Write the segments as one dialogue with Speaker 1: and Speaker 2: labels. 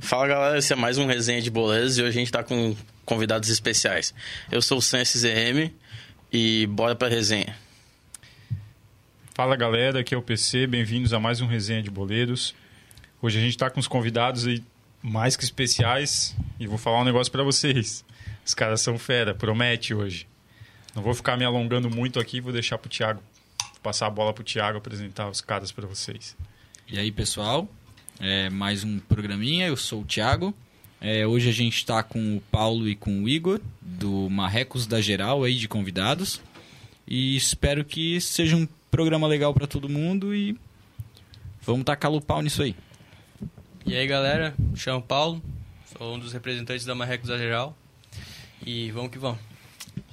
Speaker 1: Fala galera, esse é mais um Resenha de Boletos e hoje a gente tá com convidados especiais. Eu sou o Sam SZM e bora pra resenha.
Speaker 2: Fala galera, aqui é o PC, bem-vindos a mais um Resenha de Boleiros. Hoje a gente está com os convidados aí mais que especiais e vou falar um negócio para vocês. Os caras são fera, promete hoje. Não vou ficar me alongando muito aqui, vou deixar pro Thiago, vou passar a bola pro Thiago apresentar os caras para vocês.
Speaker 3: E aí, pessoal? É mais um programinha, eu sou o Thiago. É, hoje a gente está com o Paulo e com o Igor, do Marrecos da Geral, aí de convidados. E espero que seja um programa legal para todo mundo e vamos tacar o pau nisso aí.
Speaker 4: E aí galera, me chamo Paulo, sou um dos representantes da Marrecos da Geral e vamos que vamos.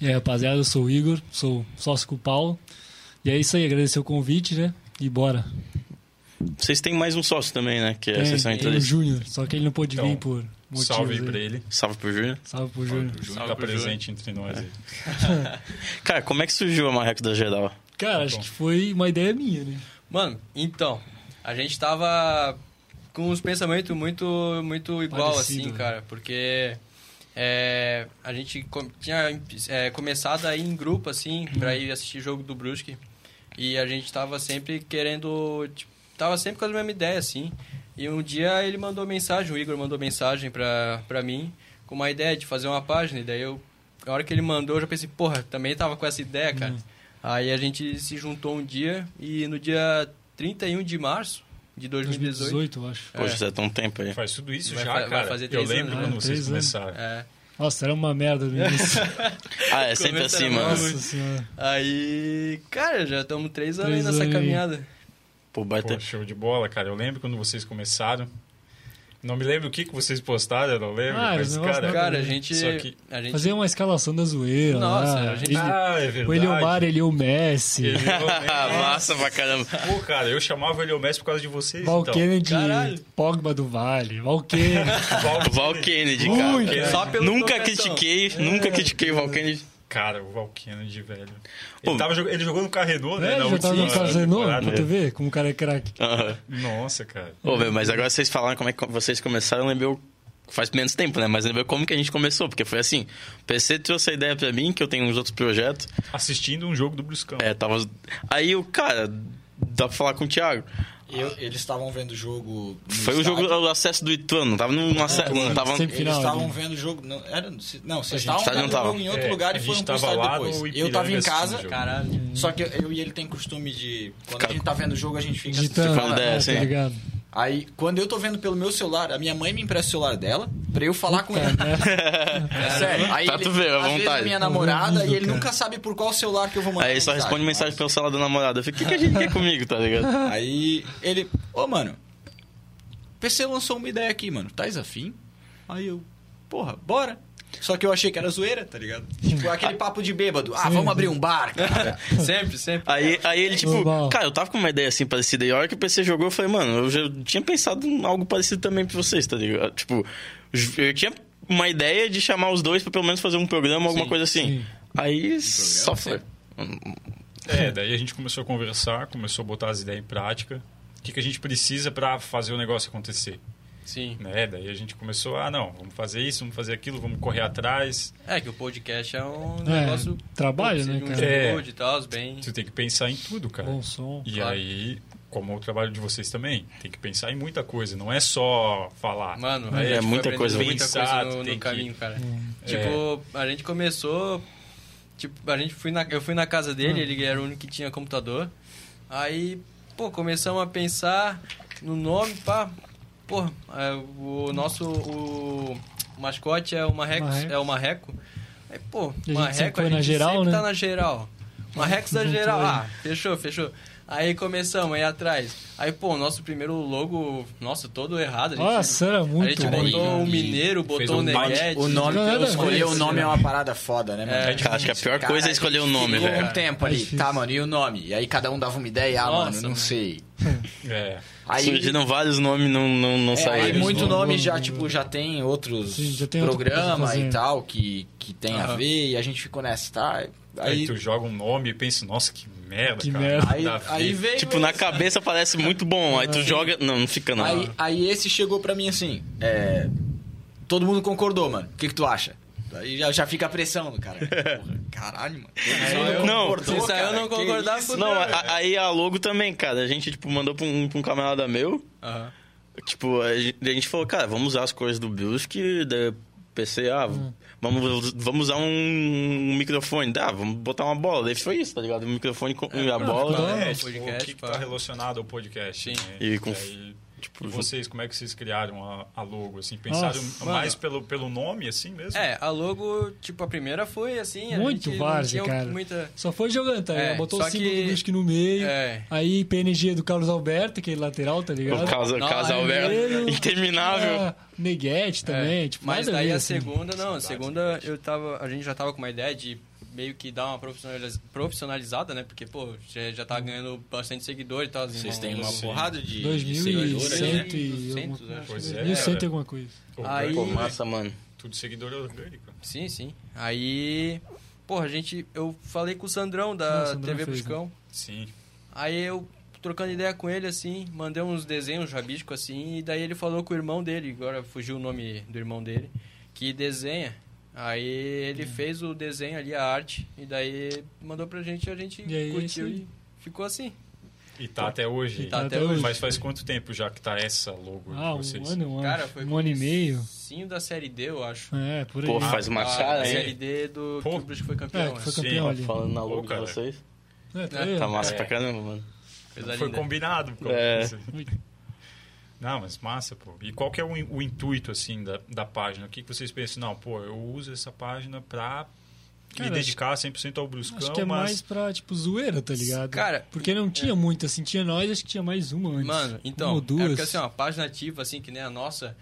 Speaker 5: E aí rapaziada, eu sou o Igor, sou sócio com o Paulo e é isso aí, agradecer o convite né, e bora.
Speaker 1: Vocês têm mais um sócio também, né? Que é a
Speaker 5: Tem,
Speaker 1: sessão
Speaker 5: tem o
Speaker 1: entrevista.
Speaker 5: Júnior, só que ele não pôde
Speaker 2: Então,
Speaker 5: vir por motivos
Speaker 2: Salve aí
Speaker 5: aí.
Speaker 2: para ele.
Speaker 1: Salve pro Júnior.
Speaker 5: Salve pro Júnior.
Speaker 2: O Júnior
Speaker 4: Salve
Speaker 2: tá
Speaker 4: pro
Speaker 2: presente entre nós aí.
Speaker 1: Cara, como é que surgiu a Marreco da Geral?
Speaker 5: Cara, acho
Speaker 2: Tá bom.
Speaker 5: que foi uma ideia minha, né?
Speaker 4: Mano, então, a gente tava com uns pensamentos muito, muito igual
Speaker 5: Parecido,
Speaker 4: assim,
Speaker 5: né?
Speaker 4: cara, porque é, a gente com- tinha é, começado a ir em grupo assim pra ir assistir jogo do Brusque e a gente tava sempre querendo, tipo, tava sempre com a mesma ideia assim. E um dia ele mandou mensagem, o Igor mandou mensagem pra, pra mim com uma ideia de fazer uma página e daí eu a hora que ele mandou, eu já pensei, porra, também tava com essa ideia, cara.
Speaker 5: Uhum.
Speaker 4: Aí a gente se juntou um dia e no dia 31 de março de 2018.
Speaker 5: 2018, eu acho.
Speaker 1: Poxa,
Speaker 4: É.
Speaker 1: já tá um tempo aí.
Speaker 2: Faz tudo isso
Speaker 4: Vai
Speaker 2: já,
Speaker 4: fa- vai
Speaker 2: cara.
Speaker 4: fazer
Speaker 2: eu
Speaker 4: três
Speaker 2: lembro
Speaker 4: anos,
Speaker 2: quando
Speaker 5: né?
Speaker 2: vocês
Speaker 5: Três anos.
Speaker 2: começaram.
Speaker 4: É.
Speaker 5: Nossa, era uma merda no início.
Speaker 1: Ah, é sempre assim, mano.
Speaker 5: Nossa senhora.
Speaker 4: Aí, cara, já estamos três anos aí
Speaker 5: Três
Speaker 4: nessa
Speaker 5: anos um. aí.
Speaker 4: caminhada.
Speaker 1: Pô, baita.
Speaker 2: Pô, show de bola, cara. Eu lembro quando vocês começaram. Não me lembro o que, que vocês postaram, eu não lembro.
Speaker 5: Ah,
Speaker 2: mas,
Speaker 5: os negócios
Speaker 2: cara,
Speaker 5: nada
Speaker 4: Cara, a gente.
Speaker 2: Só que-
Speaker 4: A gente
Speaker 5: Fazer uma escalação da zoeira.
Speaker 4: Nossa,
Speaker 5: lá.
Speaker 4: a gente-
Speaker 5: Ele-
Speaker 2: Ah, é verdade.
Speaker 5: o Eliomar, ele é o Messi.
Speaker 2: Ele é
Speaker 1: Ah,
Speaker 2: o Messi.
Speaker 1: massa pra caramba.
Speaker 2: Pô, cara, eu chamava ele o Messi por causa de vocês,
Speaker 5: Val
Speaker 2: então.
Speaker 5: Kennedy,
Speaker 4: Caralho.
Speaker 5: Pogba do Vale, Val Kennedy.
Speaker 2: Val
Speaker 1: O Val Kennedy,
Speaker 5: Muito, É.
Speaker 1: cara.
Speaker 2: Kennedy.
Speaker 4: Só pelo
Speaker 1: nunca
Speaker 4: tropeção.
Speaker 1: critiquei, nunca critiquei o Val Kennedy.
Speaker 2: Cara, o Val Kennedy, velho.
Speaker 1: Pô.
Speaker 2: Ele, tava jog- ele jogou no Carrenou, né?
Speaker 5: É,
Speaker 2: na
Speaker 5: já
Speaker 2: última
Speaker 5: tava no Carzenô,
Speaker 2: temporada.
Speaker 5: pra tu ver como o cara é craque.
Speaker 1: Aham.
Speaker 2: Nossa, cara.
Speaker 1: Ô, meu, mas agora vocês falaram como é que vocês começaram, lembrou. Faz menos tempo, né? Mas lembrou como que a gente começou, porque foi assim: o PC trouxe a ideia pra mim, que eu tenho uns outros projetos.
Speaker 2: Assistindo um jogo do Bruscão.
Speaker 1: É, tava. Aí o cara, dá pra falar com o Thiago.
Speaker 3: eles estavam vendo o jogo. no
Speaker 1: Foi o jogo,
Speaker 3: estádio.
Speaker 1: o acesso do Ituano, não tava num acesso. Não tava...
Speaker 5: sempre-
Speaker 3: Eles
Speaker 5: Final,
Speaker 3: estavam
Speaker 5: né?
Speaker 3: vendo o jogo. Não, era, não vocês
Speaker 1: gente
Speaker 3: estavam
Speaker 1: tá- não
Speaker 3: vendo
Speaker 1: tava.
Speaker 3: o jogo em outro
Speaker 2: É,
Speaker 3: lugar
Speaker 2: a
Speaker 3: e
Speaker 2: gente
Speaker 3: foram pro
Speaker 2: tava
Speaker 3: estádio
Speaker 2: lá no
Speaker 3: depois. Eu
Speaker 2: Ipiranga
Speaker 3: tava em
Speaker 2: assistindo o
Speaker 3: casa,
Speaker 2: jogo.
Speaker 4: Caralho.
Speaker 3: só que eu, eu e ele tem costume de. Quando
Speaker 1: Ficar-
Speaker 3: a gente tá vendo o jogo, a gente fica
Speaker 5: Digitando,
Speaker 1: fala
Speaker 5: né,
Speaker 1: dessa, hein?
Speaker 5: tá ligado?
Speaker 3: Aí, quando eu tô vendo pelo meu celular, a minha mãe me empresta o celular dela pra eu falar com ele. É sério. Aí
Speaker 1: Pra
Speaker 3: ele,
Speaker 1: Tá, tu ver, à
Speaker 3: às vezes
Speaker 1: vontade.
Speaker 3: a minha namorada e ele
Speaker 5: Cara.
Speaker 3: nunca sabe por qual celular que eu vou mandar.
Speaker 1: Aí só responde mensagem pelo celular da namorada. Eu falei, o que, que a gente quer comigo, tá ligado?
Speaker 3: Aí ele, ô mano, PC lançou uma ideia aqui, mano, tá afim? Aí eu, porra, bora. Só que eu achei que era zoeira, tá ligado? Tipo, aquele papo de bêbado. Ah, vamos abrir um bar, cara.
Speaker 4: Sempre, sempre.
Speaker 3: É.
Speaker 1: Aí, aí ele, tipo,
Speaker 5: Normal.
Speaker 1: cara, eu tava com uma ideia assim parecida. E a hora que o PC jogou, eu falei, mano, eu já tinha pensado em algo parecido também pra vocês, tá ligado? Tipo, eu tinha uma ideia de chamar os dois pra pelo menos fazer um programa, alguma coisa assim.
Speaker 5: sim.
Speaker 1: Aí só foi.
Speaker 2: É, daí a gente começou a conversar, começou a botar as ideias em prática. O que, que a gente precisa pra fazer o negócio acontecer?
Speaker 4: Sim.
Speaker 5: É.
Speaker 2: Né? Daí a gente começou, ah, não, vamos fazer isso, vamos fazer aquilo, vamos correr atrás.
Speaker 4: É que o podcast é um
Speaker 5: É,
Speaker 4: negócio.
Speaker 5: trabalho, né,
Speaker 4: Um
Speaker 5: cara?
Speaker 2: É.
Speaker 4: estudo e tal, bem.
Speaker 2: Você tem que pensar em tudo, cara.
Speaker 5: Bom som.
Speaker 2: E
Speaker 4: Claro.
Speaker 2: aí, como o trabalho de vocês também, tem que pensar em muita coisa, não é só falar.
Speaker 4: Mano,
Speaker 1: É,
Speaker 4: a gente foi
Speaker 1: muita
Speaker 4: aprendendo
Speaker 1: coisa. É.
Speaker 4: muita
Speaker 2: Pensar,
Speaker 4: coisa no,
Speaker 2: tem
Speaker 4: no
Speaker 2: que-
Speaker 4: caminho, cara.
Speaker 5: É.
Speaker 4: Tipo, a gente começou. Tipo, a gente fui na, eu fui na casa
Speaker 5: Ah.
Speaker 4: dele, ele era o único que tinha computador. Aí, pô, começamos a pensar no nome, pá. Pô, é, o nosso o mascote é o Marreco,
Speaker 5: Marreco.
Speaker 4: é o Marreco. Aí, pô,
Speaker 5: gente
Speaker 4: Marreco
Speaker 5: sempre
Speaker 4: a
Speaker 5: foi na
Speaker 4: gente
Speaker 5: geral,
Speaker 4: sempre
Speaker 5: né?
Speaker 4: tá na geral. Marrecos da
Speaker 5: Juntou
Speaker 4: geral.
Speaker 5: aí.
Speaker 4: Ah, fechou, fechou. Aí começamos aí atrás. Aí, pô, nosso primeiro logo, nossa, todo errado. a gente-
Speaker 5: Nossa, era
Speaker 4: a
Speaker 5: muito
Speaker 4: gente
Speaker 5: bom.
Speaker 4: botou
Speaker 3: Aí,
Speaker 4: o Mineiro,
Speaker 2: fez
Speaker 4: botou
Speaker 2: um
Speaker 4: o
Speaker 2: nome-
Speaker 4: Neguete.
Speaker 3: o nome,
Speaker 5: Não, não, não,
Speaker 3: escolher
Speaker 5: não,
Speaker 3: o
Speaker 5: não.
Speaker 3: nome é uma parada foda, né, mano?
Speaker 4: É,
Speaker 1: Cara, acho que a pior coisa é escolher o nome,
Speaker 3: ficou
Speaker 1: velho.
Speaker 3: um tempo
Speaker 5: É
Speaker 3: ali,
Speaker 5: difícil.
Speaker 3: tá, mano, e o nome? E aí cada um dava uma ideia, ah,
Speaker 4: Nossa,
Speaker 3: mano, não
Speaker 4: mano.
Speaker 3: sei.
Speaker 2: É,
Speaker 3: Aí,
Speaker 1: Surgiram vários nomes, não, não, não
Speaker 3: É, aí
Speaker 1: saíram.
Speaker 3: muito
Speaker 5: Não,
Speaker 3: nome
Speaker 5: não,
Speaker 3: já,
Speaker 5: não.
Speaker 3: tipo, já tem outros
Speaker 5: Sim, já tem outra coisa
Speaker 3: programas
Speaker 5: fazendo.
Speaker 3: e tal que, que tem a
Speaker 4: Aham.
Speaker 3: ver e a gente ficou nessa, tá?
Speaker 2: Aí
Speaker 6: Aí,
Speaker 2: tu joga um nome e pensa, nossa, que merda,
Speaker 5: Que
Speaker 2: cara.
Speaker 5: merda.
Speaker 2: Nada
Speaker 6: aí,
Speaker 2: a ver.
Speaker 6: aí veio.
Speaker 1: Tipo, na cabeça parece muito bom, aí
Speaker 3: É.
Speaker 1: tu joga. Não, não fica não.
Speaker 6: Aí, aí esse chegou pra mim assim, é, todo mundo concordou, mano. O que, que tu acha? Aí já, já fica a pressão do cara. Porra, caralho, mano.
Speaker 1: eu- Não,
Speaker 4: se saiu
Speaker 6: cara,
Speaker 4: não
Speaker 6: que
Speaker 4: concordar,
Speaker 6: isso?
Speaker 4: fudeu.
Speaker 1: Não, é. a- a- aí a logo também, cara. A gente, tipo, mandou pra um, pra um camarada meu.
Speaker 4: Aham.
Speaker 1: Tipo, a gen- a gente falou, cara, vamos usar as cores do Brusque. Daí eu pensei, ah, vamos, vamos usar um, um microfone. Dá, vamos botar uma bola. Daí foi isso, tá ligado? Um microfone com e a bola.
Speaker 2: É,
Speaker 4: no
Speaker 2: tipo,
Speaker 4: podcast,
Speaker 2: o que, que
Speaker 4: pá.
Speaker 2: tá relacionado ao podcast?
Speaker 4: Sim.
Speaker 2: né?
Speaker 1: E com-
Speaker 2: aí,
Speaker 1: tipo,
Speaker 2: e
Speaker 1: ju-
Speaker 2: vocês, como é que vocês criaram a, a logo? Assim, pensaram
Speaker 5: Nossa,
Speaker 2: mais pelo, pelo nome, assim mesmo?
Speaker 4: É, a logo, tipo, a primeira foi assim. a
Speaker 5: Muito
Speaker 4: gente não
Speaker 5: várzea,
Speaker 4: tinha
Speaker 5: cara.
Speaker 4: Muita...
Speaker 5: Só foi jogando, tá?
Speaker 4: É,
Speaker 5: ligado? botou o
Speaker 4: só
Speaker 5: símbolo
Speaker 4: que-
Speaker 5: do Brusque no meio.
Speaker 4: É.
Speaker 5: Aí PNG do Carlos Alberto, aquele lateral, tá ligado?
Speaker 1: O casa,
Speaker 4: Não,
Speaker 1: casa
Speaker 4: é
Speaker 1: Alberto,
Speaker 5: mesmo.
Speaker 1: interminável.
Speaker 5: Ah, Neguete também,
Speaker 4: É,
Speaker 5: tipo,
Speaker 4: mas
Speaker 5: nada
Speaker 4: daí
Speaker 5: ver,
Speaker 4: a
Speaker 5: assim.
Speaker 4: segunda, não, a segunda eu tava, a gente já tava com uma ideia de meio que dar uma profissionaliz- profissionalizada, né? Porque, pô, já, já tá ganhando bastante seguidor e tal. assim,
Speaker 6: Vocês
Speaker 4: irmão.
Speaker 6: têm uma
Speaker 2: Sim.
Speaker 6: porrada de, de seguidores,
Speaker 5: 2100
Speaker 6: né?
Speaker 5: e um,
Speaker 4: 200,
Speaker 5: alguma
Speaker 4: né?
Speaker 2: Pois
Speaker 5: coisa.
Speaker 2: é.
Speaker 5: 1100 e alguma coisa.
Speaker 4: Aí-
Speaker 1: Pô, massa, mano.
Speaker 2: Tudo seguidor orgânico.
Speaker 4: Sim, sim. Aí, porra, a gente, eu falei com o Sandrão da
Speaker 5: Não, o Sandrão
Speaker 4: TV
Speaker 5: fez, né?
Speaker 4: Buscão.
Speaker 2: Sim.
Speaker 4: Aí eu trocando ideia com ele assim, mandei uns desenhos rabiscos assim, e daí ele falou com o irmão dele, agora fugiu o nome do irmão dele, que desenha. Aí ele
Speaker 5: Hum.
Speaker 4: fez o desenho ali, a arte, e daí mandou pra gente, a gente
Speaker 5: E aí,
Speaker 4: curtiu
Speaker 5: sim.
Speaker 4: e ficou assim.
Speaker 2: E tá até hoje.
Speaker 4: E tá até hoje.
Speaker 2: Mas faz quanto tempo já que tá essa logo de
Speaker 5: Ah, um
Speaker 2: vocês?
Speaker 5: ano, um ano.
Speaker 4: Cara, foi
Speaker 5: um ano e meio.
Speaker 4: Sim, da série D, eu acho.
Speaker 5: É, por aí.
Speaker 1: Pô, faz uma cara,
Speaker 4: a série
Speaker 1: hein?
Speaker 4: D do que
Speaker 2: Pô.
Speaker 4: o Brusque foi
Speaker 5: É,
Speaker 4: campeão.
Speaker 5: que
Speaker 4: né?
Speaker 5: foi
Speaker 2: Sim, tá
Speaker 5: campeão ali.
Speaker 1: Falando na
Speaker 2: Pô,
Speaker 1: logo de
Speaker 2: cara.
Speaker 1: vocês.
Speaker 5: É, tá vendo?
Speaker 1: Tá massa
Speaker 2: É.
Speaker 1: pra caramba, mano.
Speaker 4: Coisa
Speaker 2: Foi
Speaker 4: linda.
Speaker 2: combinado. pô.
Speaker 1: É.
Speaker 2: Não, mas massa, pô. E qual que é o, in- o intuito, assim, da, da página? O que, que vocês pensam? Não, pô, eu uso essa página pra
Speaker 5: Cara,
Speaker 2: me dedicar 100% ao Bruscão,
Speaker 5: Acho que é
Speaker 2: mas...
Speaker 5: mais pra, tipo, zoeira, tá ligado?
Speaker 4: Cara, é.
Speaker 5: Porque não tinha muito, assim, tinha nós, acho que tinha mais uma antes.
Speaker 4: Mano, então,
Speaker 5: uma ou
Speaker 4: é
Speaker 5: duas.
Speaker 4: porque assim, ó, página ativa, assim, que nem a nossa.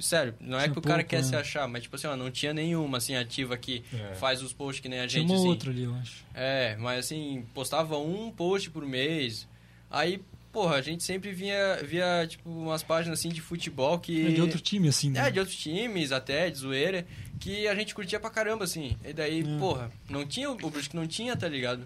Speaker 4: Sério, não é
Speaker 5: Tinha
Speaker 4: que o cara
Speaker 5: pouco,
Speaker 4: quer
Speaker 5: né?
Speaker 4: se achar, mas tipo assim, ó, não tinha nenhuma assim ativa que
Speaker 2: É.
Speaker 4: faz os posts que nem a
Speaker 5: tinha
Speaker 4: gente.
Speaker 5: uma
Speaker 4: assim.
Speaker 5: outra ali, eu acho.
Speaker 4: É, mas assim, postava um post por mês. Aí, porra, a gente sempre vinha via, tipo, umas páginas assim de futebol que.
Speaker 5: É de outro time, assim, né?
Speaker 4: É, de outros times, até, de zoeira, que a gente curtia pra caramba, assim. E daí,
Speaker 5: É.
Speaker 4: porra, não tinha, o Brusque não tinha, tá ligado?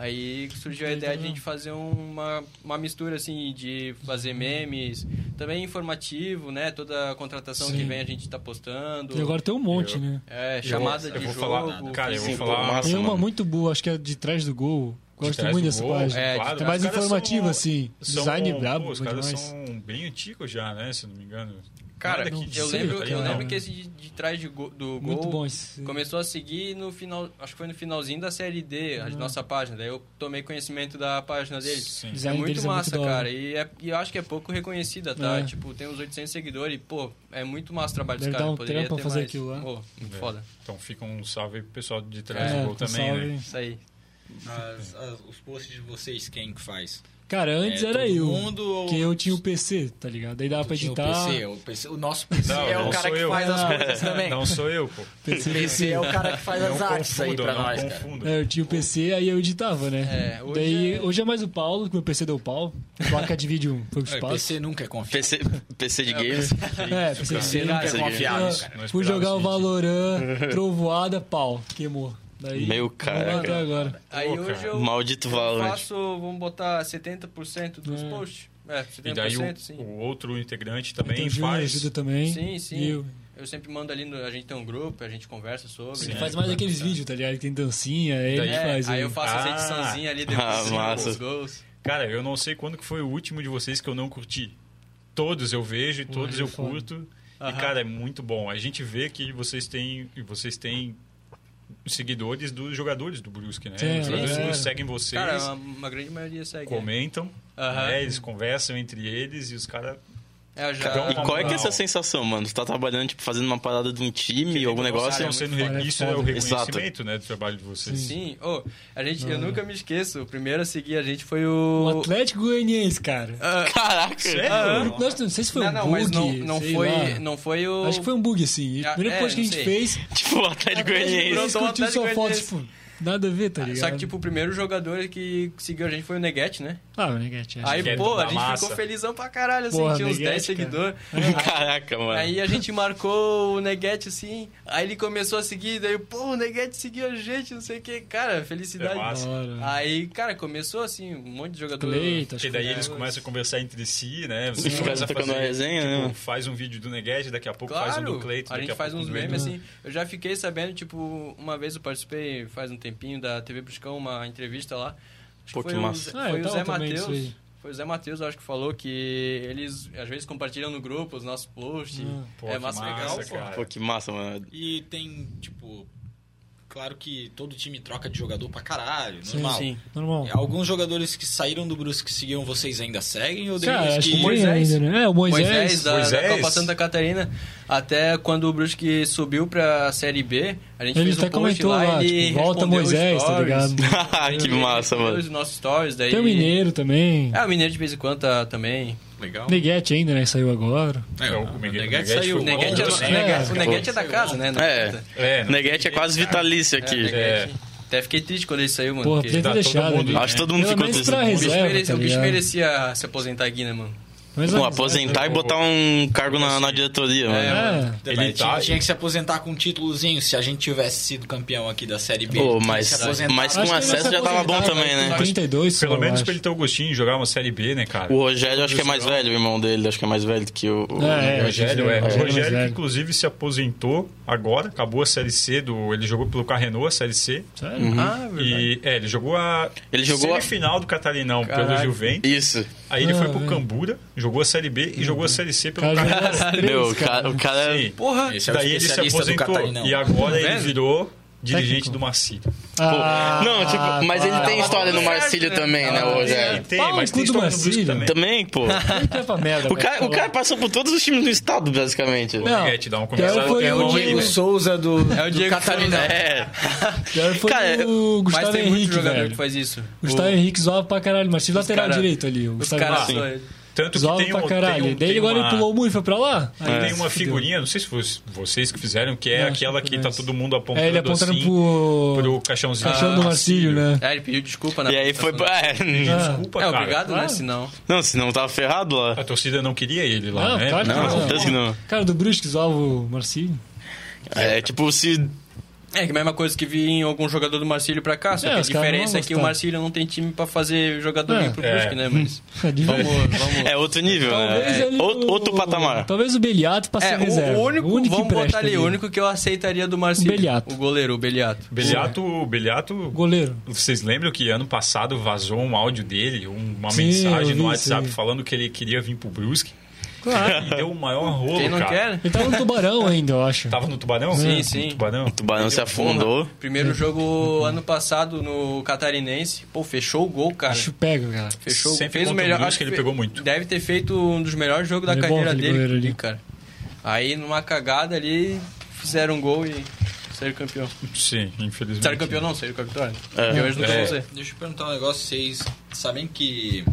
Speaker 4: Aí surgiu a
Speaker 5: Daí
Speaker 4: ideia de
Speaker 5: também.
Speaker 4: a gente fazer um, uma, uma mistura, assim, de fazer memes, também informativo, né? Toda a contratação que
Speaker 5: Sim.
Speaker 4: vem a gente tá postando.
Speaker 5: E agora tem um monte,
Speaker 2: Eu-
Speaker 5: né?
Speaker 4: É, chamada
Speaker 2: eu,
Speaker 4: de
Speaker 2: eu vou
Speaker 4: jogo.
Speaker 2: Falar, cara, eu
Speaker 1: Sim,
Speaker 2: vou
Speaker 1: pô,
Speaker 2: falar...
Speaker 1: massa.
Speaker 5: Tem uma
Speaker 1: mano.
Speaker 5: muito boa, acho que é de trás do gol.
Speaker 2: de
Speaker 5: Gosto
Speaker 2: trás
Speaker 5: muito
Speaker 2: do
Speaker 5: dessa
Speaker 2: gol,
Speaker 5: página.
Speaker 4: é,
Speaker 5: é mais
Speaker 2: Os caras
Speaker 5: informativa,
Speaker 2: são-
Speaker 5: assim.
Speaker 2: são-
Speaker 5: Design
Speaker 2: pô,
Speaker 5: brabo,
Speaker 2: Os
Speaker 5: bom
Speaker 2: caras
Speaker 5: demais.
Speaker 2: são bem antigos já, né? Se eu não me engano.
Speaker 4: Cara,
Speaker 2: Nada que
Speaker 4: eu
Speaker 2: dizer,
Speaker 4: lembro,
Speaker 2: tá
Speaker 4: eu
Speaker 2: ligado?
Speaker 4: lembro que esse de, de trás de go- do gol...
Speaker 5: Muito bom esse.
Speaker 4: Começou a seguir no final, acho que foi no finalzinho da série D, a nossa página. Daí eu tomei conhecimento da página deles.
Speaker 2: Sim.
Speaker 5: Design
Speaker 4: É muito
Speaker 5: deles é
Speaker 4: massa,
Speaker 5: da hora.
Speaker 4: cara. E, é- e eu acho que é pouco reconhecida, tá?
Speaker 5: É.
Speaker 4: Tipo, tem uns 800 seguidores e, pô, é muito massa o trabalho dos
Speaker 5: Deve
Speaker 4: caras.
Speaker 5: dar um
Speaker 4: Poderia
Speaker 5: trampo
Speaker 4: ter
Speaker 5: fazer
Speaker 4: mais.
Speaker 5: aquilo lá.
Speaker 4: Pô, muito
Speaker 2: É.
Speaker 4: foda.
Speaker 2: Então fica um salve pro pessoal de trás
Speaker 5: É,
Speaker 2: do gol também,
Speaker 5: salve.
Speaker 2: né?
Speaker 4: Isso aí.
Speaker 6: As- as- os posts de vocês, quem que faz?
Speaker 5: Cara, antes
Speaker 6: É
Speaker 5: era
Speaker 6: todo
Speaker 5: eu.
Speaker 6: Mundo, ou...
Speaker 5: Que eu tinha o PC, tá ligado? Aí dava pra
Speaker 6: Tinha o
Speaker 5: editar.
Speaker 6: PC, o PC, o nosso PC
Speaker 2: Não,
Speaker 6: é o
Speaker 2: não
Speaker 6: cara
Speaker 2: sou
Speaker 6: que
Speaker 2: eu.
Speaker 6: faz as
Speaker 5: Não.
Speaker 6: coisas também.
Speaker 2: Não sou eu, pô.
Speaker 6: O PC é o cara que faz
Speaker 2: Não
Speaker 6: as artes aí
Speaker 2: confundo,
Speaker 6: pra
Speaker 2: não
Speaker 6: nós, cara.
Speaker 2: confundo.
Speaker 5: É, eu tinha o PC, aí eu editava, né?
Speaker 4: É, hoje
Speaker 5: Daí,
Speaker 4: é-
Speaker 5: hoje é mais o Paulo, que meu PC deu pau. Placa de vídeo um, foi pro
Speaker 6: É,
Speaker 5: espaço.
Speaker 6: PC nunca é confiável.
Speaker 1: PC, PC de games.
Speaker 5: É, PC de
Speaker 6: PC
Speaker 5: vídeo.
Speaker 6: nunca é
Speaker 1: Não
Speaker 6: confiável,
Speaker 5: Eu
Speaker 6: cara.
Speaker 2: Não
Speaker 5: Fui
Speaker 2: esperava
Speaker 5: jogar o
Speaker 2: esse vídeo.
Speaker 5: Valorant, trovoada, pau, queimou. Daí,
Speaker 1: Meu
Speaker 5: vamos até
Speaker 1: cara.
Speaker 5: agora.
Speaker 4: Aí
Speaker 2: Pô,
Speaker 4: hoje
Speaker 2: cara.
Speaker 4: eu,
Speaker 1: Maldito
Speaker 4: eu
Speaker 1: Valorant.
Speaker 4: faço, vamos botar 70% dos
Speaker 5: É.
Speaker 4: posts. É,
Speaker 2: E daí
Speaker 4: 70%,
Speaker 2: o,
Speaker 4: sim.
Speaker 2: o outro integrante
Speaker 5: Então,
Speaker 2: também
Speaker 5: o Júnior
Speaker 2: faz.
Speaker 5: ajuda também.
Speaker 4: Sim, sim.
Speaker 5: E eu-
Speaker 4: Eu sempre mando ali, no- a gente tem um grupo, a gente conversa sobre.
Speaker 2: Sim. é
Speaker 5: ele
Speaker 4: né?
Speaker 5: faz mais aqueles vídeos, tá ligado? Que tem dancinha, aí
Speaker 2: Daí-
Speaker 5: ele
Speaker 4: É,
Speaker 5: faz.
Speaker 4: aí eu
Speaker 5: né?
Speaker 4: faço
Speaker 2: Ah.
Speaker 4: essa ediçãozinha ali
Speaker 1: Ah,
Speaker 4: depois
Speaker 1: massa.
Speaker 4: dos gols.
Speaker 2: Cara, eu não sei quando que foi o último de vocês que eu não curti. Todos eu vejo e todos
Speaker 5: é
Speaker 2: eu
Speaker 5: foda.
Speaker 2: curto. E,
Speaker 4: Aham.
Speaker 2: cara, é muito bom. A gente vê que vocês têm, e vocês têm seguidores dos jogadores do Brusque, né?
Speaker 5: Sim,
Speaker 2: Os jogadores
Speaker 5: é.
Speaker 2: do Brusque seguem vocês,
Speaker 4: Cara, uma, uma grande maioria segue. né?
Speaker 2: comentam,
Speaker 4: Aham.
Speaker 2: né? eles conversam entre eles e os caras...
Speaker 4: É, eu já...
Speaker 2: Cada um
Speaker 1: E qual é que é essa
Speaker 2: Não.
Speaker 1: sensação, mano? Tu tá trabalhando, tipo, fazendo uma parada de um time, algum negócio.
Speaker 2: Não sendo
Speaker 5: foda, é
Speaker 2: isso é o
Speaker 5: foda.
Speaker 2: reconhecimento né, do trabalho de vocês.
Speaker 4: Sim, oh, a gente, eu
Speaker 5: Não.
Speaker 4: nunca me esqueço. O primeiro a seguir a gente foi
Speaker 5: O
Speaker 4: o. Ah,
Speaker 5: Atlético Goianiense, cara.
Speaker 1: Caraca!
Speaker 2: Sério?
Speaker 5: Nossa, não sei se foi
Speaker 4: não,
Speaker 5: um
Speaker 4: não,
Speaker 5: bug.
Speaker 4: mas não, não
Speaker 5: sei
Speaker 4: foi.
Speaker 5: lá.
Speaker 4: Não foi o.
Speaker 5: Acho que foi um bug, assim. E
Speaker 4: Ah,
Speaker 5: A primeira
Speaker 4: é,
Speaker 5: coisa que a
Speaker 4: não
Speaker 5: gente
Speaker 4: sei.
Speaker 5: fez.
Speaker 1: Tipo, o Atlético Goianiense.
Speaker 5: Goianiense
Speaker 4: Brotou o
Speaker 5: curtiu sua
Speaker 4: Atlético
Speaker 5: foto,
Speaker 4: Goianiense.
Speaker 5: tipo. Nada a ver, tá ligado?
Speaker 4: Só que, tipo, o primeiro jogador que seguiu a gente foi o Neguete, né?
Speaker 5: Ah, o Neguete, acho.
Speaker 4: Aí,
Speaker 2: que é
Speaker 4: pô,
Speaker 2: da
Speaker 4: a gente
Speaker 2: massa.
Speaker 4: ficou felizão pra caralho, assim,
Speaker 5: Porra,
Speaker 4: tinha uns
Speaker 5: Neguete,
Speaker 4: 10
Speaker 5: cara.
Speaker 4: seguidores.
Speaker 1: Caraca, mano.
Speaker 4: Aí a gente marcou o Neguete, assim, aí ele começou a seguir, daí, pô, o Neguete seguiu a gente, não sei o que, cara, felicidade.
Speaker 2: É massa.
Speaker 5: Da hora.
Speaker 4: aí, cara, começou, assim, um monte de jogador...
Speaker 5: Cleito,
Speaker 2: Porque
Speaker 5: acho que
Speaker 2: daí
Speaker 4: é.
Speaker 5: foi.
Speaker 2: eles começam a conversar entre si, né? Você
Speaker 1: Os caras
Speaker 2: começa a
Speaker 1: tocando
Speaker 2: fazer,
Speaker 1: uma resenha, né, mano?
Speaker 2: faz um vídeo do Neguete, daqui a pouco
Speaker 4: Claro,
Speaker 2: faz um do Cleiton.
Speaker 4: a
Speaker 2: daqui
Speaker 4: gente faz
Speaker 2: pouco
Speaker 4: uns
Speaker 2: do
Speaker 4: memes,
Speaker 2: Edu.
Speaker 4: assim. Eu já fiquei sabendo, tipo, uma vez eu participei, faz um tempinho, da TV Bruscão, uma entrevista lá. Acho
Speaker 1: Pô,
Speaker 4: foi
Speaker 1: que
Speaker 4: o
Speaker 1: massa.
Speaker 4: Zé-
Speaker 5: Ah, eu
Speaker 4: foi o
Speaker 5: tava
Speaker 4: Zé
Speaker 5: também disso
Speaker 4: Matheus.
Speaker 5: aí.
Speaker 4: Foi o Zé Matheus, eu acho que falou que eles às vezes compartilham no grupo os nossos posts.
Speaker 5: Ah.
Speaker 2: Pô,
Speaker 4: é
Speaker 2: que
Speaker 4: massa, legal,
Speaker 2: massa,
Speaker 4: pô.
Speaker 5: é-
Speaker 2: cara.
Speaker 1: Pô, que massa, mano.
Speaker 6: E tem, tipo. Claro que todo time troca de jogador pra caralho,
Speaker 5: Sim,
Speaker 6: normal. É,
Speaker 4: sim. É,
Speaker 5: Normal.
Speaker 6: Alguns jogadores que saíram do Brusque que seguiam vocês ainda seguem? Ou
Speaker 5: Cara,
Speaker 6: deles
Speaker 5: acho que
Speaker 6: que.
Speaker 5: tem
Speaker 4: Moisés.
Speaker 5: ainda, né? É, o Moisés.
Speaker 4: Moisés, da, da
Speaker 2: Moisés.
Speaker 4: Copa Santa Catarina. Até quando o Brusque subiu pra Série B, a gente
Speaker 5: Ele
Speaker 4: fez
Speaker 5: até
Speaker 4: um post
Speaker 5: comentou
Speaker 4: lá,
Speaker 5: lá,
Speaker 4: ele
Speaker 5: tipo, volta
Speaker 4: respondeu
Speaker 5: Moisés, tá
Speaker 4: stories.
Speaker 5: ligado?
Speaker 1: que
Speaker 4: Ele
Speaker 1: massa,
Speaker 4: respondeu
Speaker 1: mano.
Speaker 4: Os nossos stories, daí...
Speaker 5: Tem o Mineiro também.
Speaker 4: É, o Mineiro de vez em quando tá, também.
Speaker 6: Legal.
Speaker 5: Neguete ainda, né? que Saiu agora.
Speaker 6: É, o, o
Speaker 2: Neguete
Speaker 6: Neguete
Speaker 2: saiu.
Speaker 6: saiu.
Speaker 4: O Neguete é,
Speaker 6: bom,
Speaker 4: o
Speaker 5: né?
Speaker 4: Neguete- o
Speaker 1: É,
Speaker 4: Neguete é da casa, né? Não
Speaker 1: É.
Speaker 4: adianta.
Speaker 2: É, não-
Speaker 1: Neguete é quase vitalício
Speaker 4: É,
Speaker 1: aqui.
Speaker 4: Neguete. Até fiquei triste quando ele saiu, mano.
Speaker 5: Porra,
Speaker 4: porque
Speaker 5: podia
Speaker 2: tá
Speaker 5: ter
Speaker 2: todo
Speaker 5: deixado
Speaker 2: mundo-
Speaker 5: ali.
Speaker 1: Acho que todo mundo
Speaker 5: Pelo
Speaker 1: ficou
Speaker 5: menos
Speaker 1: triste.
Speaker 5: pra
Speaker 1: O
Speaker 4: o bicho,
Speaker 5: reserva,
Speaker 4: merece-
Speaker 5: tá
Speaker 4: o bicho
Speaker 5: ligado?
Speaker 4: merecia se aposentar aqui, né, mano?
Speaker 5: Mas
Speaker 1: Não,
Speaker 5: a reserva-
Speaker 1: aposentar e botar um cargo na, na diretoria, mano.
Speaker 5: É,
Speaker 2: Ele
Speaker 6: Ele
Speaker 2: tá-
Speaker 6: tinha, tinha que se aposentar com um títulozinho se a gente tivesse sido campeão aqui da Série B.
Speaker 1: Pô,
Speaker 6: Tinha que
Speaker 1: mas-
Speaker 6: se aposentar.
Speaker 1: mas
Speaker 5: acho
Speaker 1: com
Speaker 5: que ele
Speaker 1: acesso
Speaker 5: vai se
Speaker 1: já tava bom
Speaker 5: aposentar,
Speaker 1: também,
Speaker 5: vai
Speaker 1: né?
Speaker 5: ter 32,
Speaker 2: Pelo
Speaker 5: só,
Speaker 2: menos
Speaker 5: eu
Speaker 2: pra ele
Speaker 5: acho.
Speaker 2: ter o gostinho de jogar uma Série B, né, cara?
Speaker 1: O Rogério acho que é mais velho, o irmão dele. Acho que é mais velho que o. o-
Speaker 5: É,
Speaker 2: O Rogério, é.
Speaker 5: Rogério
Speaker 2: O
Speaker 5: mais
Speaker 2: Rogério,
Speaker 5: velho.
Speaker 2: que inclusive se aposentou agora, acabou a Série C, do, ele jogou pelo Carrenô, a Série C.
Speaker 5: Sério?
Speaker 4: Ah,
Speaker 2: E, é, ele jogou a
Speaker 1: Ele jogou a-
Speaker 2: semifinal do Catarinão pelo
Speaker 4: Caralho.
Speaker 2: Juventus.
Speaker 1: Isso.
Speaker 2: Aí ele
Speaker 5: Ah,
Speaker 2: foi pro
Speaker 5: velho.
Speaker 2: Cambura, jogou a Série B e jogou a Série C pelo
Speaker 5: Cara, já
Speaker 2: Carrenô.
Speaker 5: era as três,
Speaker 1: Meu, o
Speaker 5: cara.
Speaker 1: cara. O cara
Speaker 2: Sim.
Speaker 4: porra!
Speaker 6: Esse é o
Speaker 2: Daí ele se
Speaker 6: especialista do
Speaker 2: aposentou
Speaker 6: Catarinão.
Speaker 2: e agora ele
Speaker 5: Tá
Speaker 4: vendo?
Speaker 2: virou dirigente
Speaker 5: Técnico.
Speaker 2: do Maci.
Speaker 1: pô,
Speaker 5: Ah, tá
Speaker 1: não, tipo, mas ele tem história no Marcílio também, né, o
Speaker 2: Ele
Speaker 1: Rogério?
Speaker 2: tem,
Speaker 5: é. Pau no
Speaker 2: mas
Speaker 5: cu
Speaker 2: tem
Speaker 5: do
Speaker 2: história no
Speaker 5: Maci,
Speaker 2: Brusque
Speaker 5: velho.
Speaker 2: também.
Speaker 1: Também, pô.
Speaker 5: Vai pra merda,
Speaker 1: O
Speaker 5: vai
Speaker 1: cara, o
Speaker 5: falar.
Speaker 1: cara passou por todos os times do estado, basicamente.
Speaker 5: Não,
Speaker 2: Guete, dá uma
Speaker 5: pior
Speaker 2: conversada
Speaker 5: foi
Speaker 2: com
Speaker 5: o
Speaker 2: ele aí,
Speaker 5: Diego
Speaker 2: velho.
Speaker 6: Souza do,
Speaker 4: É o Diego Souza.
Speaker 1: É.
Speaker 5: Pior foi
Speaker 1: Cara,
Speaker 5: o
Speaker 4: Mas
Speaker 5: Gustavo
Speaker 4: tem muito
Speaker 5: Henrique,
Speaker 4: jogador
Speaker 5: velho.
Speaker 4: que faz isso.
Speaker 5: Gustavo
Speaker 4: O-
Speaker 5: Henrique zoava pra caralho, mas tinha lateral
Speaker 4: cara-
Speaker 5: direito ali. O
Speaker 4: Os
Speaker 5: Gustavo
Speaker 4: caras
Speaker 5: Henrique
Speaker 4: só...
Speaker 2: Tanto
Speaker 5: zoava
Speaker 2: que tem um,
Speaker 5: pra
Speaker 2: tem
Speaker 5: caralho.
Speaker 2: um,
Speaker 5: Daí
Speaker 2: tem
Speaker 5: agora
Speaker 2: uma-
Speaker 5: ele pulou muito e foi pra lá. Aí ele
Speaker 2: Tem
Speaker 5: se
Speaker 2: uma
Speaker 5: fudeu.
Speaker 2: figurinha, não sei se foi vocês que fizeram, que é
Speaker 5: Não, acho
Speaker 2: aquela
Speaker 5: que
Speaker 2: que
Speaker 5: foi
Speaker 2: tá
Speaker 5: nós.
Speaker 2: todo mundo apontando,
Speaker 5: É, ele apontando
Speaker 2: assim,
Speaker 5: pro...
Speaker 2: pro caixãozinho. Ah,
Speaker 5: Caixão do Marcílio, né?
Speaker 4: É, ele pediu desculpa na
Speaker 1: E aí foi. pra- É,
Speaker 2: Desculpa,
Speaker 4: É,
Speaker 2: cara.
Speaker 4: obrigado, né?
Speaker 5: Claro.
Speaker 4: Senão...
Speaker 1: não, senão tava ferrado lá.
Speaker 2: A torcida não queria ele lá,
Speaker 5: Não,
Speaker 2: né?
Speaker 5: claro que
Speaker 1: Não,
Speaker 5: não.
Speaker 1: certeza que não.
Speaker 5: Cara, do Brusque zoava o Marcílio.
Speaker 1: É tipo se.
Speaker 4: É, que é a mesma coisa que vi em algum jogador do Marcílio pra cá, só
Speaker 5: É,
Speaker 4: que a
Speaker 5: os caras não
Speaker 4: diferença é que o
Speaker 5: gostaram.
Speaker 4: Marcílio não tem time pra fazer jogador
Speaker 5: É. Hum.
Speaker 4: vir pro
Speaker 2: É.
Speaker 4: Brusque, né? Mas vamos, vamos...
Speaker 1: É outro nível,
Speaker 5: Talvez
Speaker 1: né?
Speaker 5: ele-
Speaker 1: Outro, outro patamar.
Speaker 5: Talvez o Beliato pra ser
Speaker 4: É,
Speaker 5: reserva.
Speaker 4: o, o único,
Speaker 5: que
Speaker 4: vamos
Speaker 5: presta
Speaker 4: botar ali, o único que eu aceitaria do Marcílio.
Speaker 5: O Beliato.
Speaker 4: O goleiro, o Beliato.
Speaker 2: Beliato, o Beliato,
Speaker 5: Goleiro.
Speaker 2: vocês lembram que ano passado vazou um áudio dele, um- uma
Speaker 5: Sim,
Speaker 2: mensagem
Speaker 5: eu
Speaker 2: no
Speaker 5: vi
Speaker 2: WhatsApp
Speaker 5: isso aí.
Speaker 2: falando que ele queria vir pro Brusque
Speaker 5: Claro.
Speaker 2: e deu o maior rolo,
Speaker 4: Quem não
Speaker 2: cara.
Speaker 4: quer? né?
Speaker 5: Ele tava no Tubarão ainda, eu
Speaker 4: Tá.
Speaker 5: acho.
Speaker 2: Tava no Tubarão?
Speaker 4: Sim,
Speaker 2: No
Speaker 4: sim.
Speaker 2: Tubarão.
Speaker 1: O tubarão se afundou.
Speaker 4: Primeiro jogo ano passado no Catarinense. Pô, fechou o gol, cara.
Speaker 5: Acho pega, cara.
Speaker 4: Fechou,
Speaker 2: Sempre
Speaker 4: fez o
Speaker 2: contra o
Speaker 4: melhor.
Speaker 2: Brusque,
Speaker 4: acho que
Speaker 2: ele
Speaker 4: fe-
Speaker 2: pegou muito.
Speaker 4: Deve ter feito um dos melhores jogos da
Speaker 5: Ele é bom,
Speaker 4: carreira
Speaker 5: aquele
Speaker 4: dele, né,
Speaker 5: goleiro ali.
Speaker 4: cara. Aí numa cagada ali fizeram um gol e saíram campeão.
Speaker 2: Sim, infelizmente.
Speaker 4: Saíram campeão não, saíram com a vitória.
Speaker 1: É.
Speaker 4: E hoje nunca
Speaker 2: É.
Speaker 4: vão ser.
Speaker 6: Deixa eu perguntar um negócio, vocês sabem que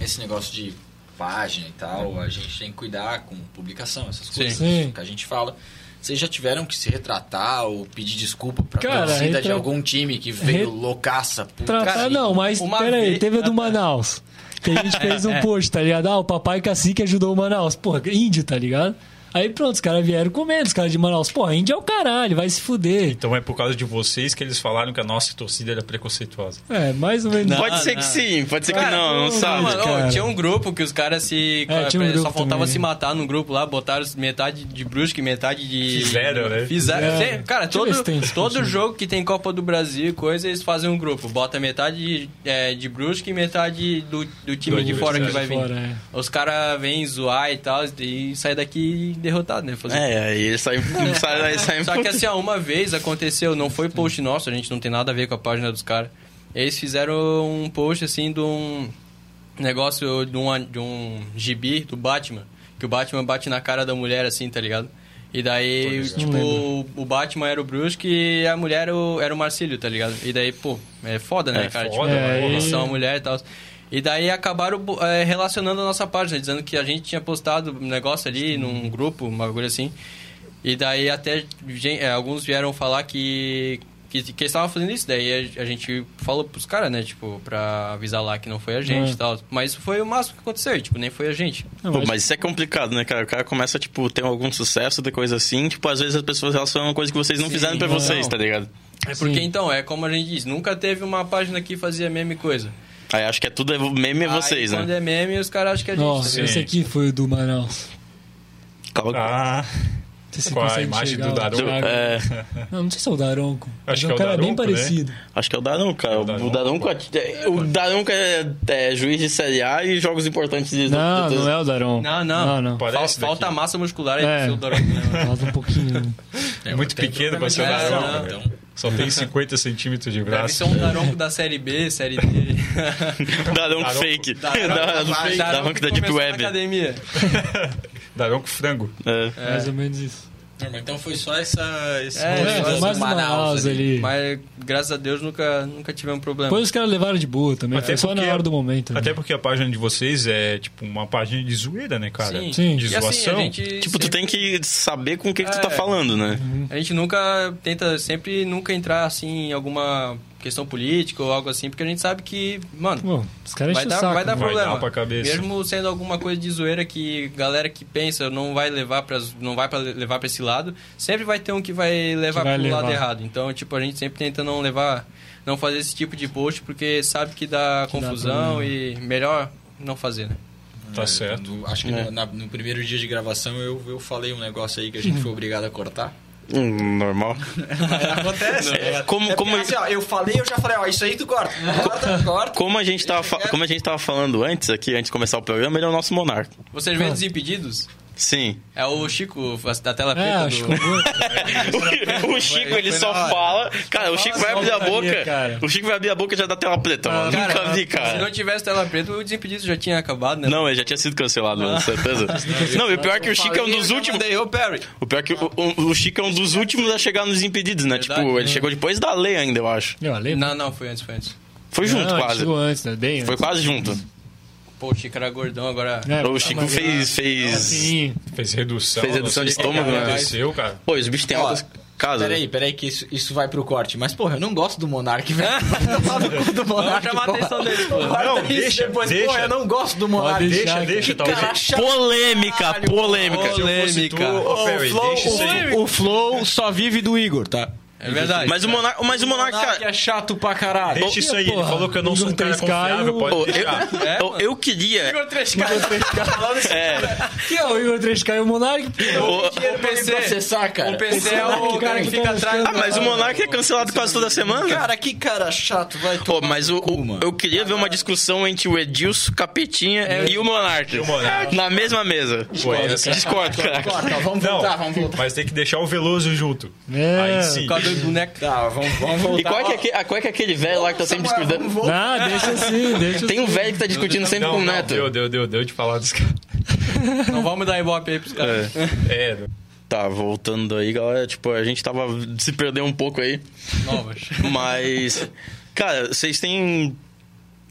Speaker 6: esse negócio de página e tal, a gente tem que cuidar com publicação, essas coisas
Speaker 5: Sim.
Speaker 6: que a gente fala. Vocês já tiveram que se retratar ou pedir desculpa pra
Speaker 5: Cara,
Speaker 6: torcida de
Speaker 5: retra-
Speaker 6: algum time que veio
Speaker 5: Re-
Speaker 6: loucaça? puta
Speaker 5: Tratar
Speaker 6: que-
Speaker 5: não, mas
Speaker 4: uma
Speaker 5: peraí,
Speaker 4: vez- É.
Speaker 5: teve a do Manaus. Que a gente fez um post, tá ligado? Ah, o papai cacique ajudou o Manaus. Porra, índio, tá ligado? Aí pronto, os caras vieram comendo, os caras de Manaus. Porra, índio é o caralho, vai se fuder.
Speaker 2: Então é por causa de vocês que eles falaram que a nossa torcida era preconceituosa.
Speaker 5: É, mais ou menos.
Speaker 1: Pode ser
Speaker 4: não.
Speaker 1: que sim, pode ser que
Speaker 4: Cara,
Speaker 1: não, não
Speaker 5: não,
Speaker 1: sabe.
Speaker 4: Mano, ó,
Speaker 5: cara.
Speaker 4: tinha um grupo que os caras se.
Speaker 5: É, tinha um
Speaker 4: só
Speaker 5: grupo
Speaker 4: faltava
Speaker 5: também.
Speaker 4: se matar no grupo lá, botaram metade de Brusque, metade de.
Speaker 2: Fizeram, né?
Speaker 4: Fizeram.
Speaker 5: Fizeram.
Speaker 4: Tem- Cara,
Speaker 5: Deixa eu ver
Speaker 4: todo,
Speaker 5: se tem esse
Speaker 4: todo
Speaker 5: contigo.
Speaker 4: jogo que tem Copa do Brasil e coisa, eles fazem um grupo. Bota metade é, de Brusque e metade do, do time
Speaker 2: Do
Speaker 4: de fora que
Speaker 2: adversário.
Speaker 4: vai vir.
Speaker 5: Fora, é.
Speaker 4: Os caras vêm zoar e tal, e sai daqui derrotado, né? Fazer
Speaker 1: É, aí ele sai, sai, aí sai
Speaker 4: só que assim, ó, uma vez aconteceu, não foi post nosso, a gente não tem nada a ver com a página dos caras. Eles fizeram um post assim de um negócio de um, de um gibi do Batman, que o Batman bate na cara da mulher assim, tá ligado? E daí, tipo, o- o Batman era o Brusque e a mulher era o, era o Marcílio, tá ligado? E daí, pô, é foda, né,
Speaker 1: É
Speaker 4: cara?
Speaker 2: foda,
Speaker 4: tipo,
Speaker 5: mano.
Speaker 4: eles são a mulher e tal. E daí acabaram bo- eh, relacionando a nossa página, dizendo que a gente tinha postado um negócio ali num grupo, um bagulho assim. E daí até gen- eh, alguns vieram falar que que, que eles estavam fazendo isso. Daí a, a gente falou pros caras, né? Tipo, pra avisar lá que não foi a gente e
Speaker 5: É.
Speaker 4: tal. Mas isso foi o máximo que aconteceu, e, tipo, nem foi a gente.
Speaker 5: Não,
Speaker 1: Pô,
Speaker 5: mas-
Speaker 1: mas isso é complicado, né, cara? O cara começa, tipo, ter algum sucesso, ter coisa assim. Tipo, às vezes as pessoas relacionam coisa que vocês não
Speaker 4: Sim,
Speaker 1: fizeram pra
Speaker 5: não.
Speaker 1: vocês, tá ligado?
Speaker 4: É porque
Speaker 5: Sim.
Speaker 4: então, é como a gente diz, nunca teve uma página que fazia a mesma coisa.
Speaker 1: Aí acho que é tudo é meme é
Speaker 4: Aí,
Speaker 1: vocês,
Speaker 4: Quando
Speaker 1: né?
Speaker 4: é meme, os caras acham que é a gente.
Speaker 5: Nossa,
Speaker 4: tá
Speaker 2: Sim.
Speaker 5: esse aqui foi o do Manaus.
Speaker 4: é-
Speaker 1: Qual-
Speaker 2: Ah,
Speaker 5: Não sei se
Speaker 2: Com a
Speaker 5: consegue
Speaker 2: imagem
Speaker 5: enxergar
Speaker 2: do
Speaker 5: o
Speaker 2: Daronco.
Speaker 1: Do- é,
Speaker 5: Não, não sei se é o Daronco. mas
Speaker 2: que
Speaker 5: é um
Speaker 2: é o
Speaker 5: cara bem
Speaker 2: Daronco, né?
Speaker 5: parecido.
Speaker 1: acho que é o Daronco, cara.
Speaker 2: O Daronco.
Speaker 1: O Daronco, é, o Daronco é, é juiz de Série A e jogos importantes de,
Speaker 5: Não,
Speaker 1: de-
Speaker 5: não é o Daronco.
Speaker 4: Não, não.
Speaker 5: não.
Speaker 4: ligado? Fal-
Speaker 2: parece
Speaker 4: Falta
Speaker 2: daqui.
Speaker 4: massa muscular aí
Speaker 5: É.
Speaker 4: do seu Dorothy, né?
Speaker 5: Falta um pouquinho.
Speaker 3: É,
Speaker 2: Muito
Speaker 3: tem
Speaker 2: pequeno pra né? ser
Speaker 3: problema de
Speaker 4: o
Speaker 3: lesão,
Speaker 4: Daronco.
Speaker 3: então.
Speaker 2: Só tem 50 centímetros de
Speaker 4: Deve ser
Speaker 2: braço.
Speaker 4: um daronco da série B, série D.
Speaker 1: Daronco
Speaker 2: Daronco.
Speaker 1: fake. Daronco fake. Daronco tá da Deep
Speaker 4: começou na
Speaker 1: Web.
Speaker 4: academia.
Speaker 2: Daronco frango.
Speaker 1: É.
Speaker 5: Mais ou menos isso.
Speaker 3: Não, mas Então foi só essa, esse
Speaker 4: É,
Speaker 3: rolê
Speaker 4: é,
Speaker 3: do-
Speaker 4: foi
Speaker 3: do
Speaker 5: mais uma Manaus ali.
Speaker 4: Mas graças a Deus nunca, nunca tivemos problema.
Speaker 5: Depois os caras levaram de boa também.
Speaker 2: Até
Speaker 5: Foi só na
Speaker 2: porque-
Speaker 5: hora do momento. né?
Speaker 2: Até porque a página de vocês é tipo uma página de zoeira, né, cara?
Speaker 4: Sim.
Speaker 5: Sim.
Speaker 2: De
Speaker 4: E assim, a
Speaker 2: zoação.
Speaker 4: gente,
Speaker 1: Tipo, tu
Speaker 4: sempre-
Speaker 1: tem que saber com o que, que tu tá
Speaker 4: É.
Speaker 1: falando, né?
Speaker 4: a gente nunca tenta sempre nunca entrar assim em alguma questão política ou algo assim, porque a gente sabe que, mano,
Speaker 5: Pô, os caras
Speaker 4: vai
Speaker 5: enchem o
Speaker 4: dar,
Speaker 5: saco.
Speaker 4: vai dar
Speaker 5: né?
Speaker 2: Vai
Speaker 4: problema.
Speaker 2: dar pra cabeça.
Speaker 4: Mesmo sendo alguma coisa de zoeira que galera que pensa não vai levar para não vai para levar para esse lado, sempre vai ter um que vai levar
Speaker 5: vai
Speaker 4: pro lado
Speaker 5: levar.
Speaker 4: errado. Então, tipo, a gente sempre tenta não levar, não fazer esse tipo de post porque sabe que dá
Speaker 5: dá
Speaker 4: confusão e melhor não fazer, né?
Speaker 2: Tá
Speaker 3: É,
Speaker 2: certo.
Speaker 3: no- acho que
Speaker 1: É.
Speaker 3: no, na- no primeiro dia de gravação eu, eu falei um negócio aí que a gente foi obrigado a cortar.
Speaker 1: Hum, normal.
Speaker 3: Acontece.
Speaker 1: É, como-
Speaker 3: porque,
Speaker 1: como-
Speaker 3: assim, ó, eu falei, eu já falei, ó, isso aí tu corta. Corta, corta.
Speaker 1: Como a gente tava, fa- como a gente tava falando antes aqui, antes de começar o programa, ele é o nosso monarca.
Speaker 4: Vocês vêm desimpedidos?
Speaker 1: Sim.
Speaker 4: É o Chico da tela
Speaker 5: É,
Speaker 4: preta
Speaker 5: acho
Speaker 4: do...
Speaker 5: que
Speaker 1: O, o Chico, ele só fala. Cara, o Chico vai abrir a boca. O Chico vai abrir a boca e já dá tela preta, mano. Nunca vi,
Speaker 4: Se não
Speaker 1: cara.
Speaker 4: tivesse tela preta, o desimpedido já tinha acabado, né?
Speaker 1: Não, ele já tinha sido cancelado, mano, certeza. Não, e o pior é que o Chico é um dos últimos.
Speaker 4: Daí, ô, Perry.
Speaker 1: O pior é que o, o- o Chico é um dos últimos a chegar nos impedidos, né?
Speaker 4: Verdade,
Speaker 1: Tipo, ele
Speaker 4: né?
Speaker 1: chegou depois da lei ainda, eu acho.
Speaker 5: Não, Ale-
Speaker 4: Não, não, foi antes, foi antes.
Speaker 1: Foi junto,
Speaker 5: Não,
Speaker 1: quase.
Speaker 5: chegou antes, né? Bem
Speaker 1: Foi
Speaker 5: antes.
Speaker 1: quase junto.
Speaker 4: Pô, o Chico era gordão, agora...
Speaker 5: É, assim.
Speaker 1: O Chico
Speaker 5: mas-
Speaker 1: fez. fez...
Speaker 5: Sim,
Speaker 2: Fez redução.
Speaker 1: Fez redução
Speaker 2: não
Speaker 1: de
Speaker 2: sei o que
Speaker 1: estômago, né?
Speaker 2: aconteceu, cara.
Speaker 1: Pô, os bichos têm
Speaker 3: Ó,
Speaker 1: altas casas.
Speaker 3: Peraí, peraí, que isso, isso vai pro corte. Mas, porra, eu não gosto do Monark, velho. Tomar no cu do
Speaker 4: Vamos
Speaker 3: Monark.
Speaker 4: chamar a
Speaker 3: porra.
Speaker 4: atenção dele, pô.
Speaker 3: Corta
Speaker 2: Não,
Speaker 3: isso
Speaker 2: deixa,
Speaker 3: depois.
Speaker 2: deixa.
Speaker 3: Porra, eu não gosto do Monark.
Speaker 5: Pode
Speaker 2: Deixa,
Speaker 5: deixa,
Speaker 2: deixa,
Speaker 3: Que
Speaker 2: talvez.
Speaker 3: cara chato.
Speaker 1: Polêmica,
Speaker 3: Caralho,
Speaker 1: polêmica.
Speaker 4: Polêmica.
Speaker 2: Ô,
Speaker 3: O
Speaker 2: Perry,
Speaker 3: Flow-
Speaker 2: deixa isso aí.
Speaker 3: o, o Flow só vive do Igor, tá?
Speaker 4: É verdade.
Speaker 1: Mas o Monarca, mas o Monarca,
Speaker 3: Monark é chato pra caralho.
Speaker 2: Deixa isso aí. Ele
Speaker 5: Porra,
Speaker 2: falou que eu não sou um cara
Speaker 5: 3K
Speaker 2: confiável.
Speaker 5: eu-
Speaker 2: Pode
Speaker 1: Ô,
Speaker 2: deixar.
Speaker 1: eu,
Speaker 4: É,
Speaker 1: eu-
Speaker 4: mano.
Speaker 1: eu queria. É,
Speaker 5: Que é o Igor 3K e o Monark?
Speaker 1: o-
Speaker 3: O
Speaker 4: PC.
Speaker 1: Um
Speaker 3: processar, cara.
Speaker 4: O PC é o cara
Speaker 5: tá
Speaker 4: que fica atrás.
Speaker 1: ah, mas o Monarca é cancelado quase toda semana.
Speaker 3: Cara, que cara chato, vai
Speaker 1: Pô,
Speaker 3: tomar
Speaker 1: mas o,
Speaker 3: no cu,
Speaker 1: o-
Speaker 3: mano.
Speaker 1: eu queria ver uma discussão entre o Edilson, Capetinha e o Monarca.
Speaker 2: Monarca.
Speaker 1: Na mesma mesa.
Speaker 2: Discordo, cara.
Speaker 1: Discordo, cara.
Speaker 3: Corta, Tá, vamos
Speaker 2: Não,
Speaker 3: voltar, vamos voltar.
Speaker 2: mas tem que deixar o Veloso junto.
Speaker 5: É.
Speaker 2: Aí sim.
Speaker 4: Por causa do boneco.
Speaker 3: Tá, vamos, vamos voltar.
Speaker 1: E qual é, que é aquele, ah, qual é que é aquele velho lá que tá sempre discordando?
Speaker 5: Não, deixa assim, deixa
Speaker 1: Tem um velho que tá discutindo sempre com
Speaker 2: Não,
Speaker 1: o
Speaker 2: não,
Speaker 1: Neto.
Speaker 2: deu, deu, deu, deu de falar dos caras.
Speaker 4: Não vamos dar ibope aí pros caras.
Speaker 1: É.
Speaker 2: É,
Speaker 1: Tá, voltando aí, galera. Tipo, a gente tava se perdeu um pouco aí.
Speaker 4: Novas.
Speaker 1: Mas, cara, vocês têm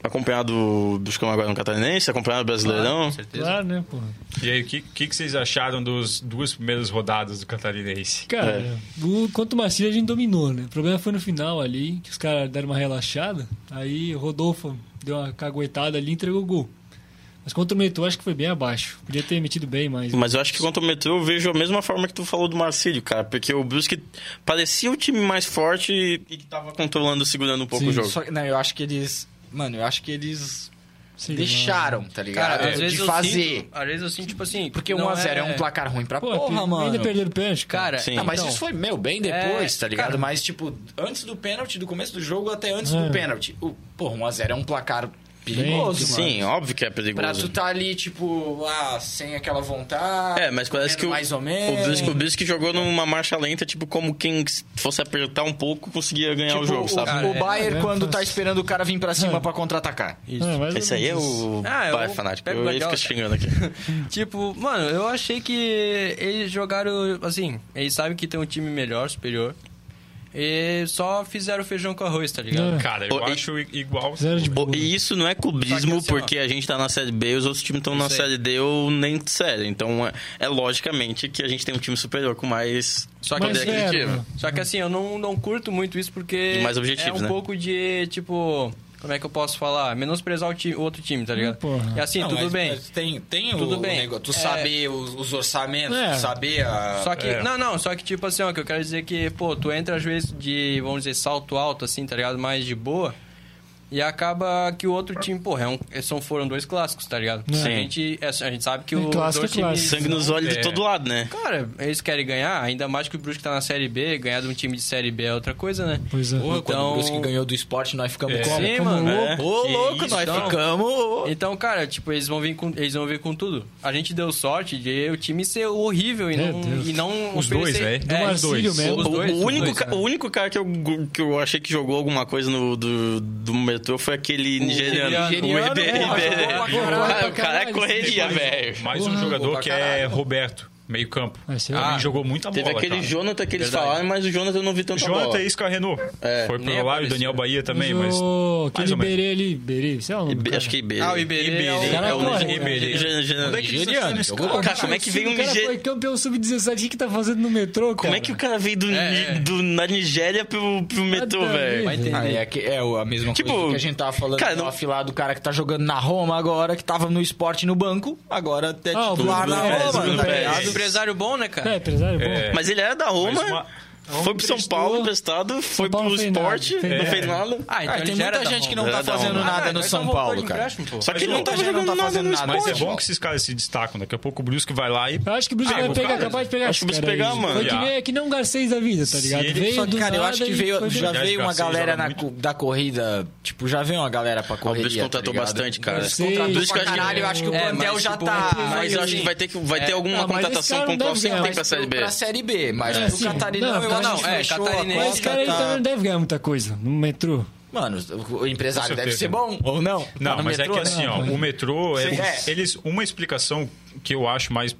Speaker 1: acompanhado o Cão agora no Catarinense? Acompanhado o Brasileirão?
Speaker 4: Com certeza.
Speaker 5: Claro, né, porra.
Speaker 2: E aí, o que, que, que vocês acharam dos duas primeiras rodadas do Catarinense?
Speaker 5: Cara,
Speaker 1: É.
Speaker 5: o, quanto o Marcílio a gente dominou, né? O problema foi no final ali, que os caras deram uma relaxada, aí o Rodolfo deu uma caguetada ali e entregou o gol. Mas contra o Metrô acho que foi bem abaixo. Podia ter emitido bem, mas...
Speaker 1: Mas eu acho que contra o metrô eu vejo a mesma forma que tu falou do Marcílio, cara. Porque o Brusque parecia o time mais forte e que tava controlando, segurando um pouco
Speaker 5: Sim,
Speaker 1: o jogo.
Speaker 3: Só que- não, eu acho que eles. Mano, eu acho que eles
Speaker 5: sei lá.
Speaker 3: deixaram, tá ligado?
Speaker 4: Cara,
Speaker 1: É,
Speaker 4: às vezes
Speaker 3: de
Speaker 4: eu
Speaker 3: fazer.
Speaker 4: sinto... Às vezes eu sinto, tipo assim...
Speaker 3: Porque
Speaker 4: não
Speaker 3: 1x0 é... um placar ruim pra
Speaker 5: Pô,
Speaker 3: porra,
Speaker 5: per-
Speaker 3: mano.
Speaker 5: ainda perderam o pênalti.
Speaker 4: Cara,
Speaker 1: Sim.
Speaker 3: Ah, mas
Speaker 4: então,
Speaker 3: isso foi, meu, bem depois,
Speaker 4: É,
Speaker 3: tá ligado?
Speaker 4: cara.
Speaker 3: Mas, tipo, antes do pênalti, do começo do jogo até antes
Speaker 5: É.
Speaker 3: do pênalti. O, porra, 1x0 é um placar perigoso, mano.
Speaker 1: Sim, óbvio que é
Speaker 3: Pra tu
Speaker 1: perigoso.
Speaker 3: tá ali, tipo, ah, sem aquela vontade.
Speaker 1: É, mas parece
Speaker 3: comendo
Speaker 1: que o,
Speaker 3: Mais ou
Speaker 1: o,
Speaker 3: menos.
Speaker 1: Brusque, o Brusque jogou numa marcha lenta, tipo, como quem fosse apertar um pouco conseguia ganhar
Speaker 3: Tipo,
Speaker 1: o jogo, sabe?
Speaker 4: cara,
Speaker 3: o
Speaker 4: é.
Speaker 3: Bayern,
Speaker 5: É,
Speaker 3: quando
Speaker 5: é.
Speaker 3: tá esperando o cara vir pra cima
Speaker 4: Ah.
Speaker 5: É.
Speaker 3: pra contra-atacar.
Speaker 4: Isso.
Speaker 5: É, mais ou
Speaker 1: Esse aí é
Speaker 5: menos isso.
Speaker 1: o
Speaker 4: Ah, eu
Speaker 1: pai fanático.
Speaker 4: pego
Speaker 1: Eu ia
Speaker 4: legal,
Speaker 1: ficar
Speaker 4: cara.
Speaker 1: xingando aqui.
Speaker 4: Tipo, mano, eu achei que eles jogaram, assim, eles sabem que tem um time melhor, superior. E só fizeram feijão com arroz, tá ligado?
Speaker 5: É.
Speaker 2: Cara, eu
Speaker 1: Ô, e-
Speaker 2: acho i- igual.
Speaker 5: Zero de
Speaker 1: Pô, E isso não é cubismo
Speaker 4: assim, ó.
Speaker 1: porque a gente tá na Série B e os outros times estão na
Speaker 4: Isso aí.
Speaker 1: Série D ou nem Série. Então é, é logicamente que a gente tem um time superior com mais
Speaker 4: Só que,
Speaker 5: Mas
Speaker 1: poder
Speaker 5: é,
Speaker 1: aquisitivo.
Speaker 5: mano.
Speaker 4: só que assim, eu não, não curto muito isso porque
Speaker 1: E mais objetivos,
Speaker 4: é um
Speaker 1: né?
Speaker 4: pouco de, tipo, como é que eu posso falar? Menosprezar o, ti- o outro time, tá ligado?
Speaker 5: porra.
Speaker 4: E assim,
Speaker 3: Não,
Speaker 4: tudo
Speaker 3: mas-
Speaker 4: bem.
Speaker 3: mas Tem, tem
Speaker 4: Tudo
Speaker 3: o
Speaker 4: bem.
Speaker 3: negócio, tu
Speaker 4: É.
Speaker 3: saber os, os orçamentos,
Speaker 5: É.
Speaker 3: tu saber a...
Speaker 4: Só que,
Speaker 2: É.
Speaker 4: não, não, só que tipo assim, ó, que eu quero dizer que, pô, tu entra às vezes de, vamos dizer, salto alto, assim, tá ligado? Mais de boa. E acaba que o outro time, porra, é um, são, foram dois clássicos, tá ligado?
Speaker 5: Sim.
Speaker 4: A, gente, a gente sabe que
Speaker 5: Tem
Speaker 4: o
Speaker 5: clássico,
Speaker 4: dois
Speaker 5: é clássico.
Speaker 4: times.
Speaker 1: Sangue nos olhos
Speaker 2: É.
Speaker 1: de todo lado, né?
Speaker 4: Cara, eles querem ganhar, ainda mais que o Brusque tá na Série B, ganhar de um time de Série B é outra coisa, né?
Speaker 5: Pois é.
Speaker 3: Porra, quando
Speaker 4: Então-
Speaker 3: o Brusque ganhou do esporte, nós ficamos
Speaker 2: É.
Speaker 3: como?
Speaker 4: Sim,
Speaker 5: como
Speaker 4: mano.
Speaker 1: louco.
Speaker 3: Ô, ô,
Speaker 1: Que
Speaker 3: louco,
Speaker 1: isso,
Speaker 3: nós
Speaker 4: então.
Speaker 3: ficamos... ô.
Speaker 4: Então, cara, tipo, eles vão vir com eles vão vir com tudo. A gente deu sorte de o time ser horrível e
Speaker 5: Meu
Speaker 4: não
Speaker 5: Deus.
Speaker 4: e não
Speaker 2: Os dois,
Speaker 4: oferecer-
Speaker 2: velho.
Speaker 4: É,
Speaker 2: Os
Speaker 5: Marcílio
Speaker 2: dois.
Speaker 5: mesmo.
Speaker 4: Os
Speaker 1: O-
Speaker 4: dois,
Speaker 1: o,
Speaker 4: os
Speaker 1: único
Speaker 4: dois,
Speaker 1: ca-
Speaker 4: né?
Speaker 1: o único cara que eu, que eu achei que jogou alguma coisa no, do, do metrô foi aquele nigeriano.
Speaker 4: nigeriano,
Speaker 1: o Eder-
Speaker 4: porra,
Speaker 1: Eder-
Speaker 4: jogou pra
Speaker 5: caralho,
Speaker 1: Cara, o cara é
Speaker 5: caralho,
Speaker 1: correria,
Speaker 5: esse
Speaker 1: velho.
Speaker 2: Mais um
Speaker 5: Porra,
Speaker 2: jogador
Speaker 3: pra
Speaker 2: que é
Speaker 3: caralho.
Speaker 2: Roberto, meio campo.
Speaker 5: Vai ser
Speaker 2: Também
Speaker 5: ah,
Speaker 2: jogou muita bola.
Speaker 1: Teve aquele
Speaker 2: cara.
Speaker 1: Jonathan que eles falaram, mas o Jonathan eu não vi tanta
Speaker 2: Jonathan
Speaker 1: bola.
Speaker 2: e Isca Renault.
Speaker 1: É,
Speaker 2: Foi pro
Speaker 4: nem
Speaker 2: lá e o
Speaker 4: apareceu.
Speaker 2: Daniel Bahia também, mas.
Speaker 5: mas o...
Speaker 2: mais
Speaker 5: Aquele
Speaker 2: ou menos.
Speaker 5: Iberê ali, Iberê, sei lá o nome do
Speaker 1: Ibe-
Speaker 5: cara.
Speaker 1: Acho que Iberê.
Speaker 4: Ah, o Iberê, é o-
Speaker 5: Cara,
Speaker 1: É o
Speaker 5: porra,
Speaker 1: Iberê. Gen- gen-
Speaker 2: Onde é que eles
Speaker 3: Nigeriano,
Speaker 2: nasceram,
Speaker 3: jogou
Speaker 1: Cara, como é que veio um
Speaker 5: O cara foi
Speaker 1: nigeriano?
Speaker 5: campeão sub-17, o que que tá fazendo no metrô, cara?
Speaker 1: Como é que o cara veio do,
Speaker 4: É, é.
Speaker 1: do- na Nigéria pro, pro metrô,
Speaker 5: Nada a ver.
Speaker 1: velho?
Speaker 4: Vai entender.
Speaker 3: Ah, é, que- é o- a mesma
Speaker 1: Tipo,
Speaker 3: coisa que a gente tava falando
Speaker 1: cara,
Speaker 3: no
Speaker 1: não-
Speaker 3: off lá do cara que tá jogando na Roma agora, que tava no esporte no banco, agora até
Speaker 5: Ah, o
Speaker 3: titular
Speaker 5: Bruno
Speaker 3: na
Speaker 5: Pérez,
Speaker 3: Roma,
Speaker 1: Bruno
Speaker 3: tá
Speaker 1: Pérez.
Speaker 3: ligado?
Speaker 4: É, empresário bom, né, cara?
Speaker 5: É, empresário bom.
Speaker 2: É.
Speaker 1: Mas ele era da Roma,
Speaker 2: Mas uma-
Speaker 1: foi pro São
Speaker 5: emprestou.
Speaker 1: Paulo emprestado, foi
Speaker 5: Paulo
Speaker 1: pro
Speaker 5: fez nada,
Speaker 1: esporte,
Speaker 5: fez
Speaker 1: não
Speaker 5: nada.
Speaker 1: fez nada.
Speaker 4: Ah, então
Speaker 3: Ah,
Speaker 4: ele
Speaker 3: tem
Speaker 4: já era
Speaker 3: muita
Speaker 4: da
Speaker 3: gente que
Speaker 4: Roma.
Speaker 3: não
Speaker 1: Era
Speaker 3: tá
Speaker 1: da
Speaker 3: fazendo
Speaker 1: Roma.
Speaker 3: nada no São Paulo, cara.
Speaker 1: Só que
Speaker 2: Mas
Speaker 1: ele não
Speaker 2: o-
Speaker 1: tava
Speaker 3: Mas ele não
Speaker 1: jogando
Speaker 3: tá
Speaker 1: nada
Speaker 3: fazendo
Speaker 1: no
Speaker 3: nada.
Speaker 1: esporte.
Speaker 2: Mas é bom que esses caras se destacam. Daqui a pouco o Brusque vai lá e.
Speaker 5: Eu acho que o Bruce
Speaker 2: Ah,
Speaker 5: vai
Speaker 2: o
Speaker 5: pegar,
Speaker 2: cara-
Speaker 5: capaz de pegar
Speaker 1: acho que o Bruce
Speaker 5: esse cara
Speaker 1: pegar,
Speaker 5: aí.
Speaker 1: mano.
Speaker 5: Foi que
Speaker 2: Já.
Speaker 5: nem, que nem um Garcês da vida, tá
Speaker 2: Se
Speaker 5: ligado?
Speaker 2: ele-
Speaker 5: Veio
Speaker 3: Só que,
Speaker 5: do
Speaker 3: cara, eu
Speaker 5: nada
Speaker 3: acho que
Speaker 5: e
Speaker 3: veio,
Speaker 5: foi
Speaker 3: já
Speaker 5: bem.
Speaker 2: Jorge
Speaker 3: veio uma
Speaker 2: Garcia joga
Speaker 3: galera na
Speaker 2: muito.
Speaker 3: cu- da corrida. Tipo, já veio uma galera pra
Speaker 1: O
Speaker 3: corrida.
Speaker 1: Bruce contratou bastante, cara.
Speaker 5: Mas-
Speaker 3: Contratou
Speaker 1: Sim.
Speaker 3: pra caralho, eu acho que o
Speaker 4: É,
Speaker 3: plantel
Speaker 4: mas,
Speaker 3: já
Speaker 4: tipo,
Speaker 3: tá.
Speaker 4: é,
Speaker 1: Mas eu acho
Speaker 4: assim,
Speaker 1: que vai ter, que, vai ter alguma
Speaker 5: Ah, mas esse
Speaker 1: contratação
Speaker 5: cara não deve
Speaker 1: pontuação que
Speaker 5: ganhar,
Speaker 1: tem pra
Speaker 5: mas
Speaker 1: Série B.
Speaker 3: Pra Série B, mas
Speaker 5: É,
Speaker 3: pro
Speaker 5: sim.
Speaker 3: Catarinão
Speaker 5: Não,
Speaker 3: eu
Speaker 5: não,
Speaker 3: acho que
Speaker 4: é,
Speaker 3: fechou a
Speaker 4: catarinense-
Speaker 5: Mas esse cara aí
Speaker 3: cota, tá-
Speaker 5: também não deve ganhar muita coisa no metrô.
Speaker 3: Mano, o- o empresário
Speaker 2: Com
Speaker 3: deve ser
Speaker 2: certeza.
Speaker 3: bom, ou não? Tá
Speaker 2: Não,
Speaker 3: no
Speaker 2: mas
Speaker 3: metrô,
Speaker 2: é que
Speaker 3: né?
Speaker 2: assim, ó,
Speaker 5: Não,
Speaker 2: o metrô é,
Speaker 3: Sim, é.
Speaker 2: Eles. Uma explicação que eu acho mais.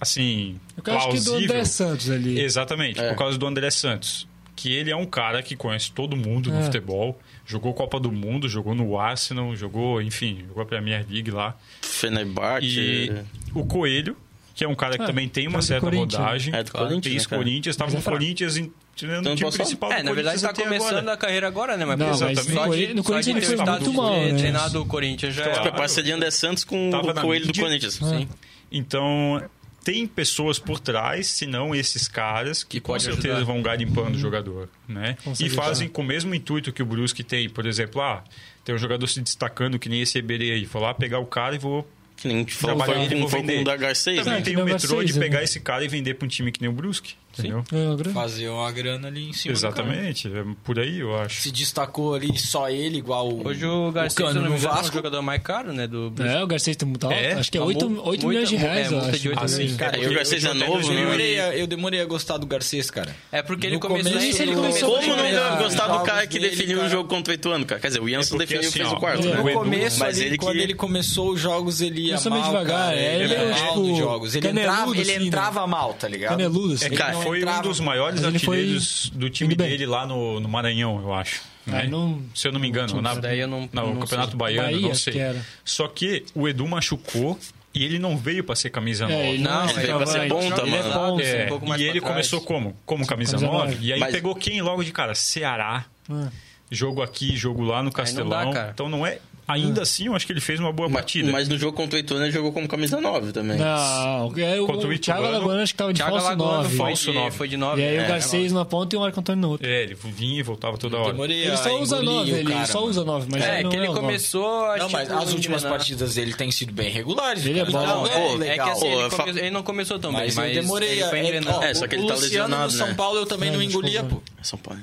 Speaker 2: Assim.
Speaker 5: Eu acho que do
Speaker 2: plausível-
Speaker 5: André Santos ali.
Speaker 2: Exatamente, por causa do André Santos. Que ele é um cara que conhece todo mundo
Speaker 5: É.
Speaker 2: no futebol. Jogou Copa do Mundo, jogou no Arsenal, jogou, enfim, jogou a Premier League lá. E
Speaker 1: Fenerbahçe.
Speaker 2: o Coelho, que é um cara que
Speaker 5: É,
Speaker 2: também tem
Speaker 5: é
Speaker 2: uma
Speaker 5: do
Speaker 2: certa
Speaker 5: Corinthians, né?
Speaker 2: rodagem.
Speaker 1: É do Corinthians,
Speaker 2: Tem
Speaker 1: né, cara?
Speaker 2: Corinthians, estava
Speaker 5: Mas é
Speaker 2: no
Speaker 5: fraco.
Speaker 2: Corinthians, em- tirando
Speaker 1: Então,
Speaker 2: o time
Speaker 1: posso-
Speaker 2: principal do
Speaker 4: É, na verdade
Speaker 2: Corinthians
Speaker 4: tá
Speaker 2: até
Speaker 4: começando
Speaker 2: agora.
Speaker 4: a carreira agora, né? Mas,
Speaker 5: Não,
Speaker 4: pô,
Speaker 2: mas
Speaker 4: só
Speaker 2: no
Speaker 4: de-
Speaker 5: Corinthians- no
Speaker 4: só de
Speaker 5: Corinthians ele
Speaker 4: ter
Speaker 5: foi
Speaker 4: o
Speaker 2: muito
Speaker 4: status de
Speaker 2: mal,
Speaker 5: né?
Speaker 4: treinar do Corinthians já é.
Speaker 1: Foi
Speaker 2: Claro.
Speaker 1: parceria de André Santos com
Speaker 2: Tava
Speaker 1: o
Speaker 2: na
Speaker 1: Coelho do
Speaker 2: mídia.
Speaker 1: Corinthians.
Speaker 5: Sim.
Speaker 2: Então, tem pessoas por trás, se não esses caras, que,
Speaker 4: Que
Speaker 2: com
Speaker 4: pode
Speaker 2: certeza
Speaker 4: ajudar.
Speaker 2: vão garimpando o jogador, né? E
Speaker 5: Uhum. certeza.
Speaker 2: fazem com o mesmo intuito que o Brusque tem. Por exemplo, ah, tem um jogador se destacando que nem esse Eberê aí. Vou lá pegar o cara e vou...
Speaker 1: Que nem foi,
Speaker 2: Trabalhar
Speaker 1: foi,
Speaker 2: ele,
Speaker 1: com,
Speaker 2: vou
Speaker 1: foi com
Speaker 2: vender.
Speaker 1: o da Garcês,
Speaker 2: Também
Speaker 1: né?
Speaker 2: tem o
Speaker 5: Jogar
Speaker 2: metrô
Speaker 5: seis,
Speaker 2: de
Speaker 5: né?
Speaker 2: pegar esse cara e vender para um time que nem o Brusque, entendeu?
Speaker 5: É, uma grande-
Speaker 3: Fazer uma grana ali em cima. do cara.
Speaker 2: Exatamente, é por aí eu acho.
Speaker 3: Se destacou ali só ele, igual o.
Speaker 4: Hoje o Garcia,
Speaker 3: Cano
Speaker 4: se eu não
Speaker 3: no
Speaker 4: me engano, é o
Speaker 3: Vasco.
Speaker 4: jogador mais caro, né? Do Brusque.
Speaker 5: É, o Garcês tem muito alto.
Speaker 2: É?
Speaker 5: Acho que é
Speaker 4: Uma
Speaker 5: 8,
Speaker 4: mu-
Speaker 5: milhões de
Speaker 4: muita- é,
Speaker 5: reais, eu
Speaker 4: multa
Speaker 5: acho.
Speaker 4: de oito
Speaker 5: Ah,
Speaker 4: milhões.
Speaker 5: sim.
Speaker 1: Cara, e o Garcês é novo,
Speaker 3: Eu
Speaker 1: né?
Speaker 3: demorei, a- eu demorei a gostar do Garcês, cara.
Speaker 4: É porque ele
Speaker 3: No
Speaker 4: começou...
Speaker 3: começo
Speaker 4: ele
Speaker 5: ele
Speaker 4: começou-
Speaker 5: começou
Speaker 1: Como não
Speaker 5: Ele
Speaker 1: deve
Speaker 5: era-
Speaker 1: gostar do cara que
Speaker 3: jogos dele,
Speaker 1: definiu o
Speaker 3: cara.
Speaker 1: jogo contra o Ituano, cara? Quer dizer, o Jansson
Speaker 2: porque,
Speaker 1: definiu e
Speaker 2: assim,
Speaker 1: fez
Speaker 2: ó,
Speaker 1: o quarto,
Speaker 5: no
Speaker 1: né?
Speaker 3: No
Speaker 2: Edu-
Speaker 3: começo,
Speaker 1: mas
Speaker 3: ali,
Speaker 1: ele
Speaker 3: quando
Speaker 1: que-
Speaker 3: ele começou os jogos, ele ia
Speaker 5: Começou
Speaker 3: mal,
Speaker 5: meio devagar,
Speaker 3: cara.
Speaker 5: é,
Speaker 3: Ele,
Speaker 5: ele
Speaker 3: ia
Speaker 5: é,
Speaker 3: mal
Speaker 5: tipo,
Speaker 3: nos jogos. Ele
Speaker 5: caneludo,
Speaker 3: entrava, ele
Speaker 5: assim, né?
Speaker 3: entrava mal, tá ligado?
Speaker 5: Caneludo, assim.
Speaker 2: É,
Speaker 3: Ele
Speaker 2: cara,
Speaker 3: não
Speaker 2: foi
Speaker 3: entrava.
Speaker 2: um dos maiores
Speaker 5: Mas ele foi
Speaker 2: artilheiros do time
Speaker 5: indo bem.
Speaker 2: dele lá no, no Maranhão, eu acho. né?
Speaker 5: Ah, não-
Speaker 2: Se eu não me engano, na,
Speaker 4: daí eu não-
Speaker 2: na-
Speaker 4: não
Speaker 2: no Campeonato
Speaker 4: sei.
Speaker 2: Baiano,
Speaker 5: Bahia,
Speaker 2: não
Speaker 5: acho que
Speaker 2: sei.
Speaker 5: era.
Speaker 2: Só que o Edu machucou e ele não veio pra ser camisa nova.
Speaker 5: É, ele
Speaker 4: Não,
Speaker 5: é
Speaker 4: ele veio
Speaker 1: pra ser
Speaker 5: centroavante.
Speaker 1: ponta,
Speaker 5: Ele é
Speaker 1: mano.
Speaker 5: ponta.
Speaker 2: É,
Speaker 4: um pouco mais
Speaker 2: e
Speaker 4: pra
Speaker 2: ele
Speaker 4: trás.
Speaker 2: começou como? Como camisa
Speaker 5: Camisa
Speaker 2: 9.
Speaker 5: nove.
Speaker 2: E aí
Speaker 1: Mas-
Speaker 2: pegou quem logo de cara? Ceará.
Speaker 5: Ah.
Speaker 2: Jogo aqui, jogo lá no Castelão.
Speaker 4: cara.
Speaker 2: então não é. Ainda assim, eu acho que ele fez uma boa
Speaker 1: Ma-
Speaker 2: partida.
Speaker 1: Mas no jogo contra o Ituano ele jogou como camisa 9 também.
Speaker 5: Não, é, o,
Speaker 2: Contra o
Speaker 5: o Thiago
Speaker 2: Ituano.
Speaker 5: Alagoano acho que tava de
Speaker 4: Thiago
Speaker 5: falso
Speaker 4: Lagoano
Speaker 5: 9.
Speaker 4: foi
Speaker 2: falso
Speaker 4: de-
Speaker 2: nove.
Speaker 4: foi de 9.
Speaker 5: E aí o Garcês na ponta e o Marco Antônio no outro.
Speaker 2: É, ele vinha e voltava toda hora.
Speaker 3: Demorei
Speaker 5: Ele
Speaker 3: a
Speaker 5: só usa
Speaker 3: engolir
Speaker 5: 9,
Speaker 3: o
Speaker 5: ele
Speaker 3: cara,
Speaker 5: só
Speaker 3: mano.
Speaker 5: usa 9, mas
Speaker 4: É,
Speaker 5: ele não
Speaker 4: que
Speaker 5: é
Speaker 4: ele
Speaker 5: o nove.
Speaker 4: começou a...
Speaker 3: Não, mas
Speaker 4: tipo,
Speaker 3: as últimas
Speaker 4: engrenar.
Speaker 3: partidas dele têm sido bem regulares.
Speaker 5: Ele é
Speaker 3: cara.
Speaker 5: bom.
Speaker 1: Pô,
Speaker 3: Não, é
Speaker 1: é que
Speaker 4: É que
Speaker 3: legal.
Speaker 4: assim, ele,
Speaker 1: Pô,
Speaker 4: come- ele não começou tão bem,
Speaker 3: Mas,
Speaker 4: mas
Speaker 3: eu demorei.
Speaker 4: ele foi engrenando.
Speaker 3: ó,
Speaker 1: É, só que ele
Speaker 3: o
Speaker 1: tá
Speaker 3: Luciano no
Speaker 1: lesionado,
Speaker 3: São
Speaker 1: né?
Speaker 3: Paulo eu também
Speaker 5: É,
Speaker 3: não
Speaker 5: desculpa.
Speaker 3: engolia, pô.
Speaker 1: São Paulo.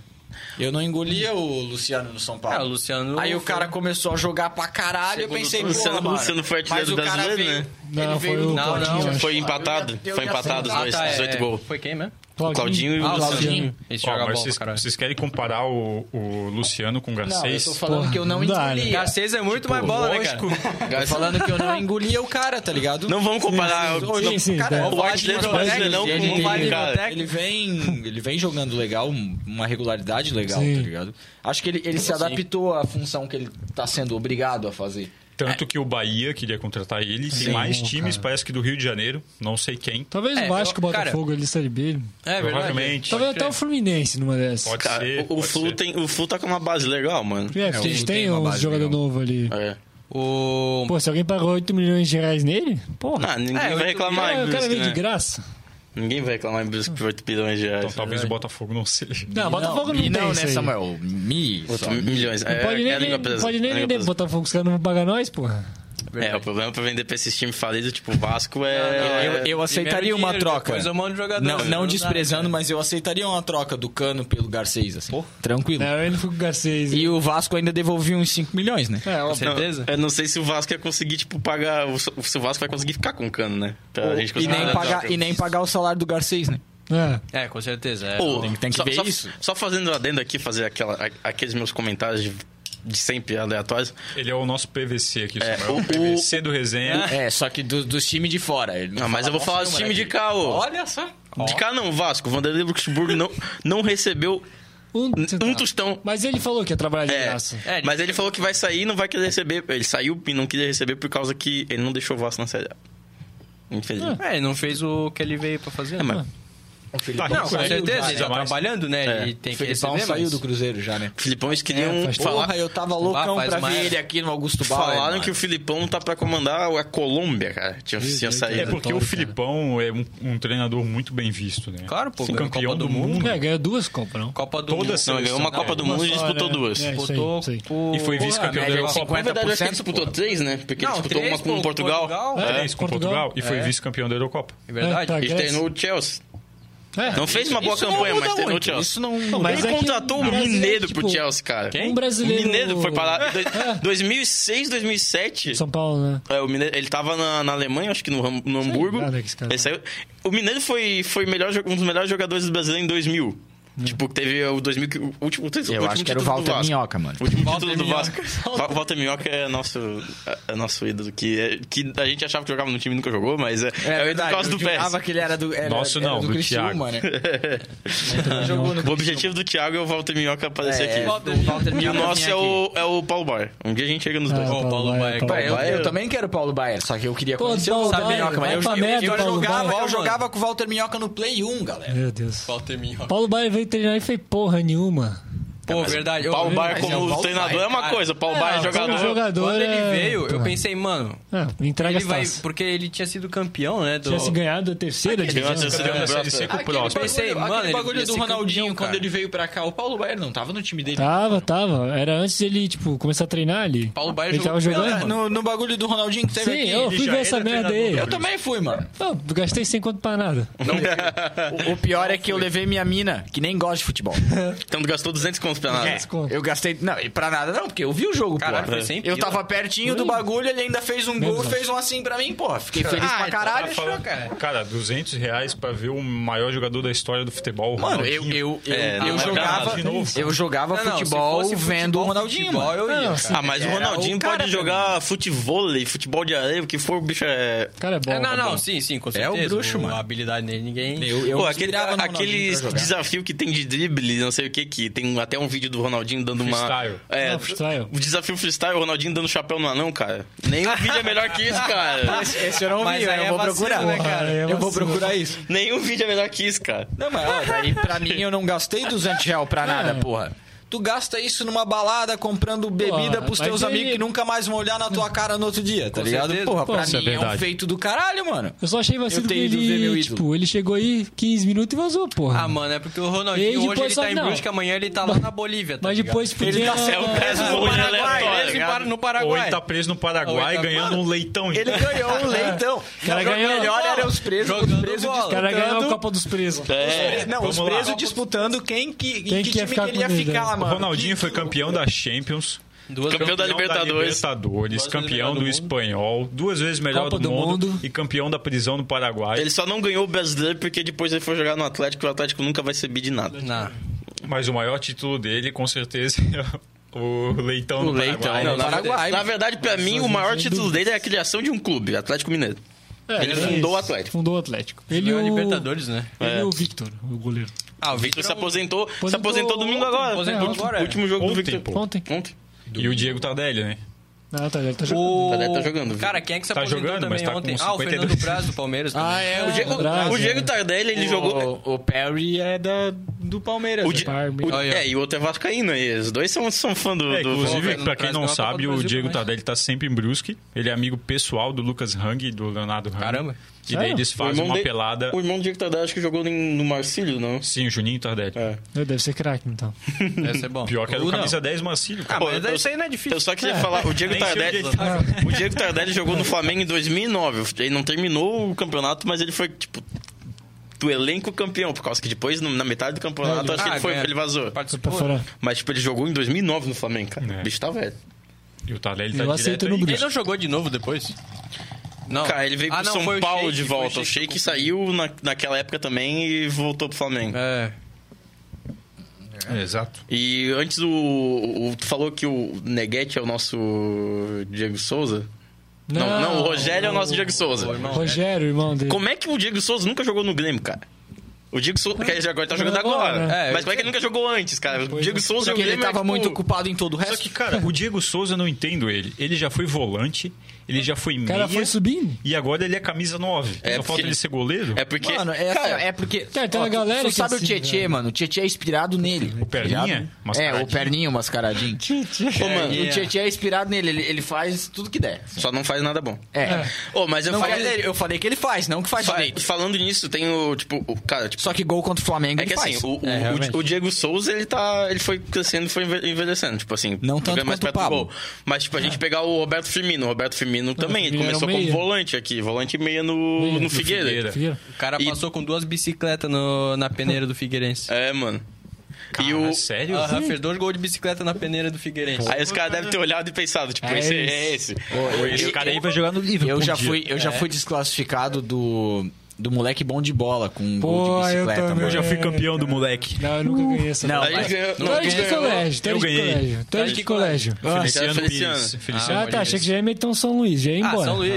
Speaker 3: Eu não engolia o Luciano no São Paulo.
Speaker 4: Ah, o Luciano
Speaker 3: Aí o
Speaker 4: foi-
Speaker 3: cara começou a jogar pra caralho, eu pensei,
Speaker 1: turno.
Speaker 3: pô,
Speaker 1: Luciano-
Speaker 3: mano,
Speaker 1: Luciano foi
Speaker 3: mas
Speaker 1: artilheiro
Speaker 3: o cara
Speaker 1: brasileiro,
Speaker 3: veio-
Speaker 1: né?
Speaker 5: Não, foi
Speaker 7: veio
Speaker 5: o
Speaker 7: do
Speaker 4: Não,
Speaker 5: Claudinho,
Speaker 4: não,
Speaker 5: eu acho.
Speaker 1: Foi
Speaker 7: Eu
Speaker 1: empatado.
Speaker 7: ia- eu
Speaker 1: Foi
Speaker 7: ia
Speaker 1: empatado os
Speaker 7: acertar.
Speaker 1: dois,
Speaker 4: Ah, tá, é,
Speaker 1: 18 gols.
Speaker 4: Foi quem mesmo?
Speaker 1: Claudinho e
Speaker 4: Ah, o
Speaker 1: Luciano.
Speaker 4: Claudinho. Esse
Speaker 2: Ó,
Speaker 4: joga
Speaker 2: mas
Speaker 4: bola pra
Speaker 2: vocês,
Speaker 4: caralho.
Speaker 2: vocês querem comparar o, o Luciano com o
Speaker 3: Não, eu
Speaker 2: Garcês?
Speaker 3: tô falando
Speaker 5: Porra,
Speaker 3: que eu não,
Speaker 5: não dá,
Speaker 3: engolia.
Speaker 4: Garcês é muito mais bola, né, cara?
Speaker 3: Tô falando que eu não engolia o cara, tá ligado?
Speaker 1: Não vamos comparar o-
Speaker 5: Sim, sim,
Speaker 3: cara,
Speaker 5: tá.
Speaker 3: eu vou
Speaker 1: o
Speaker 3: falar
Speaker 1: artilheiro
Speaker 3: de
Speaker 1: do
Speaker 3: umas coisas
Speaker 1: Brasileirão
Speaker 3: que ele
Speaker 1: com um
Speaker 3: tem-
Speaker 1: vale, cara.
Speaker 3: Ele vem, ele vem jogando legal, um- uma regularidade legal,
Speaker 5: Sim.
Speaker 3: tá ligado? Acho que ele, ele se adaptou à função que ele tá sendo obrigado a fazer.
Speaker 2: Tanto que o Bahia queria contratar ele. Tem
Speaker 3: Sim,
Speaker 2: mais times, parece que do Rio de Janeiro. Não sei quem.
Speaker 5: Talvez
Speaker 4: É,
Speaker 5: o Vasco, o
Speaker 4: eu- cara-
Speaker 5: Botafogo, ele Série B.
Speaker 4: É verdade.
Speaker 2: provavelmente.
Speaker 5: Talvez até o Fluminense numa dessas.
Speaker 2: Pode
Speaker 1: Cara,
Speaker 2: ser.
Speaker 1: o- o,
Speaker 2: pode
Speaker 1: Flu
Speaker 2: ser.
Speaker 1: tem, o Flu tá com uma base legal, mano.
Speaker 5: É, porque
Speaker 6: É,
Speaker 5: eles
Speaker 6: o-
Speaker 5: têm
Speaker 6: tem uma
Speaker 5: uns
Speaker 6: base
Speaker 5: jogador
Speaker 6: legal.
Speaker 5: novo ali.
Speaker 1: É.
Speaker 4: O...
Speaker 5: Pô, se alguém pagou 8 milhões de reais nele, porra.
Speaker 1: Não, Ah, ninguém
Speaker 4: É,
Speaker 1: vai
Speaker 4: oito
Speaker 1: reclamar
Speaker 5: Cara,
Speaker 1: em
Speaker 5: o um cara
Speaker 1: Brusque,
Speaker 5: veio de
Speaker 1: né?
Speaker 5: graça.
Speaker 1: Ninguém vai reclamar em Brusque por 8 bilhões de
Speaker 2: Então
Speaker 1: reais.
Speaker 2: talvez o Botafogo não seja.
Speaker 5: Não, Botafogo não,
Speaker 3: e
Speaker 5: tem
Speaker 3: não,
Speaker 5: isso
Speaker 3: né,
Speaker 5: aí.
Speaker 3: Samuel? Me,
Speaker 1: Oito
Speaker 3: só.
Speaker 1: milhões.
Speaker 5: Não
Speaker 1: é,
Speaker 5: pode
Speaker 1: é a língua
Speaker 5: nem, nem,
Speaker 1: presa,
Speaker 5: pode nem
Speaker 1: língua
Speaker 5: vender pro
Speaker 1: presa.
Speaker 5: Botafogo, os caras não vão pagar nós, porra.
Speaker 1: É, o problema pra vender pra esses times falidos, tipo o Vasco, é.
Speaker 3: Eu, eu aceitaria
Speaker 4: Primeiro
Speaker 3: uma
Speaker 4: dinheiro,
Speaker 3: troca.
Speaker 4: Depois eu mando jogador.
Speaker 3: Não, não
Speaker 4: dá,
Speaker 3: desprezando,
Speaker 4: né?
Speaker 3: mas eu aceitaria uma troca do Cano pelo Garcês, assim. Tranquilo.
Speaker 5: Não, eu não fico com o Garcês.
Speaker 3: E o Vasco ainda devolveu uns 5 milhões, né?
Speaker 5: É,
Speaker 4: Com
Speaker 5: ó,
Speaker 4: certeza?
Speaker 1: Eu não sei se o Vasco ia conseguir, tipo, pagar. o- Se o Vasco vai conseguir ficar com o cano, né? Pra gente
Speaker 3: E
Speaker 1: conseguir
Speaker 3: nem,
Speaker 1: fazer a
Speaker 3: pagar,
Speaker 1: troca.
Speaker 3: e nem pagar o salário do Garcês, né?
Speaker 5: é.
Speaker 4: É, com certeza. É.
Speaker 1: Pô,
Speaker 3: tem- tem que
Speaker 1: só,
Speaker 3: ver
Speaker 1: só-
Speaker 3: isso.
Speaker 1: Só fazendo um adendo aqui, fazer aquela, a- aqueles meus comentários de, de sempre aleatórios.
Speaker 2: Ele é o nosso PVC aqui,
Speaker 1: É,
Speaker 2: Samuel.
Speaker 1: o-
Speaker 2: O PVC do resenha.
Speaker 3: É, só que do- dos times de fora. Ele não é
Speaker 1: Ah, mas
Speaker 3: fala
Speaker 1: eu vou
Speaker 3: nosso
Speaker 1: falar dos
Speaker 3: número
Speaker 1: times de
Speaker 3: aqui.
Speaker 1: cá, ô.
Speaker 3: Olha só.
Speaker 1: De cá não, Vasco. Vanderlei Luxemburgo não, não recebeu
Speaker 5: Um,
Speaker 1: um tostão.
Speaker 5: Mas ele falou que ia trabalhar de
Speaker 1: É,
Speaker 5: graça.
Speaker 4: É,
Speaker 1: mas ele falou que vai sair e não vai querer receber. Ele saiu e não queria receber por causa que ele não deixou o Vasco na Série A. Infelizmente.
Speaker 4: É, ele não fez o que ele veio pra fazer.
Speaker 1: É, mas
Speaker 2: Tá,
Speaker 4: Não, com
Speaker 2: rico, né?
Speaker 4: certeza, ele tá
Speaker 2: Jamais.
Speaker 4: trabalhando, né?
Speaker 1: É.
Speaker 4: Ele tem
Speaker 3: O
Speaker 4: que
Speaker 3: Felipão
Speaker 4: receber,
Speaker 3: saiu
Speaker 4: mas...
Speaker 3: do Cruzeiro já, né?
Speaker 1: o Filipão, eles queriam
Speaker 5: É, faz
Speaker 1: falar.
Speaker 3: Porra, eu tava loucão
Speaker 4: Bah, faz
Speaker 3: pra
Speaker 4: uma
Speaker 3: ver
Speaker 4: era.
Speaker 3: ele aqui no Augusto Bauer.
Speaker 1: Falaram
Speaker 3: mano.
Speaker 1: que o Filipão tá pra comandar a Colômbia, cara. Tinha, tinha
Speaker 2: É
Speaker 1: saído.
Speaker 2: porque o
Speaker 5: cara.
Speaker 2: Filipão é um, um treinador muito bem visto, né?
Speaker 4: Claro, pô,
Speaker 2: Sim,
Speaker 4: ganhou
Speaker 2: campeão
Speaker 4: Copa
Speaker 2: do mundo.
Speaker 5: É, ganhou duas Copas, não?
Speaker 4: Copa do
Speaker 2: Toda
Speaker 4: Mundo.
Speaker 2: essa-
Speaker 1: Não, ele ganhou uma
Speaker 2: Não,
Speaker 1: Copa do Mundo e
Speaker 5: só,
Speaker 1: disputou
Speaker 5: né?
Speaker 1: duas.
Speaker 5: É, isso aí,
Speaker 4: Botou
Speaker 5: isso aí.
Speaker 4: pro-
Speaker 2: E foi
Speaker 4: Porra,
Speaker 2: vice-campeão
Speaker 4: média
Speaker 2: da
Speaker 4: é
Speaker 2: Copa.
Speaker 1: Na verdade, acho que ele
Speaker 3: 50%,
Speaker 1: disputou
Speaker 3: pô.
Speaker 1: três, né? Porque
Speaker 4: Não,
Speaker 1: ele disputou
Speaker 4: três,
Speaker 1: uma com
Speaker 4: pô,
Speaker 1: o Portugal.
Speaker 4: Portugal.
Speaker 5: É,
Speaker 2: Três com Portugal,
Speaker 5: Portugal.
Speaker 2: e foi
Speaker 4: É.
Speaker 2: vice-campeão da Eurocopa.
Speaker 4: É verdade.
Speaker 5: É,
Speaker 1: Ele
Speaker 5: Grécia.
Speaker 1: treinou o Chelsea.
Speaker 5: É.
Speaker 1: Não fez uma boa
Speaker 3: Isso não
Speaker 1: campanha,
Speaker 3: muda
Speaker 1: mas treinou o
Speaker 3: muito,
Speaker 1: Chelsea.
Speaker 3: Isso não.
Speaker 5: Não, mas
Speaker 1: Então, ele
Speaker 5: é que
Speaker 1: contratou
Speaker 5: no
Speaker 1: um
Speaker 5: Brasil,
Speaker 1: mineiro
Speaker 5: tipo,
Speaker 1: pro Chelsea, cara.
Speaker 5: Um brasileiro...
Speaker 1: O Mineiro foi
Speaker 3: É.
Speaker 1: parar. Dois- 2006, 2007.
Speaker 5: São Paulo, né?
Speaker 1: É, o Mineiro, ele tava na, na Alemanha, acho que no, Ham- no Hamburgo.
Speaker 5: nada que esse cara
Speaker 1: Ele saiu- o Mineiro foi, foi melhor, jo- um dos melhores jogadores do Brasil em 2000. Tipo, que teve o 2000, que- o último, título- o
Speaker 3: Hum. Eu
Speaker 1: último
Speaker 3: acho que
Speaker 1: título
Speaker 3: era o
Speaker 1: do
Speaker 3: Walter
Speaker 1: Vasco.
Speaker 3: Minhoca, mano.
Speaker 1: O último título do Vasco. Va- Walter Minhoca é nosso, é nosso ídolo, que, é- que a gente achava que jogava no time e nunca jogou, mas é, é, o ídolo por causa do
Speaker 3: eu
Speaker 1: PES.
Speaker 3: jurava que ele era do. Era,
Speaker 2: Nosso
Speaker 3: era
Speaker 2: não,
Speaker 3: do,
Speaker 2: do
Speaker 3: Criciúma, né?
Speaker 5: Jogou no...
Speaker 1: O objetivo do Thiago é o Walter Minhoca aparecer
Speaker 3: É,
Speaker 1: aqui.
Speaker 3: o Walter
Speaker 1: E o
Speaker 3: Minhoca
Speaker 1: nosso
Speaker 3: vinha
Speaker 1: é
Speaker 3: aqui. É.
Speaker 1: o, é o Paulo Bar. Um dia a gente chega nos dois.
Speaker 5: Ah,
Speaker 1: Bom,
Speaker 5: Paulo
Speaker 1: Paulo
Speaker 5: Baier,
Speaker 1: Baier,
Speaker 5: Paulo
Speaker 1: Paulo
Speaker 3: Eu,
Speaker 1: Baier.
Speaker 3: eu também quero o Paulo Baier, só que eu queria
Speaker 5: Pô,
Speaker 3: conhecer
Speaker 5: Paulo
Speaker 3: o Walter
Speaker 5: Baier,
Speaker 3: Minhoca, mas
Speaker 5: vai
Speaker 3: eu,
Speaker 5: pra
Speaker 3: eu-
Speaker 5: merda,
Speaker 3: eu
Speaker 5: Paulo
Speaker 3: jogava,
Speaker 5: Baier.
Speaker 3: eu jogava com o Walter Minhoca no Play 1, galera.
Speaker 5: Meu Deus.
Speaker 4: Walter Minhoca.
Speaker 5: Paulo Baier veio treinar e fez porra nenhuma.
Speaker 4: Pô, verdade. eu-
Speaker 1: Paulo Baier
Speaker 4: Mas
Speaker 1: como
Speaker 4: é o Paulo
Speaker 1: treinador
Speaker 4: Baier,
Speaker 1: é uma
Speaker 4: cara.
Speaker 1: coisa, Paulo Baier é
Speaker 5: não,
Speaker 1: jogador.
Speaker 5: como jogador.
Speaker 4: Quando ele
Speaker 5: é-
Speaker 4: veio, eu
Speaker 5: Tá.
Speaker 4: pensei, mano,
Speaker 5: É, entrega
Speaker 4: ele
Speaker 5: as
Speaker 4: vai...
Speaker 5: taças.
Speaker 4: Porque ele tinha sido campeão, né? Do...
Speaker 5: Tinha se ganhado a terceira divisão.
Speaker 1: Ganhou a terceira.
Speaker 5: cara.
Speaker 2: Campeão da Série C Então, assim, com
Speaker 3: Ah,
Speaker 2: o próximo.
Speaker 4: Pensei, mano, ele ia ser campeão, cara.
Speaker 3: veio pra cá, o Paulo Baier não tava no time dele.
Speaker 5: Tava, tava. Era antes dele, tipo, começar a treinar ali.
Speaker 4: Paulo Baier
Speaker 5: Ele tava
Speaker 4: jogou pela-
Speaker 5: jogando?
Speaker 3: No, no bagulho do Ronaldinho que teve
Speaker 5: Sim,
Speaker 3: aqui.
Speaker 5: eu
Speaker 3: ele
Speaker 5: fui
Speaker 3: já
Speaker 5: ver
Speaker 3: era
Speaker 5: essa merda
Speaker 3: treinador.
Speaker 5: aí.
Speaker 3: Eu também fui, mano.
Speaker 5: Não, gastei 100 conto pra nada.
Speaker 3: O, o pior é que eu levei minha mina, que nem gosta de futebol.
Speaker 1: Então gastou 200 contos pra nada.
Speaker 3: É, eu gastei. Não, e pra nada não, porque eu vi o jogo,
Speaker 4: Caralho,
Speaker 3: porra.
Speaker 4: foi sem
Speaker 3: Eu
Speaker 4: pila.
Speaker 3: tava pertinho do bagulho, ele ainda fez um
Speaker 5: Menos
Speaker 3: gol,
Speaker 5: mal.
Speaker 3: fez um assim pra mim, porra. Fiquei feliz pra
Speaker 2: Tá
Speaker 3: caralho.
Speaker 2: falando- cara. 200 reais pra ver o maior jogador da história do futebol. o
Speaker 3: Mano, eu,
Speaker 2: Ronaldinho.
Speaker 3: eu, eu,
Speaker 1: É, não,
Speaker 3: eu
Speaker 1: mas
Speaker 3: jogava,
Speaker 2: de novo.
Speaker 3: eu jogava
Speaker 4: Não, não, se
Speaker 3: futebol
Speaker 4: fosse futebol,
Speaker 3: vendo o Ronaldinho,
Speaker 4: futebol,
Speaker 3: mano.
Speaker 4: eu ia,
Speaker 5: Não,
Speaker 4: cara.
Speaker 5: sim.
Speaker 1: Ah, mas o
Speaker 3: Era
Speaker 1: Ronaldinho
Speaker 3: É, o cara
Speaker 1: pode
Speaker 3: pra
Speaker 1: jogar futevôlei, futebol de areia, o que for, o bicho é.
Speaker 5: Cara, é bom.
Speaker 4: É, não,
Speaker 5: tá
Speaker 4: não,
Speaker 5: bom.
Speaker 4: sim, sim, com
Speaker 3: É o
Speaker 4: certeza.
Speaker 3: bruxo, mano.
Speaker 4: A habilidade dele, ninguém...
Speaker 3: Eu, eu
Speaker 1: Pô,
Speaker 3: me
Speaker 1: aquele,
Speaker 3: inspirava no Ronaldinho
Speaker 1: aquele
Speaker 3: pra jogar.
Speaker 1: desafio que tem de drible, não sei o que, que tem até um vídeo do Ronaldinho dando uma.
Speaker 2: Freestyle.
Speaker 1: É,
Speaker 5: Ah, freestyle.
Speaker 1: O desafio freestyle, é o Ronaldinho dando chapéu no anão, cara. Nenhum vídeo é melhor que isso, cara.
Speaker 3: Esse eu não
Speaker 4: Mas
Speaker 3: vi,
Speaker 4: aí
Speaker 3: eu
Speaker 4: é
Speaker 3: vou
Speaker 4: vacilo,
Speaker 3: procurar.
Speaker 4: né,
Speaker 5: cara? Aí é
Speaker 3: eu vou
Speaker 5: vacilo.
Speaker 3: procurar isso.
Speaker 1: Nenhum vídeo é melhor que isso, cara.
Speaker 3: Não, mas ó, daí pra mim eu não gastei 200 reais pra nada, porra. Tu gasta isso numa balada comprando bebida
Speaker 5: Porra,
Speaker 3: pros
Speaker 5: mas
Speaker 3: teus
Speaker 5: aí-
Speaker 3: amigos que nunca mais vão olhar na tua cara no outro dia, tá ligado?
Speaker 4: certeza.
Speaker 3: Porra,
Speaker 5: Pô,
Speaker 3: pra
Speaker 5: isso
Speaker 2: é
Speaker 3: mim é um
Speaker 2: verdade.
Speaker 3: feito do caralho, mano.
Speaker 5: Eu só achei
Speaker 3: Eu
Speaker 5: vacilo que
Speaker 3: tenho ido ver meu
Speaker 5: ele,
Speaker 3: ídolo.
Speaker 5: tipo, ele chegou aí 15 minutos e vazou, porra.
Speaker 4: Ah, mano, é porque o Ronaldinho
Speaker 5: E
Speaker 4: hoje
Speaker 5: depois
Speaker 4: ele
Speaker 5: só-
Speaker 4: tá em
Speaker 5: não.
Speaker 4: Brusque, amanhã ele tá lá na Bolívia, tá
Speaker 5: Mas
Speaker 4: ligado?
Speaker 5: depois
Speaker 3: Ele
Speaker 5: podia...
Speaker 3: tá certo,
Speaker 1: Preso
Speaker 4: no
Speaker 1: hoje
Speaker 4: Paraguai,
Speaker 1: aleatório.
Speaker 4: mesmo em Par- no
Speaker 2: Ou ele
Speaker 4: Paraguai. é
Speaker 2: tá preso no Paraguai
Speaker 4: Ou ele tá-
Speaker 2: ganhando um leitão.
Speaker 3: Ele ganhou um leitão.
Speaker 5: cara
Speaker 3: Não,
Speaker 5: ganhou-
Speaker 3: O melhor era os presos,
Speaker 4: Jogando
Speaker 3: os presos
Speaker 4: bola.
Speaker 5: O
Speaker 3: disputando.
Speaker 5: cara ganhou a Copa dos Presos.
Speaker 1: É.
Speaker 3: Não,
Speaker 2: Vamos
Speaker 3: os
Speaker 2: lá.
Speaker 3: presos disputando quem que, em
Speaker 5: Quem
Speaker 3: que
Speaker 5: que ia
Speaker 3: time
Speaker 5: ficar
Speaker 3: que ele ia
Speaker 5: com o Dedé?
Speaker 3: ficar,
Speaker 2: O
Speaker 3: mano.
Speaker 2: Ronaldinho
Speaker 3: Que-
Speaker 2: foi campeão da Champions.
Speaker 4: Duas
Speaker 1: Campeão da Libertadores.
Speaker 2: Libertadores,
Speaker 4: Duas vezes
Speaker 2: campeão
Speaker 4: melhor
Speaker 2: do,
Speaker 4: do mundo.
Speaker 2: espanhol, duas vezes melhor
Speaker 5: Copa
Speaker 2: do,
Speaker 5: do
Speaker 2: mundo,
Speaker 5: Mundo.
Speaker 2: e campeão da prisão no Paraguai.
Speaker 1: Ele só não ganhou o brasileiro porque depois ele foi jogar no Atlético e o Atlético nunca vai ser bi de nada.
Speaker 4: Não.
Speaker 2: Mas o maior título dele, com certeza, é o Leitão
Speaker 1: O
Speaker 2: no Paraguai. né?
Speaker 1: Leitão.
Speaker 4: não,
Speaker 1: Então, Na,
Speaker 3: Paraguai.
Speaker 1: na verdade, pra mim, o maior
Speaker 5: sem
Speaker 1: título dele é a criação de um clube, Atlético Mineiro.
Speaker 5: É,
Speaker 1: Ele
Speaker 5: é
Speaker 1: fundou
Speaker 5: isso.
Speaker 1: o Atlético.
Speaker 5: Fundou o Atlético. Ele e
Speaker 4: Ganhou
Speaker 5: o,
Speaker 4: a Libertadores, né?
Speaker 5: ele e o Victor, o goleiro.
Speaker 1: Ah, o Victor
Speaker 2: tá
Speaker 4: é um
Speaker 1: se aposentou, se
Speaker 5: Aposentou
Speaker 1: aposentou domingo
Speaker 5: ontem,
Speaker 1: agora.
Speaker 5: aposentou
Speaker 1: Último-
Speaker 4: agora, é.
Speaker 1: Último jogo
Speaker 2: Ontem,
Speaker 1: do Victor.
Speaker 2: pô.
Speaker 5: Ontem.
Speaker 1: Ontem.
Speaker 2: E o Diego Tardelli, né?
Speaker 5: Não, tá, ele tá jogando.
Speaker 4: O...
Speaker 1: Tá jogando, viu?
Speaker 4: Cara, quem é que se
Speaker 2: Tá
Speaker 4: aposentou
Speaker 2: jogando, mas
Speaker 4: também
Speaker 2: tá com
Speaker 4: ontem? Ah, o
Speaker 2: 52.
Speaker 4: Fernando Braz do Palmeiras.
Speaker 3: Ah,
Speaker 4: também.
Speaker 3: é, o
Speaker 1: O Diego,
Speaker 5: Brasil,
Speaker 1: o Diego tá- Tardelli, ele jogou.
Speaker 3: O, o Perry é da, do Palmeiras.
Speaker 1: O
Speaker 3: né?
Speaker 1: Di-
Speaker 5: Parme.
Speaker 1: o-
Speaker 4: Olha.
Speaker 1: é, e o outro é Vascaíno. E os dois são, são fã do.
Speaker 2: É,
Speaker 1: do-
Speaker 2: inclusive,
Speaker 4: do-
Speaker 2: pra quem não
Speaker 4: Brasil, Copa do
Speaker 2: sabe, o
Speaker 4: Brasil
Speaker 2: Diego
Speaker 4: também.
Speaker 2: Tardelli tá sempre em Brusque. Ele é amigo pessoal do Lucas Hang e do Leonardo Hang.
Speaker 4: Caramba.
Speaker 2: E daí
Speaker 5: Sério?
Speaker 2: eles
Speaker 1: o
Speaker 2: fazem uma
Speaker 1: dele-
Speaker 2: pelada...
Speaker 1: O irmão do Diego Tardelli acho que jogou em- no Marcílio, não?
Speaker 2: Sim, o Juninho Tardelli.
Speaker 1: É.
Speaker 5: Deve ser craque, então.
Speaker 4: Deve ser é bom.
Speaker 2: Pior que era
Speaker 4: Ou
Speaker 2: o
Speaker 4: não.
Speaker 2: camisa 10 Marcílio,
Speaker 4: Ah,
Speaker 2: cara.
Speaker 1: Pô,
Speaker 4: mas
Speaker 1: eu-
Speaker 4: isso aí não é difícil.
Speaker 1: Eu só queria falar, o Diego
Speaker 2: Nem sei
Speaker 1: Tardelli. tá
Speaker 2: onde ele tava.
Speaker 1: O Diego Tardelli jogou no Flamengo em 2009. Ele não terminou o campeonato, mas ele foi, tipo, do elenco campeão. Por causa que depois, no- na metade do campeonato,
Speaker 5: Ah,
Speaker 1: acho que ele, foi,
Speaker 4: ganha.
Speaker 1: ele vazou.
Speaker 5: Foi pra
Speaker 4: Participou.
Speaker 5: fora.
Speaker 1: Mas, tipo, ele jogou em 2009 no Flamengo, cara.
Speaker 2: É.
Speaker 1: O bicho tá velho.
Speaker 2: E o Tardelli
Speaker 5: Eu
Speaker 2: tá
Speaker 5: aceito
Speaker 2: direto
Speaker 5: no
Speaker 2: aí.
Speaker 5: Brusque.
Speaker 4: Ele não jogou de novo depois? Não.
Speaker 1: Cara, ele veio
Speaker 4: Ah,
Speaker 1: pro
Speaker 4: não, foi
Speaker 1: São
Speaker 4: o
Speaker 1: Paulo
Speaker 4: Sheik,
Speaker 1: de
Speaker 4: foi o
Speaker 1: volta. O
Speaker 4: Sheik
Speaker 1: Sheik
Speaker 4: que
Speaker 1: saiu na- naquela época também e voltou pro Flamengo.
Speaker 4: É.
Speaker 2: É, Exato.
Speaker 1: E antes o, o- Tu falou que o Neguete é o nosso Diego Souza? Não, não, o Rogério é o nosso Diego Souza.
Speaker 4: o irmão.
Speaker 5: Rogério, irmão dele.
Speaker 1: Como é que o Diego Souza nunca jogou no Grêmio, cara? O Diego Souza, que ele agora tá jogando
Speaker 5: agora,
Speaker 1: agora.
Speaker 4: né? É,
Speaker 1: mas
Speaker 4: eu-
Speaker 1: como é que ele nunca jogou antes, cara? O Diego Souza
Speaker 3: Só
Speaker 1: e o
Speaker 3: que ele
Speaker 1: Grêmio é,
Speaker 3: tava
Speaker 1: tipo,
Speaker 3: muito ocupado em todo o
Speaker 2: Só
Speaker 3: resto.
Speaker 2: que, cara, o Diego Souza, eu não entendo ele. Ele já foi volante, ele já foi
Speaker 5: O
Speaker 2: meia,
Speaker 5: cara foi subindo.
Speaker 2: e agora ele é camisa 9.
Speaker 1: É,
Speaker 2: Só falta
Speaker 1: porque-
Speaker 2: ele ser goleiro?
Speaker 1: É porque.
Speaker 3: Mano, é, assim,
Speaker 1: cara,
Speaker 3: é porque.
Speaker 5: Cara, tem uma
Speaker 3: tu-
Speaker 5: galera
Speaker 3: tu
Speaker 5: que
Speaker 3: sabe
Speaker 5: assim,
Speaker 3: o Tietê,
Speaker 5: velho.
Speaker 3: mano. O Tietê é inspirado nele. O
Speaker 2: Perninha?
Speaker 3: É,
Speaker 2: Mascaradinho.
Speaker 3: o Perninha, o mascaradinho.
Speaker 1: pô, mano,
Speaker 3: O Tietê é inspirado nele. Ele, ele faz tudo que der.
Speaker 1: só não faz nada bom.
Speaker 3: É.
Speaker 1: Ô, mas eu
Speaker 3: Não,
Speaker 1: falei.
Speaker 3: falei- eu falei que ele faz, não que faz
Speaker 1: fa-
Speaker 3: direito.
Speaker 1: falando nisso, tem o. Tipo, o, cara, tipo.
Speaker 3: Só que gol contra o Flamengo
Speaker 1: É que
Speaker 3: ele faz.
Speaker 1: assim, o, o-
Speaker 3: É,
Speaker 1: o-
Speaker 3: realmente.
Speaker 1: o Diego Souza, ele tá. Ele foi crescendo foi enve- envelhecendo. Tipo assim,
Speaker 3: Não
Speaker 1: fica
Speaker 3: tanto quanto o
Speaker 1: do
Speaker 3: Pablo. É.
Speaker 1: gol. Mas, tipo, a gente pegar o Roberto Firmino. O Roberto Firmino também. Ele
Speaker 5: Firmino era
Speaker 1: começou
Speaker 5: um
Speaker 1: como
Speaker 5: meia.
Speaker 1: volante aqui, volante e meia no,
Speaker 5: Meia,
Speaker 1: no
Speaker 5: no
Speaker 1: Figueira.
Speaker 2: Figueira.
Speaker 5: Figueira.
Speaker 4: O cara
Speaker 1: E-
Speaker 4: passou com duas bicicletas no- na peneira do Figueirense.
Speaker 1: É, mano. e
Speaker 2: Cara,
Speaker 1: o,
Speaker 2: sério?
Speaker 4: Aham, fez dois gols de bicicleta na peneira do Figueirense.
Speaker 1: Aí os caras devem ter olhado e pensado, tipo,
Speaker 5: É
Speaker 1: esse
Speaker 5: esse.
Speaker 1: é esse.
Speaker 2: Esse cara aí vai jogar no livro.
Speaker 3: Eu já fui, eu
Speaker 1: É.
Speaker 3: já fui desclassificado do, do moleque bom de bola com um
Speaker 5: Pô,
Speaker 3: gol de
Speaker 5: eu
Speaker 3: bicicleta.
Speaker 5: também.
Speaker 3: mano.
Speaker 2: Eu já fui campeão do moleque.
Speaker 5: Não, eu nunca ganhei essa.
Speaker 3: Não,
Speaker 5: bola.
Speaker 1: Aí
Speaker 3: mas-
Speaker 1: ganhou-
Speaker 5: Tu era de colégio, tu era
Speaker 2: Eu
Speaker 5: de
Speaker 2: ganhei.
Speaker 5: colégio. Tu era de colégio.
Speaker 1: Feliciano
Speaker 2: Feliciano
Speaker 1: Pires.
Speaker 2: Pires.
Speaker 5: Ah,
Speaker 2: Feliciano
Speaker 5: tá. Achei que já ia meter um São Luís, já ia
Speaker 4: Ah,
Speaker 5: embora.
Speaker 4: São Luís.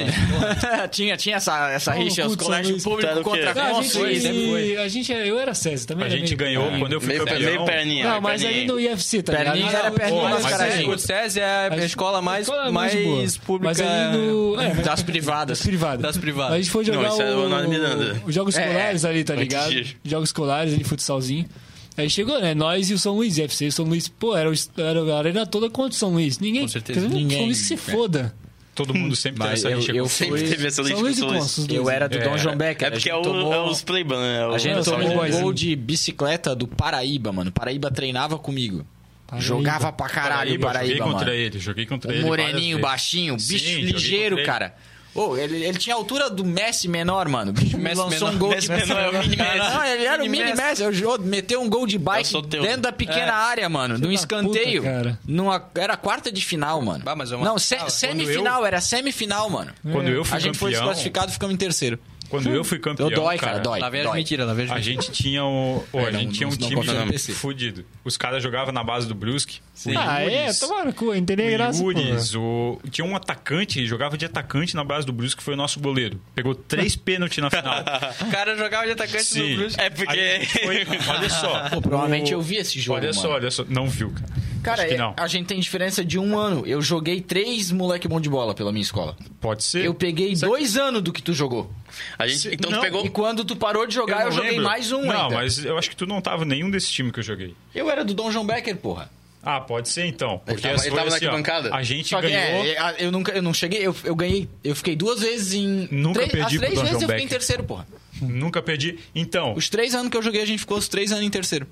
Speaker 3: tinha, tinha essa, essa
Speaker 5: Pau no
Speaker 3: rixa,
Speaker 5: cu
Speaker 3: os
Speaker 5: de
Speaker 3: colégios
Speaker 5: São Luís.
Speaker 1: Tu era
Speaker 3: públicos
Speaker 1: o quê?
Speaker 3: contra né?
Speaker 5: Não,
Speaker 3: contra
Speaker 5: a gente,
Speaker 3: contra-
Speaker 5: a gente, é- eu era César também.
Speaker 2: A
Speaker 5: era
Speaker 2: gente
Speaker 5: meio-
Speaker 2: ganhou quando eu fui
Speaker 1: Meio, meio
Speaker 2: campeão.
Speaker 1: perninha.
Speaker 5: Não,
Speaker 1: meio
Speaker 5: mas
Speaker 1: perninha.
Speaker 5: ainda do UFC, tá ligado?
Speaker 3: Perninha era
Speaker 5: Não,
Speaker 3: perninha
Speaker 5: o-
Speaker 2: mas
Speaker 3: mascaradinha.
Speaker 4: O SESI é a escola mais,
Speaker 5: escola
Speaker 4: mais,
Speaker 5: boa.
Speaker 4: pública
Speaker 5: Mas aí no- é, mas-
Speaker 3: Das privadas.
Speaker 5: das privadas.
Speaker 4: das privadas.
Speaker 5: A gente foi jogar
Speaker 1: Não, isso é o Leonardo Miranda.
Speaker 5: o, os jogos
Speaker 3: É,
Speaker 5: escolares ali, tá
Speaker 1: antes
Speaker 5: ligado?
Speaker 1: de-
Speaker 5: Jogos escolares ali, futsalzinho. Aí chegou, né? Nós e o São Luís, FC. O São Luís, pô, era, o, era a arena toda contra o São Luís. Ninguém.
Speaker 4: Com certeza,
Speaker 5: quer dizer,
Speaker 3: ninguém.
Speaker 5: São Luís que se foda.
Speaker 2: Todo mundo sempre tem
Speaker 3: Mas
Speaker 2: essa
Speaker 3: eu-
Speaker 2: rixa.
Speaker 3: eu
Speaker 2: com-
Speaker 3: fui-
Speaker 1: Sempre teve essa
Speaker 5: São
Speaker 1: lista
Speaker 5: Luís e
Speaker 1: com
Speaker 5: Consta,
Speaker 1: pessoas.
Speaker 5: os dois.
Speaker 3: Eu era do
Speaker 2: É.
Speaker 3: Dom João Becker.
Speaker 1: É porque
Speaker 3: a
Speaker 1: é, o,
Speaker 3: gente tomou,
Speaker 1: é os Playban, né? O-
Speaker 3: a gente
Speaker 5: Não,
Speaker 1: só-
Speaker 5: são
Speaker 3: tomou um
Speaker 5: iguais,
Speaker 3: gol
Speaker 5: né?
Speaker 3: de bicicleta do Paraíba, mano. Paraíba treinava comigo.
Speaker 5: Paraíba.
Speaker 3: Jogava pra caralho o
Speaker 2: joguei
Speaker 3: Paraíba,
Speaker 2: contra
Speaker 3: mano.
Speaker 2: ele, joguei contra
Speaker 3: O
Speaker 2: ele. várias
Speaker 3: moreninho,
Speaker 2: vezes.
Speaker 3: baixinho, bicho
Speaker 2: Sim, joguei contra
Speaker 3: ligeiro,
Speaker 2: ele.
Speaker 3: cara. Ô, ele, ele tinha a altura do Messi menor, mano. O bicho
Speaker 4: Messi
Speaker 3: lançou
Speaker 4: menor,
Speaker 3: um gol
Speaker 1: Messi
Speaker 3: de
Speaker 1: menor é o mini Messi.
Speaker 3: Não, ele era o mini Messi. Eu jo- meteu um gol de
Speaker 1: Eu
Speaker 3: bike
Speaker 1: sou teu.
Speaker 3: dentro da pequena área, mano. Num
Speaker 5: da
Speaker 3: escanteio.
Speaker 5: puta, cara.
Speaker 3: Numa- era quarta de final, mano.
Speaker 4: Bah, mas é uma-
Speaker 3: Não, se-
Speaker 4: Ah, quando
Speaker 3: semifinal, era semifinal, mano.
Speaker 5: É.
Speaker 2: Quando eu fui
Speaker 3: A gente foi
Speaker 2: campeão,
Speaker 3: desclassificado e ficamos em terceiro.
Speaker 2: quando eu fui campeão,
Speaker 3: Então dói, cara, dói.
Speaker 4: Lá vem as
Speaker 3: dói.
Speaker 4: mentiras, lá vem as
Speaker 2: A
Speaker 4: mentiras.
Speaker 2: gente tinha o, o- a
Speaker 3: não-
Speaker 2: gente tinha um
Speaker 3: não
Speaker 2: time
Speaker 3: confia no PC.
Speaker 2: fudido. Os caras jogavam na base do Brusque. O
Speaker 5: Ah, é?
Speaker 2: Yuris,
Speaker 5: Tomara no cu, entendeu? Graça.
Speaker 2: o
Speaker 5: pô.
Speaker 2: Yuris, o- tinha um atacante, ele jogava de atacante na base do Brusque, que foi o nosso goleiro. Pegou três pênaltis na final.
Speaker 4: O cara jogava de atacante
Speaker 2: Sim.
Speaker 4: no Brusque.
Speaker 1: É
Speaker 2: Aí a gente
Speaker 1: porque.
Speaker 2: foi- olha só.
Speaker 3: Pô, provavelmente eu vi esse jogo,
Speaker 2: Olha só,
Speaker 3: mano.
Speaker 2: olha só. Não viu, cara.
Speaker 3: Cara, é,
Speaker 2: Acho que não.
Speaker 3: a gente tem diferença de um ano. Eu joguei três moleque bom de bola pela minha escola.
Speaker 2: Pode ser.
Speaker 3: Eu peguei dois anos do que tu jogou.
Speaker 1: A gente, então
Speaker 2: Não,
Speaker 1: tu pegou.
Speaker 3: E quando tu parou de jogar, eu,
Speaker 2: não
Speaker 3: joguei
Speaker 2: lembro.
Speaker 3: mais um
Speaker 2: Não,
Speaker 3: ainda.
Speaker 2: mas eu acho que tu não tava em nenhum desse time que eu joguei.
Speaker 3: Eu era do Dom João Becker, porra.
Speaker 2: Ah, pode ser então. Porque
Speaker 1: tava-
Speaker 2: as-
Speaker 1: ele
Speaker 2: foi
Speaker 1: tava na
Speaker 2: assim, ó,
Speaker 1: arquibancada?
Speaker 2: A gente
Speaker 3: Só que
Speaker 2: ganhou.
Speaker 3: é, é, eu nunca, eu não cheguei, eu, eu ganhei, eu fiquei duas vezes em.
Speaker 2: Nunca
Speaker 3: três,
Speaker 2: perdi
Speaker 3: as
Speaker 2: pro
Speaker 3: três
Speaker 2: Dom
Speaker 3: vezes
Speaker 2: João
Speaker 3: eu fiquei em
Speaker 2: Becker.
Speaker 3: terceiro, porra.
Speaker 2: Nunca perdi. Então,
Speaker 3: Os três anos que eu joguei, a gente ficou os três anos em terceiro.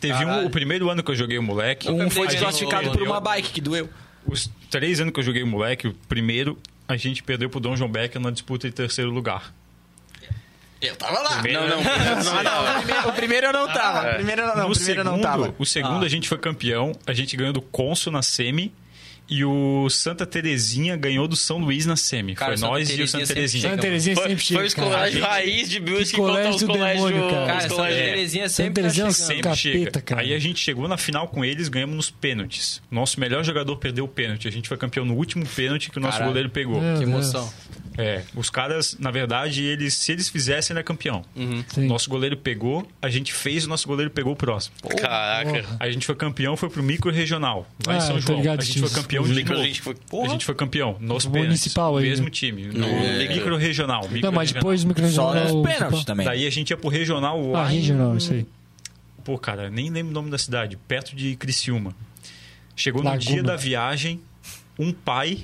Speaker 2: teve um, o primeiro ano que eu joguei o moleque.
Speaker 3: Hum. Um foi
Speaker 2: a gente
Speaker 4: né?
Speaker 3: desclassificado por
Speaker 2: ganhou.
Speaker 3: uma bike que doeu.
Speaker 2: Os três anos que eu joguei o moleque, o primeiro, a gente perdeu pro Dom João Becker na disputa de terceiro lugar.
Speaker 3: Eu tava lá.
Speaker 1: Não, não. não, não.
Speaker 3: O primeiro- O primeiro eu não tava. Ah. O primeiro eu não,
Speaker 2: Ah. No
Speaker 3: o primeiro eu não
Speaker 2: segundo,
Speaker 3: tava.
Speaker 2: O segundo a gente foi campeão, a gente ganhou do Consul na semi. e o Santa Terezinha ganhou do São Luís na semi.
Speaker 4: Cara,
Speaker 2: foi
Speaker 4: o Santa
Speaker 2: nós e o
Speaker 4: Terezinha
Speaker 2: Santa
Speaker 4: sempre
Speaker 2: Terezinha.
Speaker 4: chega.
Speaker 5: Santa Tá Terezinha
Speaker 1: Foi,
Speaker 5: sempre chega.
Speaker 1: foi os colégios
Speaker 5: cara.
Speaker 1: raiz de Brusque
Speaker 5: Que colégio
Speaker 1: contra os
Speaker 5: do
Speaker 1: colégios...
Speaker 5: demônio, cara.
Speaker 4: Cara,
Speaker 1: os
Speaker 4: essa
Speaker 1: colégios-
Speaker 4: belezinha
Speaker 5: Santa
Speaker 4: sempre tá
Speaker 5: Terezinha é
Speaker 4: chegando.
Speaker 5: um
Speaker 2: Sempre chega.
Speaker 5: capeta, cara.
Speaker 2: Aí a gente chegou na final com eles, ganhamos nos pênaltis. Nosso melhor jogador perdeu o pênalti. A gente foi campeão no último pênalti que o nosso
Speaker 4: Caralho.
Speaker 2: goleiro pegou.
Speaker 5: Meu
Speaker 4: Que
Speaker 5: Deus.
Speaker 4: emoção.
Speaker 2: É, os caras, na verdade, eles se eles fizessem, era campeão.
Speaker 1: Uhum.
Speaker 5: Sim.
Speaker 2: Nosso goleiro pegou, a gente fez, o nosso goleiro pegou o próximo.
Speaker 5: Tá.
Speaker 1: Caraca.
Speaker 2: A gente foi campeão, foi pro micro regional, lá
Speaker 5: Ah,
Speaker 2: em São
Speaker 5: tô
Speaker 2: João.
Speaker 5: ligado,
Speaker 2: a gente foi
Speaker 5: esses-
Speaker 2: campeão
Speaker 1: Os
Speaker 2: de
Speaker 1: micros, a
Speaker 2: novo.
Speaker 1: gente foi...
Speaker 2: A gente foi campeão nos pênaltis.
Speaker 5: O municipal ainda.
Speaker 2: Mesmo time. No
Speaker 1: É.
Speaker 2: micro regional.
Speaker 5: Não,
Speaker 2: micro
Speaker 5: mas
Speaker 2: regional.
Speaker 5: depois o microfone.
Speaker 3: Só
Speaker 5: lá, o-
Speaker 3: nos pênaltis também.
Speaker 2: Daí a gente ia pro regional
Speaker 5: Ah,
Speaker 2: lá em-
Speaker 5: regional, isso aí.
Speaker 2: Pô, cara, nem lembro o nome da cidade, perto de Criciúma. Chegou no
Speaker 5: Laguna.
Speaker 2: dia da viagem, um pai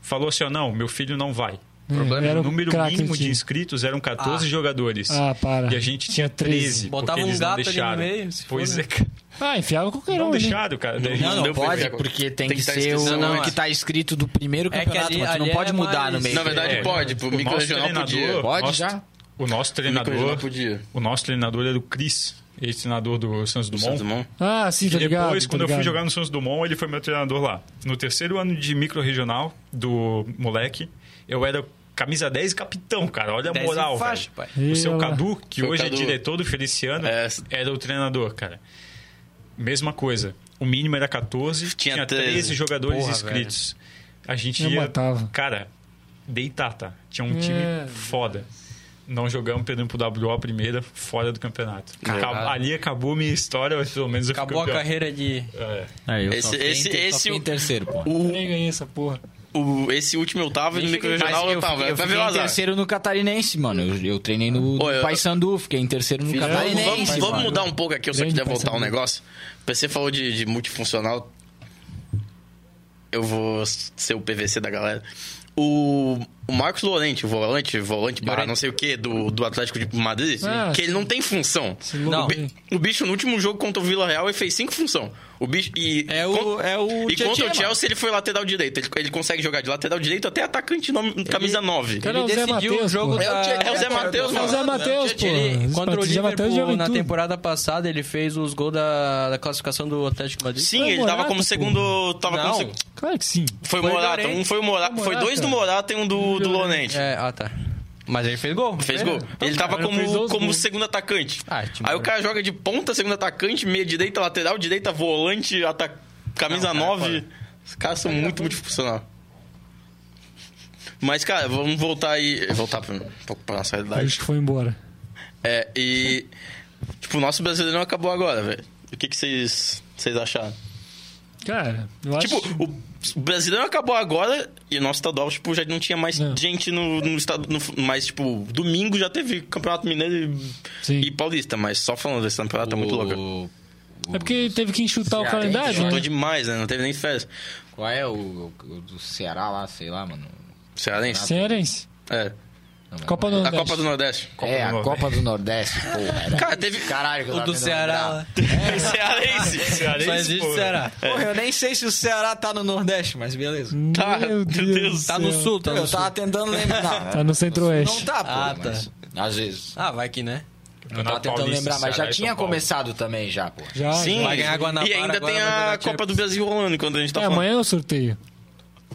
Speaker 2: falou assim: ó, não, meu filho não vai.
Speaker 5: É,
Speaker 4: problema é
Speaker 5: era
Speaker 2: O
Speaker 5: o
Speaker 2: número
Speaker 5: craque do
Speaker 2: mínimo de
Speaker 5: time.
Speaker 2: inscritos eram 14
Speaker 4: Ah.
Speaker 2: jogadores.
Speaker 5: Ah, para.
Speaker 2: E a gente tinha
Speaker 5: Tinha
Speaker 2: 13.
Speaker 5: 13.
Speaker 2: porque
Speaker 4: Botava um
Speaker 2: eles não
Speaker 4: gato ali no
Speaker 2: deixaram.
Speaker 4: meio, se
Speaker 2: Pois
Speaker 4: for,
Speaker 2: é, cara.
Speaker 5: Ah, enfiava qualquer
Speaker 2: Não
Speaker 5: um. né?
Speaker 2: deixaram, cara. Daí a gente
Speaker 3: Não, não
Speaker 1: Deu
Speaker 3: pode,
Speaker 1: perfeito.
Speaker 3: porque tem,
Speaker 1: Tem
Speaker 3: que,
Speaker 1: que tá
Speaker 3: ser
Speaker 1: escrito-
Speaker 3: o
Speaker 4: Não, não,
Speaker 3: que
Speaker 4: é.
Speaker 3: tá escrito do primeiro
Speaker 4: que
Speaker 3: campeonato,
Speaker 4: ali-
Speaker 3: mas tu não
Speaker 4: ali
Speaker 3: pode
Speaker 4: é
Speaker 3: mudar
Speaker 4: mais-
Speaker 3: no meio.
Speaker 1: Na verdade,
Speaker 2: É.
Speaker 1: pode. Pro
Speaker 2: O nosso
Speaker 1: micro regional podia.
Speaker 2: treinador-
Speaker 3: Pode
Speaker 2: nosso-
Speaker 3: já?
Speaker 2: O nosso
Speaker 1: Micro
Speaker 2: treinador,
Speaker 1: regional podia.
Speaker 2: o nosso treinador era o Cris, ex-treinador do Santos Dumont.
Speaker 1: Santos Dumont.
Speaker 5: Ah, sim,
Speaker 2: E
Speaker 5: tá ligado.
Speaker 2: depois,
Speaker 5: tá
Speaker 2: quando eu fui
Speaker 5: ligado.
Speaker 2: jogar no Santos Dumont, ele foi meu treinador lá. No terceiro ano de micro-regional do moleque, eu era camisa 10 e capitão, cara. Olha a
Speaker 4: Desce
Speaker 2: moral,
Speaker 4: faixa,
Speaker 2: velho.
Speaker 4: pai.
Speaker 2: O seu
Speaker 5: Ela-
Speaker 2: Cadu, que
Speaker 1: Seu
Speaker 2: hoje
Speaker 1: Cadu.
Speaker 2: é diretor do Feliciano,
Speaker 1: É.
Speaker 2: era o treinador, cara. Mesma coisa. O mínimo era 14, tinha,
Speaker 1: Tinha
Speaker 2: 13.
Speaker 1: 13
Speaker 2: jogadores
Speaker 4: Porra,
Speaker 2: inscritos. A gente
Speaker 5: Eu
Speaker 2: ia...
Speaker 5: matava.
Speaker 2: Cara, deitar, tá? Tinha um
Speaker 5: É.
Speaker 2: time foda. Não jogamos, perdemos pro WO a primeira, fora do campeonato. Acab- Ali acabou minha história, mas pelo menos eu fui
Speaker 4: Acabou a
Speaker 2: campeão.
Speaker 4: carreira de.
Speaker 2: É.
Speaker 6: Aí, eu
Speaker 1: Esse-
Speaker 6: só fiquei,
Speaker 1: esse-
Speaker 6: em, ter- só
Speaker 1: esse
Speaker 6: fiquei
Speaker 1: o-
Speaker 6: em terceiro, pô.
Speaker 1: O,
Speaker 5: Nem ganhei essa porra.
Speaker 1: o, esse último eu tava e no
Speaker 6: Mas
Speaker 1: micro regional eu
Speaker 6: eu
Speaker 1: tava.
Speaker 6: fiquei, eu
Speaker 1: Vai
Speaker 6: fiquei
Speaker 1: ver o
Speaker 6: em
Speaker 1: azar.
Speaker 6: terceiro no catarinense, mano. Eu, eu treinei no
Speaker 1: Oi, eu-
Speaker 6: Paysandu, fiquei em terceiro no
Speaker 1: Vamos,
Speaker 6: catarinense.
Speaker 1: vamos- vamos
Speaker 6: mano.
Speaker 1: mudar um pouco aqui, eu só
Speaker 5: é Grande
Speaker 1: quiser voltar um
Speaker 5: pensamento.
Speaker 1: negócio. O PC falou de, de multifuncional. Eu vou ser o PVC da galera. O, o Marcos Lorente, o volante, volante barra não sei o que, do, do Atlético de Madrid,
Speaker 5: Ah,
Speaker 1: que ele não tem função.
Speaker 5: Esse louco
Speaker 4: Não.
Speaker 5: aí.
Speaker 1: O bicho no último jogo contra o Vila Real ele fez cinco função. O bicho e
Speaker 6: É o,
Speaker 1: con-
Speaker 6: é o
Speaker 1: e
Speaker 6: Tietê,
Speaker 1: contra o
Speaker 6: mano.
Speaker 1: Chelsea ele foi lateral direito. Ele, ele consegue jogar de lateral direito até atacante nome, camisa 9.
Speaker 5: Cara, é o Zé
Speaker 4: decidiu
Speaker 5: Matheus,
Speaker 4: o jogo né?
Speaker 5: pô.
Speaker 1: É o Tietê- é o Zé Matheus,
Speaker 5: É o Zé
Speaker 1: mano.
Speaker 5: Matheus, pô.
Speaker 4: Ele,
Speaker 5: Esse
Speaker 4: contra o
Speaker 5: Zé Matheus joga
Speaker 4: Liverpool
Speaker 5: em
Speaker 4: na
Speaker 5: tudo.
Speaker 4: temporada passada, ele fez os gols da, da classificação do Atlético de Madrid.
Speaker 1: Sim,
Speaker 5: Foi
Speaker 1: ele tava
Speaker 5: Morata,
Speaker 1: como
Speaker 5: pô.
Speaker 1: segundo. Tava como
Speaker 4: Não.
Speaker 1: se-
Speaker 5: Claro que sim.
Speaker 1: Foi o
Speaker 4: Foi
Speaker 1: Morata.
Speaker 4: Llorente.
Speaker 1: Um foi o Morata.
Speaker 5: Foi
Speaker 1: Foi dois
Speaker 5: Morata.
Speaker 1: do Morata e um do, do Lonente.
Speaker 4: É, ah tá. Mas ele fez gol.
Speaker 1: Fez
Speaker 4: né?
Speaker 1: gol. Então, Ele tava
Speaker 5: cara, fez
Speaker 1: como,
Speaker 5: dois
Speaker 1: como
Speaker 5: gols.
Speaker 1: segundo atacante.
Speaker 4: Ah, time
Speaker 1: Aí o
Speaker 4: branco.
Speaker 1: cara joga de ponta, segundo atacante, meia direita, lateral, direita, volante, ata- camisa 9. Os caras são muito multifuncional. Mas, cara, vamos voltar aí. Voltar pra, um pouco pra nossa realidade.
Speaker 5: Acho que foi embora.
Speaker 1: É, e. Tipo, o nosso brasileirão acabou agora, velho. O que que vocês vocês acharam?
Speaker 5: Cara, eu acho.
Speaker 1: Tipo, o, o brasileiro acabou agora e o nosso estadual, tipo, já não tinha mais
Speaker 5: Não.
Speaker 1: gente no, no estado. No, mas, tipo, domingo já teve Campeonato Mineiro e,
Speaker 5: Sim.
Speaker 1: e Paulista, mas só falando desse campeonato tá muito louco.
Speaker 6: O- o-
Speaker 5: É porque teve que enxutar o
Speaker 6: Cearense,
Speaker 5: calendário,
Speaker 1: Chutou
Speaker 5: né?
Speaker 1: demais, né? Não teve nem férias.
Speaker 6: Qual é o, o do Ceará lá, sei lá, mano?
Speaker 1: Cearense?
Speaker 5: Cearense.
Speaker 1: É.
Speaker 6: Não,
Speaker 5: Copa do
Speaker 1: A
Speaker 5: Nordeste.
Speaker 1: Copa do Nordeste.
Speaker 6: é, a
Speaker 2: do
Speaker 6: Copa do Nordeste, porra. Era...
Speaker 1: Cara, teve.
Speaker 6: Caralho, que eu
Speaker 4: O
Speaker 6: tava
Speaker 4: do
Speaker 6: tentando
Speaker 4: Ceará.
Speaker 6: lembrar.
Speaker 4: lá.
Speaker 1: Cearense!
Speaker 4: Só existe o Ceará.
Speaker 3: Porra, eu nem sei se o Ceará tá no Nordeste, mas beleza.
Speaker 1: Tá,
Speaker 5: Meu
Speaker 1: meu Deus.
Speaker 5: Deus.
Speaker 4: Tá no sul, tá no
Speaker 3: eu
Speaker 4: sul.
Speaker 3: tava tentando lembrar.
Speaker 5: Tá no
Speaker 3: Não
Speaker 5: Centro-Oeste.
Speaker 3: tá, pô.
Speaker 4: Ah, tá.
Speaker 3: mas Às vezes.
Speaker 4: Ah, vai que né?
Speaker 3: Eu tava tentando lembrar, mas já tinha começado também, já, pô.
Speaker 5: Já.
Speaker 1: Sim,
Speaker 5: já.
Speaker 4: Vai ganhar Guanabara
Speaker 1: e ainda
Speaker 4: agora,
Speaker 1: tem
Speaker 4: vai
Speaker 1: a
Speaker 4: ganhar
Speaker 1: Copa
Speaker 4: Champions.
Speaker 1: do Brasil rolando enquanto a gente tá
Speaker 5: É,
Speaker 1: falando.
Speaker 5: amanhã é o sorteio.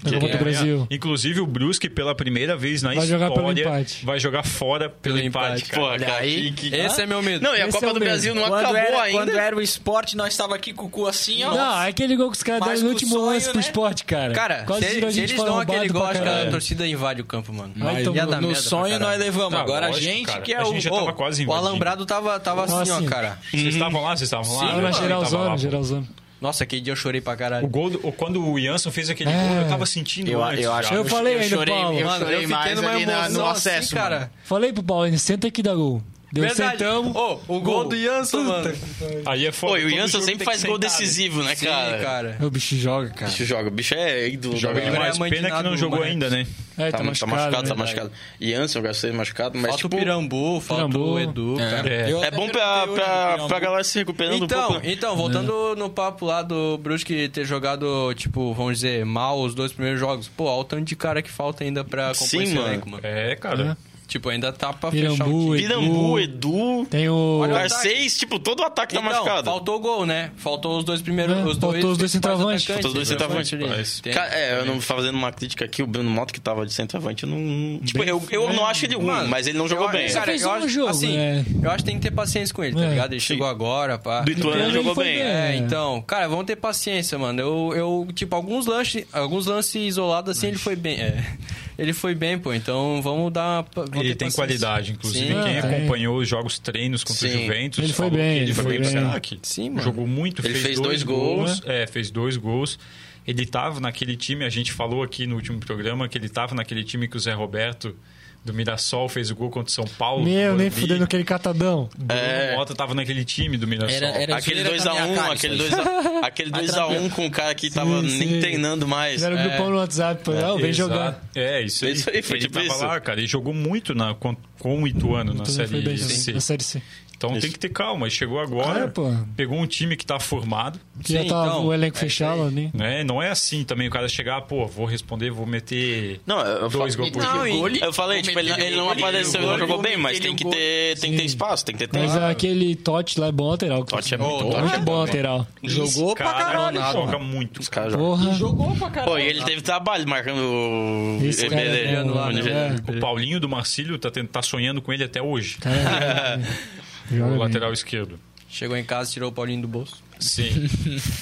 Speaker 5: Da Copa do Brasil.
Speaker 2: Inclusive o Brusque pela primeira vez na
Speaker 5: Vai
Speaker 2: história
Speaker 5: jogar pelo empate.
Speaker 2: vai jogar fora pelo,
Speaker 4: Pelo
Speaker 2: empate,
Speaker 4: empate,
Speaker 2: cara.
Speaker 1: Porra, cara,
Speaker 3: aí.
Speaker 1: que- que-
Speaker 4: Esse é meu medo.
Speaker 1: Não, e a
Speaker 5: Esse
Speaker 1: Copa
Speaker 5: é o
Speaker 1: do
Speaker 5: mesmo.
Speaker 1: Brasil não
Speaker 3: quando
Speaker 1: acabou
Speaker 3: era,
Speaker 1: ainda.
Speaker 3: Quando era o esporte, nós tava aqui com o cu assim, ó.
Speaker 5: Não, é aquele gol que os caras
Speaker 3: Mas
Speaker 5: deram no
Speaker 3: com
Speaker 5: último
Speaker 3: sonho,
Speaker 5: lance pro
Speaker 3: né?
Speaker 5: esporte, cara.
Speaker 4: Cara,
Speaker 5: Quase
Speaker 4: se,
Speaker 5: tirou a
Speaker 4: se
Speaker 5: gente
Speaker 4: eles
Speaker 5: pra
Speaker 4: dão
Speaker 5: arrombado
Speaker 4: aquele gol,
Speaker 5: pra
Speaker 4: acho que a
Speaker 5: caralho.
Speaker 4: torcida invade o campo, mano.
Speaker 5: Vai
Speaker 4: Ia
Speaker 5: tomar
Speaker 4: dar
Speaker 3: No
Speaker 4: merda pra
Speaker 3: sonho
Speaker 4: caralho.
Speaker 3: nós levamos.
Speaker 2: Tá,
Speaker 3: Agora
Speaker 2: lógico,
Speaker 3: a gente
Speaker 2: cara.
Speaker 3: que é
Speaker 2: A
Speaker 3: o.
Speaker 2: gente já
Speaker 4: Ô,
Speaker 2: tava quase
Speaker 4: O
Speaker 2: invadindo.
Speaker 4: Alambrado tava, tava
Speaker 5: Tava
Speaker 4: assim, ó,
Speaker 5: assim.
Speaker 4: cara.
Speaker 2: Vocês estavam lá? Vocês estavam lá?
Speaker 5: Tava na
Speaker 2: Eu tava lá,
Speaker 5: geralzona,
Speaker 2: pô.
Speaker 5: geralzona.
Speaker 4: Nossa, que dia eu chorei pra
Speaker 2: O
Speaker 4: caralho.
Speaker 2: gol, do- o- quando o Jansson fez aquele
Speaker 5: É.
Speaker 2: gol, eu tava sentindo
Speaker 3: Eu-
Speaker 2: antes
Speaker 3: eu
Speaker 2: já.
Speaker 3: acho que
Speaker 5: Eu falei ainda,
Speaker 3: chorei,
Speaker 5: Paulo.
Speaker 3: eu
Speaker 4: Mano,
Speaker 3: chorei
Speaker 4: eu fiquei
Speaker 3: mais
Speaker 4: numa
Speaker 3: ali na-
Speaker 4: emoção
Speaker 3: no acesso,
Speaker 4: assim,
Speaker 3: mano.
Speaker 4: cara.
Speaker 5: Falei pro Paulo, senta aqui da gol. Deu sentamos.
Speaker 4: Ô, o gol do Jansson, mano.
Speaker 2: Aí é foda.
Speaker 1: Pô, e o
Speaker 2: todo
Speaker 1: Jansen
Speaker 2: jogo
Speaker 1: sempre
Speaker 2: tem que
Speaker 1: faz gol
Speaker 2: sentar, né?
Speaker 1: decisivo, né,
Speaker 4: Sim,
Speaker 1: cara?
Speaker 4: cara.
Speaker 5: O bicho joga, cara.
Speaker 1: Bicho joga. O bicho é ídolo.
Speaker 2: Joga
Speaker 1: cara.
Speaker 2: demais.
Speaker 4: Agora é
Speaker 2: Pena que não
Speaker 4: mandinado,
Speaker 2: jogou
Speaker 4: mas-
Speaker 2: ainda, né?
Speaker 5: É,
Speaker 1: Tá,
Speaker 5: tá,
Speaker 1: tá machucado, tá
Speaker 5: né?
Speaker 1: machucado. E Anson, eu sei, machucado, mas
Speaker 4: Falta
Speaker 1: tipo,
Speaker 4: o Pirambu, falta
Speaker 5: Pirambu.
Speaker 4: o Edu, cara.
Speaker 2: É.
Speaker 3: Eu
Speaker 1: é
Speaker 3: até
Speaker 1: bom pra,
Speaker 3: perguntei
Speaker 1: pra,
Speaker 3: hoje pro
Speaker 1: pra
Speaker 3: Pirambu.
Speaker 1: galera se recuperando um
Speaker 4: Então,
Speaker 1: pouco. né?
Speaker 4: então,
Speaker 5: É.
Speaker 4: voltando no papo lá do Brusque ter jogado, tipo, vamos dizer, mal os dois primeiros jogos. Pô, olha o tanto de cara que falta ainda pra compor
Speaker 1: Sim,
Speaker 4: esse
Speaker 1: mano.
Speaker 4: elenco, mano.
Speaker 2: É, cara.
Speaker 4: Tipo, ainda tá pra fechar o
Speaker 5: Pirambu,
Speaker 4: time.
Speaker 5: Edu.
Speaker 1: Pirambu, Edu,
Speaker 5: Tem o.
Speaker 4: Olha o ataque.
Speaker 1: Garcês, tipo, todo o ataque tá
Speaker 4: Então,
Speaker 1: machucado.
Speaker 4: faltou gol, né? Faltou os dois primeiros.
Speaker 5: É,
Speaker 4: os
Speaker 5: faltou
Speaker 4: dois
Speaker 5: os dois
Speaker 4: principais
Speaker 5: centroavantes.
Speaker 4: atacantes, né?
Speaker 1: Faltou os dois
Speaker 4: centroavantes
Speaker 2: centroavantes,
Speaker 4: ali.
Speaker 1: Cara, é, eu não fazendo uma crítica aqui, o Bruno Moto que tava de centroavante, eu não. Tipo,
Speaker 5: Bem-
Speaker 1: eu, eu não acho ele ruim,
Speaker 4: Mano,
Speaker 1: um, mas ele não jogou
Speaker 4: eu-
Speaker 1: bem.
Speaker 5: Só
Speaker 4: cara,
Speaker 5: fez
Speaker 4: eu
Speaker 5: um
Speaker 4: acho-
Speaker 5: jogo,
Speaker 4: assim,
Speaker 5: né?
Speaker 4: Eu acho que tem que ter paciência com ele, tá
Speaker 5: É.
Speaker 4: ligado? Ele
Speaker 1: Sim.
Speaker 4: chegou agora, pá.
Speaker 1: Do Ituano
Speaker 5: Pirambu
Speaker 1: ele jogou
Speaker 5: foi
Speaker 1: bem.
Speaker 5: bem.
Speaker 4: É,
Speaker 5: É.
Speaker 4: então, cara, vamos ter paciência, mano. Eu, eu tipo, alguns lances, alguns lances isolados assim, ele foi bem. é. ele foi bem, pô. Então, vamos dar. vamos ter
Speaker 2: Ele tem
Speaker 4: paciência.
Speaker 2: qualidade, inclusive.
Speaker 4: Sim,
Speaker 2: quem
Speaker 5: tem.
Speaker 2: acompanhou os jogos treinos contra
Speaker 1: Sim.
Speaker 2: o Juventus.
Speaker 5: É. Ele foi
Speaker 2: falou
Speaker 5: bem,
Speaker 2: que
Speaker 5: ele
Speaker 2: ele foi
Speaker 5: foi
Speaker 2: bem
Speaker 5: bem.
Speaker 2: craque.
Speaker 4: Sim, mano.
Speaker 2: Jogou muito,
Speaker 1: Ele
Speaker 2: fez,
Speaker 1: fez dois gols.
Speaker 2: É, fez dois gols. Ele tava naquele time, a gente falou aqui no último programa que ele tava naquele time que o Zé Roberto do Mirassol fez o gol contra o São Paulo.
Speaker 5: Meu,
Speaker 2: no
Speaker 5: nem
Speaker 2: Morumbi.
Speaker 5: fudendo aquele catadão.
Speaker 2: Bruno Mota tava naquele time do Mirassol.
Speaker 6: Era- era-
Speaker 1: É, Aquele
Speaker 6: zoeira com a
Speaker 1: 2x1,
Speaker 6: minha cara,
Speaker 1: aquele
Speaker 6: isso aí.
Speaker 1: 2x1 aquele 2x1 com o cara que tava
Speaker 5: Sim,
Speaker 1: nem
Speaker 5: sim.
Speaker 1: treinando mais. É.
Speaker 5: Fizeram um grupão no WhatsApp pra não, vem
Speaker 2: Exato.
Speaker 5: jogar.
Speaker 2: É, isso aí.
Speaker 1: Isso aí, foi
Speaker 2: ele
Speaker 1: tipo
Speaker 2: tava
Speaker 1: isso.
Speaker 2: lá, cara. Ele jogou muito na, com, com o Ituano na
Speaker 5: Todo mundo foi
Speaker 2: Série
Speaker 5: bem também,
Speaker 2: C.
Speaker 5: na série C.
Speaker 2: Então tem que ter calma. Ele chegou agora,
Speaker 5: Claro, pô.
Speaker 2: pegou um time que tá formado.
Speaker 5: Que
Speaker 4: Sim,
Speaker 5: já tava
Speaker 4: então,
Speaker 5: o elenco
Speaker 4: é
Speaker 5: fechado ali.
Speaker 2: Né? Não é assim também o cara chegar, pô, vou responder, vou meter.
Speaker 1: Não, eu,
Speaker 2: Dois
Speaker 1: falei,
Speaker 2: gols por jogo.
Speaker 1: eu falei, tipo, ele, ele não apareceu, ele não jogou bem, mas tem que, ter, tem que ter
Speaker 5: Sim.
Speaker 1: espaço, tem que ter tempo.
Speaker 5: Mas aquele Totti lá é bom lateral.
Speaker 1: Totti é
Speaker 5: Muito
Speaker 1: muito
Speaker 5: bom,
Speaker 1: bom.
Speaker 5: lateral.
Speaker 3: Jogou pra
Speaker 2: Cara,
Speaker 3: caralho.
Speaker 2: ele joga muito.
Speaker 1: Os caras jogam.
Speaker 5: Porra.
Speaker 3: Jogou pra caralho.
Speaker 1: Pô, e ele teve trabalho marcando o
Speaker 5: Esse cara
Speaker 1: Eberê,
Speaker 5: é bom,
Speaker 1: o
Speaker 5: né?
Speaker 1: Eberê.
Speaker 2: O Paulinho do Marcílio tá, tent- tá sonhando com ele até hoje.
Speaker 5: Joga
Speaker 2: O
Speaker 5: bem.
Speaker 2: lateral esquerdo.
Speaker 4: Chegou em casa, tirou o Paulinho do bolso.
Speaker 2: Sim.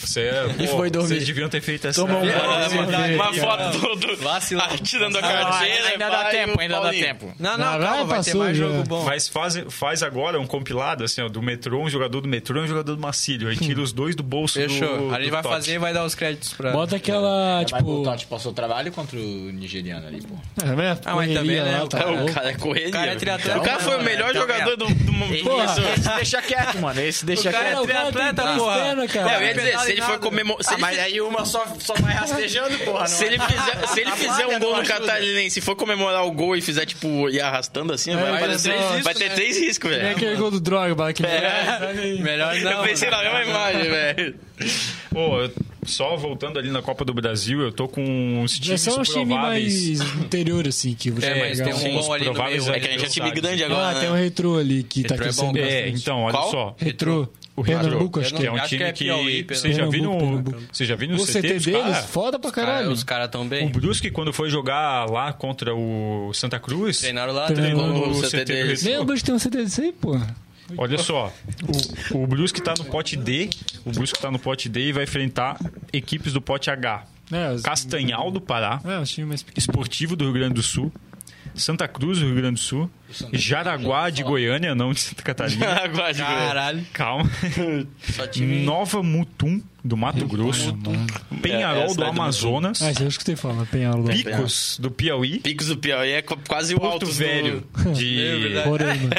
Speaker 2: Você é. Pô,
Speaker 3: foi dormir.
Speaker 2: Vocês deviam ter feito essa.
Speaker 3: Tomou um
Speaker 1: Ah,
Speaker 3: gol.
Speaker 1: uma- Uma foto do, do
Speaker 4: Vacilão.
Speaker 1: ah, tirando a
Speaker 3: Ah,
Speaker 1: carteira.
Speaker 3: Ainda dá
Speaker 1: pai,
Speaker 3: tempo,
Speaker 1: o
Speaker 3: ainda dá
Speaker 1: né? Paulinho.
Speaker 3: tempo.
Speaker 4: Não, não,
Speaker 5: Não,
Speaker 4: calma,
Speaker 5: vai,
Speaker 4: vai ter
Speaker 5: passou
Speaker 4: mais
Speaker 5: já.
Speaker 4: jogo bom.
Speaker 2: Mas faz, faz agora um compilado, assim, ó, do metrô, um jogador do metrô e um jogador do Marcílio. Aí tira os dois do bolso do.
Speaker 4: Fechou. A gente
Speaker 2: do
Speaker 4: vai
Speaker 2: Totti.
Speaker 4: fazer e vai dar os créditos pra.
Speaker 5: Bota aquela,
Speaker 3: Vai
Speaker 5: tipo...
Speaker 3: botar, tipo, passou trabalho contra o nigeriano ali, pô.
Speaker 5: É, né?
Speaker 4: Ah, mas
Speaker 5: Correria
Speaker 4: também, né,
Speaker 5: lá,
Speaker 4: o
Speaker 5: tá.
Speaker 1: É, o cara é correria.
Speaker 4: O cara é triatleta,
Speaker 1: O cara foi o
Speaker 4: né,
Speaker 1: melhor
Speaker 4: mano?
Speaker 1: jogador do, do mundo.
Speaker 3: Esse deixa quieto, mano. Esse deixa
Speaker 4: O cara é
Speaker 5: Cara, então, o cara tem
Speaker 4: triatleta,
Speaker 5: três
Speaker 4: porra.
Speaker 5: pernas, cara.
Speaker 1: Não, é eu ia dizer, se ele for comemorar. Se,
Speaker 3: Ah,
Speaker 1: ele
Speaker 3: mas
Speaker 1: fi-
Speaker 3: aí uma só, só vai rastejando, porra.
Speaker 1: se ele fizer, se ele fizer um gol no Catarinense, se for comemorar o gol e fizer, tipo, ir arrastando assim, vai,
Speaker 5: mas
Speaker 1: aparecer-
Speaker 5: é só-
Speaker 1: vai ter três riscos,
Speaker 5: É
Speaker 1: velho.
Speaker 5: aquele gol do Drogba lá que...
Speaker 4: Melhor não.
Speaker 1: Eu pensei na mesma imagem, velho.
Speaker 2: Pô, eu- só voltando ali na Copa do Brasil, eu tô com uns
Speaker 5: Já
Speaker 2: times
Speaker 5: são uns times
Speaker 2: prováveis.
Speaker 5: um mais interior, assim, que você
Speaker 4: É, mas
Speaker 5: pegar
Speaker 4: tem um
Speaker 5: um-
Speaker 4: bom ali no
Speaker 2: prováveis
Speaker 4: meio.
Speaker 1: É que a gente é time grande
Speaker 5: Ah,
Speaker 1: agora,
Speaker 5: tem um
Speaker 1: né?
Speaker 5: retrô ali que tá
Speaker 4: Retrô é bom,
Speaker 5: crescendo
Speaker 2: É,
Speaker 5: bastante.
Speaker 2: então, olha
Speaker 1: Qual?
Speaker 2: só.
Speaker 5: Retrô.
Speaker 2: O Retrô,
Speaker 5: Pernambuco, acho
Speaker 2: que é
Speaker 5: que
Speaker 2: um
Speaker 4: acho
Speaker 2: time
Speaker 4: que é
Speaker 2: que.
Speaker 4: Piauí,
Speaker 2: Vocês já viram
Speaker 5: Pernambuco,
Speaker 2: o- vocês já viram
Speaker 5: é.
Speaker 2: o
Speaker 5: O
Speaker 2: CT
Speaker 5: CT
Speaker 2: dos
Speaker 5: deles,
Speaker 2: caras?
Speaker 5: foda pra
Speaker 4: Cara,
Speaker 5: caralho.
Speaker 4: os caras tão
Speaker 2: O
Speaker 4: bem.
Speaker 2: Brusque, quando foi jogar lá contra o Santa Cruz,
Speaker 4: Treinaram lá,
Speaker 5: Treinou.
Speaker 4: treinou.
Speaker 2: treinou
Speaker 1: O CT
Speaker 2: do
Speaker 1: deles.
Speaker 5: Nem o
Speaker 2: Retrô.
Speaker 5: Bruce tem um CT desse aí, pô.
Speaker 2: Olha só, o, o Brusque tá no pote D, o Brusque tá no pote D e vai enfrentar equipes do pote H.
Speaker 5: É, os...
Speaker 2: Castanhal do Pará,
Speaker 5: é, os times mais pequenos.
Speaker 2: Esportivo do Rio Grande do Sul, Santa Cruz do Rio Grande do Sul, Jaraguá de Goiânia, não de Santa Catarina.
Speaker 1: Aguarde, velho.
Speaker 4: Caralho.
Speaker 2: Calma.
Speaker 4: Só time.
Speaker 2: Nova Mutum do Mato Grosso,
Speaker 1: É, é a
Speaker 2: Penharol do
Speaker 1: cidade do
Speaker 2: Amazonas,
Speaker 5: Ah, isso eu escutei falar, Penhalo. lá.
Speaker 2: Picos
Speaker 5: é.
Speaker 2: do Piauí,
Speaker 1: Picos do Piauí é co- quase o alto
Speaker 2: Porto Velho
Speaker 5: É
Speaker 2: de
Speaker 4: verdade.
Speaker 5: Roraima.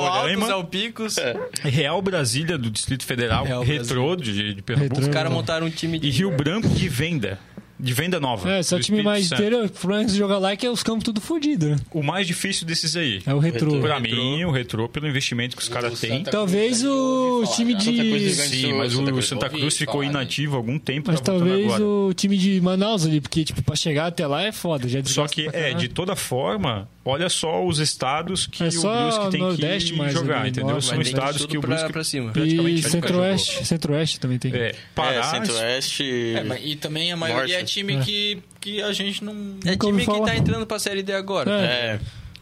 Speaker 4: O Altos
Speaker 2: Roraima.
Speaker 4: é o Picos.
Speaker 2: Real Brasília do Distrito Federal,
Speaker 4: Real
Speaker 2: Retrô de, de Pernambuco
Speaker 5: Retrô.
Speaker 4: Os caras montaram um time
Speaker 2: e
Speaker 4: de.
Speaker 2: Rio Branco de Venda. De venda nova.
Speaker 5: É, só
Speaker 2: do
Speaker 5: time
Speaker 2: Espírito
Speaker 5: mais
Speaker 2: Santo.
Speaker 5: inteiro, Franks joga lá que é os campos tudo fodido, né?
Speaker 2: O mais difícil desses aí.
Speaker 5: É o retrô.
Speaker 2: Pra mim, o retrô, pelo investimento que os caras têm.
Speaker 5: Talvez o time de.
Speaker 2: Sim, mas
Speaker 1: Santa
Speaker 2: o
Speaker 1: Cruz.
Speaker 2: Santa Cruz
Speaker 3: Ouvi
Speaker 2: ficou
Speaker 3: falar,
Speaker 2: inativo há algum tempo.
Speaker 5: Mas
Speaker 2: tá voltando
Speaker 5: talvez
Speaker 2: agora.
Speaker 5: o time de Manaus ali, porque, tipo, pra chegar até lá é foda. Já
Speaker 2: Só
Speaker 5: desgasta
Speaker 2: que,
Speaker 5: pra
Speaker 2: é,
Speaker 5: caralho.
Speaker 2: de toda forma, olha só os estados que
Speaker 5: né? É
Speaker 2: o
Speaker 5: só
Speaker 2: Brusque tem
Speaker 5: Nordeste,
Speaker 2: que
Speaker 5: mais né?
Speaker 2: jogar,
Speaker 5: ali,
Speaker 2: entendeu?
Speaker 5: Norte.
Speaker 2: São
Speaker 4: Mas tem
Speaker 2: estados
Speaker 4: tudo
Speaker 2: que o
Speaker 4: pra-
Speaker 2: Brusque
Speaker 4: pra cima.
Speaker 5: E
Speaker 2: praticamente nunca
Speaker 5: Centro-Oeste. Centro-Oeste também tem.
Speaker 2: jogou. É,
Speaker 1: É,
Speaker 2: Pará,
Speaker 1: Centro-Oeste.
Speaker 3: É, mas- e também a maioria
Speaker 1: Norte.
Speaker 3: é time que, que a gente não.
Speaker 4: É
Speaker 5: Nunca
Speaker 4: time
Speaker 5: ouvi
Speaker 4: que
Speaker 5: falar.
Speaker 4: tá entrando pra Série D agora.
Speaker 5: É,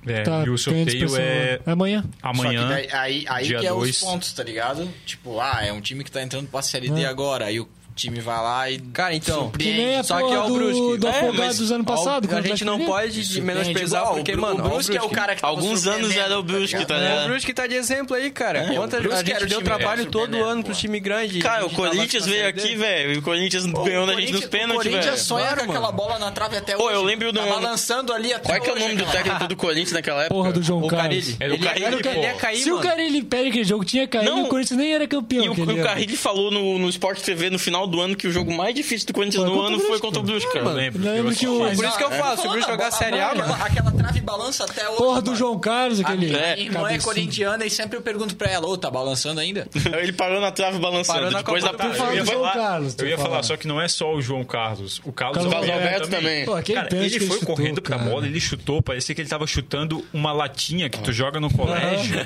Speaker 1: É,
Speaker 2: é,
Speaker 5: tá
Speaker 2: e o
Speaker 5: ganhando
Speaker 2: sorteio
Speaker 5: expressão
Speaker 2: é
Speaker 5: lá. Amanhã.
Speaker 2: amanhã.
Speaker 3: Só que daí- aí aí
Speaker 2: dia
Speaker 3: que é
Speaker 2: dois.
Speaker 3: os pontos, tá ligado? Tipo, ah, é um time que tá entrando pra Série D agora. Aí o time vai lá e.
Speaker 4: Cara, então.
Speaker 5: Que nem a
Speaker 4: Só que é
Speaker 5: porra
Speaker 4: o Brusque.
Speaker 5: do, do
Speaker 4: É,
Speaker 5: Afogados
Speaker 4: mas
Speaker 5: dos ano
Speaker 4: ao-
Speaker 5: passado.
Speaker 4: A
Speaker 5: quando
Speaker 4: gente não
Speaker 5: Atlético
Speaker 4: pode de- menosprezar,
Speaker 3: Tipo, ó,
Speaker 4: porque,
Speaker 3: o Bru-
Speaker 4: mano,
Speaker 3: o Brusque é o
Speaker 4: Brusque-
Speaker 3: cara que tava
Speaker 1: alguns anos
Speaker 3: surpreendendo,
Speaker 1: era o Brusque,
Speaker 3: ligado?
Speaker 1: tá
Speaker 4: É, o
Speaker 1: ligado?
Speaker 4: Brusque tá de exemplo aí, cara. Quantas,
Speaker 3: Brusque
Speaker 4: a
Speaker 3: era
Speaker 4: gente
Speaker 3: o
Speaker 4: deu
Speaker 3: time
Speaker 4: trabalho
Speaker 3: que
Speaker 4: todo
Speaker 3: surpreendeu,
Speaker 4: ano pro
Speaker 3: pô.
Speaker 4: time grande.
Speaker 1: Cara,
Speaker 4: A
Speaker 1: o
Speaker 4: gente tava
Speaker 1: Corinthians
Speaker 4: na
Speaker 1: veio
Speaker 4: Série D.
Speaker 1: aqui, velho. E o Corinthians ganhou da gente nos
Speaker 3: Corinthians-
Speaker 1: pênaltis,
Speaker 3: O Corinthians
Speaker 1: velho.
Speaker 3: sonha
Speaker 4: Claro,
Speaker 3: com aquela
Speaker 4: mano.
Speaker 3: bola na trave até hoje.
Speaker 1: Pô, eu lembro do-
Speaker 3: Tava lançando ali até
Speaker 1: Qual é que é o
Speaker 3: hoje,
Speaker 1: nome do
Speaker 3: aquela-
Speaker 1: técnico do Corinthians naquela época?
Speaker 5: Porra do João
Speaker 4: O
Speaker 5: Carlos.
Speaker 4: Carilli.
Speaker 2: Era o
Speaker 4: Ele ia-
Speaker 2: Carilli,
Speaker 4: ele ia
Speaker 2: pô.
Speaker 4: cair,
Speaker 5: Se o
Speaker 4: mano.
Speaker 5: Carilli perde aquele jogo, tinha caído,
Speaker 1: Não.
Speaker 5: o Corinthians nem era campeão.
Speaker 1: E o,
Speaker 5: aquele
Speaker 1: o
Speaker 5: ano.
Speaker 1: Carrilli falou no, no Sport TV no final final do ano que o jogo mais difícil do Corinthians
Speaker 5: Foi
Speaker 1: no
Speaker 5: contra o
Speaker 1: ano
Speaker 5: Brusque,
Speaker 1: foi contra o Brusque, cara.
Speaker 2: Eu lembro.
Speaker 5: Eu lembro que o-
Speaker 4: Por isso que eu falo, se o Bruce jogar Série A, mano,
Speaker 3: Aquela, aquela trave balança até hoje.
Speaker 5: Porra do
Speaker 3: mano.
Speaker 5: João Carlos,
Speaker 3: A
Speaker 5: aquele.
Speaker 3: minha irmã é
Speaker 5: cabeçudo.
Speaker 3: corintiana e sempre eu pergunto pra ela, ô, tá balançando ainda?
Speaker 1: Aí Ele parou na trave balançando.
Speaker 4: Parou na
Speaker 1: Depois
Speaker 4: Copa
Speaker 1: da
Speaker 4: do
Speaker 5: Tu
Speaker 2: Tá,
Speaker 5: fala
Speaker 2: Eu
Speaker 5: do
Speaker 2: ia
Speaker 5: João
Speaker 2: falar-
Speaker 5: Carlos. tu
Speaker 2: Eu ia
Speaker 5: fala.
Speaker 2: falar, só que não é só o João Carlos. O Carlos,
Speaker 1: Carlos Alberto também.
Speaker 5: Pô, aquele
Speaker 2: Cara,
Speaker 5: pênalti
Speaker 2: ele
Speaker 5: que
Speaker 2: foi
Speaker 5: chutou,
Speaker 2: correndo pra
Speaker 5: cara.
Speaker 2: bola, ele chutou, parecia que ele tava chutando uma latinha que tu joga no colégio,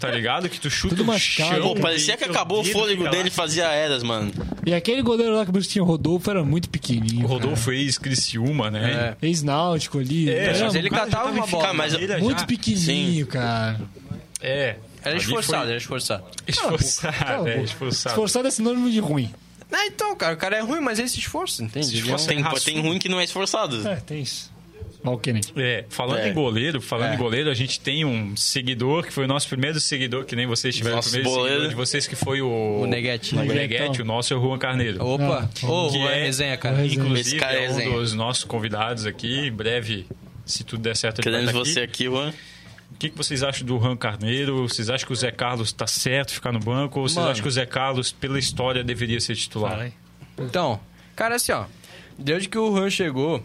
Speaker 2: tá ligado? Que tu chuta
Speaker 5: Tudo
Speaker 2: o
Speaker 5: machucado.
Speaker 2: chão.
Speaker 1: Pô, parecia
Speaker 2: e
Speaker 1: que
Speaker 2: teu
Speaker 1: acabou o
Speaker 2: dedo
Speaker 1: fôlego
Speaker 2: fica lá.
Speaker 1: dele e fazia eras, mano.
Speaker 5: E aquele goleiro lá que o Bruce tinha, o Rodolfo, era muito pequenininho.
Speaker 2: O Rodolfo ex-Criciúma,
Speaker 1: É.
Speaker 2: né?
Speaker 5: cara. Ex-náutico ali.
Speaker 2: É,
Speaker 5: era
Speaker 2: mas
Speaker 4: ele
Speaker 2: o cara
Speaker 4: catava
Speaker 2: já
Speaker 4: uma
Speaker 2: tava
Speaker 4: bola.
Speaker 2: enfiado na
Speaker 1: Mas
Speaker 2: orelha
Speaker 5: muito
Speaker 2: já.
Speaker 5: pequenininho, cara.
Speaker 2: É.
Speaker 4: era
Speaker 2: Ali foi
Speaker 4: esforçado, era esforçado.
Speaker 5: Cala a
Speaker 2: Esforçado, é,
Speaker 5: boca.
Speaker 2: esforçado.
Speaker 5: Esforçado é sinônimo de ruim.
Speaker 4: Ah, então, cara, o cara é ruim, mas ele se esforça, entende? Ele é um-
Speaker 1: Tem,
Speaker 2: raçudo.
Speaker 1: tem ruim que não é esforçado.
Speaker 5: É, tem isso. Mal Kennedy.
Speaker 2: É, falando
Speaker 1: É.
Speaker 2: em goleiro, falando
Speaker 4: É.
Speaker 2: em goleiro, a gente tem um seguidor que foi o nosso primeiro seguidor, que nem vocês tiveram
Speaker 1: Nosso
Speaker 2: o primeiro
Speaker 1: boleiro.
Speaker 2: seguidor de vocês, que foi o...
Speaker 4: O Neguete.
Speaker 2: O Neguete, o nosso é o Juan Carneiro.
Speaker 4: Opa, ô,
Speaker 2: Que
Speaker 4: Juan
Speaker 2: é-
Speaker 4: resenha, cara.
Speaker 5: Juan Resenha.
Speaker 1: Esse
Speaker 2: Inclusive,
Speaker 1: cara é
Speaker 2: é um
Speaker 1: resenha.
Speaker 2: dos nossos convidados aqui. Em breve, se tudo der certo, ele vai
Speaker 1: Queremos
Speaker 2: estar
Speaker 1: você aqui,
Speaker 2: aqui.
Speaker 1: Juan.
Speaker 2: O que que vocês acham do Juan Carneiro? Vocês acham que o Zé Carlos tá certo ficar no banco? Ou vocês
Speaker 4: Mano.
Speaker 2: acham que o Zé Carlos, pela história, deveria ser titular?
Speaker 4: Então, cara, assim, ó. Desde que o Juan chegou,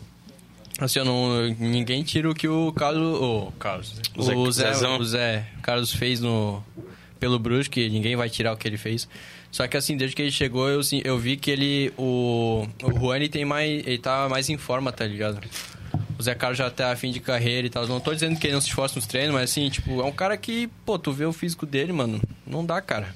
Speaker 4: assim, eu não, ninguém tira o que o Carlos. O Carlos.
Speaker 1: O Zé-
Speaker 4: O Zé,
Speaker 1: Zezão.
Speaker 4: o Zé Carlos fez no, pelo Brusque, ninguém vai tirar o que ele fez. Só que assim, desde que ele chegou, eu, assim, eu vi que ele. O, o Juan ele tem mais. Ele tá mais em forma, tá ligado? O Zé Carlos já tá a fim de carreira e tal. Não tô dizendo que ele não se esforça nos treinos, mas assim, tipo, é um cara que, pô, tu vê o físico dele, mano. Não dá, cara.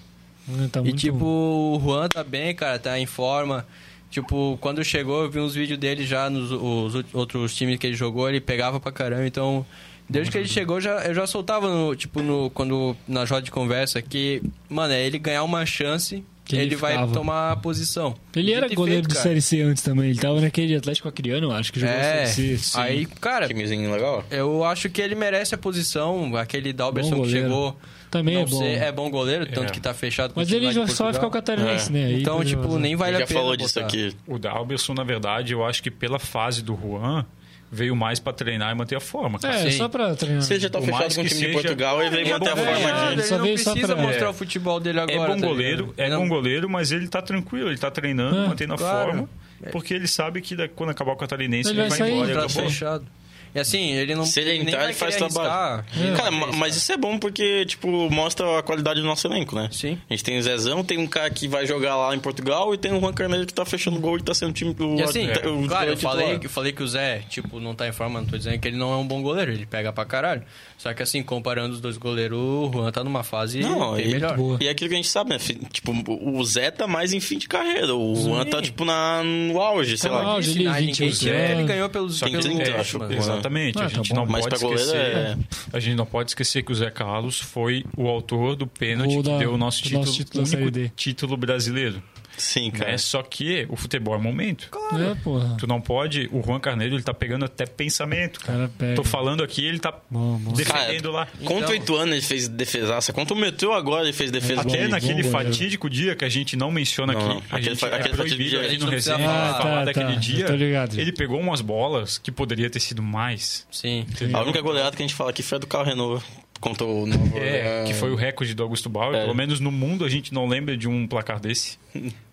Speaker 5: Hum, Tá
Speaker 4: E
Speaker 5: muito
Speaker 4: tipo, o Juan tá bem, cara, tá em forma. Tipo, quando chegou, eu vi uns vídeos dele já nos os ut- outros times que ele jogou, ele pegava pra caramba, então. Desde que ele chegou, já, eu já soltava, no, tipo, no, quando na roda de conversa que, mano, é ele ganhar uma chance,
Speaker 5: Que ele
Speaker 4: ele, vai
Speaker 5: ficava.
Speaker 4: tomar a posição.
Speaker 5: Ele era
Speaker 4: Dito e
Speaker 5: goleiro
Speaker 4: feito,
Speaker 5: de
Speaker 4: cara.
Speaker 5: Série C antes também. Ele tava naquele Atlético Acreano, eu acho, que jogou
Speaker 4: É,
Speaker 5: Série C. Sim.
Speaker 4: aí, cara,
Speaker 1: Timezinho legal.
Speaker 4: eu acho que ele merece a posição, aquele Dalberson que
Speaker 5: goleiro.
Speaker 4: chegou.
Speaker 5: também
Speaker 4: não
Speaker 5: é bom.
Speaker 4: sei, é bom goleiro,
Speaker 2: É.
Speaker 4: tanto que tá fechado com
Speaker 5: Mas
Speaker 4: o time
Speaker 5: ele
Speaker 4: lá
Speaker 5: já
Speaker 4: de
Speaker 5: só vai ficar o
Speaker 4: Portugal.
Speaker 5: catarinense, né? Aí
Speaker 4: Então,
Speaker 5: pode
Speaker 4: tipo,
Speaker 5: vazar.
Speaker 4: nem vale
Speaker 1: Ele
Speaker 4: a
Speaker 1: já
Speaker 4: pena.
Speaker 1: falou disso
Speaker 4: botar.
Speaker 1: aqui.
Speaker 2: O Dalberson, na verdade, eu acho que pela fase do Juan, veio mais pra treinar e manter a forma. cara.
Speaker 5: É,
Speaker 4: Sim.
Speaker 5: só pra treinar.
Speaker 1: Se ele já tá
Speaker 2: Por
Speaker 1: fechado
Speaker 2: mais
Speaker 1: com o
Speaker 2: que
Speaker 1: time de
Speaker 2: seja-
Speaker 1: Portugal, ele veio
Speaker 2: É
Speaker 1: manter a
Speaker 2: bom,
Speaker 1: forma
Speaker 5: é,
Speaker 1: de.
Speaker 5: ele
Speaker 4: Ele
Speaker 5: só
Speaker 4: não
Speaker 5: veio só
Speaker 4: precisa
Speaker 5: pra-
Speaker 4: mostrar
Speaker 2: É.
Speaker 4: o futebol dele
Speaker 2: É
Speaker 4: agora.
Speaker 2: bom
Speaker 4: tá
Speaker 2: goleiro,
Speaker 4: ligado?
Speaker 2: é
Speaker 4: Não,
Speaker 2: bom goleiro, mas ele tá tranquilo, ele tá treinando,
Speaker 5: É,
Speaker 2: mantendo a
Speaker 4: claro.
Speaker 2: forma, porque ele sabe que da- quando acabar o catarinense
Speaker 5: Ele
Speaker 2: ele,
Speaker 5: vai
Speaker 2: vai,
Speaker 5: sair.
Speaker 2: embora e
Speaker 4: Contrato
Speaker 2: acabou.
Speaker 4: tá fechado. E assim, ele não
Speaker 1: tá Se ele
Speaker 4: nem
Speaker 1: entrar,
Speaker 4: vai
Speaker 1: ele faz
Speaker 4: querer
Speaker 1: trabalho.
Speaker 4: arriscar. Ele
Speaker 1: Cara,
Speaker 4: não
Speaker 1: ma-
Speaker 4: fez,
Speaker 1: mas
Speaker 4: cara.
Speaker 1: isso é bom porque, tipo, mostra a qualidade do nosso elenco, né?
Speaker 4: Sim.
Speaker 1: A gente tem o Zezão, tem um cara que vai jogar lá em Portugal e tem o Juan Carneiro que tá fechando gol e tá sendo time pro
Speaker 4: E assim,
Speaker 1: o-
Speaker 4: claro,
Speaker 1: o
Speaker 4: eu falei,
Speaker 1: titular.
Speaker 4: eu falei que o Zé, tipo, não tá em forma, não tô dizendo que ele não é um bom goleiro, ele pega pra caralho. Só que assim, comparando os dois goleiros, o Juan tá numa fase
Speaker 1: Não,
Speaker 4: bem
Speaker 1: ele-
Speaker 4: melhor.
Speaker 5: Boa.
Speaker 1: E é aquilo que a gente sabe, né? Fi- Tipo, o Zé tá mais em fim de carreira. O Juan tá, tipo, na, no auge, sei
Speaker 5: Tá no
Speaker 1: lá.
Speaker 5: auge.
Speaker 4: Isso,
Speaker 5: ele
Speaker 4: não,
Speaker 5: 20
Speaker 4: ninguém tira,
Speaker 5: anos.
Speaker 4: ele ganhou pelos
Speaker 2: Só que
Speaker 1: Tem
Speaker 4: pelos
Speaker 2: ele-
Speaker 1: trinta,
Speaker 2: é,
Speaker 1: acho, mano.
Speaker 2: exatamente.
Speaker 5: Ah,
Speaker 2: a
Speaker 5: tá
Speaker 2: gente
Speaker 5: bom.
Speaker 2: não
Speaker 1: Mas
Speaker 2: pode
Speaker 1: pra goleiro
Speaker 2: esquecer.
Speaker 1: é-
Speaker 2: A gente não pode esquecer que o Zé Carlos foi o autor do pênalti
Speaker 5: Gol da-
Speaker 2: que deu o nosso
Speaker 5: do
Speaker 2: título,
Speaker 5: nosso título da
Speaker 2: único
Speaker 5: Série D.
Speaker 2: título brasileiro.
Speaker 1: Sim, cara.
Speaker 2: É só que o futebol é momento.
Speaker 5: É, porra.
Speaker 2: Tu não pode. O Juan Carneiro ele tá pegando até pensamento.
Speaker 5: O
Speaker 2: Cara.
Speaker 5: cara pega.
Speaker 2: Tô falando aqui, ele tá
Speaker 5: Bom, bom.
Speaker 2: defendendo lá.
Speaker 1: Contra
Speaker 4: Então-
Speaker 1: o Ituano ele fez defesaça. Contra o Metrô agora ele fez defesa.
Speaker 2: Até
Speaker 5: bom,
Speaker 2: naquele
Speaker 5: bom goleiro.
Speaker 2: fatídico dia que a gente não menciona
Speaker 1: Não, não.
Speaker 2: aqui, a
Speaker 1: Aquele
Speaker 2: gente
Speaker 1: fa-
Speaker 2: é
Speaker 1: aquele fatídico
Speaker 2: proibido
Speaker 1: dia a
Speaker 2: aqui
Speaker 1: gente
Speaker 2: no
Speaker 4: não precisa
Speaker 2: resenha
Speaker 5: falar. Ah,
Speaker 2: falar
Speaker 5: tá,
Speaker 2: daquele
Speaker 5: tá.
Speaker 2: dia.
Speaker 5: Eu tô ligado.
Speaker 2: Ele pegou umas bolas que poderia ter sido mais.
Speaker 4: Sim.
Speaker 1: A única goleada que a gente fala aqui foi a do Carro Renault contra o Novo
Speaker 2: É,
Speaker 1: Orleans.
Speaker 2: que foi o recorde do Augusto Bauer.
Speaker 1: É.
Speaker 2: Pelo menos no mundo a gente não lembra de um placar desse.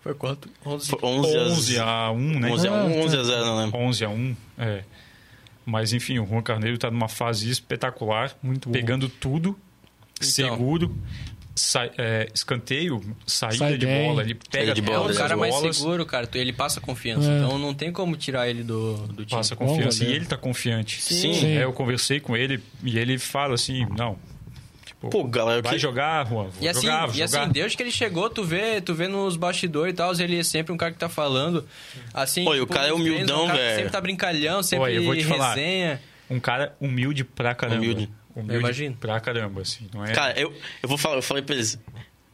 Speaker 4: Foi quanto? 11.
Speaker 1: Foi 11 a
Speaker 2: 11 a 1, né?
Speaker 1: 11 a 1,
Speaker 5: Ah, tá.
Speaker 1: 11 a 0, não lembro.
Speaker 2: 11 a 1, é. Mas enfim, o Juan Carneiro tá numa fase espetacular,
Speaker 5: Muito bom.
Speaker 2: pegando tudo,
Speaker 1: Então.
Speaker 2: seguro. sai- é, escanteio, saída
Speaker 5: Sai
Speaker 2: de
Speaker 5: bem.
Speaker 2: bola, ele pega
Speaker 1: de
Speaker 4: É
Speaker 1: bola,
Speaker 4: o
Speaker 2: todas
Speaker 1: né?
Speaker 2: as
Speaker 4: cara mais
Speaker 2: bolas,
Speaker 4: seguro, cara. tu- Ele passa confiança.
Speaker 5: É.
Speaker 4: Então não tem como tirar ele do, do time.
Speaker 2: passa
Speaker 5: Bom
Speaker 2: confiança. E
Speaker 5: goleiro.
Speaker 2: ele tá confiante.
Speaker 1: Sim.
Speaker 5: Sim.
Speaker 2: É, eu conversei com ele e ele fala assim, não, tipo,
Speaker 1: Pô, galera,
Speaker 2: vai
Speaker 1: que...
Speaker 2: jogar, Juan, vou
Speaker 4: E assim,
Speaker 2: jogar, vou
Speaker 4: e assim,
Speaker 2: jogar.
Speaker 4: desde que ele chegou, tu vê, tu vê nos bastidores e tal, ele é sempre um cara que tá falando. Assim,
Speaker 1: Oi, o cara é
Speaker 4: nos
Speaker 1: humildão,
Speaker 4: treinos, um cara que
Speaker 1: velho.
Speaker 4: Sempre tá brincalhão, sempre
Speaker 2: Olha, eu vou te falar.
Speaker 4: resenha.
Speaker 2: Um cara humilde pra caramba.
Speaker 1: Humilde.
Speaker 2: Humilde
Speaker 4: Eu imagino.
Speaker 2: pra caramba, assim, não é?
Speaker 1: Cara, eu, eu vou falar, eu falei pra eles.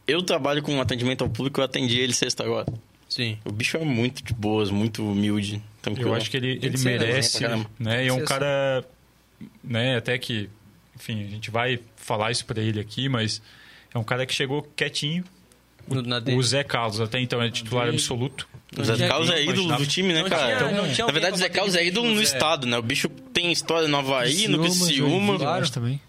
Speaker 1: Eu trabalho com atendimento ao público, eu atendi ele sexta agora.
Speaker 4: Sim.
Speaker 1: O bicho é muito de boas, muito humilde, tranquilo.
Speaker 2: Eu acho que ele,
Speaker 4: Tem
Speaker 2: ele
Speaker 4: que ser
Speaker 2: merece,
Speaker 1: assim, pra caramba.
Speaker 2: né? E é
Speaker 4: Tem
Speaker 2: um
Speaker 4: que ser
Speaker 2: cara, né, até que, enfim, a gente vai falar isso pra ele aqui, mas é um cara que chegou quietinho.
Speaker 4: No- na dele.
Speaker 2: O Zé Carlos até então é titular absoluto.
Speaker 1: O Zé
Speaker 4: tinha
Speaker 1: Carlos é
Speaker 2: ninguém
Speaker 1: ídolo do
Speaker 2: imaginava.
Speaker 1: time, né,
Speaker 4: Não
Speaker 1: cara?
Speaker 4: tinha- não tinha
Speaker 1: Na verdade, o
Speaker 4: alguém
Speaker 1: Zé
Speaker 4: pra
Speaker 1: Carlos
Speaker 4: bater
Speaker 1: é
Speaker 4: de
Speaker 1: ídolo no
Speaker 4: José.
Speaker 1: estado, né? O bicho tem história no Havaí, no
Speaker 5: Criciúma,
Speaker 1: Criciúma.
Speaker 5: Joinville, eu acho também.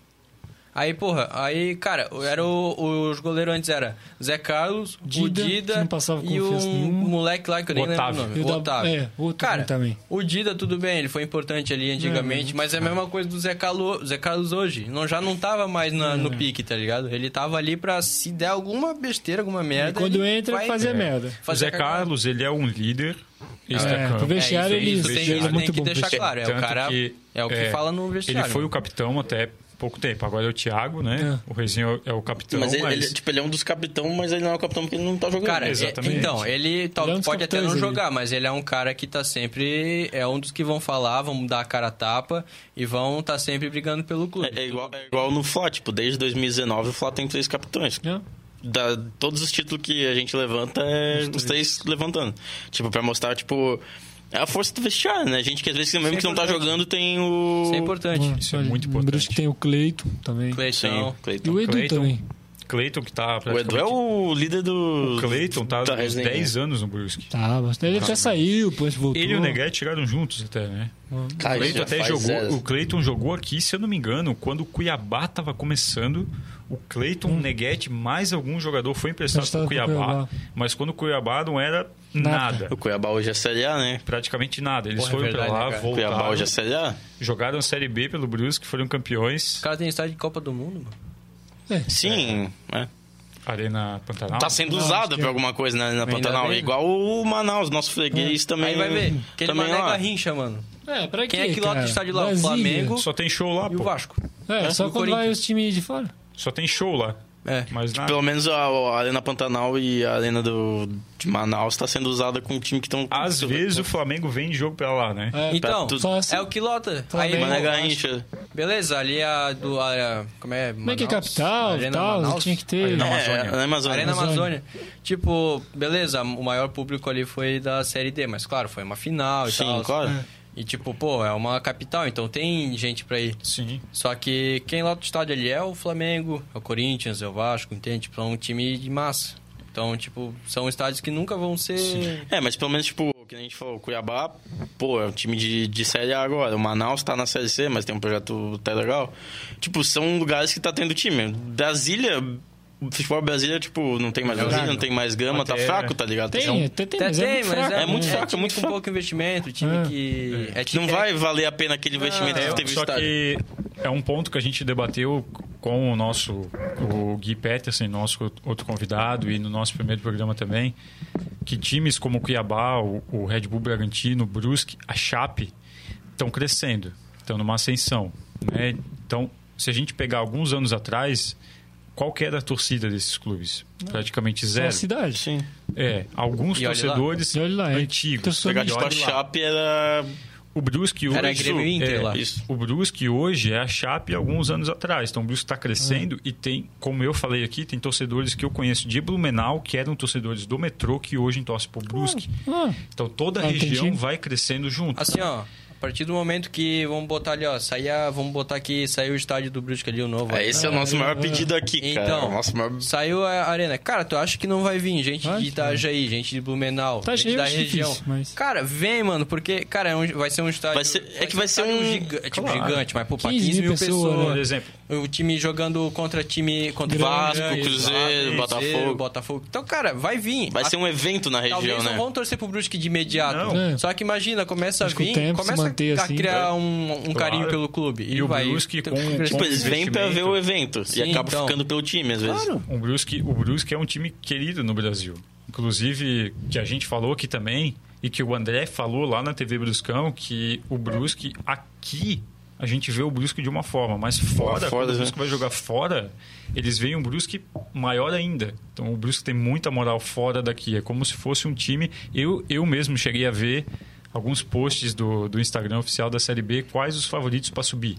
Speaker 4: Aí, porra, aí, cara, era o, os goleiros antes era Zé Carlos,
Speaker 5: Dida,
Speaker 4: o Dida
Speaker 5: que não passava
Speaker 4: e o
Speaker 5: confiança nenhuma.
Speaker 4: moleque lá que eu nem
Speaker 2: Otávio.
Speaker 4: lembro o nome.
Speaker 5: E o
Speaker 4: O
Speaker 5: da-
Speaker 4: Otávio.
Speaker 5: é, outro
Speaker 4: cara,
Speaker 5: também.
Speaker 4: o Dida, tudo bem, ele foi importante ali antigamente, mas é a mesma coisa do Zé, Calo, Zé Carlos hoje. Não, já não tava mais na-
Speaker 5: É.
Speaker 4: no pique, tá ligado? Ele tava ali pra se der alguma besteira, alguma merda.
Speaker 5: E quando
Speaker 4: ele
Speaker 5: entra,
Speaker 4: vai
Speaker 5: fazia merda.
Speaker 2: O
Speaker 4: fazer
Speaker 2: Zé
Speaker 4: cagada.
Speaker 2: Carlos, ele é um líder
Speaker 5: É, pro
Speaker 2: extra-campo.
Speaker 5: vestiário,
Speaker 4: É, isso-
Speaker 5: ele,
Speaker 4: isso tem-
Speaker 5: ele
Speaker 4: isso
Speaker 5: é
Speaker 4: tem
Speaker 5: muito
Speaker 4: que
Speaker 5: bom. pro
Speaker 4: deixar claro.
Speaker 5: vestiário.
Speaker 4: é, o
Speaker 2: Tanto
Speaker 4: cara- é o que fala no vestiário,
Speaker 2: Ele foi
Speaker 4: né?
Speaker 2: o capitão até pouco tempo. Agora é o Thiago, né? O Rezinho é o capitão,
Speaker 1: mas
Speaker 2: mas...
Speaker 1: ele, ele, tipo, ele é um dos capitão, mas ele não é o capitão porque ele não tá jogando.
Speaker 4: Cara, é-
Speaker 2: Exatamente.
Speaker 4: então, ele tal-
Speaker 5: Ele é um dos
Speaker 4: pode até
Speaker 5: capitães
Speaker 4: não
Speaker 5: ali.
Speaker 4: jogar, mas ele é um cara que tá sempre. É um dos que vão falar, vão dar a cara a tapa e vão tá sempre brigando pelo clube.
Speaker 1: É, é igual, é igual no Flá, tipo, desde 2019 o Flá tem três capitães.
Speaker 5: Não?
Speaker 1: Da, todos os títulos que a gente levanta, é os três levantando. Tipo, pra mostrar, tipo, é a força do vestiário, né? Gente que às vezes, mesmo que não tá jogando, tem o...
Speaker 4: Isso é importante. Então,
Speaker 2: Isso é
Speaker 5: Olha,
Speaker 2: muito
Speaker 5: no Brusque
Speaker 2: importante.
Speaker 5: tem o Cleito também.
Speaker 4: Cleiton.
Speaker 1: Sim,
Speaker 5: E
Speaker 1: Cleiton.
Speaker 5: o Edu
Speaker 2: Cleiton.
Speaker 5: também.
Speaker 2: Cleiton que tá
Speaker 1: O Edu é o líder do...
Speaker 2: O Cleiton tá
Speaker 1: da
Speaker 2: há uns
Speaker 1: resenha.
Speaker 2: 10 anos no Brusque.
Speaker 5: Tá, mas ele até saiu, depois voltou.
Speaker 2: Ele e o Negrete chegaram juntos até, né?
Speaker 1: Cara,
Speaker 2: O Cleiton
Speaker 1: já
Speaker 2: até
Speaker 1: faz
Speaker 2: jogou.
Speaker 1: zero.
Speaker 2: O Cleiton jogou aqui, se eu não me engano, quando o Cuiabá tava começando. O Cleiton, o Neguete, mais algum jogador foi emprestado
Speaker 5: Emprestado
Speaker 2: pro
Speaker 5: pro
Speaker 2: Cuiabá,
Speaker 5: Cuiabá.
Speaker 2: Mas quando o Cuiabá não era
Speaker 5: Nada.
Speaker 2: nada.
Speaker 1: O Cuiabá hoje é Série A, né?
Speaker 2: Praticamente nada. Eles
Speaker 4: Porra, é
Speaker 2: foram
Speaker 4: verdade,
Speaker 2: pra lá,
Speaker 4: né, cara?
Speaker 1: O Cuiabá
Speaker 2: voltaram,
Speaker 1: hoje é Série A.
Speaker 2: jogaram a Série B pelo Brusque, foram campeões.
Speaker 4: Os caras têm estádio de Copa do Mundo, mano.
Speaker 1: Sim, né?
Speaker 2: Arena Pantanal.
Speaker 1: Tá sendo
Speaker 5: não, acho
Speaker 1: usada
Speaker 5: que
Speaker 1: pra
Speaker 5: é.
Speaker 1: alguma coisa na, na Pantanal.
Speaker 4: bem, né?
Speaker 1: Igual o Manaus, nosso freguês também.
Speaker 4: Aí vai ver. Aquele
Speaker 1: também
Speaker 4: mané
Speaker 1: lá.
Speaker 4: Garrincha, mano.
Speaker 5: É, pra
Speaker 4: Quem
Speaker 5: quê,
Speaker 4: é que lota
Speaker 5: cara?
Speaker 4: o estádio lá? O
Speaker 5: Brasília.
Speaker 4: Flamengo
Speaker 2: Só tem show lá,
Speaker 4: e o
Speaker 2: pô.
Speaker 4: Vasco.
Speaker 5: É,
Speaker 4: E
Speaker 5: só
Speaker 4: o
Speaker 5: quando vai
Speaker 4: Corinthians.
Speaker 5: os times de fora.
Speaker 2: Só tem show lá.
Speaker 4: É.
Speaker 5: tá
Speaker 2: Mas nada.
Speaker 1: Pelo menos a, a Arena Pantanal e a Arena do, de Manaus tá sendo usada com um time que estão...
Speaker 2: Às vezes
Speaker 1: né?
Speaker 2: o Flamengo vende jogo pra lá, né?
Speaker 5: É,
Speaker 4: Então,
Speaker 1: tudo.
Speaker 5: Só assim.
Speaker 4: é o que lota.
Speaker 5: Flamengo.
Speaker 4: Aí,
Speaker 1: Mané
Speaker 4: mano,
Speaker 1: Garrincha.
Speaker 4: beleza, ali a do. A, a- como é?
Speaker 5: Como é que é
Speaker 4: Manaus?
Speaker 5: capital e
Speaker 4: Arena
Speaker 5: tal?
Speaker 4: Manaus?
Speaker 5: Tinha que ter.
Speaker 2: Arena
Speaker 5: É,
Speaker 1: É,
Speaker 2: Amazônia.
Speaker 1: na Amazônia.
Speaker 4: Arena
Speaker 5: Amazônia.
Speaker 4: Amazônia. Tipo, beleza, o maior público ali foi da Série D, mas claro, foi uma final e
Speaker 1: Sim,
Speaker 4: tal.
Speaker 1: claro.
Speaker 4: E tipo, pô, é uma capital, então tem gente pra ir.
Speaker 2: Sim.
Speaker 4: Só que quem lota o estádio ali é o Flamengo, é o Corinthians, é o Vasco, entende? Tipo, é um time de massa. Então, tipo, são estádios que nunca vão ser...
Speaker 1: É, mas pelo menos, tipo, que nem a gente falou, o Cuiabá, pô, é um time de, de Série A agora. O Manaus tá na Série C, mas tem um projeto até legal. Tipo, são lugares que tá tendo time. Brasília, o futebol Brasília, tipo, não tem mais Brasília, não tem mais grama, tá
Speaker 2: Até-
Speaker 1: fraco, tá ligado?
Speaker 5: Tem,
Speaker 1: É um-
Speaker 5: até tem,
Speaker 4: Até
Speaker 5: mas é muito fraco.
Speaker 1: é muito
Speaker 5: né?
Speaker 1: fraco, é
Speaker 4: time
Speaker 1: muito
Speaker 4: com
Speaker 1: fraco.
Speaker 4: pouco investimento, time
Speaker 5: É.
Speaker 4: que... É. time
Speaker 1: Não
Speaker 4: que-
Speaker 1: vai valer a pena aquele investimento que teve o
Speaker 2: Só
Speaker 1: estádio.
Speaker 2: que é um ponto que a gente debateu com o nosso o Gui Peterson, nosso outro convidado, e no nosso primeiro programa também, que times como o Cuiabá, o, o Red Bull Bragantino, o Brusque, a Chape, estão crescendo, estão numa ascensão. né? Então, se a gente pegar alguns anos atrás, qual que era a torcida desses clubes? Praticamente
Speaker 5: É uma
Speaker 2: zero.
Speaker 5: cidade.
Speaker 1: Sim.
Speaker 2: É, alguns
Speaker 4: E olha lá.
Speaker 2: torcedores
Speaker 5: E olha lá, é
Speaker 2: antigos.
Speaker 5: torcedor
Speaker 1: Pegar
Speaker 2: E
Speaker 1: de
Speaker 2: olha
Speaker 1: a
Speaker 2: lá.
Speaker 1: Chape era...
Speaker 2: O Brusque hoje...
Speaker 4: Era Grêmio e Inter
Speaker 2: é,
Speaker 4: lá.
Speaker 1: Isso.
Speaker 2: O Brusque hoje é a Chape alguns anos atrás. Então o Brusque está crescendo
Speaker 5: É.
Speaker 2: e tem, como eu falei aqui, tem torcedores que eu conheço de Blumenau, que eram torcedores do metrô, que hoje torcem pro Brusque.
Speaker 5: Ah,
Speaker 2: Então toda a
Speaker 5: Ah,
Speaker 2: região
Speaker 5: entendi.
Speaker 2: vai crescendo junto.
Speaker 4: Assim, ó, a partir do momento que vamos botar ali, ó, sair a- vamos botar aqui, saiu o estádio do Brusque ali, o novo.
Speaker 1: É,
Speaker 4: ali.
Speaker 1: esse é o nosso maior pedido aqui, cara.
Speaker 4: Então,
Speaker 1: nosso maior...
Speaker 4: Saiu a arena. Cara, tu acha que não vai vir gente
Speaker 5: Vai,
Speaker 4: de Itajaí, gente de Blumenau,
Speaker 5: Itajaí
Speaker 4: gente
Speaker 5: eu
Speaker 4: da
Speaker 5: acho
Speaker 4: região?
Speaker 5: difícil, mas-
Speaker 4: Cara, vem, mano, porque, cara, é um- vai ser um estádio.
Speaker 1: Vai ser- é que vai ser
Speaker 4: estádio
Speaker 1: um-
Speaker 4: giga- é tipo,
Speaker 2: Claro.
Speaker 4: gigante, mas pô, pra
Speaker 5: 15
Speaker 4: 15 mil
Speaker 5: mil pessoas,
Speaker 4: pessoas.
Speaker 2: Por exemplo,
Speaker 4: O time jogando contra time. Contra
Speaker 5: Grande,
Speaker 1: Vasco,
Speaker 4: grandes,
Speaker 1: Cruzeiro,
Speaker 4: lá,
Speaker 1: Botafogo.
Speaker 4: Botafogo. Então, cara, vai vir.
Speaker 1: Vai ser um evento na região,
Speaker 4: Talvez
Speaker 1: né?
Speaker 4: não vão torcer pro Brusque de imediato.
Speaker 2: Não.
Speaker 5: É.
Speaker 4: Só que imagina, começa a
Speaker 5: Acho que o
Speaker 4: vir,
Speaker 5: tempo se
Speaker 4: começa
Speaker 5: manter
Speaker 4: a
Speaker 5: assim,
Speaker 4: criar um, um carinho pelo clube. E,
Speaker 2: E o
Speaker 4: vai um
Speaker 2: Brusque com- um
Speaker 4: crescendo.
Speaker 1: Tipo, eles vêm pra ver o evento
Speaker 4: Sim,
Speaker 1: e acabam
Speaker 4: então.
Speaker 1: ficando pelo time, às vezes. Claro.
Speaker 2: o Um Brusque, o Brusque é um time querido no Brasil. Inclusive, que a gente falou aqui também, e que o André falou lá na TV Bruscão, que o Brusque aqui. A gente vê o Brusque de uma forma, mas fora,
Speaker 1: fora,
Speaker 2: quando o
Speaker 1: né?
Speaker 2: Brusque vai jogar fora, eles veem um Brusque maior ainda. Então o Brusque tem muita moral fora daqui. É como se fosse um time. Eu, eu mesmo cheguei a ver alguns posts do, do Instagram oficial da Série B quais os favoritos para subir.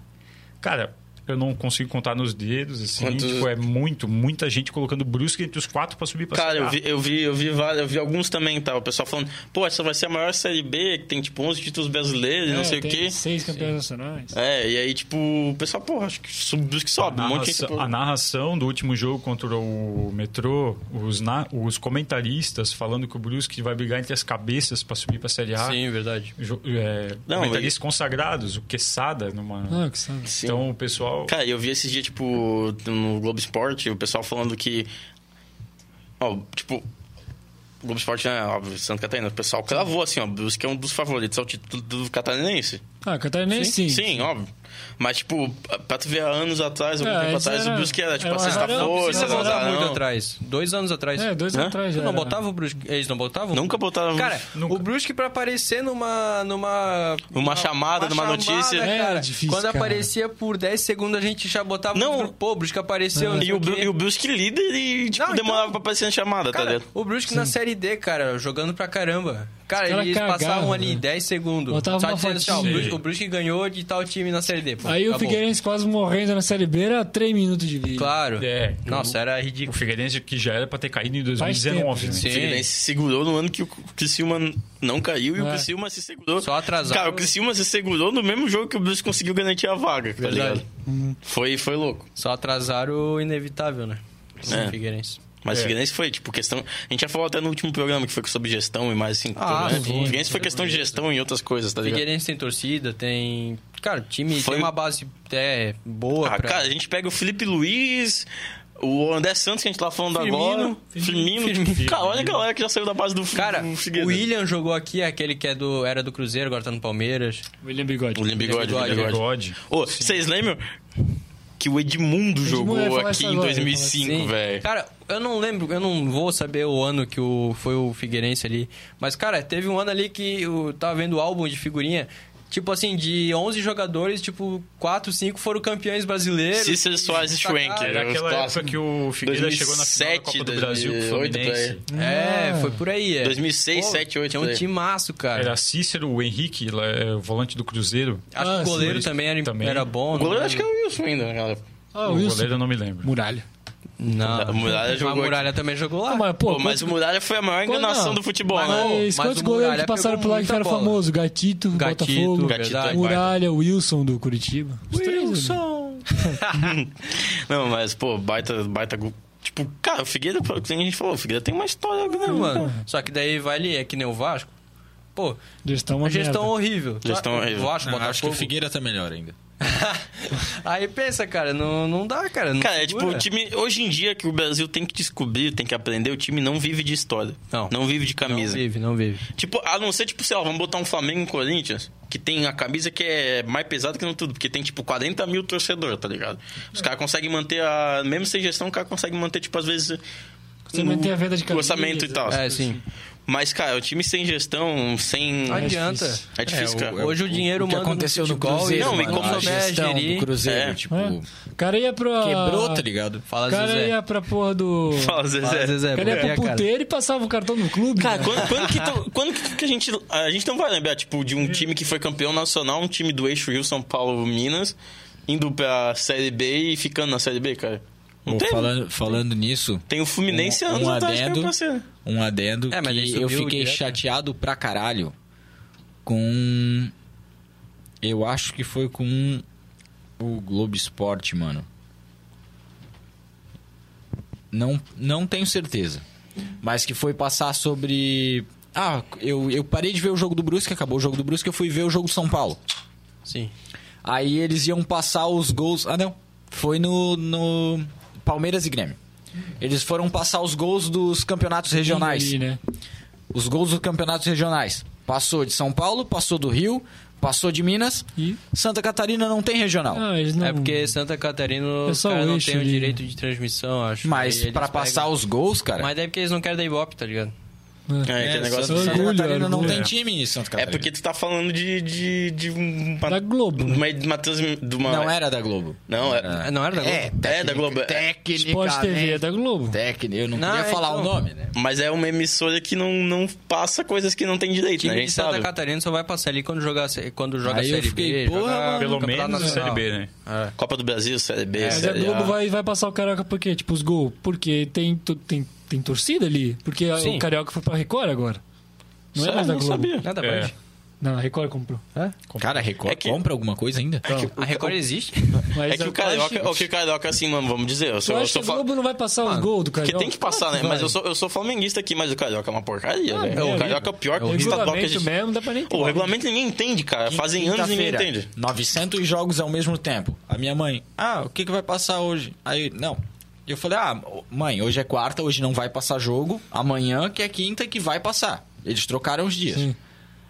Speaker 2: Cara, eu não consigo contar nos dedos, assim.
Speaker 1: Quantos-
Speaker 2: Tipo, é muito, muita gente colocando Brusque entre os quatro para subir para
Speaker 1: Cara, eu vi, eu vi, eu vi vários, eu vi alguns também, tá? O pessoal falando, pô, essa vai ser a maior série B, que tem tipo 11 títulos brasileiros, e não
Speaker 5: é,
Speaker 1: sei o
Speaker 5: tem
Speaker 1: quê.
Speaker 5: Seis campeões nacionais.
Speaker 1: É, e aí, tipo, o pessoal, porra, acho que sub, que sobe. Um monte de gente.
Speaker 2: Narração- a narração do último jogo contra o Metrô, os, na- os comentaristas falando que o Brusque vai brigar entre as cabeças para subir para a Série A.
Speaker 4: Sim, verdade.
Speaker 2: Jo- é,
Speaker 1: Não,
Speaker 2: comentaristas consagrados, o Quesada numa.
Speaker 5: Ah, que sabe.
Speaker 1: Sim.
Speaker 2: Então o pessoal pessoal.
Speaker 1: Cara, eu vi esses dias, tipo, no Globo Esporte, o pessoal falando que. Ó, tipo. O Globo Esporte, né? Óbvio, Santa Catarina. O pessoal cravou, assim, ó. Brusque é um dos favoritos ao título do catarinense.
Speaker 5: Ah, Catarinense sim.
Speaker 1: Sim, óbvio. Mas, tipo, pra tu ver há anos atrás, algum
Speaker 5: É,
Speaker 1: tempo
Speaker 5: isso
Speaker 1: atrás,
Speaker 5: era-
Speaker 1: o Brusque era, tipo,
Speaker 5: era
Speaker 1: a
Speaker 5: uma-
Speaker 1: sexta
Speaker 5: não
Speaker 1: força,
Speaker 5: precisa
Speaker 4: Não
Speaker 5: Vocês
Speaker 4: voltar muito
Speaker 1: azarão.
Speaker 4: atrás. Dois anos atrás.
Speaker 5: É, dois
Speaker 1: Hã?
Speaker 5: anos atrás já.
Speaker 4: Tu Né? não
Speaker 5: era.
Speaker 4: botava o Brusque? Eles não botavam?
Speaker 1: Nunca botaram.
Speaker 4: Cara,
Speaker 2: Nunca.
Speaker 4: o Brusque pra aparecer numa. numa
Speaker 1: Uma chamada, numa notícia.
Speaker 5: É,
Speaker 4: cara.
Speaker 5: era difícil,
Speaker 4: Quando
Speaker 5: cara.
Speaker 4: aparecia por 10 segundos, a gente já botava
Speaker 1: Não.
Speaker 4: no grupo, pô, o Brusque
Speaker 5: É.
Speaker 4: apareceu.
Speaker 1: E o, Bru- e o Brusque líder e, tipo,
Speaker 4: Não, então-
Speaker 1: demorava pra aparecer na chamada, tá
Speaker 4: Cara,
Speaker 1: ligado?
Speaker 4: o Brusque na Série D, cara, jogando pra caramba. Cara,
Speaker 5: Os cara
Speaker 4: eles
Speaker 5: cagavam,
Speaker 4: passavam ali
Speaker 5: né?
Speaker 4: 10 segundos.
Speaker 5: Botava
Speaker 4: só
Speaker 5: uma
Speaker 4: dizendo assim, ó, o
Speaker 5: fotinha.
Speaker 4: Brusque, o Brusque ganhou de tal time na Série D. Pô,
Speaker 5: Aí o
Speaker 4: acabou.
Speaker 5: Figueirense quase morrendo na Série B era 3 minutos de vídeo.
Speaker 4: Claro.
Speaker 2: É.
Speaker 4: Nossa, era
Speaker 2: O
Speaker 4: ridículo.
Speaker 2: Figueirense que já era pra ter caído em
Speaker 5: Faz tempo,
Speaker 2: 2019, né?
Speaker 1: O Figueirense se segurou no ano que o Criciúma não caiu e o
Speaker 5: É.
Speaker 1: Criciúma se segurou.
Speaker 4: Só atrasado.
Speaker 1: Cara, o Criciúma se segurou no mesmo jogo que o Brusque conseguiu garantir a vaga, tá
Speaker 4: Verdade. Uhum.
Speaker 1: ligado? Foi, foi louco.
Speaker 4: Só atrasaram o inevitável, né?
Speaker 1: É.
Speaker 4: O Figueirense.
Speaker 1: Mas
Speaker 2: É.
Speaker 1: o Figueirense foi, tipo, questão... A gente já falou até no último programa que foi sobre gestão e mais, assim...
Speaker 4: Ah,
Speaker 1: tudo, né?
Speaker 4: sim.
Speaker 1: O Figueirense foi questão de gestão e outras coisas, tá ligado?
Speaker 4: Figueirense tem torcida, tem. Cara, o time
Speaker 1: Foi-
Speaker 4: tem uma base até boa.
Speaker 1: Ah,
Speaker 4: pra...
Speaker 1: cara, a gente pega o Felipe Luiz, o André Santos, que a gente tá falando
Speaker 4: Firmino.
Speaker 1: agora. Firmino. Cara, olha a galera que já saiu da base do,
Speaker 4: Cara,
Speaker 1: do
Speaker 4: o William jogou aqui, aquele que é do, era do Cruzeiro, agora tá no Palmeiras.
Speaker 5: William Bigode.
Speaker 1: William Bigode, William
Speaker 4: Bigode.
Speaker 1: Bigode.
Speaker 2: Bigode.
Speaker 1: Ô, vocês lembram que o Edmundo,
Speaker 5: eu ia
Speaker 1: jogou
Speaker 5: falar
Speaker 1: aqui
Speaker 5: isso
Speaker 1: em
Speaker 5: agora, eu ia falar
Speaker 1: 2005,
Speaker 4: né? Sim.
Speaker 1: velho?
Speaker 4: Cara, eu não lembro, eu não vou saber o ano que o, foi o Figueirense ali. Mas, cara, teve um ano ali que eu tava vendo o álbum de figurinha. Tipo assim, de 11 jogadores, tipo, 4, 5 foram campeões brasileiros.
Speaker 1: Cícero Soares e Schwenk.
Speaker 2: Era
Speaker 1: Era
Speaker 2: aquela
Speaker 1: os
Speaker 2: época
Speaker 1: clássicos.
Speaker 2: que o Figueira chegou na final da
Speaker 1: 2007,
Speaker 2: Copa do Brasil com o
Speaker 1: 2008
Speaker 2: Fluminense.
Speaker 4: É, foi por aí. É.
Speaker 1: 2006,
Speaker 4: Pô,
Speaker 1: 7, 8,
Speaker 4: Tinha
Speaker 1: por
Speaker 4: um
Speaker 1: aí.
Speaker 4: timaço, cara.
Speaker 2: Ah. Era Cícero, o Henrique, lá, é, o volante do Cruzeiro.
Speaker 4: Acho
Speaker 5: Ah,
Speaker 4: que o goleiro
Speaker 2: sim.
Speaker 4: também era,
Speaker 2: Também.
Speaker 4: era bom.
Speaker 1: O goleiro
Speaker 4: não
Speaker 1: acho que é o Wilson ainda, cara.
Speaker 5: Ah,
Speaker 2: o
Speaker 5: Wilson.
Speaker 2: goleiro eu não me lembro.
Speaker 5: Muralha.
Speaker 4: Não.
Speaker 1: A Muralha
Speaker 4: A
Speaker 1: jogou
Speaker 4: Muralha também jogou lá.
Speaker 5: Ah, mas, pô,
Speaker 1: Pô, mas o Muralha foi a maior
Speaker 5: quantos-
Speaker 1: enganação
Speaker 5: não,
Speaker 1: do futebol, né?
Speaker 4: Mas
Speaker 5: Mas, quantos
Speaker 4: o
Speaker 5: goleiros que
Speaker 4: Muralha
Speaker 5: passaram
Speaker 4: pegou
Speaker 5: por lá que
Speaker 4: muita
Speaker 5: ficaram
Speaker 4: bola.
Speaker 5: famosos? Gatito,
Speaker 4: Gatito,
Speaker 5: Botafogo. é
Speaker 1: Gatito,
Speaker 4: verdade.
Speaker 5: Muralha, Wilson do Curitiba. Os três, né?
Speaker 1: Não, mas, pô, baita, baita... gu- Tipo, cara, o Figueira, pô, que a gente falou, o Figueira tem uma história grande,
Speaker 4: Ah,
Speaker 1: né?
Speaker 4: mano.
Speaker 1: mano.
Speaker 4: Só que daí vai ali, é que nem o Vasco. Pô,
Speaker 5: Gestão uma
Speaker 4: a gestão
Speaker 5: merda.
Speaker 4: horrível.
Speaker 1: Gestão
Speaker 4: Tá?
Speaker 1: horrível.
Speaker 4: O Vasco,
Speaker 6: Ah, acho que o
Speaker 4: Botafogo.
Speaker 6: Figueira tá melhor ainda.
Speaker 4: Aí pensa, cara, não, não dá, cara. Não
Speaker 1: Cara, é tipo,
Speaker 4: segura.
Speaker 1: o time. Hoje em dia que o Brasil tem que descobrir, tem que aprender, o time não vive de história.
Speaker 4: Não.
Speaker 1: Não vive de
Speaker 4: Não
Speaker 1: camisa.
Speaker 4: vive, não vive.
Speaker 1: Tipo, a não ser, tipo, sei lá, vamos botar um Flamengo e um Corinthians, que tem a camisa que é mais pesada que não tudo, porque tem, tipo, 40 mil torcedores, tá ligado? Os caras conseguem manter a. Mesmo sem gestão, o cara consegue manter, tipo, às vezes.
Speaker 5: Você mantém a venda de
Speaker 1: o
Speaker 5: camisa.
Speaker 1: orçamento e tal.
Speaker 4: É, sim.
Speaker 1: Mas, cara, o time sem gestão, sem.
Speaker 4: Não adianta.
Speaker 5: difícil.
Speaker 1: É difícil, cara.
Speaker 4: Hoje o dinheiro
Speaker 3: o que
Speaker 4: manda
Speaker 3: aconteceu no
Speaker 4: futebol
Speaker 3: Cruzeiro,
Speaker 4: e
Speaker 1: Não, e
Speaker 3: mano,
Speaker 1: como
Speaker 3: a
Speaker 4: souber
Speaker 3: gestão
Speaker 4: gerir-
Speaker 3: do Cruzeiro,
Speaker 1: É.
Speaker 3: tipo,
Speaker 5: É. O cara ia pra...
Speaker 3: quebrou, tá ligado?
Speaker 4: Fala,
Speaker 5: O cara
Speaker 4: Zezé.
Speaker 5: ia pra porra do...
Speaker 1: é. Fala, é, Zezé.
Speaker 4: Fala, Zezé.
Speaker 5: O cara ia
Speaker 4: bloqueia,
Speaker 5: pro
Speaker 4: é cara.
Speaker 5: puteiro e passava o cartão no clube.
Speaker 1: Cara,
Speaker 5: né?
Speaker 1: quando, quando que, tu- quando que- que a gente. A gente não vai lembrar, tipo, de um time que foi campeão nacional, um time do eixo Rio São Paulo Minas, indo pra Série B e ficando na Série B, cara. Não
Speaker 6: Pô,
Speaker 1: tem.
Speaker 6: falando, falando nisso,
Speaker 1: Tem o Fluminense
Speaker 6: Um-
Speaker 1: anos
Speaker 6: um
Speaker 1: atrás que
Speaker 6: adendo.
Speaker 1: caiu pra Série.
Speaker 6: um adendo
Speaker 4: É, mas ele
Speaker 6: que
Speaker 4: subiu
Speaker 6: eu fiquei
Speaker 4: direto, né?
Speaker 6: chateado pra caralho com. Eu acho que foi com o Globo Esporte, mano. Não, não tenho certeza. Mas que foi passar sobre. Ah, eu, eu parei de ver o jogo do Brusque, acabou o jogo do Brusque, eu fui ver o jogo do São Paulo.
Speaker 4: Sim.
Speaker 6: Aí eles iam passar os gols. Ah, não. Foi no, no Palmeiras e Grêmio. Eles foram passar os gols dos campeonatos regionais.
Speaker 5: Ali, né?
Speaker 6: Os gols dos campeonatos regionais. Passou de São Paulo, passou do Rio, passou de Minas.
Speaker 5: E...
Speaker 6: Santa Catarina não tem regional.
Speaker 5: Ah, eles não...
Speaker 4: É porque Santa Catarina
Speaker 5: É
Speaker 4: os
Speaker 5: só
Speaker 4: caras
Speaker 5: o
Speaker 4: não
Speaker 5: eixo
Speaker 4: tem o
Speaker 5: ali.
Speaker 4: direito de transmissão, acho. Aí
Speaker 6: Mas
Speaker 4: eles
Speaker 6: pra
Speaker 4: pegam.
Speaker 6: passar os gols, cara.
Speaker 4: Mas daí porque eles não querem dar Ibope, tá ligado?
Speaker 5: É.
Speaker 1: É, aquele negócio.
Speaker 4: assim.
Speaker 6: Santa
Speaker 5: Orgulho,
Speaker 6: Catarina não
Speaker 5: orgulho.
Speaker 6: tem time em Santa
Speaker 1: É
Speaker 6: Catarina.
Speaker 1: porque tu tá falando de. de, de uma,
Speaker 5: Da Globo. né?
Speaker 1: de uma, de uma transmi- de uma-
Speaker 5: é.
Speaker 6: Não era da Globo.
Speaker 1: Não,
Speaker 4: é- Ah,
Speaker 1: é.
Speaker 4: Não era da Globo?
Speaker 1: É, da Globo. é.
Speaker 5: Sport TV é da Globo.
Speaker 6: Técnica, eu não,
Speaker 4: Não,
Speaker 6: queria
Speaker 4: é,
Speaker 6: falar
Speaker 4: então.
Speaker 6: o nome, né?
Speaker 1: Mas é uma emissora que não, não passa coisas que não tem
Speaker 4: O
Speaker 1: direito, né? A
Speaker 4: time de
Speaker 1: gente
Speaker 4: Santa
Speaker 1: sabe.
Speaker 4: Catarina só vai passar ali quando, jogar, quando joga
Speaker 6: Aí eu
Speaker 4: Série
Speaker 6: fiquei,
Speaker 4: B.
Speaker 6: porra,
Speaker 4: joga
Speaker 6: mano,
Speaker 2: Pelo
Speaker 4: Campeonato
Speaker 2: menos a Série
Speaker 4: Nacional.
Speaker 2: B, né?
Speaker 1: Copa do Brasil, Série B,
Speaker 5: É, Mas a
Speaker 1: Série A.
Speaker 5: Globo vai, vai passar o Carioca por quê? Tipo, os gols. Porque tem, tu- tem, tem torcida ali. Porque a-
Speaker 4: Sim.
Speaker 5: o Carioca foi pra Record agora. Não é
Speaker 1: Sério?
Speaker 5: mais da
Speaker 1: Não
Speaker 5: Globo.
Speaker 1: sabia.
Speaker 4: Nada
Speaker 2: É.
Speaker 4: mais.
Speaker 5: Não, a Record comprou.
Speaker 3: Cara, a Record
Speaker 1: É que-
Speaker 3: compra alguma coisa ainda?
Speaker 4: A Record existe?
Speaker 5: Mas
Speaker 1: É que
Speaker 5: eu
Speaker 1: o Carioca,
Speaker 5: acho-
Speaker 1: o que o Carioca, assim, mano, vamos dizer, eu
Speaker 5: Eu
Speaker 1: sou, eu
Speaker 5: acho que
Speaker 1: sou
Speaker 5: o
Speaker 1: fa-
Speaker 5: Globo não vai passar os gols do
Speaker 1: Porque
Speaker 5: Carioca.
Speaker 1: tem que passar, né?
Speaker 5: Vai.
Speaker 1: Mas eu sou, eu sou flamenguista aqui, mas o Carioca é uma porcaria, velho.
Speaker 5: é
Speaker 1: o Carioca é o pior
Speaker 5: O
Speaker 1: estadual que a
Speaker 5: regulamento
Speaker 1: gente...
Speaker 5: mesmo, dá pra nem ter.
Speaker 1: O regulamento ninguém entende, cara. Fazem anos ninguém
Speaker 3: Quinta-feira,
Speaker 1: entende.
Speaker 3: 900 jogos ao mesmo tempo. A minha mãe, ah, o que, que vai passar hoje? Aí, não. Eu falei, ah, mãe, hoje é quarta, hoje não vai passar jogo. Amanhã, que é quinta, que vai passar. Eles trocaram os dias.
Speaker 5: Sim.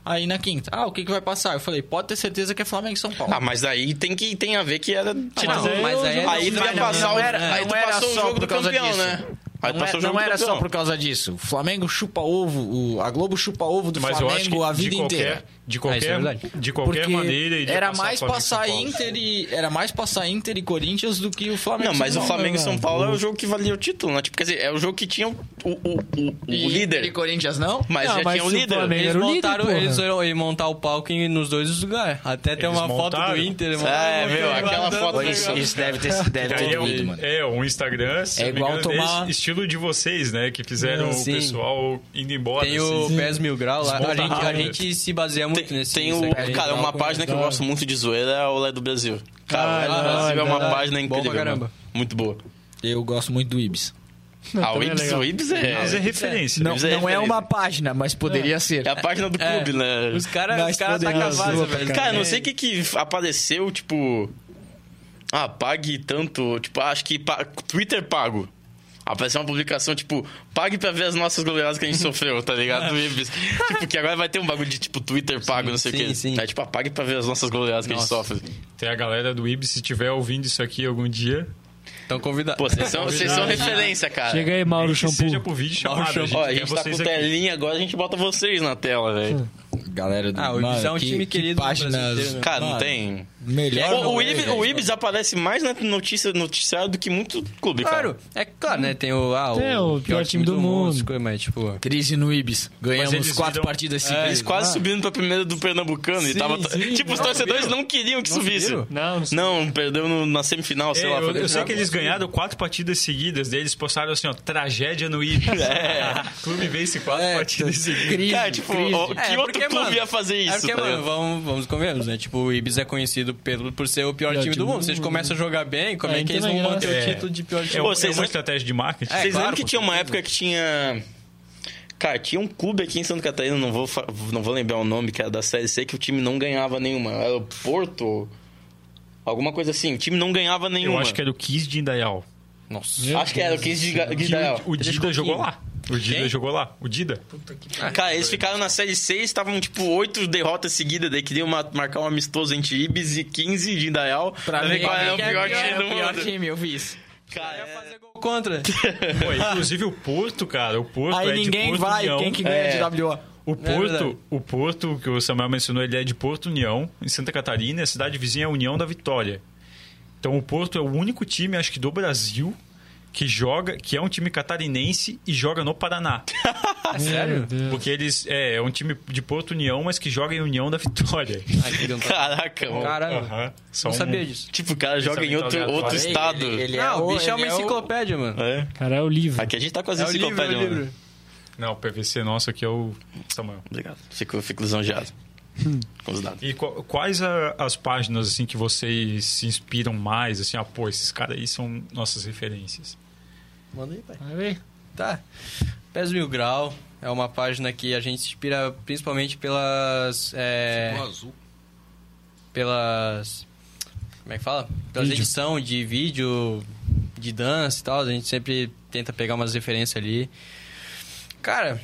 Speaker 3: Aí na quinta, ah, o que, que vai passar? Eu falei, pode ter certeza que é Flamengo e São Paulo.
Speaker 1: Ah, mas aí tem que tem a ver que era tirar.
Speaker 5: mas aí-
Speaker 4: é-
Speaker 1: aí tu
Speaker 3: Mas
Speaker 1: ia
Speaker 3: não
Speaker 1: passar o,
Speaker 3: era-
Speaker 1: aí
Speaker 3: não
Speaker 1: tu
Speaker 3: era
Speaker 1: passou o
Speaker 3: só
Speaker 1: jogo
Speaker 3: por
Speaker 1: do
Speaker 3: causa
Speaker 1: campeão,
Speaker 3: disso.
Speaker 1: né? Aí tu
Speaker 3: Não, é-
Speaker 1: passou o jogo
Speaker 3: não
Speaker 1: do
Speaker 3: era só
Speaker 1: campeão.
Speaker 3: por causa disso. O Flamengo chupa ovo, o- a Globo chupa ovo do
Speaker 2: Mas eu acho
Speaker 3: Flamengo
Speaker 2: que
Speaker 3: a vida
Speaker 2: de qualquer,
Speaker 3: inteira.
Speaker 2: De
Speaker 4: isso é
Speaker 2: qualquer,
Speaker 4: verdade.
Speaker 2: de qualquer
Speaker 3: Porque
Speaker 2: maneira. iria
Speaker 3: era
Speaker 2: passar Flamengo e
Speaker 3: mais
Speaker 2: São
Speaker 3: passar
Speaker 2: Paulo.
Speaker 3: Inter e era mais passar Inter e Corinthians do que o Flamengo.
Speaker 1: Não, mas o
Speaker 3: São Paulo.
Speaker 1: Flamengo e São
Speaker 5: não.
Speaker 1: Paulo é o jogo que valia o título, né? Tipo, quer dizer, é o jogo que tinha o, o, o, o
Speaker 3: E Inter E
Speaker 1: líder,
Speaker 3: Corinthians não?
Speaker 1: mas
Speaker 5: Não,
Speaker 1: já
Speaker 5: mas
Speaker 1: tinha o
Speaker 5: se o
Speaker 1: líder.
Speaker 5: Flamengo-
Speaker 4: Eles
Speaker 5: Era o líder,
Speaker 4: montaram,
Speaker 5: porra.
Speaker 4: eles foram ir montar o palco em- nos dois lugares. Até tem
Speaker 2: Eles
Speaker 4: uma foto
Speaker 2: montaram?
Speaker 4: do Inter.
Speaker 1: É,
Speaker 4: montaram
Speaker 1: meu,
Speaker 4: um
Speaker 1: aquela
Speaker 4: jogador
Speaker 1: foto
Speaker 4: jogando.
Speaker 1: isso-
Speaker 3: Isso deve ter deve
Speaker 2: Aí
Speaker 3: ter
Speaker 2: é,
Speaker 3: doído,
Speaker 2: um,
Speaker 3: mano.
Speaker 2: é um Instagram, se
Speaker 3: É
Speaker 2: não me
Speaker 3: igual
Speaker 2: engano,
Speaker 3: tomar-
Speaker 2: desse estilo de vocês, né? Que fizeram
Speaker 4: Não,
Speaker 2: o
Speaker 4: sim.
Speaker 2: pessoal indo embora.
Speaker 4: Tem o
Speaker 2: assim.
Speaker 4: PES Mil Grau lá. A
Speaker 2: Desmonta
Speaker 4: gente, a
Speaker 2: rápido.
Speaker 4: gente se baseia muito
Speaker 1: Tem,
Speaker 4: nesse. Então,
Speaker 1: tem
Speaker 4: nisso
Speaker 1: o,
Speaker 4: aqui.
Speaker 1: cara, uma página que eu
Speaker 5: dá.
Speaker 1: gosto muito de zoeira é o Lé do Brasil. Cara, o Lé
Speaker 5: Ah,
Speaker 1: do Brasil
Speaker 5: dá,
Speaker 1: é uma
Speaker 5: dá.
Speaker 1: página
Speaker 4: Bom pra
Speaker 1: incrível. mano.
Speaker 4: caramba.
Speaker 1: Muito boa.
Speaker 3: Eu gosto muito do Ibis.
Speaker 5: Não,
Speaker 1: Ah, o
Speaker 5: também é
Speaker 1: Ibs,
Speaker 5: legal.
Speaker 1: o Ibs é.
Speaker 2: Mas é referência.
Speaker 1: Não, Ibis é não é referência. uma
Speaker 3: página, mas poderia ser.
Speaker 1: É a página do
Speaker 4: É.
Speaker 1: clube, né?
Speaker 4: Os caras
Speaker 3: Nós
Speaker 4: os cara tá
Speaker 3: podemos
Speaker 4: cavado,
Speaker 3: zoar
Speaker 4: velho.
Speaker 1: Cara, eu não sei o que que apareceu, tipo... Ah, pague tanto... Tipo, acho que pa- Twitter pago. Apareceu uma publicação, tipo... Pague pra ver as nossas goleadas que a gente sofreu, tá ligado? Do Ibis. tipo, que agora vai ter um bagulho de, tipo, Twitter pago, não sei o
Speaker 4: sim,
Speaker 1: que.
Speaker 4: sim.
Speaker 1: É, tipo, ah, pague pra ver as nossas goleadas que a gente sofre.
Speaker 2: né? Tem a galera do IB, se estiver ouvindo isso aqui algum dia,
Speaker 4: Então convida.
Speaker 1: Pô, vocês são, vocês são referência, cara.
Speaker 5: Chega aí, Mauro
Speaker 2: Ah, que seja
Speaker 5: Shampoo.
Speaker 2: por vídeo
Speaker 1: Ó,
Speaker 2: chamado. A gente,
Speaker 1: a
Speaker 2: quer
Speaker 1: gente tá
Speaker 2: vocês
Speaker 1: com
Speaker 2: aqui.
Speaker 1: telinha agora, a gente bota vocês na tela, velho.
Speaker 3: Galera do
Speaker 4: Ah, o Ibis
Speaker 3: Mano,
Speaker 4: é um time querido no Brasil inteiro, né?
Speaker 1: Cara, não
Speaker 3: Mano,
Speaker 1: tem... É,
Speaker 3: Melhor. é,
Speaker 1: O, o,
Speaker 3: goleiro,
Speaker 1: Ibis,
Speaker 3: velho.
Speaker 1: o Ibis aparece mais na notícia, noticiário do que muito clube, cara.
Speaker 4: Claro, é claro, né? Tem o, ah,
Speaker 5: Tem o pior time do mundo.
Speaker 4: essas coisas, mas tipo.
Speaker 3: Crise no Ibis. Ganhamos
Speaker 2: eles
Speaker 3: quatro
Speaker 2: viram-
Speaker 3: partidas
Speaker 4: É,
Speaker 3: seguidas.
Speaker 1: Eles quase subiram pra primeira do Pernambucano e
Speaker 5: Sim,
Speaker 1: tava.
Speaker 5: sim,
Speaker 1: tipo, os
Speaker 5: não
Speaker 1: torcedores não queriam que subisse.
Speaker 4: subiram?
Speaker 5: Não, não sei.
Speaker 1: Não, perdeu no- na semifinal, sei
Speaker 2: É,
Speaker 1: lá.
Speaker 2: eu,
Speaker 1: foi-
Speaker 2: eu sei que eles ganharam quatro partidas seguidas, daí eles postaram assim, ó, tragédia no Ibis. O Clube vence quatro
Speaker 3: É,
Speaker 2: partidas
Speaker 4: então.
Speaker 2: seguidas.
Speaker 3: crise,
Speaker 1: Cara, tipo,
Speaker 3: crise.
Speaker 1: ó, que
Speaker 4: É,
Speaker 1: outro
Speaker 4: porque,
Speaker 1: clube
Speaker 4: mano,
Speaker 1: ia fazer isso?
Speaker 4: é porque,
Speaker 1: tá
Speaker 4: mano,
Speaker 1: ligado?
Speaker 4: vamos, vamos convenhamos, né? Tipo, o Ibis é conhecido pelo, por ser o pior time
Speaker 5: Pior time
Speaker 4: do
Speaker 5: do
Speaker 4: mundo. Se eles
Speaker 5: mundo.
Speaker 4: começam a jogar bem, como
Speaker 5: É,
Speaker 4: é, que
Speaker 5: então
Speaker 4: eles
Speaker 5: não
Speaker 4: vão
Speaker 5: é
Speaker 4: manter
Speaker 2: graça.
Speaker 4: o título de pior time?
Speaker 2: É,
Speaker 1: Pô,
Speaker 2: um- é
Speaker 1: vocês
Speaker 2: uma
Speaker 1: não-
Speaker 2: estratégia de marketing.
Speaker 4: É,
Speaker 1: Vocês
Speaker 4: claro,
Speaker 1: lembram que
Speaker 4: com
Speaker 1: tinha uma época que tinha. Cara, tinha um clube aqui em Santa Catarina, não vou, fa- não vou lembrar o nome, que era da Série C, que o time não ganhava nenhuma. Era o Porto. Alguma coisa assim. O time não ganhava
Speaker 2: Eu
Speaker 1: nenhuma.
Speaker 2: acho que é- era o Kiss de Indaial.
Speaker 4: Nossa.
Speaker 5: Meu
Speaker 1: Acho que era o 15 de Ga- de Gael.
Speaker 2: O, o Dida jogou lá. O Dida
Speaker 1: Quem?
Speaker 2: jogou lá. O Dida.
Speaker 1: Cara, eles ficaram na série 6, estavam tipo oito derrotas seguidas, daí queriam ma- marcar um amistoso entre Ibis e 15 de Indaial pra, é ver qual era o pior
Speaker 4: é
Speaker 1: time do mundo.
Speaker 3: eu vi isso.
Speaker 1: Cara, é-
Speaker 4: Fazer gol contra.
Speaker 2: Pô, inclusive o Porto, cara. O Porto é
Speaker 3: Aí
Speaker 2: de
Speaker 3: ninguém
Speaker 2: Porto
Speaker 3: vai,
Speaker 2: União.
Speaker 3: quem que ganha
Speaker 1: É.
Speaker 3: de WO?
Speaker 2: O Porto,
Speaker 4: é verdade.
Speaker 2: o Porto, que o Samuel mencionou, ele é de Porto União, em Santa Catarina, e a cidade vizinha é União da Vitória. Então o Porto é o único time, acho que do Brasil, que joga, que é um time catarinense e joga no Paraná.
Speaker 4: Ah,
Speaker 5: sério?
Speaker 2: Porque eles. É, é um time de Porto União, mas que joga em União da Vitória.
Speaker 4: Aqui dentro.
Speaker 1: Caraca, mano.
Speaker 4: Caramba,
Speaker 2: Aham. Só
Speaker 4: não
Speaker 2: um-
Speaker 4: sabia disso.
Speaker 1: Tipo, o cara joga em
Speaker 2: Pensamento
Speaker 1: outro,
Speaker 2: aleatório.
Speaker 1: outro
Speaker 2: Ele-
Speaker 1: estado.
Speaker 4: Não, o bicho é é uma enciclopédia, mano.
Speaker 1: É.
Speaker 5: Cara, é o livro.
Speaker 1: Aqui a gente tá com as
Speaker 4: É o livro, é
Speaker 1: enciclopédias,
Speaker 4: o
Speaker 1: mano.
Speaker 4: livro.
Speaker 2: Não, o PVC nosso aqui é o Samuel.
Speaker 1: Obrigado. Fico, fico lisonjeado com os dados.
Speaker 2: E qu- quais a- as páginas assim que vocês se inspiram mais? Assim, ah, pô, esses caras aí são nossas referências.
Speaker 4: Manda aí, pai.
Speaker 5: Vai ver.
Speaker 4: Tá. PES Mil Grau é uma página que a gente se inspira principalmente pelas. é, pelas. Como é que fala? Pelas
Speaker 5: Vídeo.
Speaker 4: edição de vídeo, de dança e tal. A gente sempre tenta pegar umas referências ali. Cara,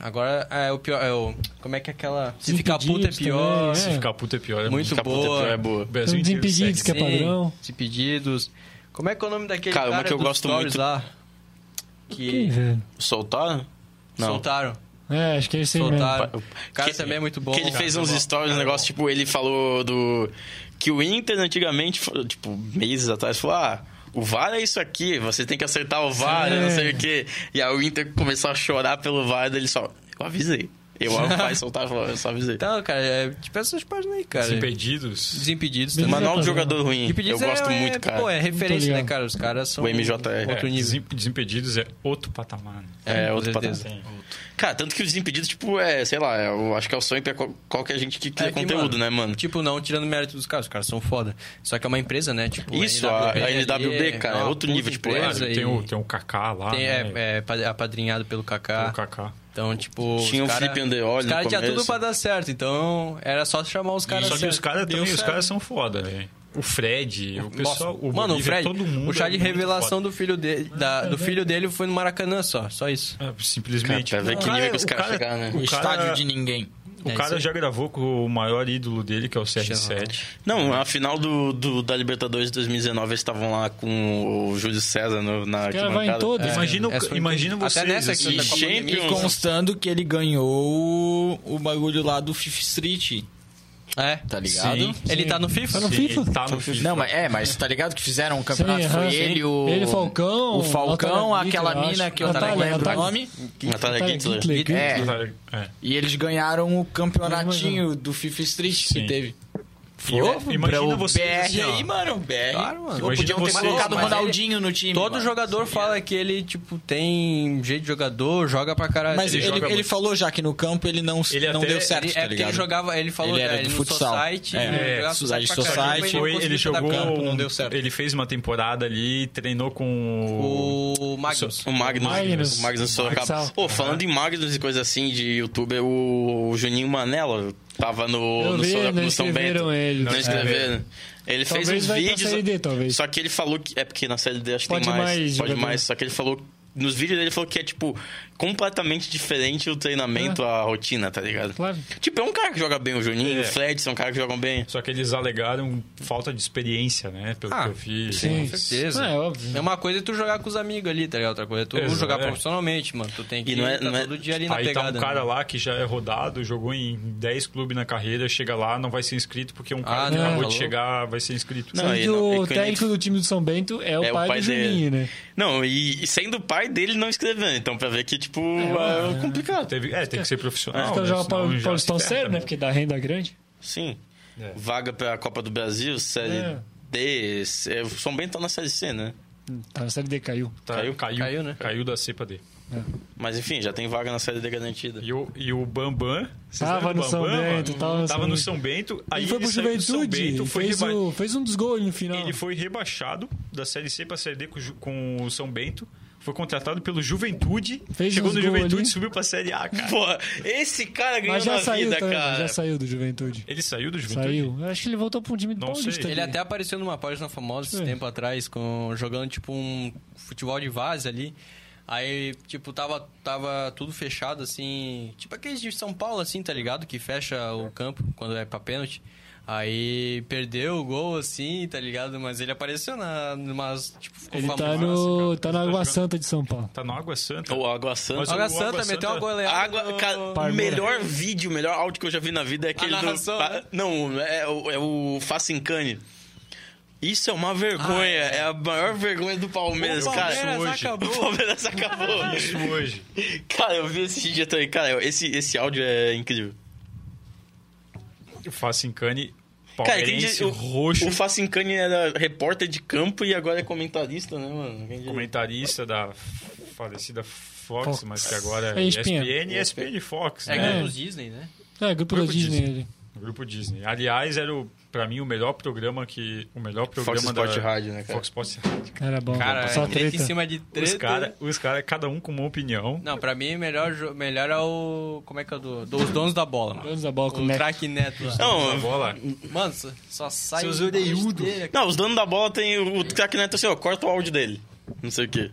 Speaker 4: agora é o pior. É o, como é que é aquela. Se ficar puta é
Speaker 5: Desimpedidos
Speaker 4: pior.
Speaker 5: também,
Speaker 2: Se
Speaker 5: É.
Speaker 2: ficar puto é pior. É
Speaker 4: Muito
Speaker 1: Fica puta,
Speaker 4: boa.
Speaker 1: É boa.
Speaker 2: O Brasil
Speaker 5: Estamos
Speaker 2: inteiro
Speaker 5: impedidos, que
Speaker 2: segue.
Speaker 5: é padrão.
Speaker 4: Se pedidos. Como é que é o nome daquele
Speaker 1: Cara,
Speaker 4: cara,
Speaker 1: uma que eu
Speaker 4: dos
Speaker 1: gosto
Speaker 4: stories
Speaker 1: muito.
Speaker 4: lá?
Speaker 5: Ih,
Speaker 4: Que
Speaker 5: velho.
Speaker 1: Soltar? Não.
Speaker 4: soltaram.
Speaker 5: É, acho que é isso aí mesmo.
Speaker 4: Soltaram. O cara
Speaker 1: Que-
Speaker 4: também é muito bom.
Speaker 1: Que ele fez
Speaker 2: tá
Speaker 1: uns
Speaker 2: bom.
Speaker 1: stories, um
Speaker 2: Tá
Speaker 1: negócio, tipo, ele falou do. Que o Inter antigamente, falou, tipo, meses atrás, falou: ah, o VAR é isso aqui, você tem que acertar o VAR,
Speaker 5: Sim.
Speaker 1: não sei o quê. E aí o Inter começou a chorar pelo VAR, daí ele só. Eu avisei. Eu amo o pai soltar fora, eu só avisei.
Speaker 4: Então, cara, é, tipo essas páginas aí, cara.
Speaker 2: Desimpedidos. é
Speaker 4: Desimpedidos
Speaker 5: Mas
Speaker 4: também.
Speaker 1: Manual
Speaker 5: Exatamente.
Speaker 1: de é um jogador ruim. Eu
Speaker 4: Impedidos é-
Speaker 1: gosto
Speaker 4: é-
Speaker 1: muito, cara.
Speaker 4: Pô, é referência, né,
Speaker 5: ligado.
Speaker 4: cara? Os caras são.
Speaker 1: O MJR.
Speaker 4: Outro
Speaker 2: É,
Speaker 4: nível.
Speaker 2: Desim- Desimpedidos é outro patamar. né?
Speaker 1: É,
Speaker 4: com
Speaker 1: outro
Speaker 4: certeza.
Speaker 1: patamar. Cara, tanto que o Desimpedido, tipo, é, sei lá, eu acho que é o sonho pra qual- qualquer gente que cria
Speaker 4: É que,
Speaker 1: conteúdo, né, mano?
Speaker 4: Tipo, não tirando mérito dos caras, os caras são foda. Só que é uma empresa, né? Tipo,
Speaker 1: Isso, a- a NWB,
Speaker 4: ali,
Speaker 1: cara, é
Speaker 4: uma
Speaker 1: outro
Speaker 4: puta
Speaker 1: nível, tipo,
Speaker 2: Ah,
Speaker 4: empresa,
Speaker 2: tem,
Speaker 4: e
Speaker 2: o, tem o Kaká lá.
Speaker 4: tem- é,
Speaker 2: né?
Speaker 4: é, pa- apadrinhado pelo
Speaker 2: Tem
Speaker 4: Kaká.
Speaker 2: o Kaká.
Speaker 4: Então, tipo. os
Speaker 1: Tinha um o
Speaker 4: cara-
Speaker 1: Felipe Andreoli
Speaker 4: Os
Speaker 1: no
Speaker 4: caras tinham tudo
Speaker 1: começo.
Speaker 4: pra dar certo, então era só chamar os caras.
Speaker 2: Só que
Speaker 4: certo.
Speaker 2: os caras
Speaker 4: Deu
Speaker 2: também, os
Speaker 4: certo.
Speaker 2: caras são foda, né? O Fred, o pessoal,
Speaker 4: Nossa,
Speaker 2: o
Speaker 4: mano, o
Speaker 2: Bolívia,
Speaker 4: Fred,
Speaker 2: todo mundo
Speaker 4: o chá
Speaker 2: é
Speaker 4: de
Speaker 2: muito
Speaker 4: revelação do filho dele, da-
Speaker 3: Uhum.
Speaker 4: do filho dele foi no Maracanã só, só isso.
Speaker 2: foda. É, simplesmente.
Speaker 1: Cara, pra ver
Speaker 2: O
Speaker 1: que nível que os
Speaker 2: o
Speaker 1: caras chegaram, né?
Speaker 3: O
Speaker 2: O cara,
Speaker 3: estádio de ninguém.
Speaker 2: o
Speaker 4: É isso
Speaker 2: cara
Speaker 4: aí.
Speaker 2: já gravou com o maior ídolo dele, que é o CR7.
Speaker 1: Não, a final do, do- da Libertadores de 2019, eles estavam lá com o Júlio César no, na
Speaker 5: Os caras vão em
Speaker 1: arquibancada.
Speaker 5: todas.
Speaker 2: Imagina, o-
Speaker 4: É, Essa foi-
Speaker 2: imagina
Speaker 4: até
Speaker 2: vocês.
Speaker 4: nessa tá aqui,
Speaker 2: assim,
Speaker 4: da Copa do
Speaker 1: Champions.
Speaker 4: Mundo.
Speaker 3: tá Constando que ele ganhou o bagulho lá do Fifth Street,
Speaker 4: É.
Speaker 3: tá ligado?
Speaker 2: Sim.
Speaker 4: Ele tá no FIFA?
Speaker 5: Tá no FIFA?
Speaker 2: Tá no FIFA.
Speaker 3: Não, mas é, mas tá ligado que fizeram um campeonato?
Speaker 5: Sim, aham,
Speaker 3: foi
Speaker 5: sim.
Speaker 3: ele, o.
Speaker 5: Ele, Falcão,
Speaker 3: O Falcão,
Speaker 5: Natália
Speaker 3: aquela
Speaker 5: Glitter, eu
Speaker 3: mina
Speaker 5: acho.
Speaker 3: que eu não
Speaker 5: Natália,
Speaker 3: lembro o
Speaker 5: Natália.
Speaker 3: nome.
Speaker 1: Natália
Speaker 5: Natália
Speaker 1: Gittler.
Speaker 2: né?
Speaker 5: Gittler, Gittler.
Speaker 3: É.
Speaker 2: É.
Speaker 3: E eles ganharam o
Speaker 5: Não,
Speaker 3: campeonatinho do FIFA Street
Speaker 2: Sim.
Speaker 3: que teve.
Speaker 2: E imagina vocês.
Speaker 3: BR
Speaker 2: assim, ó.
Speaker 3: aí, mano. BR.
Speaker 4: Claro, mano.
Speaker 3: Pô,
Speaker 2: Imagina
Speaker 3: podiam ter
Speaker 2: vocês,
Speaker 3: colocado o
Speaker 2: mas
Speaker 3: Ronaldinho no time.
Speaker 4: Todo
Speaker 3: mano.
Speaker 4: jogador fala que ele, tipo, tem jeito de jogador, joga pra caralho.
Speaker 3: Mas ele,
Speaker 2: joga
Speaker 3: ele
Speaker 2: muito.
Speaker 3: falou já que no campo ele não,
Speaker 2: Ele
Speaker 3: não
Speaker 2: até-
Speaker 3: deu certo,
Speaker 4: Ele-
Speaker 3: tá
Speaker 4: é porque ele
Speaker 3: ligado?
Speaker 4: jogava, ele falou
Speaker 3: Ele era
Speaker 4: né,
Speaker 3: de
Speaker 4: no
Speaker 3: futsal.
Speaker 4: Society,
Speaker 3: É,
Speaker 4: ele jogava
Speaker 3: Society,
Speaker 4: pra caralho,
Speaker 3: Society,
Speaker 4: não
Speaker 2: Foi,
Speaker 4: conseguiu
Speaker 2: ele
Speaker 4: jogar
Speaker 2: jogou. um
Speaker 4: campo, então não deu
Speaker 3: certo.
Speaker 2: Ele fez uma temporada ali, treinou com
Speaker 4: O Magnus.
Speaker 1: O Magnus,
Speaker 5: Magnus.
Speaker 1: o Magnus Sorocaba.
Speaker 5: Magnus.
Speaker 1: Pô, falando em Magnus e coisa assim de youtuber, o Juninho Manela tava no,
Speaker 5: Eu
Speaker 1: no,
Speaker 5: vi,
Speaker 1: Sora-
Speaker 5: não
Speaker 1: no São Bento.
Speaker 5: escreveram ele.
Speaker 1: Não
Speaker 5: É.
Speaker 1: escreveram. Ele
Speaker 5: Talvez
Speaker 1: fez uns
Speaker 5: vai pra
Speaker 1: vídeos.
Speaker 5: Série D, talvez.
Speaker 1: Só que ele falou que. É porque na série D acho que
Speaker 5: Pode
Speaker 1: tem mais.
Speaker 5: mais
Speaker 1: pode
Speaker 5: jogador.
Speaker 1: mais. Só que ele falou. Nos vídeos dele ele falou que é, tipo, completamente diferente o treinamento, a rotina, tá ligado?
Speaker 5: É. Claro.
Speaker 1: Tipo, é um cara que joga bem o Juninho, o Fred são caras que jogam bem.
Speaker 2: Só que eles alegaram falta de experiência, né? Pelo
Speaker 4: Ah,
Speaker 2: que eu vi.
Speaker 5: Sim.
Speaker 2: Mas-
Speaker 4: certeza.
Speaker 5: Ah, é óbvio.
Speaker 4: É uma coisa é tu jogar com os amigos ali, tá ligado? Outra coisa é tu
Speaker 2: Exato,
Speaker 4: jogar
Speaker 2: é.
Speaker 4: profissionalmente, mano. Tu tem que
Speaker 1: E não é-
Speaker 4: tá
Speaker 1: não é-
Speaker 4: todo dia ali na
Speaker 2: Aí
Speaker 4: pegada.
Speaker 2: tá um cara
Speaker 4: né?
Speaker 2: lá que já é rodado, jogou em 10 clubes na carreira, chega lá, não vai ser inscrito porque um cara
Speaker 4: Ah,
Speaker 2: que
Speaker 5: não,
Speaker 2: acabou
Speaker 4: tá
Speaker 2: de
Speaker 4: louco.
Speaker 2: chegar vai ser inscrito.
Speaker 1: Não,
Speaker 5: Sendo
Speaker 1: e
Speaker 5: que
Speaker 1: não- e
Speaker 5: o
Speaker 1: que nem-
Speaker 5: técnico do time do São Bento é o pai, do Juninho, né?
Speaker 1: Não, e, e sendo o pai dele não escrevendo, então pra ver que, tipo, é, complicado.
Speaker 2: Teve, é, tem que ser
Speaker 5: Os
Speaker 2: profissional.
Speaker 5: caras
Speaker 2: né?
Speaker 5: jogam
Speaker 2: Senão
Speaker 5: Paul-
Speaker 2: já
Speaker 5: Paulistão
Speaker 2: se ferra,
Speaker 5: sério, né? Porque dá renda grande.
Speaker 1: Sim.
Speaker 2: É.
Speaker 1: Vaga pra Copa do Brasil, Série
Speaker 5: É.
Speaker 1: D. se- é, O São Bento tá na Série C, né?
Speaker 5: Tá, a série D caiu.
Speaker 2: Tá,
Speaker 1: Caiu?
Speaker 2: caiu, caiu,
Speaker 4: Caiu, né?
Speaker 2: da cepa dele.
Speaker 1: Mas enfim, já tem vaga na Série D garantida.
Speaker 2: E o, e o Bambam. vocês
Speaker 5: Tava
Speaker 2: lembram do
Speaker 5: no São
Speaker 2: Bambam,
Speaker 5: Bento,
Speaker 2: mano?
Speaker 5: tava
Speaker 2: Tava
Speaker 5: no São
Speaker 2: no
Speaker 5: Bento.
Speaker 2: São Bento. Aí
Speaker 5: ele foi
Speaker 2: ele
Speaker 5: pro
Speaker 2: saiu do São
Speaker 5: Juventude,
Speaker 2: Bento, foi
Speaker 5: fez,
Speaker 2: reba-
Speaker 5: o- fez um dos gols no final.
Speaker 2: Ele foi rebaixado da Série C pra Série D com, o Ju- com o São Bento. Foi contratado pelo Juventude.
Speaker 5: Fez
Speaker 2: chegou
Speaker 5: uns
Speaker 2: no
Speaker 5: gol
Speaker 2: Juventude
Speaker 5: ali.
Speaker 2: e subiu pra Série A, cara.
Speaker 1: Pô, esse cara ganhou
Speaker 5: Mas já
Speaker 1: na
Speaker 5: saiu
Speaker 1: vida,
Speaker 5: também,
Speaker 1: cara.
Speaker 5: já saiu do Juventude.
Speaker 2: Ele saiu do Juventude?
Speaker 5: Saiu. Eu acho que ele voltou pro time do
Speaker 2: Não
Speaker 5: Paulista.
Speaker 2: sei.
Speaker 4: Ele
Speaker 5: ali.
Speaker 4: até apareceu numa página famosa esse
Speaker 5: É.
Speaker 4: tempo atrás, com, jogando tipo um futebol de várzea ali. Aí, tipo, tava, tava tudo fechado, assim. Tipo aqueles de São Paulo, assim, tá ligado? Que fecha o campo quando é pra pênalti. Aí perdeu o gol, assim, tá ligado? Mas ele apareceu na, numas. Tipo, ficou
Speaker 5: Ele tá,
Speaker 4: famoso.
Speaker 5: no,
Speaker 2: cara.
Speaker 5: tá na
Speaker 2: Tá
Speaker 5: Água
Speaker 2: jogando.
Speaker 5: Santa de São Paulo.
Speaker 2: Tá no Água Santa.
Speaker 1: O Água Santa.
Speaker 2: Mas-
Speaker 4: Água
Speaker 2: O Água
Speaker 4: Santa
Speaker 2: Santa-
Speaker 4: meteu uma goleada.
Speaker 1: Água,
Speaker 4: no-
Speaker 1: cara, o
Speaker 5: Parmeira.
Speaker 1: melhor vídeo, o melhor áudio que eu já vi na vida é aquele
Speaker 4: narração,
Speaker 1: do.
Speaker 4: né?
Speaker 1: Não, é, o- é o Facincani. Isso é uma vergonha.
Speaker 5: Ah,
Speaker 1: é. a maior vergonha do Palmeiras,
Speaker 4: O
Speaker 1: cara.
Speaker 4: Palmeiras
Speaker 2: hoje.
Speaker 1: O
Speaker 4: acabou.
Speaker 1: Palmeiras acabou.
Speaker 2: Isso hoje.
Speaker 1: cara, eu vi esse vídeo também. Cara, esse, esse áudio é incrível.
Speaker 2: O Facincani,
Speaker 1: Cara, quem diz,
Speaker 2: palmeirense,
Speaker 1: o,
Speaker 2: roxo,
Speaker 1: o Facincani era repórter de campo e agora é comentarista, né, mano? Quem diz?
Speaker 2: comentarista da falecida Fox,
Speaker 5: Fox.
Speaker 2: mas que agora
Speaker 5: É
Speaker 2: é
Speaker 5: ESPN.
Speaker 2: ESPN, ESPN e Fox,
Speaker 4: É,
Speaker 2: né?
Speaker 4: ganhou dos Disney, né?
Speaker 5: É, grupo da
Speaker 2: Grupo
Speaker 5: Disney.
Speaker 2: Disney.
Speaker 5: ali.
Speaker 2: O Grupo Disney. Aliás, era o, pra mim o melhor programa que... O melhor programa
Speaker 1: Sport
Speaker 2: da...
Speaker 1: Rádio, né, cara?
Speaker 2: Fox Sport Rádio.
Speaker 5: Era é bom.
Speaker 4: Cara,
Speaker 5: Só
Speaker 4: treta em
Speaker 5: treta.
Speaker 4: cima de treta.
Speaker 2: Os caras, os cara, cada um com uma opinião.
Speaker 4: Não, pra mim, melhor, jo- melhor é o... Como é que é o do... Dos donos da bola, mano.
Speaker 5: Donos da bola com o
Speaker 4: O
Speaker 5: Neto.
Speaker 4: Um craque Neto lá.
Speaker 2: A
Speaker 1: Não,
Speaker 2: bola...
Speaker 4: Mano, só- só sai...
Speaker 2: Seus oreiudos.
Speaker 4: besteira.
Speaker 1: não, os donos da bola tem o craque neto assim, ó, corta o áudio dele. Não sei o quê.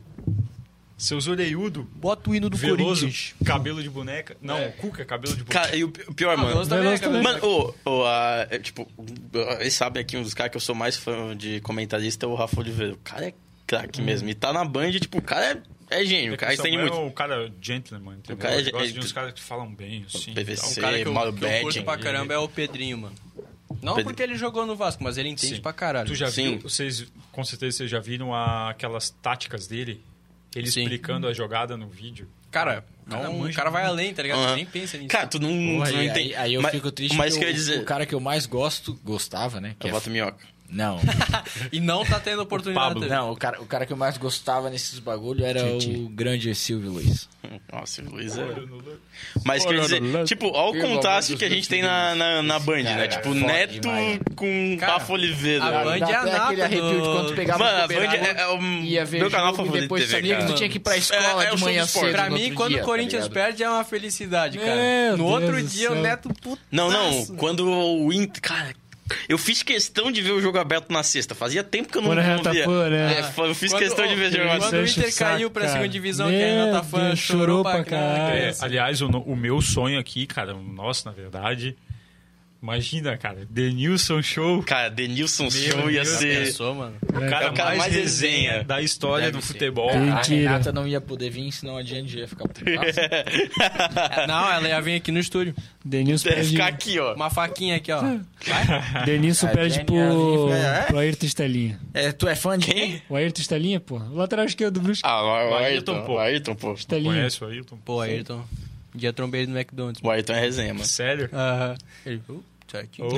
Speaker 2: Seus oreiudo,
Speaker 4: Bota o hino do
Speaker 2: veloso,
Speaker 4: Corinthians.
Speaker 2: cabelo de boneca. Não,
Speaker 1: É.
Speaker 2: Cuca, cabelo de boneca.
Speaker 1: Cara, e o pi- o pior, mano.
Speaker 4: Veloso também, né,
Speaker 5: Veloso
Speaker 4: cara?
Speaker 3: é
Speaker 5: também.
Speaker 1: Mano, ô, ô, ah, é, tipo, ah, eles sabem aqui, um dos caras que eu sou mais fã de comentarista é o Rafa Oliveira. O cara é craque mesmo. E tá na Band, tipo, o cara é, é gênio. O cara entende
Speaker 2: Samuel
Speaker 1: muito.
Speaker 2: é o cara gentleman, entendeu?
Speaker 1: O cara é-
Speaker 2: Eu gosto de
Speaker 1: é-
Speaker 2: uns caras que falam bem, assim.
Speaker 1: PVC.
Speaker 2: e
Speaker 4: O cara que eu,
Speaker 1: Mauro
Speaker 4: que eu
Speaker 1: Betting.
Speaker 4: curto pra caramba é o Pedrinho, mano. Não
Speaker 1: Pedrinho.
Speaker 4: porque ele jogou no Vasco, mas ele entende
Speaker 2: Sim.
Speaker 4: pra caralho.
Speaker 2: Tu já
Speaker 1: Sim.
Speaker 2: viu? Vocês, com certeza, vocês já viram a- aquelas táticas dele? Ele
Speaker 4: Sim.
Speaker 2: explicando a jogada no vídeo.
Speaker 4: Cara, cara,
Speaker 2: Não,
Speaker 4: o
Speaker 2: manja
Speaker 4: cara vai além, tá ligado?
Speaker 1: Aham.
Speaker 4: Nem pensa nisso.
Speaker 1: Cara, tu não,
Speaker 3: Porra,
Speaker 1: tu não
Speaker 3: aí,
Speaker 1: entende.
Speaker 3: aí- aí eu
Speaker 1: mas,
Speaker 3: fico triste
Speaker 1: Mas
Speaker 3: porque
Speaker 1: quer
Speaker 3: o,
Speaker 1: dizer,
Speaker 3: o cara que eu mais gosto, gostava, né? que
Speaker 1: eu
Speaker 3: é-
Speaker 1: boto minhoca.
Speaker 3: Não,
Speaker 4: E não tá tendo oportunidade.
Speaker 2: Pablo.
Speaker 4: tá
Speaker 3: não, o cara, o cara que eu mais gostava nesses bagulho era
Speaker 6: Titi.
Speaker 3: o grande Silvio Luiz.
Speaker 1: Nossa, o Luiz é. Mas quer dizer,
Speaker 2: Orlando.
Speaker 1: tipo, olha o
Speaker 7: Pelo
Speaker 1: contraste
Speaker 7: amor
Speaker 1: que a
Speaker 7: dos
Speaker 1: gente
Speaker 7: meus
Speaker 1: tem na, na, na Band,
Speaker 3: cara
Speaker 1: né?
Speaker 3: é
Speaker 1: Tipo,
Speaker 3: foda
Speaker 1: Neto
Speaker 3: demais.
Speaker 1: com
Speaker 4: Cara,
Speaker 1: Rafa Oliveira.
Speaker 4: a Band-
Speaker 1: Mano,
Speaker 4: é
Speaker 7: Dá até
Speaker 4: nata
Speaker 7: aquele arrepio de
Speaker 4: do-
Speaker 7: quando tu pegava
Speaker 1: a
Speaker 7: o
Speaker 1: Band
Speaker 7: Uber na
Speaker 1: é,
Speaker 7: rua,
Speaker 1: é um-
Speaker 7: ia ver
Speaker 1: meu
Speaker 7: jogo
Speaker 1: canal
Speaker 7: e
Speaker 1: favorito
Speaker 7: depois
Speaker 1: de TV,
Speaker 7: sabia que
Speaker 1: cara.
Speaker 7: tu tinha que ir pra escola
Speaker 1: É- é o
Speaker 7: de manhã
Speaker 1: Globo Esporte.
Speaker 7: cedo.
Speaker 4: Pra
Speaker 7: no
Speaker 4: mim,
Speaker 7: outro
Speaker 4: quando
Speaker 7: dia,
Speaker 4: o
Speaker 7: tá
Speaker 4: Corinthians
Speaker 7: ligado?
Speaker 4: perde é uma felicidade, cara.
Speaker 5: Meu
Speaker 4: no
Speaker 5: Deus
Speaker 4: outro
Speaker 5: do
Speaker 4: dia,
Speaker 5: céu.
Speaker 4: o Neto puto.
Speaker 1: Não, não, quando o Inter. Cara, eu fiz questão de ver o jogo aberto na sexta. Fazia tempo que eu não,
Speaker 5: Porra,
Speaker 1: não
Speaker 5: tá
Speaker 1: via.
Speaker 5: porra, né?
Speaker 1: É, fa- eu fiz
Speaker 4: Quando-
Speaker 1: questão de ver o jogo
Speaker 4: Quando
Speaker 1: aberto.
Speaker 4: o
Speaker 5: Sancho,
Speaker 4: Inter caiu pra
Speaker 5: saca.
Speaker 4: segunda divisão, quem ainda tá
Speaker 5: Meu
Speaker 4: fã,
Speaker 5: Deus,
Speaker 4: chorou pra caralho.
Speaker 2: É, aliás, o, no- o meu sonho aqui, cara, o nosso, na verdade. Imagina, cara, Denilson Show.
Speaker 1: Cara, Denilson Show ia
Speaker 2: Deus,
Speaker 1: ser.
Speaker 4: Pensou, mano?
Speaker 2: O cara,
Speaker 1: É o cara
Speaker 2: mais
Speaker 1: mais
Speaker 2: resenha
Speaker 1: resenha.
Speaker 2: da história
Speaker 4: Deve
Speaker 2: do
Speaker 4: ser.
Speaker 2: futebol.
Speaker 3: A
Speaker 5: Mentira.
Speaker 3: Ah, Renata não ia poder vir, senão a Diane ia ficar por trás.
Speaker 4: Não, ela ia vir aqui no estúdio.
Speaker 5: Denilson
Speaker 1: Deve
Speaker 5: perde,
Speaker 1: ficar aqui, ó.
Speaker 4: Uma faquinha aqui, ó.
Speaker 5: Denilson
Speaker 3: É,
Speaker 5: perde
Speaker 3: Jenny
Speaker 5: pro,
Speaker 3: Aviv, é?
Speaker 5: pro Ayrton Estelinha.
Speaker 3: É, tu é fã de quem?
Speaker 5: O Ayrton Estelinha, pô. O lateral esquerdo do Brusque.
Speaker 1: Ah, o
Speaker 2: Ayrton,
Speaker 1: Ayrton,
Speaker 2: pô.
Speaker 1: o Ayrton, pô.
Speaker 5: Estelinha.
Speaker 2: Conhece o Ailton?
Speaker 4: Pô, Ayrton. Um dia trombei ele no McDonald's.
Speaker 1: O Ayrton é resenha, mano.
Speaker 2: Sério?
Speaker 4: Aham. Ele, uh, tá aqui.
Speaker 2: Ô,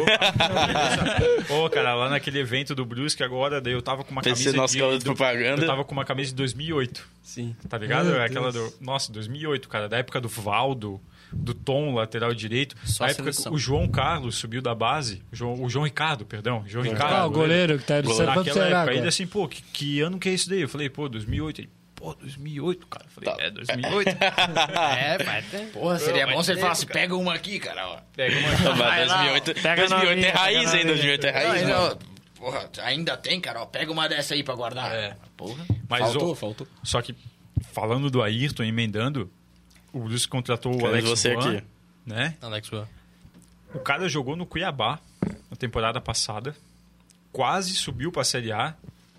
Speaker 2: Ô, cara, lá naquele evento do Brusque agora, daí eu tava com uma
Speaker 1: Pensei
Speaker 2: camisa
Speaker 1: no nosso
Speaker 2: de,
Speaker 1: canal de
Speaker 2: do- eu
Speaker 1: propaganda.
Speaker 2: tava com uma camisa de 2008,
Speaker 4: Sim.
Speaker 2: tá ligado? Aquela do, nossa, 2008, cara, da época do Valdo, do Tom, lateral direito,
Speaker 4: Só
Speaker 2: a
Speaker 4: a
Speaker 2: época que
Speaker 4: seleção.
Speaker 2: o João Carlos subiu da base, o João, o João Ricardo, perdão, João Ricardo.
Speaker 5: Ah, o goleiro que tá do
Speaker 2: Naquela
Speaker 5: Serpa pro
Speaker 2: época,
Speaker 5: Ceará
Speaker 2: ele
Speaker 5: agora.
Speaker 2: assim, pô, que, que ano que é isso daí? Eu falei, pô, 2008. Ele, pô, 2008, cara. Eu falei, é, 2008.
Speaker 7: É, vai ter.
Speaker 3: Porra, seria bom se ele falasse, pega uma aqui, cara, ó.
Speaker 2: Pega uma...
Speaker 1: Mas
Speaker 3: Vai lá,
Speaker 1: 2008,
Speaker 5: pega
Speaker 1: 2008 é
Speaker 5: novinha,
Speaker 1: raiz
Speaker 5: pega
Speaker 1: ainda, 2008 é
Speaker 3: Não,
Speaker 1: raiz.
Speaker 3: ainda-
Speaker 1: mano.
Speaker 3: porra, ainda tem, cara, ó, pega uma dessa aí pra guardar.
Speaker 2: É.
Speaker 3: Porra.
Speaker 2: Mas,
Speaker 3: faltou,
Speaker 2: ô,
Speaker 3: faltou.
Speaker 2: Só que, falando do Ayrton, emendando, o Brusque contratou o
Speaker 1: Queremos
Speaker 2: Alex
Speaker 1: você
Speaker 2: Juan,
Speaker 1: aqui.
Speaker 2: né?
Speaker 4: Alex Boa.
Speaker 2: O cara jogou no Cuiabá na temporada passada, quase subiu pra Série A,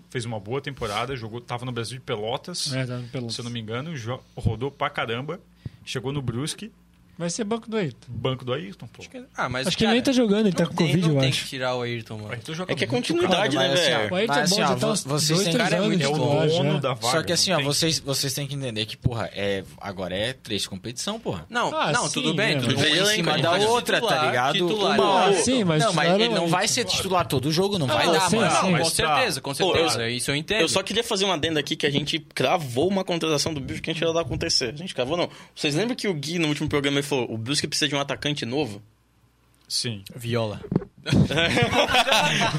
Speaker 2: fez uma boa temporada, jogou, tava no Brasil de Pelotas,
Speaker 5: É, tá no
Speaker 2: se eu
Speaker 5: Pelotas.
Speaker 2: não me engano, jo- rodou pra caramba, chegou no Brusque,
Speaker 5: Vai ser banco do Ayrton.
Speaker 2: banco do Ayrton, pô.
Speaker 4: Ah, mas.
Speaker 5: Acho que
Speaker 4: cara,
Speaker 5: ele nem tá jogando, ele tá
Speaker 4: não
Speaker 5: com
Speaker 4: tem-
Speaker 5: Covid,
Speaker 4: não
Speaker 5: eu
Speaker 4: tem
Speaker 5: acho.
Speaker 4: que tirar o Ayrton, mano.
Speaker 2: Ayrton joga
Speaker 1: É que é
Speaker 2: muito,
Speaker 1: continuidade,
Speaker 3: Mano,
Speaker 1: né,
Speaker 3: mas assim,
Speaker 1: velho?
Speaker 5: O Ayrton
Speaker 3: Mas,
Speaker 5: é bom,
Speaker 3: assim,
Speaker 5: já
Speaker 3: ó,
Speaker 5: tá
Speaker 3: vo-
Speaker 5: uns
Speaker 3: vocês
Speaker 5: dois,
Speaker 3: têm-
Speaker 5: três
Speaker 4: cara é
Speaker 5: anos
Speaker 4: muito
Speaker 2: É
Speaker 5: de
Speaker 2: o
Speaker 5: bola já.
Speaker 2: dono da vaga.
Speaker 3: Só que assim,
Speaker 2: não
Speaker 3: ó,
Speaker 2: tem-
Speaker 3: vocês, vocês têm que entender que, porra, é, agora é três competição, porra.
Speaker 4: Não,
Speaker 5: Ah,
Speaker 4: não,
Speaker 5: sim,
Speaker 4: tudo bem.
Speaker 5: né,
Speaker 4: tudo
Speaker 1: mano?
Speaker 4: bem.
Speaker 1: Ele
Speaker 3: Em
Speaker 1: é
Speaker 3: cima
Speaker 1: incrível.
Speaker 3: da
Speaker 1: Mas
Speaker 3: outra, tá ligado?
Speaker 4: Titular.
Speaker 3: Uma-
Speaker 5: Ah, sim, mas
Speaker 3: não, mas
Speaker 5: titular
Speaker 3: ele
Speaker 5: é-
Speaker 3: não vai ser titular todo jogo, não vai
Speaker 5: Ah,
Speaker 3: dar,
Speaker 5: sim,
Speaker 3: mano.
Speaker 5: sim.
Speaker 4: Não,
Speaker 2: mas
Speaker 4: com
Speaker 2: tá.
Speaker 4: certeza, com
Speaker 1: Pô, eu-
Speaker 4: certeza. Isso eu entendo.
Speaker 1: Eu só queria fazer uma adenda aqui que a gente cravou uma contratação do Brusque que a gente ia dar acontecer. A gente cravou, não. Vocês lembram que o Gui, no último programa, ele falou o Brusque precisa de um atacante novo?
Speaker 2: Sim.
Speaker 4: Viola.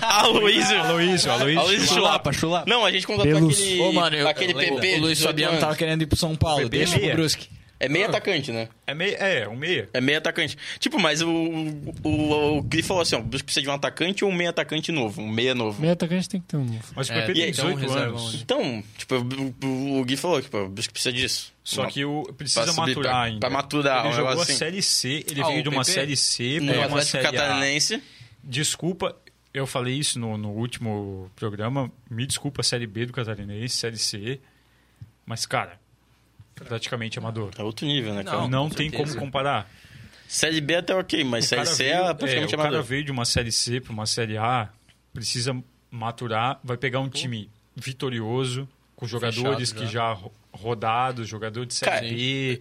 Speaker 1: Aloysio!
Speaker 2: Aloysio, Aloysio.
Speaker 1: Aloysio Chulapa.
Speaker 4: Chulapa, chulapa.
Speaker 1: Não, a gente contratou
Speaker 5: Pelus.
Speaker 1: aquele,
Speaker 3: Ô, mano, eu-
Speaker 1: aquele
Speaker 3: eu-
Speaker 1: PP.
Speaker 3: O Luiz
Speaker 1: 18
Speaker 3: Fabiano tá-
Speaker 1: anos.
Speaker 3: tava querendo ir pro São Paulo,
Speaker 2: PP
Speaker 3: deixa pro
Speaker 2: meia.
Speaker 3: Brusque.
Speaker 1: É meio atacante, né?
Speaker 2: É, meio, é, um meia.
Speaker 1: É meio atacante. Tipo, mas o, o, o, o Gui falou assim: ó, o Brusque precisa de um atacante ou um meio atacante novo? Um meia novo.
Speaker 5: Meia atacante tem que ter um novo.
Speaker 2: Mas o
Speaker 4: É,
Speaker 2: PP tem
Speaker 4: então
Speaker 2: 18
Speaker 4: reserva
Speaker 2: anos.
Speaker 4: onde?
Speaker 1: Então, tipo, o, o- o Gui falou que o Brusque precisa disso.
Speaker 2: Só
Speaker 1: Uma-
Speaker 2: que o precisa
Speaker 1: pra subir,
Speaker 2: maturar
Speaker 1: pra-
Speaker 2: ainda.
Speaker 1: pra maturar,
Speaker 2: ele
Speaker 1: um
Speaker 2: jogou
Speaker 1: negócio
Speaker 2: a
Speaker 1: assim.
Speaker 2: série C, ele
Speaker 4: Ah,
Speaker 2: veio
Speaker 4: o
Speaker 2: de uma
Speaker 4: PP?
Speaker 2: série C
Speaker 1: no
Speaker 2: para uma
Speaker 1: Atlético
Speaker 2: série A.
Speaker 1: é Catarinense.
Speaker 2: Desculpa, eu falei isso no, no último programa. Me desculpa a série B do Catarinense, série C, mas cara, praticamente amador.
Speaker 1: É outro nível, né, cara?
Speaker 4: Não,
Speaker 2: Não,
Speaker 4: com
Speaker 2: tem
Speaker 4: certeza.
Speaker 2: como comparar.
Speaker 1: Série B até ok, mas
Speaker 2: O
Speaker 1: Série
Speaker 2: cara
Speaker 1: C
Speaker 2: veio-
Speaker 1: é praticamente
Speaker 2: é, o cara
Speaker 1: amador.
Speaker 2: veio de uma série C para uma série A, precisa maturar, vai pegar um time vitorioso com jogadores
Speaker 4: Fechado
Speaker 2: que já ro- rodados, jogador de série
Speaker 1: Cara,
Speaker 2: B.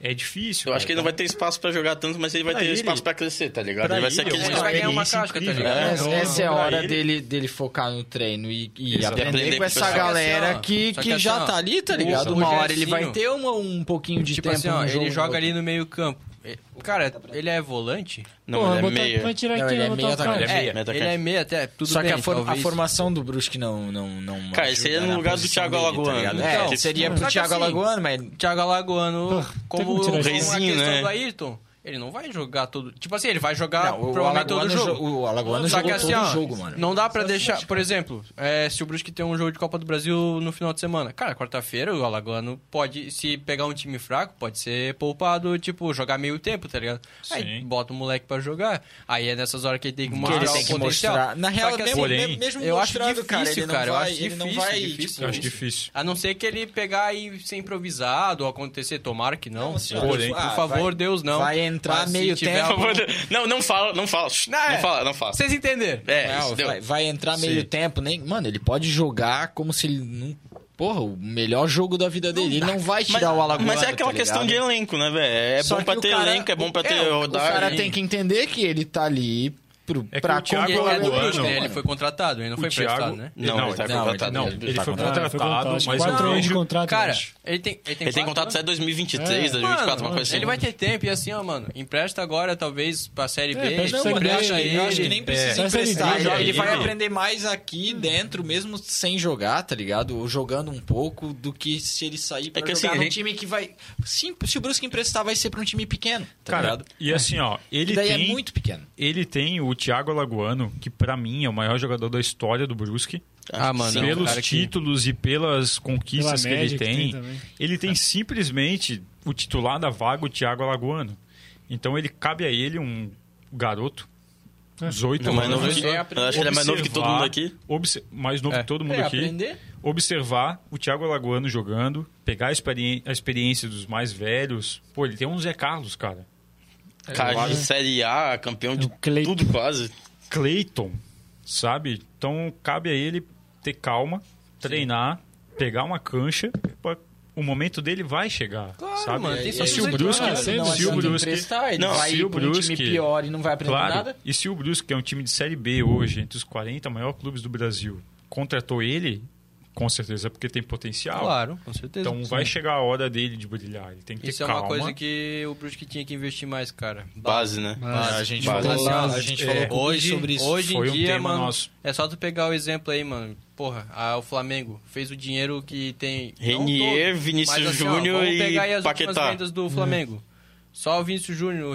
Speaker 2: É difícil.
Speaker 1: Eu acho
Speaker 2: cara.
Speaker 1: que ele não vai ter espaço pra jogar tanto, mas ele vai
Speaker 2: Pra
Speaker 1: ter
Speaker 2: ele-
Speaker 1: espaço pra crescer, tá ligado?
Speaker 2: Pra
Speaker 1: Ele vai ser
Speaker 2: ele, é um
Speaker 1: aquele
Speaker 2: uma
Speaker 4: Ele vai ganhar uma
Speaker 2: experiência
Speaker 4: casca, tá
Speaker 2: incrível. né?
Speaker 4: ligado?
Speaker 3: Essa, essa é a
Speaker 2: Pra
Speaker 3: hora
Speaker 2: ele-
Speaker 3: dele, dele focar no treino e, e
Speaker 2: Exato.
Speaker 3: aprender,
Speaker 1: Aprender
Speaker 3: com
Speaker 1: com
Speaker 3: essa
Speaker 1: pessoal.
Speaker 3: galera
Speaker 4: Só que
Speaker 3: que,
Speaker 4: assim, ó,
Speaker 3: que
Speaker 4: só que
Speaker 3: já
Speaker 4: assim, ó,
Speaker 3: tá ali, tá
Speaker 4: o
Speaker 3: ligado? Uma hora ele
Speaker 4: Gersinho-
Speaker 3: vai ter uma- um pouquinho de
Speaker 4: Tipo
Speaker 3: tempo.
Speaker 4: assim, ó,
Speaker 3: num um jogo,
Speaker 4: ele joga
Speaker 3: no
Speaker 4: ali no meio campo. Cara, ele é volante?
Speaker 1: Não,
Speaker 5: Porra,
Speaker 1: ele é
Speaker 5: botar-
Speaker 1: meio.
Speaker 5: Vai tirar
Speaker 3: Não,
Speaker 5: quem
Speaker 3: ele é
Speaker 5: vai botar
Speaker 3: meio
Speaker 5: o cara?
Speaker 2: atacante.
Speaker 1: É,
Speaker 4: É,
Speaker 1: meio atacante.
Speaker 4: ele é meio até, tudo
Speaker 3: Só
Speaker 4: bem,
Speaker 3: que a, for- a
Speaker 4: talvez.
Speaker 3: formação do Brusque não. não, não
Speaker 1: Cara,
Speaker 3: ajuda
Speaker 4: é
Speaker 1: seria no
Speaker 3: na
Speaker 1: lugar do
Speaker 3: posição
Speaker 1: Thiago
Speaker 3: dele,
Speaker 1: Alagoano,
Speaker 3: ligado?
Speaker 1: né?
Speaker 3: É,
Speaker 1: Então,
Speaker 3: seria
Speaker 4: só
Speaker 3: pro
Speaker 4: que
Speaker 3: Thiago
Speaker 4: assim-
Speaker 3: Alagoano, mas.
Speaker 4: Thiago Alagoano,
Speaker 5: Ah, tem
Speaker 4: como,
Speaker 5: como tirar
Speaker 4: como
Speaker 5: isso?
Speaker 4: a
Speaker 1: Reizinho,
Speaker 4: questão
Speaker 1: né?
Speaker 4: do Ayrton, ele não vai jogar todo... Tipo assim, ele vai jogar
Speaker 3: Não, o
Speaker 4: provavelmente todo
Speaker 3: Alagoano,
Speaker 4: jogo.
Speaker 3: jo- o Alagoano
Speaker 4: Só que
Speaker 3: jogou
Speaker 4: assim,
Speaker 3: todo
Speaker 4: ó,
Speaker 3: jogo, mano.
Speaker 4: não dá pra deixar... Por exemplo, é, se o Brusque tem um jogo de Copa do Brasil no final de semana, cara, quarta-feira o Alagoano pode, se pegar um time fraco, pode ser poupado, tipo, jogar meio tempo, tá ligado? Aí
Speaker 2: Sim.
Speaker 4: bota o moleque pra jogar, aí é nessas horas que ele tem que
Speaker 3: Que
Speaker 4: mostrar
Speaker 3: ele tem
Speaker 4: o
Speaker 3: que
Speaker 4: potencial.
Speaker 3: mostrar. Na
Speaker 4: Só
Speaker 3: real,
Speaker 4: que, assim,
Speaker 3: mesmo,
Speaker 2: Porém,
Speaker 3: mesmo
Speaker 4: eu acho
Speaker 3: mostrando, cara,
Speaker 4: difícil,
Speaker 3: ele não
Speaker 4: cara, eu
Speaker 3: vai.
Speaker 4: acho
Speaker 3: ele não
Speaker 4: difícil,
Speaker 3: vai.
Speaker 4: difícil.
Speaker 2: Eu
Speaker 3: tipo,
Speaker 2: acho difícil.
Speaker 4: A não ser que ele pegar e ser improvisado ou acontecer, tomara que não.
Speaker 3: Não, assim, ó,
Speaker 2: Porém,
Speaker 4: por
Speaker 3: ah,
Speaker 4: favor,
Speaker 3: vai-
Speaker 4: Deus, não.
Speaker 3: vai entrar
Speaker 4: Mas se
Speaker 3: meio
Speaker 4: tiver
Speaker 3: tempo.
Speaker 4: algum-
Speaker 1: Não, não fala, não fala. Shh, Não,
Speaker 4: é.
Speaker 1: fala, não fala.
Speaker 4: Vocês entenderam?
Speaker 1: É,
Speaker 3: Não,
Speaker 1: isso deu.
Speaker 3: vai, vai entrar meio
Speaker 2: Sim.
Speaker 3: tempo, nem. Mano, ele pode jogar como se ele não. Porra, o melhor jogo da vida dele. Ele não vai tirar o Alagoano.
Speaker 1: Mas é aquela
Speaker 3: tá
Speaker 1: questão
Speaker 3: ligado?
Speaker 1: de elenco, né, velho? É
Speaker 3: Só
Speaker 1: bom
Speaker 3: que
Speaker 1: pra
Speaker 3: o
Speaker 1: ter
Speaker 3: cara-
Speaker 1: elenco, é bom pra
Speaker 3: é,
Speaker 1: ter
Speaker 3: o-
Speaker 1: rodagem.
Speaker 3: O cara tem que entender que ele tá ali pro,
Speaker 2: É que
Speaker 3: pra
Speaker 2: o Thiago
Speaker 3: concorrer
Speaker 2: Alagoano-
Speaker 3: com o Brusque,
Speaker 2: Não,
Speaker 4: né? ele
Speaker 3: mano.
Speaker 4: foi contratado, ele não
Speaker 2: O
Speaker 4: foi
Speaker 2: Thiago-
Speaker 4: prestado, né?
Speaker 1: Não,
Speaker 2: Não,
Speaker 1: ele tá
Speaker 3: ele- não,
Speaker 1: contratado.
Speaker 3: ele-
Speaker 2: Não,
Speaker 3: ele
Speaker 2: ele,
Speaker 3: tá
Speaker 2: foi
Speaker 5: Ah, foi
Speaker 2: contratado,
Speaker 5: contratado, acho que
Speaker 2: mas
Speaker 5: quatro
Speaker 2: eu
Speaker 5: anos de
Speaker 2: vejo...
Speaker 5: contrato. eu
Speaker 4: Cara,
Speaker 5: acho.
Speaker 4: ele tem Ele tem
Speaker 1: Ele tem
Speaker 4: quatro
Speaker 1: contrato
Speaker 4: anos?
Speaker 1: até 2023,
Speaker 5: É.
Speaker 1: 2024, uma
Speaker 4: Mano,
Speaker 1: coisa assim.
Speaker 4: Ele vai ter tempo e assim, ó, mano, empresta agora, talvez, pra Série
Speaker 5: É,
Speaker 4: B.
Speaker 5: empresta
Speaker 4: não,
Speaker 5: pra Série B,
Speaker 4: empresta
Speaker 5: eu
Speaker 4: ele.
Speaker 3: acho que nem
Speaker 1: Ah,
Speaker 3: precisa
Speaker 5: Só se ele
Speaker 1: joga
Speaker 3: emprestar. É. Ele, ele
Speaker 1: aí,
Speaker 3: vai
Speaker 1: né?
Speaker 3: aprender mais aqui
Speaker 1: Hum.
Speaker 3: dentro, mesmo sem jogar, tá ligado? Ou jogando um pouco, do que se ele sair pra
Speaker 1: que assim,
Speaker 3: jogar
Speaker 1: a
Speaker 3: num
Speaker 1: gente-
Speaker 3: time que vai... Sim, se o Brusque emprestar, vai ser pra um time pequeno, tá
Speaker 2: Cara,
Speaker 3: ligado?
Speaker 2: e assim, ó, ele
Speaker 3: E daí
Speaker 2: tem,
Speaker 3: é muito pequeno.
Speaker 2: ele tem o Thiago Alagoano, que pra mim é o maior jogador da história do Brusque.
Speaker 4: Ah, mano, é um
Speaker 2: pelos
Speaker 4: cara que-
Speaker 2: títulos e pelas
Speaker 5: Pela
Speaker 2: conquistas que
Speaker 5: média
Speaker 2: ele tem,
Speaker 5: também.
Speaker 2: ele tem simplesmente o titular da vaga, o Thiago Alagoano. Então ele cabe a ele um garoto,
Speaker 5: É.
Speaker 2: 18
Speaker 1: mais
Speaker 2: anos.
Speaker 1: novo que-
Speaker 4: Ele é
Speaker 1: Eu acho que ele é mais novo que todo mundo
Speaker 2: observar-
Speaker 1: aqui.
Speaker 2: obse- mais novo
Speaker 4: É.
Speaker 2: que todo mundo
Speaker 4: É,
Speaker 2: aqui.
Speaker 4: aprender.
Speaker 2: Observar o Thiago Alagoano jogando, pegar a, experi- a experiência dos mais velhos. Pô, ele tem um Zé Carlos, cara.
Speaker 1: Cara de Série A, campeão de
Speaker 5: O Cleiton.
Speaker 1: tudo quase.
Speaker 2: Clayton, sabe? Então cabe a ele ter calma, treinar, pegar uma cancha. pra- O momento dele vai chegar, sabe?
Speaker 4: mano, tem
Speaker 2: E
Speaker 4: só
Speaker 2: se o
Speaker 4: 18
Speaker 2: Brusque,
Speaker 5: anos,
Speaker 2: se
Speaker 5: não
Speaker 2: o
Speaker 5: adianta
Speaker 2: Brusque-
Speaker 3: ele
Speaker 1: Não,
Speaker 3: tá vai
Speaker 2: se
Speaker 3: ir
Speaker 2: o
Speaker 3: pra um time
Speaker 2: Brusque-
Speaker 3: pior e não vai aprender
Speaker 2: Claro.
Speaker 3: nada.
Speaker 2: E se o Brusque, que é um time de Série B hoje, entre os 40 maiores clubes do Brasil, contratou ele, com certeza, porque tem potencial.
Speaker 4: Claro, com certeza.
Speaker 2: Então vai chegar a hora dele de brilhar. Ele tem que ter
Speaker 4: Isso é
Speaker 2: calma.
Speaker 4: uma coisa que o Brusque tinha que investir mais, cara.
Speaker 1: Base, né?
Speaker 5: Mas-
Speaker 3: a gente
Speaker 1: Base.
Speaker 3: falou,
Speaker 5: Base.
Speaker 3: a gente
Speaker 2: É.
Speaker 3: falou com o Gui
Speaker 4: Hoje,
Speaker 3: sobre isso.
Speaker 4: hoje
Speaker 2: Foi
Speaker 4: em
Speaker 2: um
Speaker 4: dia,
Speaker 2: tema
Speaker 4: mano,
Speaker 2: nosso.
Speaker 4: é só tu pegar o exemplo aí, mano. Porra, ah, o Flamengo fez o dinheiro que tem. não
Speaker 1: Renier,
Speaker 4: todo,
Speaker 1: Vinícius
Speaker 4: mas, assim, ó,
Speaker 1: Júnior
Speaker 4: vamos
Speaker 1: e
Speaker 4: pegar aí as últimas
Speaker 1: Paquetá.
Speaker 4: vendas do Flamengo. Só o Vinícius Júnior, o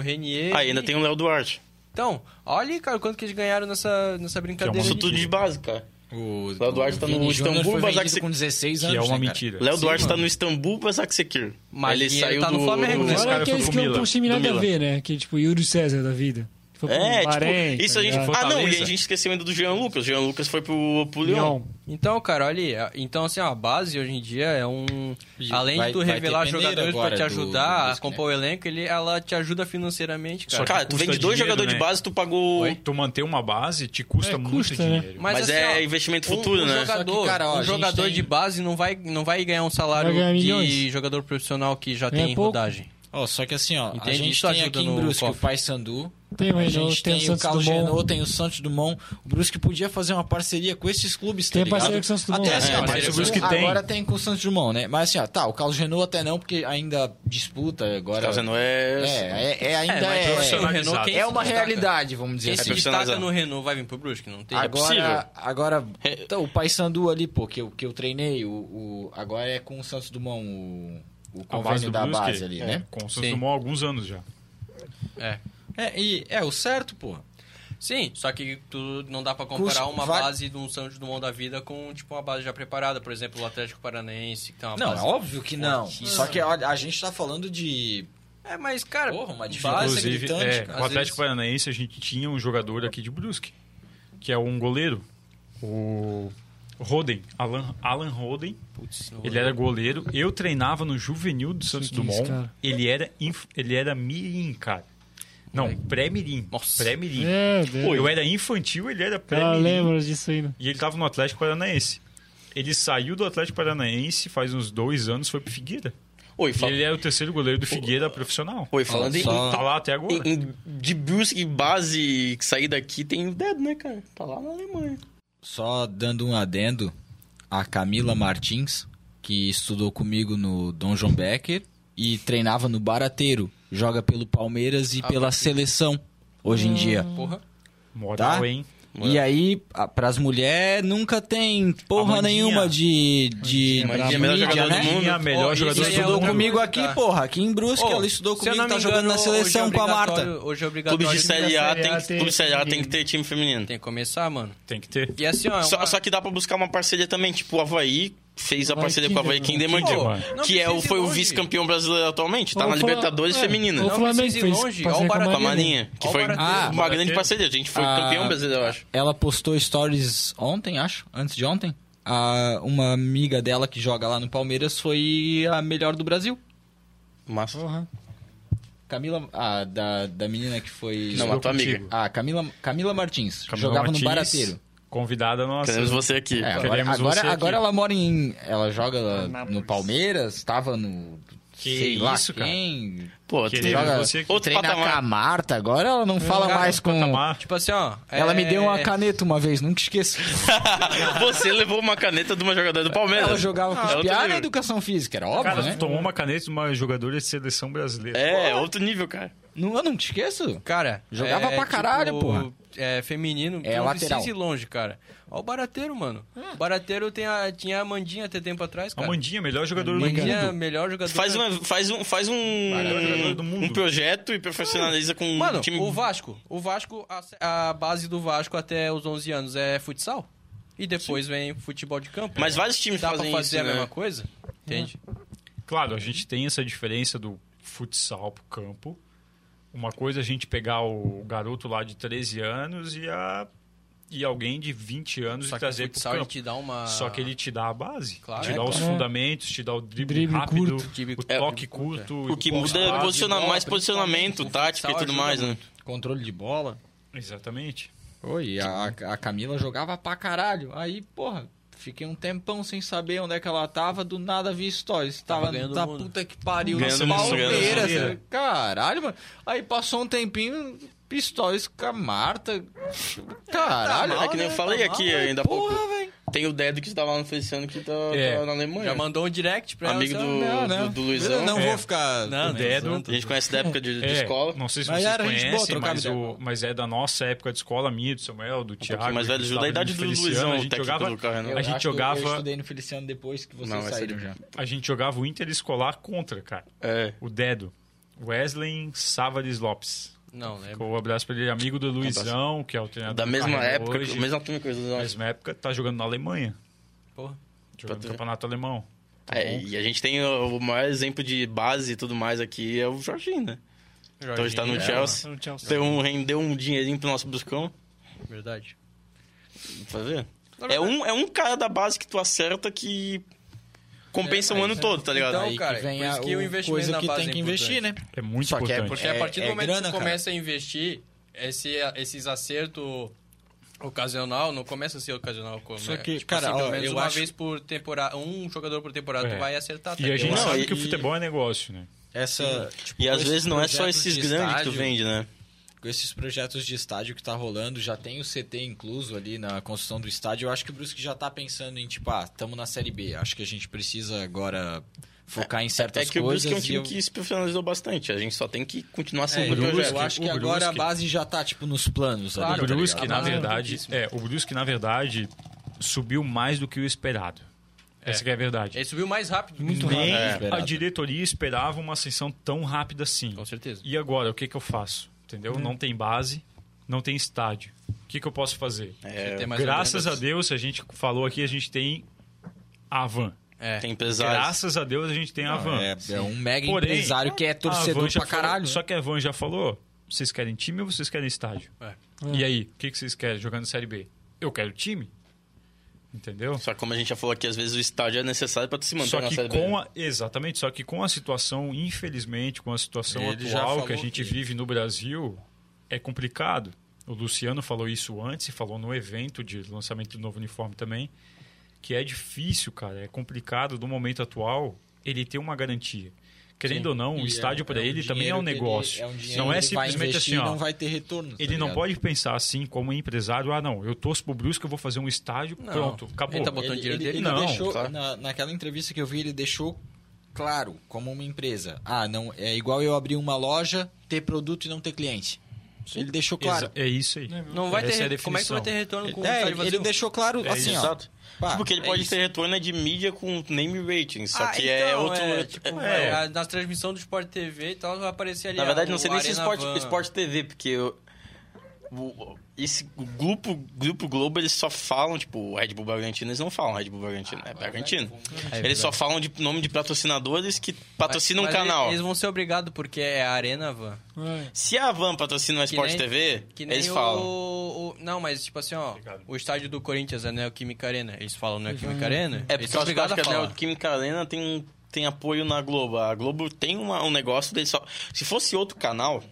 Speaker 1: Aí
Speaker 4: Renier.
Speaker 1: Ah, ainda tem um o Léo Duarte.
Speaker 4: Então, olha aí, cara, quanto que eles ganharam nessa, nessa brincadeira.
Speaker 1: Isso
Speaker 4: aí.
Speaker 1: tudo de base, cara.
Speaker 3: O
Speaker 1: Léo Duarte tá no
Speaker 3: Vini Júnior
Speaker 1: Istambul,
Speaker 3: foi
Speaker 1: mas
Speaker 3: vendido
Speaker 1: Axi-
Speaker 3: com 16 anos,
Speaker 2: Que é
Speaker 3: né,
Speaker 2: uma
Speaker 3: cara?
Speaker 2: mentira.
Speaker 1: Léo Duarte tá no Istambul pra Saksekir.
Speaker 4: Mas
Speaker 1: ele
Speaker 4: ele
Speaker 1: saiu
Speaker 4: tá no
Speaker 1: do... do-
Speaker 4: Flamengo, né?
Speaker 2: Esse
Speaker 5: Agora
Speaker 2: cara
Speaker 5: aqueles
Speaker 2: foi
Speaker 5: que
Speaker 2: pro
Speaker 5: iam pra um
Speaker 2: Milan.
Speaker 5: time nada
Speaker 1: Do
Speaker 5: a ver, né? Que tipo, Yuri César da vida. Que Foi pro
Speaker 1: É,
Speaker 5: Bahrein,
Speaker 1: tipo, isso
Speaker 5: tá
Speaker 1: a gente...
Speaker 5: ligado?
Speaker 1: Ah, não, e
Speaker 2: Fortaleza.
Speaker 1: a gente esqueceu ainda do Jean Lucas. O Jean Lucas foi pro, pro Lyon.
Speaker 5: Lyon.
Speaker 4: Então, cara, olha aí. a- Então, assim, ó, a base hoje em dia é um.
Speaker 3: E
Speaker 4: Além
Speaker 3: vai-
Speaker 4: de tu
Speaker 3: vai ter
Speaker 4: revelar
Speaker 3: peneira
Speaker 4: jogadores pra
Speaker 3: agora
Speaker 4: te
Speaker 3: do- do
Speaker 4: ajudar a
Speaker 3: Brusque, né?
Speaker 4: compor o elenco, ele, ela te ajuda financeiramente, cara.
Speaker 2: Só que
Speaker 1: Cara, tu
Speaker 2: custa
Speaker 1: vende dois
Speaker 2: dinheiro,
Speaker 1: jogadores
Speaker 2: né?
Speaker 1: de base, tu pagou...
Speaker 2: Oi? Tu manter uma base te custa
Speaker 5: É,
Speaker 2: muito
Speaker 5: custa, né?
Speaker 2: dinheiro.
Speaker 1: Mas,
Speaker 4: assim,
Speaker 1: é
Speaker 4: ó,
Speaker 1: investimento
Speaker 4: um-
Speaker 1: futuro,
Speaker 4: um
Speaker 1: né?
Speaker 4: Jogador,
Speaker 3: Só que, cara, ó,
Speaker 4: um
Speaker 3: a gente
Speaker 4: jogador
Speaker 3: tem-
Speaker 4: de base não vai, não vai ganhar um salário
Speaker 5: Vai ganhar
Speaker 4: de
Speaker 5: milhões.
Speaker 4: jogador profissional que já
Speaker 5: Ganha
Speaker 4: tem
Speaker 5: pouco.
Speaker 4: rodagem.
Speaker 3: Ó, só que assim, ó, a
Speaker 4: Entende?
Speaker 3: gente
Speaker 4: Isso
Speaker 3: tem
Speaker 4: ajuda
Speaker 3: aqui em
Speaker 4: no
Speaker 3: Brusque o
Speaker 4: cofre.
Speaker 3: Paysandu,
Speaker 5: Tem o
Speaker 3: a
Speaker 5: Renault,
Speaker 3: gente
Speaker 5: tem o
Speaker 3: tem, o
Speaker 5: Santos
Speaker 3: Carlos
Speaker 5: Dumont.
Speaker 3: Genoa, tem o Santos Dumont. O Brusque podia fazer uma parceria com esses clubes, tá
Speaker 5: Tem a
Speaker 3: ligado?
Speaker 5: parceria com o Santos Dumont.
Speaker 3: Até assim,
Speaker 2: É,
Speaker 3: ó,
Speaker 2: mas
Speaker 3: mas
Speaker 2: o Brusque
Speaker 3: com-
Speaker 2: tem.
Speaker 3: agora tem com o Santos Dumont, né? Mas assim, ó, tá, o Carlos Genoa até não, porque ainda disputa agora.
Speaker 1: Tá fazendo
Speaker 3: É,
Speaker 1: é... É
Speaker 3: é, é ainda
Speaker 4: É, mas
Speaker 3: é,
Speaker 4: o Renault, quem
Speaker 3: é uma
Speaker 4: se destaca?
Speaker 3: realidade, vamos dizer
Speaker 4: Quem
Speaker 3: assim.
Speaker 4: se destaca
Speaker 1: profissionalizando.
Speaker 4: no Renault vai vir pro Brusque, não
Speaker 3: é
Speaker 4: tem?
Speaker 1: possível.
Speaker 3: Agora, agora
Speaker 1: É.
Speaker 3: então, o Paysandu ali, pô, que eu, que eu treinei, o, o- agora é com o Santos Dumont, o, o
Speaker 2: A base do
Speaker 3: convênio da
Speaker 2: Brusque,
Speaker 3: base ali,
Speaker 2: é,
Speaker 3: né?
Speaker 2: Com o Santos
Speaker 4: Sim.
Speaker 2: Dumont há alguns anos já.
Speaker 4: É.
Speaker 3: É, e, é o certo, pô.
Speaker 4: Sim, só que tu não dá pra comparar
Speaker 3: Custo-
Speaker 4: uma
Speaker 3: vai-
Speaker 4: base de um Santos Dumont da vida com tipo uma base já preparada, por exemplo, o Atlético Paranaense, que tem uma
Speaker 3: Não, é
Speaker 4: base.
Speaker 3: óbvio que não. Só que olha, a gente tá falando de.
Speaker 4: É, mas cara,
Speaker 3: Porra, uma diferença
Speaker 4: base,
Speaker 2: Inclusive,
Speaker 3: gritante,
Speaker 2: é,
Speaker 3: cara.
Speaker 2: o
Speaker 4: Às
Speaker 2: Atlético
Speaker 4: vezes-
Speaker 2: Paranaense, a gente tinha um jogador aqui de Brusque, que é um goleiro, o Roden, Alan, Alan Roden.
Speaker 4: Putz, não vou
Speaker 2: Ele era goleiro. Eu treinava no juvenil do Santos
Speaker 5: que é
Speaker 2: Dumont.
Speaker 5: isso, cara.
Speaker 2: ele, era inf- ele era mirim, cara. Não, pré-mirim.
Speaker 4: Nossa.
Speaker 2: Pré-mirim.
Speaker 5: É,
Speaker 2: Pô,
Speaker 5: Deus.
Speaker 2: eu era infantil, ele era
Speaker 5: Ela
Speaker 2: pré-mirim.
Speaker 5: lembra disso aí, né?
Speaker 2: E ele tava no Atlético Paranaense. Ele saiu do Atlético Paranaense faz uns dois anos, foi pro Figueira.
Speaker 1: Oi,
Speaker 2: E
Speaker 1: fala...
Speaker 2: ele era o terceiro goleiro do Figueira profissional.
Speaker 1: Oi, falando em...
Speaker 3: Só-
Speaker 2: Tá lá até agora.
Speaker 1: em- em- De Brusque, base, que sair daqui tem o dedo, né, cara? Tá lá na Alemanha.
Speaker 3: Só dando um adendo, a Camila Martins, que estudou comigo no Dom João Becker e treinava no Barateiro, joga pelo Palmeiras
Speaker 2: Ah,
Speaker 3: e pela seleção hoje em dia.
Speaker 4: Porra.
Speaker 2: Moral,
Speaker 3: Tá?
Speaker 2: hein?
Speaker 3: E aí, a- pras mulheres, nunca tem porra
Speaker 2: A Mandinha.
Speaker 3: nenhuma de, de,
Speaker 1: Mandinha,
Speaker 3: de
Speaker 1: melhor
Speaker 3: mídia,
Speaker 1: jogadora do
Speaker 3: né?
Speaker 1: mundo.
Speaker 2: Tinha a melhor
Speaker 4: Ó,
Speaker 2: jogadora
Speaker 4: isso aí é
Speaker 2: do
Speaker 3: Estudou
Speaker 4: outra
Speaker 2: mundo.
Speaker 3: comigo aqui,
Speaker 4: Tá.
Speaker 3: porra, aqui em Brusque,
Speaker 4: Ô,
Speaker 3: ela estudou
Speaker 4: se eu
Speaker 3: comigo,
Speaker 4: não
Speaker 3: tá
Speaker 4: me
Speaker 3: jogando
Speaker 4: engano,
Speaker 3: na
Speaker 4: hoje
Speaker 3: seleção
Speaker 4: é
Speaker 3: com a Marta.
Speaker 4: obrigatório- Hoje é obrigatório.
Speaker 1: Clubes de
Speaker 4: time da
Speaker 1: Série A
Speaker 5: Série
Speaker 1: tem
Speaker 5: A
Speaker 1: que...
Speaker 5: tem
Speaker 1: Clube de Série A tem
Speaker 5: feminino.
Speaker 1: que ter time feminino.
Speaker 4: Tem que começar, mano.
Speaker 2: Tem que ter.
Speaker 4: E assim, ó, é
Speaker 1: Só,
Speaker 4: uma-
Speaker 1: só que dá pra buscar uma parceria também. Tipo, o Havaí fez a
Speaker 5: Havaí
Speaker 1: parceria com o Havaí Kinderman,
Speaker 2: Kinderman.
Speaker 1: que-
Speaker 4: Pô, não
Speaker 1: que é, o-
Speaker 4: precisa ir
Speaker 1: foi o
Speaker 4: longe.
Speaker 1: vice-campeão brasileiro atualmente. Tá
Speaker 5: Ou
Speaker 1: na
Speaker 5: fala-
Speaker 1: Libertadores
Speaker 5: é,
Speaker 1: feminina.
Speaker 5: ou
Speaker 1: Não,
Speaker 5: fala- Flamengo
Speaker 4: precisa ir
Speaker 5: fez
Speaker 4: longe.
Speaker 5: parceria
Speaker 4: Ó, o
Speaker 5: com a
Speaker 1: Com a
Speaker 4: Barateiro.
Speaker 1: Marinha, que
Speaker 4: Ó, o
Speaker 1: foi
Speaker 4: Barateiro.
Speaker 3: Ah,
Speaker 1: uma grande
Speaker 2: Barateiro.
Speaker 1: parceria. A gente foi
Speaker 3: Ah,
Speaker 1: campeão brasileiro, eu acho.
Speaker 3: Ela postou stories ontem, acho, antes de ontem. A- uma amiga dela que joga lá no Palmeiras foi a melhor do Brasil.
Speaker 1: Mas...
Speaker 5: Porra.
Speaker 3: Camila, a da, da menina que foi.
Speaker 1: Não, a tua amiga.
Speaker 3: Ah, Camila, Camila Martins.
Speaker 2: Camila
Speaker 3: jogava
Speaker 2: Martins.
Speaker 3: no Barateiro.
Speaker 2: Convidada nossa.
Speaker 1: Queremos você aqui. pá.
Speaker 3: É, agora,
Speaker 2: Queremos
Speaker 3: agora,
Speaker 2: você aqui.
Speaker 3: agora ela mora em. Ela joga no Palmeiras, estava no.
Speaker 2: Que
Speaker 3: sei lá
Speaker 2: isso, cara.
Speaker 3: quem.
Speaker 1: Pô, tu-
Speaker 2: Queremos
Speaker 3: Joga-
Speaker 2: você aqui.
Speaker 1: outro
Speaker 3: Treina com a
Speaker 1: patamar.
Speaker 3: Marta, agora ela não fala
Speaker 4: cara,
Speaker 3: mais com.
Speaker 2: Patamar.
Speaker 4: Tipo assim, ó.
Speaker 3: Ela
Speaker 4: é-
Speaker 3: me deu uma caneta uma vez, nunca esqueço.
Speaker 1: Você levou uma caneta de uma jogadora do Palmeiras.
Speaker 3: Ela jogava com
Speaker 1: É
Speaker 3: os
Speaker 1: outro
Speaker 3: piá na
Speaker 1: nível.
Speaker 3: educação física, era óbvio,
Speaker 2: Cara,
Speaker 3: né?
Speaker 2: tu tomou uma caneta de uma jogadora de seleção brasileira.
Speaker 1: É, outro nível, cara.
Speaker 3: Não, eu não te esqueço.
Speaker 4: Cara,
Speaker 3: Jogava pra caralho, porra.
Speaker 4: É feminino,
Speaker 3: É
Speaker 4: não
Speaker 3: lateral. Hum.
Speaker 4: precisa ir longe, cara. Ó o Barateiro, mano. O Barateiro tem a, tinha a Mandinha até tempo atrás,
Speaker 2: A
Speaker 4: cara.
Speaker 2: Mandinha, melhor jogadora do mundo.
Speaker 4: Mandinha, é melhor jogador.
Speaker 1: é Faz, uma, faz um, faz um,
Speaker 2: Maior jogador do mundo.
Speaker 1: um projeto e profissionaliza com
Speaker 4: Mano,
Speaker 1: um time.
Speaker 4: o Vasco. O Vasco, a, a base do Vasco até os 11 anos é futsal. E depois vem futebol de campo.
Speaker 1: Mas vários times
Speaker 4: Dá pra
Speaker 1: fazem
Speaker 4: fazer
Speaker 1: isso,
Speaker 4: a mesma
Speaker 1: né? Hum.
Speaker 4: coisa? Entende?
Speaker 2: Claro, a
Speaker 4: Uhum.
Speaker 2: gente tem essa diferença do futsal pro campo. Uma coisa é a gente pegar o garoto lá de 13 anos e a e alguém de 20 anos
Speaker 4: Só
Speaker 2: e
Speaker 4: que o
Speaker 2: trazer pro
Speaker 4: futsal ele
Speaker 2: campo.
Speaker 4: te dá uma.
Speaker 2: Só que ele te dá a base,
Speaker 4: Claro.
Speaker 2: te
Speaker 4: É,
Speaker 2: dá os
Speaker 5: claro.
Speaker 2: fundamentos, te dá o drible,
Speaker 5: Drible
Speaker 2: rápido,
Speaker 5: curto.
Speaker 4: Drible-
Speaker 2: o
Speaker 4: é,
Speaker 2: toque
Speaker 4: drible curto,
Speaker 2: curto.
Speaker 1: O que
Speaker 2: passo
Speaker 1: muda é
Speaker 2: rápido.
Speaker 1: posiciona-
Speaker 4: bola,
Speaker 1: mais
Speaker 4: principalmente
Speaker 1: posicionamento,
Speaker 4: o futsal
Speaker 1: tática e tudo
Speaker 4: ajuda
Speaker 1: mais, né?
Speaker 4: muito.
Speaker 3: Controle de bola.
Speaker 2: Exatamente.
Speaker 3: Oi, a, a Camila jogava pra caralho. Aí, porra, fiquei um tempão sem saber onde é que ela tava, do nada vi stories.
Speaker 4: Tava
Speaker 3: Tava
Speaker 4: ganhando
Speaker 3: da
Speaker 4: o mundo.
Speaker 3: puta que pariu, no
Speaker 1: Ganhando o mundo,
Speaker 2: ganhando o
Speaker 3: Palmeiras.
Speaker 2: mundo.
Speaker 3: né? Caralho, mano. Aí passou um tempinho, stories com a Marta.
Speaker 4: Tá
Speaker 3: Caralho.
Speaker 1: é que
Speaker 4: né?
Speaker 1: nem eu falei aqui ainda há pouco.
Speaker 3: Porra, velho.
Speaker 1: Tem o Dedo que estava lá no Feliciano que tá,
Speaker 2: É.
Speaker 1: tá na Alemanha.
Speaker 4: Já mandou um direct pra
Speaker 1: Amigo
Speaker 4: ela.
Speaker 1: do, é
Speaker 3: Não, não.
Speaker 1: do, do Luizão.
Speaker 3: Eu não
Speaker 2: É.
Speaker 3: vou ficar...
Speaker 4: Não,
Speaker 2: O dedo.
Speaker 1: A gente conhece da época de, de
Speaker 2: É,
Speaker 1: escola.
Speaker 2: Não sei se
Speaker 3: Mas
Speaker 2: vocês
Speaker 3: era gente boa,
Speaker 2: conhecem,
Speaker 3: trocava
Speaker 2: mas,
Speaker 3: ideia.
Speaker 2: o- mas é da nossa época de escola, minha, do Samuel, do Thiago.
Speaker 1: Um mais velho, ajuda
Speaker 2: do
Speaker 1: a
Speaker 2: Gustavo,
Speaker 1: idade do
Speaker 2: Feliciano,
Speaker 1: Luizão,
Speaker 2: a
Speaker 1: o
Speaker 2: gente
Speaker 1: técnico
Speaker 2: jogava
Speaker 1: do Carrenan.
Speaker 3: Eu
Speaker 2: A gente
Speaker 3: acho que eu-
Speaker 2: jogava-
Speaker 3: Eu estudei no Feliciano depois que vocês
Speaker 1: Não, essa
Speaker 3: saíram
Speaker 1: ele-
Speaker 3: já.
Speaker 1: É.
Speaker 2: O Dedo. Wesley Savares Lopes.
Speaker 4: Não, é lembro.
Speaker 2: Um abraço pra ele, amigo do Luizão, que é o treinador.
Speaker 1: Da
Speaker 2: do
Speaker 4: Ah,
Speaker 1: mesma
Speaker 2: Carregan
Speaker 1: época,
Speaker 2: hoje.
Speaker 1: mesma turma que o Luizão.
Speaker 2: mesma época, tá jogando na Alemanha.
Speaker 4: Porra.
Speaker 2: Jogando
Speaker 1: tu
Speaker 2: no
Speaker 1: ver.
Speaker 2: campeonato alemão.
Speaker 1: É, e a gente tem o o maior exemplo de base e tudo mais aqui é o Jorginho, né? Então hoje tá no
Speaker 4: Jorginho,
Speaker 1: Chelsea.
Speaker 5: Então, tchau.
Speaker 1: Deu um, rendeu um dinheirinho pro nosso buscão.
Speaker 4: é, Verdade.
Speaker 1: Fazer? É um, é um cara da base que tu acerta que compensa o ano todo, tá ligado?
Speaker 4: Então,
Speaker 3: Aí
Speaker 4: cara,
Speaker 3: que vem
Speaker 4: por isso
Speaker 3: a
Speaker 4: que o
Speaker 3: o-
Speaker 4: investimento
Speaker 3: coisa
Speaker 4: na
Speaker 3: que
Speaker 4: base
Speaker 3: tem
Speaker 4: é
Speaker 3: que investir, né?
Speaker 2: É muito
Speaker 3: Só que é
Speaker 2: importante.
Speaker 4: Porque
Speaker 3: É-
Speaker 4: a partir do
Speaker 3: é
Speaker 4: momento
Speaker 3: grana,
Speaker 4: que tu
Speaker 3: cara.
Speaker 4: começa a investir, esse, esses acertos ocasional não começa a ser ocasional. Como,
Speaker 3: Só que,
Speaker 4: tipo
Speaker 3: cara,
Speaker 4: assim, pelo
Speaker 3: ó,
Speaker 4: menos
Speaker 3: eu
Speaker 4: uma
Speaker 3: acho-
Speaker 4: vez por temporada, um jogador por temporada
Speaker 2: É.
Speaker 4: tu vai acertar. tá
Speaker 2: E a
Speaker 4: ligado?
Speaker 2: gente
Speaker 1: Não,
Speaker 2: sabe
Speaker 1: e-
Speaker 2: que o futebol é negócio, né?
Speaker 3: Essa, tipo,
Speaker 1: e às
Speaker 3: esses
Speaker 1: vezes não é só
Speaker 3: projetos
Speaker 1: esses
Speaker 3: de
Speaker 1: grandes que tu
Speaker 3: estádio-
Speaker 1: vende, né?
Speaker 3: Com esses projetos de estádio que tá rolando, já tem o CT incluso ali na construção do estádio. Eu acho que o Brusque já tá pensando em, tipo, ah, estamos na Série B. Acho que a gente precisa agora focar em
Speaker 1: É
Speaker 3: certas
Speaker 1: que o
Speaker 3: coisas.
Speaker 1: Brusque é um
Speaker 3: e
Speaker 1: time
Speaker 3: eu-
Speaker 1: que se profissionalizou bastante. A gente só tem que continuar
Speaker 3: É,
Speaker 1: seguindo
Speaker 3: eu
Speaker 1: o projeto.
Speaker 3: acho que
Speaker 2: o
Speaker 3: agora a
Speaker 2: Brusque-
Speaker 3: base já tá, tipo, nos planos
Speaker 4: Claro,
Speaker 3: ali.
Speaker 2: o
Speaker 3: tá
Speaker 2: Brusque,
Speaker 3: ligado?
Speaker 2: na
Speaker 4: Ah,
Speaker 2: verdade,
Speaker 4: importantíssimo.
Speaker 2: é, o Brusque, na verdade, subiu mais do que o esperado. Essa que é a verdade.
Speaker 4: Ele subiu mais rápido.
Speaker 5: Muito
Speaker 4: rápido.
Speaker 2: Nem
Speaker 1: É.
Speaker 2: a diretoria esperava uma ascensão tão rápida assim.
Speaker 4: Com certeza.
Speaker 2: E agora, o que, que eu faço? Entendeu?
Speaker 3: Hum.
Speaker 2: Não tem base, não tem estádio. O que, que eu posso fazer?
Speaker 1: É,
Speaker 4: Tem mais
Speaker 2: Graças a
Speaker 4: vendas.
Speaker 2: Deus, a gente falou aqui, a gente tem a van.
Speaker 4: É.
Speaker 1: tem empresários.
Speaker 2: Graças a Deus, a gente tem a van.
Speaker 3: É, é um mega
Speaker 2: Porém,
Speaker 3: empresário que é
Speaker 2: a Van
Speaker 3: torcedor
Speaker 2: já
Speaker 3: pra caralho. né?
Speaker 2: Falou, só que a Van já falou: vocês querem time ou vocês querem estádio?
Speaker 4: É.
Speaker 2: E aí, o que, que vocês querem jogando Série B? Eu quero time. Entendeu?
Speaker 1: Só que como a gente já falou aqui, às vezes o estádio é necessário pra tu se manter
Speaker 2: Só
Speaker 1: na
Speaker 2: que
Speaker 1: Série B.
Speaker 2: com a, exatamente, só que com a situação, infelizmente, com a situação
Speaker 3: Ele já
Speaker 2: atual
Speaker 3: falou
Speaker 2: que a gente
Speaker 3: que-
Speaker 2: vive no Brasil, é complicado. O Luciano falou isso antes e falou no evento de lançamento do novo uniforme também, que é difícil, cara, é complicado no momento atual ele ter uma garantia. Querendo ou não,
Speaker 3: E
Speaker 2: o estádio para
Speaker 3: um
Speaker 2: ele também é
Speaker 3: dinheiro
Speaker 2: um
Speaker 3: que ele-
Speaker 2: negócio.
Speaker 3: é um dinheiro
Speaker 2: não é
Speaker 3: que ele vai
Speaker 2: simplesmente
Speaker 3: investir
Speaker 2: assim,
Speaker 3: e
Speaker 2: ó.
Speaker 3: não vai ter retorno. tá
Speaker 2: Ele não
Speaker 3: ligado?
Speaker 2: pode pensar assim como empresário, ah não, eu torço pro Brusque, eu vou fazer um estádio,
Speaker 4: Não.
Speaker 2: pronto, acabou.
Speaker 4: Ele tá botando
Speaker 3: Ele,
Speaker 4: dinheiro
Speaker 3: ele- ele
Speaker 4: dele?
Speaker 2: Não,
Speaker 3: deixou,
Speaker 1: claro.
Speaker 3: na- naquela entrevista que eu vi, ele deixou claro, como uma empresa. Ah, não é igual eu abrir uma loja, ter produto e não ter cliente. Ele deixou claro.
Speaker 2: Exa- É isso aí.
Speaker 4: Não vai
Speaker 2: Essa é a
Speaker 4: ter. como é que tu
Speaker 2: definição.
Speaker 4: vai ter retorno com o
Speaker 3: É,
Speaker 4: estádio
Speaker 3: ele, ele
Speaker 4: vazio?
Speaker 3: deixou claro
Speaker 1: É
Speaker 3: assim,
Speaker 1: isso,
Speaker 3: ó.
Speaker 1: exato.
Speaker 3: pá,
Speaker 1: Porque ele
Speaker 3: é
Speaker 1: pode
Speaker 3: isso.
Speaker 1: ter retorno de mídia com name ratings. Só
Speaker 4: Ah,
Speaker 1: que é
Speaker 4: então,
Speaker 1: outro.
Speaker 4: É, tipo,
Speaker 2: é.
Speaker 4: vai- nas transmissões do Sport TV e tal, vai aparecer ali.
Speaker 1: Na
Speaker 4: ah,
Speaker 1: verdade,
Speaker 4: o
Speaker 1: não sei nem se é
Speaker 4: Arena
Speaker 1: esporte,
Speaker 4: Van.
Speaker 1: esporte TV, porque eu- o- esse o grupo, grupo Globo, eles só falam, tipo, o Red Bull Bragantino, eles não falam Red Bull
Speaker 4: Ah,
Speaker 1: Bragantino, é Bragantino. eles só falam de nome de patrocinadores que patrocinam
Speaker 4: Mas
Speaker 1: um canal.
Speaker 4: Eles vão ser obrigados porque é a Arena Van.
Speaker 5: É.
Speaker 1: Se a Van patrocina a
Speaker 4: Que
Speaker 1: Sport
Speaker 4: nem-
Speaker 1: TV,
Speaker 4: Que nem
Speaker 1: eles
Speaker 4: o,
Speaker 1: falam.
Speaker 4: o- Não, mas tipo assim, ó. O estádio do Corinthians é Neoquímica Arena. Eles falam Neoquímica Arena.
Speaker 1: É porque
Speaker 4: eles são
Speaker 1: eu acho que
Speaker 4: obrigados
Speaker 1: a
Speaker 4: a falar.
Speaker 1: Neoquímica Arena tem, um- tem apoio na Globo. A Globo tem uma- um negócio deles só. Se fosse outro canal,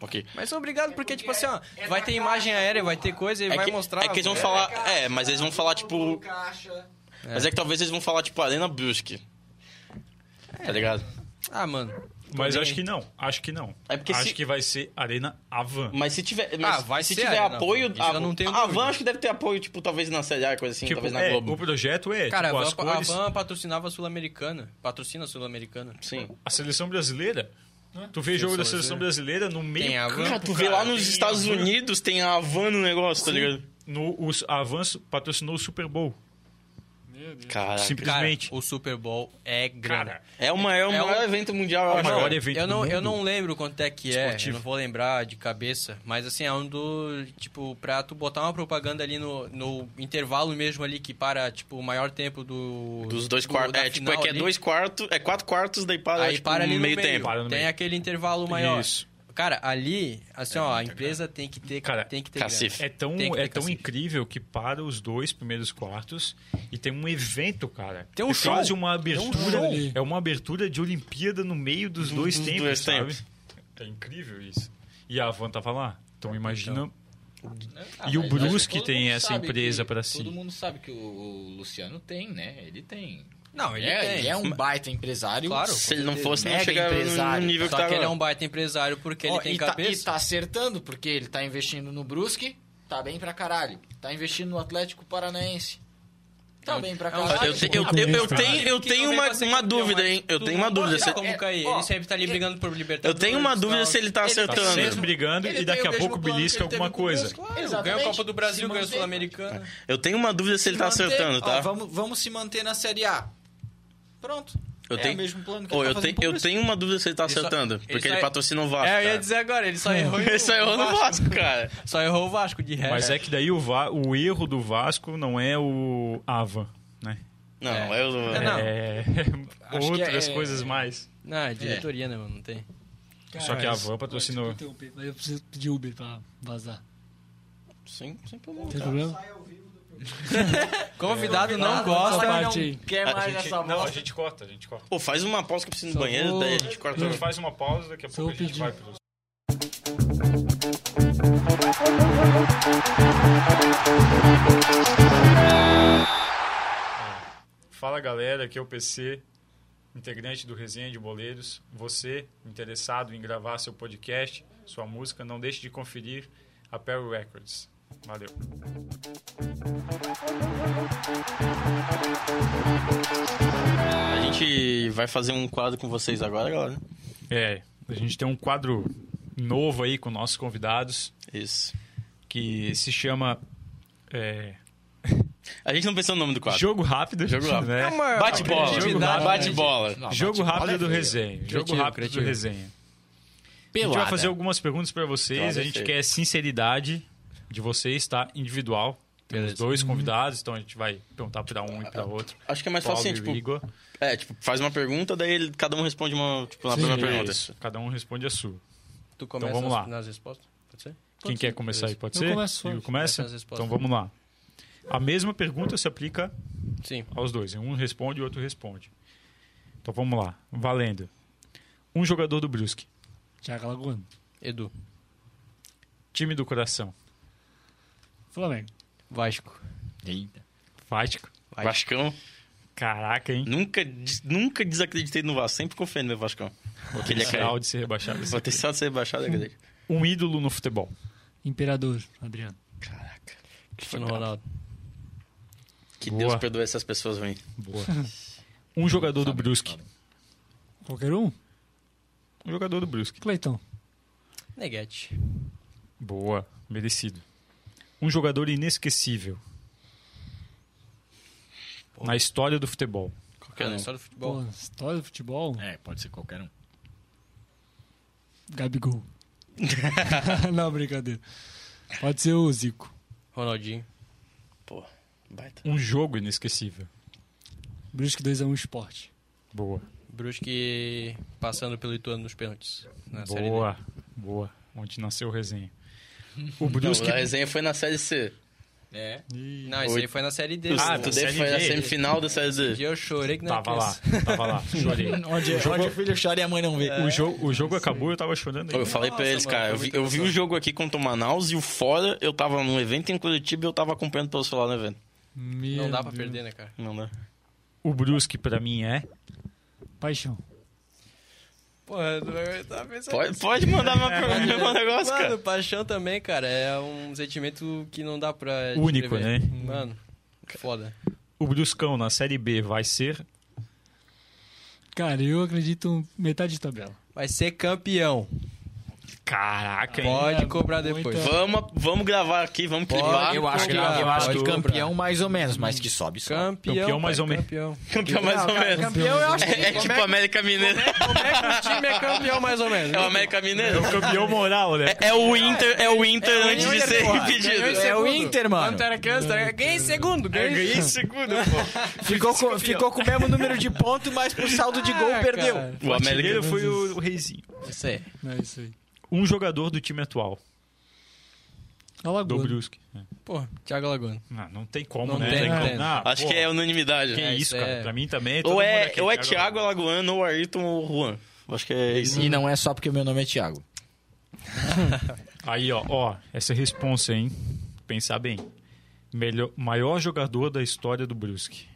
Speaker 1: ok.
Speaker 4: Mas são obrigado porque, tipo assim, ó,
Speaker 2: É
Speaker 4: vai ter imagem aérea, vai ter coisa e
Speaker 1: É
Speaker 4: vai
Speaker 1: que,
Speaker 4: mostrar.
Speaker 1: é que eles vão
Speaker 4: é,
Speaker 1: falar. É, mas eles vão falar, tipo.
Speaker 3: Caixa.
Speaker 1: Mas é que talvez eles vão falar, tipo, Arena Brusque.
Speaker 4: É.
Speaker 1: Tá ligado?
Speaker 4: Ah, mano.
Speaker 2: Mas
Speaker 4: Também.
Speaker 2: acho que não, acho que não.
Speaker 1: É porque
Speaker 2: acho
Speaker 1: se- Hum,
Speaker 2: que vai ser Arena Avan.
Speaker 1: Mas se tiver. mas
Speaker 4: Ah, vai
Speaker 1: se
Speaker 4: ser
Speaker 1: tiver
Speaker 4: Arena,
Speaker 1: apoio.
Speaker 4: isso
Speaker 1: a,
Speaker 4: eu não tenho
Speaker 1: a
Speaker 4: dúvida.
Speaker 1: Van acho que deve ter apoio, tipo, talvez na Série A, coisa assim,
Speaker 2: tipo,
Speaker 1: talvez na
Speaker 2: é, o
Speaker 1: Globo.
Speaker 2: projeto é,
Speaker 4: Cara,
Speaker 2: tipo,
Speaker 4: a,
Speaker 2: as
Speaker 4: Van, a
Speaker 2: cores...
Speaker 4: Van patrocinava a Sul-Americana. Patrocina a Sul-Americana.
Speaker 1: Sim.
Speaker 2: A seleção brasileira?
Speaker 4: é?
Speaker 2: Tu vê jogo da seleção brasileira no meio
Speaker 4: Tem é a van.
Speaker 2: campo,
Speaker 1: Cara, tu vê
Speaker 2: cara,
Speaker 1: lá nos
Speaker 2: tem
Speaker 1: Estados
Speaker 2: a van.
Speaker 1: Unidos, tem a Van no negócio, tá ligado?
Speaker 2: No, os, a Van su- patrocinou o Super Bowl.
Speaker 5: Meu Deus.
Speaker 1: É, Cara,
Speaker 4: Cara,
Speaker 2: Simplesmente.
Speaker 4: o Super Bowl é grana.
Speaker 2: Cara,
Speaker 1: é, o maior-
Speaker 4: É
Speaker 1: o maior
Speaker 4: um-
Speaker 1: evento mundial, eu
Speaker 2: é o
Speaker 1: acho.
Speaker 2: maior
Speaker 1: cara.
Speaker 2: evento
Speaker 4: Eu não,
Speaker 2: do
Speaker 4: eu
Speaker 2: mundo.
Speaker 4: não lembro quanto é que é, eu
Speaker 2: Esportivo.
Speaker 4: não vou lembrar de cabeça, mas assim, é um do. Tipo, pra tu botar uma propaganda ali no, no intervalo mesmo ali que para, tipo, o maior tempo do.
Speaker 1: Dos dois
Speaker 4: do-
Speaker 1: quartos.
Speaker 4: da
Speaker 1: É, tipo, é
Speaker 4: final
Speaker 1: que é
Speaker 4: ali.
Speaker 1: dois quartos, é quatro quartos, daí para,
Speaker 4: Aí
Speaker 1: tipo,
Speaker 4: para ali no
Speaker 1: meio
Speaker 4: meio,
Speaker 1: tempo.
Speaker 2: Para no
Speaker 4: Tem
Speaker 2: meio.
Speaker 4: aquele intervalo maior.
Speaker 2: Isso.
Speaker 4: Cara, ali, assim,
Speaker 1: Uhum.
Speaker 4: ó, a empresa tem que ter.
Speaker 2: Cara,
Speaker 4: tem que ter.
Speaker 1: Cacife.
Speaker 2: É tão,
Speaker 4: Tem que ter
Speaker 2: é tão
Speaker 4: cacife.
Speaker 2: incrível que para os dois primeiros quartos e tem um evento, cara.
Speaker 4: Tem um
Speaker 2: é
Speaker 4: show.
Speaker 2: quase uma
Speaker 4: Tem um
Speaker 2: abertura.
Speaker 5: show ali.
Speaker 2: é uma abertura de Olimpíada no meio dos dois
Speaker 1: dos
Speaker 2: tempos,
Speaker 1: dois
Speaker 2: sabe?
Speaker 1: tempos.
Speaker 2: É incrível isso. E a Van tava lá. Então imagina. E o Brusque tem essa empresa pra si.
Speaker 6: Todo mundo sabe que o, o Luciano tem, né? Ele tem.
Speaker 4: Não, ele
Speaker 3: É,
Speaker 4: tem.
Speaker 3: ele é um baita empresário.
Speaker 4: Claro.
Speaker 1: Se ele não fosse, não
Speaker 3: Mega
Speaker 1: chegava no
Speaker 3: empresário.
Speaker 1: nível que
Speaker 4: Só
Speaker 1: tá
Speaker 4: que ele é um
Speaker 1: agora.
Speaker 4: baita empresário porque
Speaker 3: Ó,
Speaker 4: ele tem
Speaker 3: e tá-
Speaker 4: cabeça.
Speaker 3: e tá acertando, porque ele tá investindo no Brusque, tá bem pra caralho. Tá investindo no Atlético Paranaense. Tá bem pra
Speaker 4: é um-
Speaker 3: caralho.
Speaker 1: Eu, te- eu,
Speaker 2: Ah,
Speaker 1: eu, eu
Speaker 2: cara.
Speaker 1: tenho, eu
Speaker 4: Que
Speaker 1: tenho
Speaker 4: não vem
Speaker 1: uma,
Speaker 4: pra ser
Speaker 1: uma
Speaker 4: campeão,
Speaker 1: dúvida,
Speaker 4: mas
Speaker 1: hein? Eu
Speaker 4: tu
Speaker 1: tenho uma
Speaker 4: não
Speaker 1: dúvida.
Speaker 4: pode
Speaker 1: se-
Speaker 4: dar como cair.
Speaker 3: ó,
Speaker 4: ele sempre tá ali brigando por
Speaker 1: Eu
Speaker 4: Libertadores.
Speaker 1: tenho uma
Speaker 4: e
Speaker 1: dúvida
Speaker 4: tal.
Speaker 1: se ele tá
Speaker 3: Ele tá tá
Speaker 4: Então,
Speaker 2: Tá
Speaker 1: acertando.
Speaker 2: sempre brigando e
Speaker 3: Ele
Speaker 2: daqui
Speaker 3: tem
Speaker 2: a
Speaker 3: o mesmo
Speaker 2: pouco
Speaker 3: plano que
Speaker 2: belisca
Speaker 3: ele teve
Speaker 2: alguma
Speaker 3: com o
Speaker 2: coisa.
Speaker 3: Brusque. Claro,
Speaker 4: Ganhou a
Speaker 3: exatamente.
Speaker 4: Copa do Brasil,
Speaker 3: Se
Speaker 4: ganhou a
Speaker 3: manter.
Speaker 4: Sul-Americana.
Speaker 1: Eu tenho uma dúvida se ele tá
Speaker 3: manter.
Speaker 1: acertando,
Speaker 3: Ó,
Speaker 1: tá?
Speaker 3: vamos, vamos se manter na Série A. Pronto.
Speaker 1: Eu
Speaker 3: é
Speaker 1: tenho-
Speaker 3: o mesmo plano que
Speaker 1: Ô,
Speaker 3: ele
Speaker 1: eu,
Speaker 3: tá
Speaker 1: tenho
Speaker 3: fazendo pro
Speaker 1: eu
Speaker 3: Brusque.
Speaker 1: tenho uma dúvida se ele tá
Speaker 4: só-
Speaker 1: acertando.
Speaker 4: ele
Speaker 1: porque
Speaker 4: só-
Speaker 1: ele patrocina o Vasco.
Speaker 4: É, eu ia
Speaker 1: cara.
Speaker 4: dizer agora, ele só errou.
Speaker 1: Ah, tá. Hum. Ele só errou no Vasco, cara.
Speaker 4: Só errou o Vasco de resto.
Speaker 2: Mas é que daí o, Va- o erro do Vasco não é o Avan, né?
Speaker 1: Não, eu
Speaker 4: É, não.
Speaker 2: É,
Speaker 3: que
Speaker 2: outras
Speaker 3: é-
Speaker 2: coisas mais.
Speaker 4: Não, é diretoria, né, mano? Não tem.
Speaker 1: É.
Speaker 2: Só que a Van
Speaker 5: Pode,
Speaker 2: patrocinou.
Speaker 5: desculpa interromper, Mas eu preciso pedir Uber pra vazar.
Speaker 1: Sem, sem problema.
Speaker 5: Tem problema?
Speaker 4: Convidado não
Speaker 5: Essa
Speaker 4: gosta.
Speaker 5: parte aí.
Speaker 3: Quer
Speaker 2: A
Speaker 3: mais
Speaker 2: gente-
Speaker 3: essa
Speaker 2: não,
Speaker 3: bola?
Speaker 2: a gente corta, a gente corta.
Speaker 1: Pô, faz uma pausa que eu preciso ir no
Speaker 5: Só
Speaker 1: banheiro,
Speaker 5: vou-
Speaker 1: daí a gente
Speaker 2: A
Speaker 1: corta.
Speaker 2: gente Então faz uma pausa, daqui a
Speaker 5: Só
Speaker 2: pouco a
Speaker 5: vou
Speaker 2: gente
Speaker 5: pedir.
Speaker 2: vai pro... Fala galera, aqui é o PC, integrante do Resenha de Boleiros. Você, interessado em gravar seu podcast, sua música, não deixe de conferir a Perry Records. Valeu.
Speaker 1: A gente vai fazer um quadro com vocês agora, galera.
Speaker 2: É, a gente tem um quadro novo aí com nossos convidados,
Speaker 1: Isso.
Speaker 2: que se chama... é,
Speaker 1: A gente não pensou no nome do quadro.
Speaker 2: Jogo rápido.
Speaker 1: Jogo rápido.
Speaker 2: Né?
Speaker 1: Bate bola.
Speaker 2: Jogo rápido.
Speaker 1: Bate bola.
Speaker 3: Não,
Speaker 2: Jogo
Speaker 3: bate-bola
Speaker 2: rápido
Speaker 3: é
Speaker 2: do
Speaker 3: feio.
Speaker 2: resenha. Jogo
Speaker 4: Criativo,
Speaker 2: rápido
Speaker 4: criativo.
Speaker 2: do resenha. A gente
Speaker 3: Pelada.
Speaker 2: vai fazer algumas perguntas para vocês.
Speaker 1: Pelada
Speaker 2: A
Speaker 1: é
Speaker 2: gente
Speaker 1: feio.
Speaker 2: quer sinceridade de vocês, tá? Individual. Temos
Speaker 4: Beleza.
Speaker 2: dois convidados, então a gente vai perguntar para um e para outro.
Speaker 1: Acho que é mais
Speaker 2: Paulo
Speaker 1: fácil,
Speaker 2: e
Speaker 1: assim, tipo,
Speaker 2: Igor.
Speaker 1: é, tipo, faz uma pergunta, daí ele- cada um responde uma, tipo, na primeira
Speaker 2: É
Speaker 1: pergunta.
Speaker 2: isso. Cada um responde a sua.
Speaker 1: Então
Speaker 4: Tu começa
Speaker 2: vamos lá.
Speaker 4: nas- nas respostas? Pode ser?
Speaker 2: Quem quer começar aí? Pode
Speaker 5: Eu
Speaker 2: ser?
Speaker 5: começo
Speaker 2: Igor
Speaker 5: hoje.
Speaker 2: começa?
Speaker 4: Começa as respostas.
Speaker 2: Então vamos lá. A mesma pergunta se aplica
Speaker 4: Sim.
Speaker 2: aos dois. Um responde e o outro responde. Então vamos lá. Valendo. Um jogador do Brusque.
Speaker 5: Tiago Lagoa.
Speaker 4: Edu.
Speaker 2: Time do coração.
Speaker 5: Flamengo.
Speaker 4: Vasco.
Speaker 3: Eita.
Speaker 2: Vasco.
Speaker 1: Vascão.
Speaker 2: Caraca, hein?
Speaker 1: Nunca, des- nunca desacreditei no Vasco. Sempre confiei no meu Vascão. Porque ele é ia
Speaker 2: Real
Speaker 1: cair.
Speaker 2: de ser rebaixado.
Speaker 1: Potencial de ser baixado é grande.
Speaker 2: Um ídolo no futebol.
Speaker 5: Imperador, Adriano.
Speaker 1: Caraca.
Speaker 4: Cristiano Ronaldo.
Speaker 1: Que
Speaker 2: Boa.
Speaker 1: Deus perdoe essas pessoas ruins.
Speaker 2: Boa. Um jogador do Brusque.
Speaker 5: Qualquer um?
Speaker 2: Um jogador do Brusque.
Speaker 5: Cleitão.
Speaker 4: Neguete.
Speaker 2: Boa. Merecido. Um jogador inesquecível. Na história do futebol.
Speaker 1: Qualquer
Speaker 4: Ah,
Speaker 1: um.
Speaker 4: Só do futebol.
Speaker 5: Pô, história do futebol.
Speaker 3: É, pode ser qualquer um.
Speaker 5: Gabigol. Não, brincadeira. Pode ser o Zico.
Speaker 4: Ronaldinho.
Speaker 1: Pô, baita.
Speaker 2: Um jogo inesquecível.
Speaker 5: Brusque 2x1 Sport.
Speaker 2: Boa.
Speaker 4: Brusque passando pelo Ituano nos pênaltis. Na série D.
Speaker 2: Boa. Boa. Onde nasceu o resenha. O
Speaker 1: Não,
Speaker 2: Brusque.
Speaker 1: a resenha foi na Série C.
Speaker 3: É.
Speaker 4: Não, isso aí
Speaker 1: Oito.
Speaker 4: foi na série D.
Speaker 2: Ah,
Speaker 1: Ah, tu
Speaker 2: tá
Speaker 1: deve
Speaker 2: Série
Speaker 1: foi
Speaker 2: D.
Speaker 1: na semifinal da série
Speaker 4: Um
Speaker 1: D.
Speaker 4: dia eu chorei que não
Speaker 2: Tava lá, tava lá, chorei.
Speaker 3: Onde, onde o filho chora e a mãe não
Speaker 4: é
Speaker 3: vê.
Speaker 2: O jogo, o jogo acabou, eu tava chorando.
Speaker 1: Ô, Eu falei pra
Speaker 4: Nossa,
Speaker 1: eles,
Speaker 4: mano,
Speaker 1: cara, eu
Speaker 4: foi
Speaker 1: vi,
Speaker 4: muita
Speaker 1: eu vi o
Speaker 4: emoção.
Speaker 1: jogo aqui contra o Manaus e o fora, eu tava num evento em Curitiba e eu tava acompanhando pelo celular no evento.
Speaker 4: Não dá pra perder, né, cara?
Speaker 1: Não dá.
Speaker 2: O Brusque, pra mim, é...
Speaker 5: né? Paixão.
Speaker 4: Porra, eu não tava pensando
Speaker 1: Pode, pode mandar meu, meu, é um negócio,
Speaker 4: Mano,
Speaker 1: cara.
Speaker 4: paixão também, cara, é um sentimento que não dá pra.
Speaker 2: Único,
Speaker 4: descrever.
Speaker 2: né?
Speaker 4: Mano, foda.
Speaker 2: O Bruscão na Série B vai ser...
Speaker 5: Cara, eu acredito metade de tabela.
Speaker 4: Vai ser campeão.
Speaker 2: Caraca, hein?
Speaker 4: Pode
Speaker 5: É,
Speaker 4: cobrar
Speaker 5: muita-
Speaker 4: depois.
Speaker 1: Vamos, vamos gravar aqui, vamos clipar.
Speaker 3: Eu acho que,
Speaker 4: Pode
Speaker 3: eu
Speaker 4: cobrar,
Speaker 3: acho que
Speaker 4: pode
Speaker 3: campeão mais ou menos, mas que sobe só.
Speaker 4: Campeão.
Speaker 2: Campeão, mais
Speaker 4: pai,
Speaker 2: ou menos.
Speaker 4: Campeão.
Speaker 1: Campeão mais ou menos.
Speaker 3: Campeão eu acho
Speaker 1: É, é tipo América Mineira.
Speaker 4: Como é que o time é campeão, mais ou menos?
Speaker 1: É o América Mineiro.
Speaker 2: Campeão moral, né?
Speaker 1: É, é o Inter, é o Inter antes de ser impedido.
Speaker 3: É o Inter, mano.
Speaker 4: Quando tu era criança, tu era- ganhei em segundo. Ganhei em
Speaker 1: Ganhei segunda, pô.
Speaker 3: Ficou com, ficou com o mesmo número de pontos, mas por saldo de gol
Speaker 4: Ah,
Speaker 3: perdeu.
Speaker 4: cara.
Speaker 1: O América
Speaker 2: Ele foi o, o reizinho.
Speaker 4: Isso aí.
Speaker 5: É isso aí.
Speaker 2: Um jogador do time atual, do
Speaker 5: Alagoas.
Speaker 2: Brusque.
Speaker 4: Porra, Thiago Lagoa.
Speaker 2: Ah, não tem como,
Speaker 4: Não
Speaker 2: né?
Speaker 4: tem
Speaker 2: Não,
Speaker 4: como.
Speaker 2: Ah,
Speaker 1: Acho
Speaker 2: pô,
Speaker 1: que é unanimidade.
Speaker 2: Que
Speaker 1: né?
Speaker 2: isso,
Speaker 4: isso
Speaker 2: cara.
Speaker 4: é-
Speaker 2: Pra mim também. todo
Speaker 1: Ou
Speaker 2: mundo
Speaker 1: é,
Speaker 2: aqui,
Speaker 1: ou é Thiago Alagoano, ou Ayrton, ou Juan. Acho que é isso.
Speaker 3: E não é só porque o meu nome é Thiago.
Speaker 2: Aí, ó, ó, essa responsa, hein? Pensar bem. Melhor, maior jogador da história do Brusque.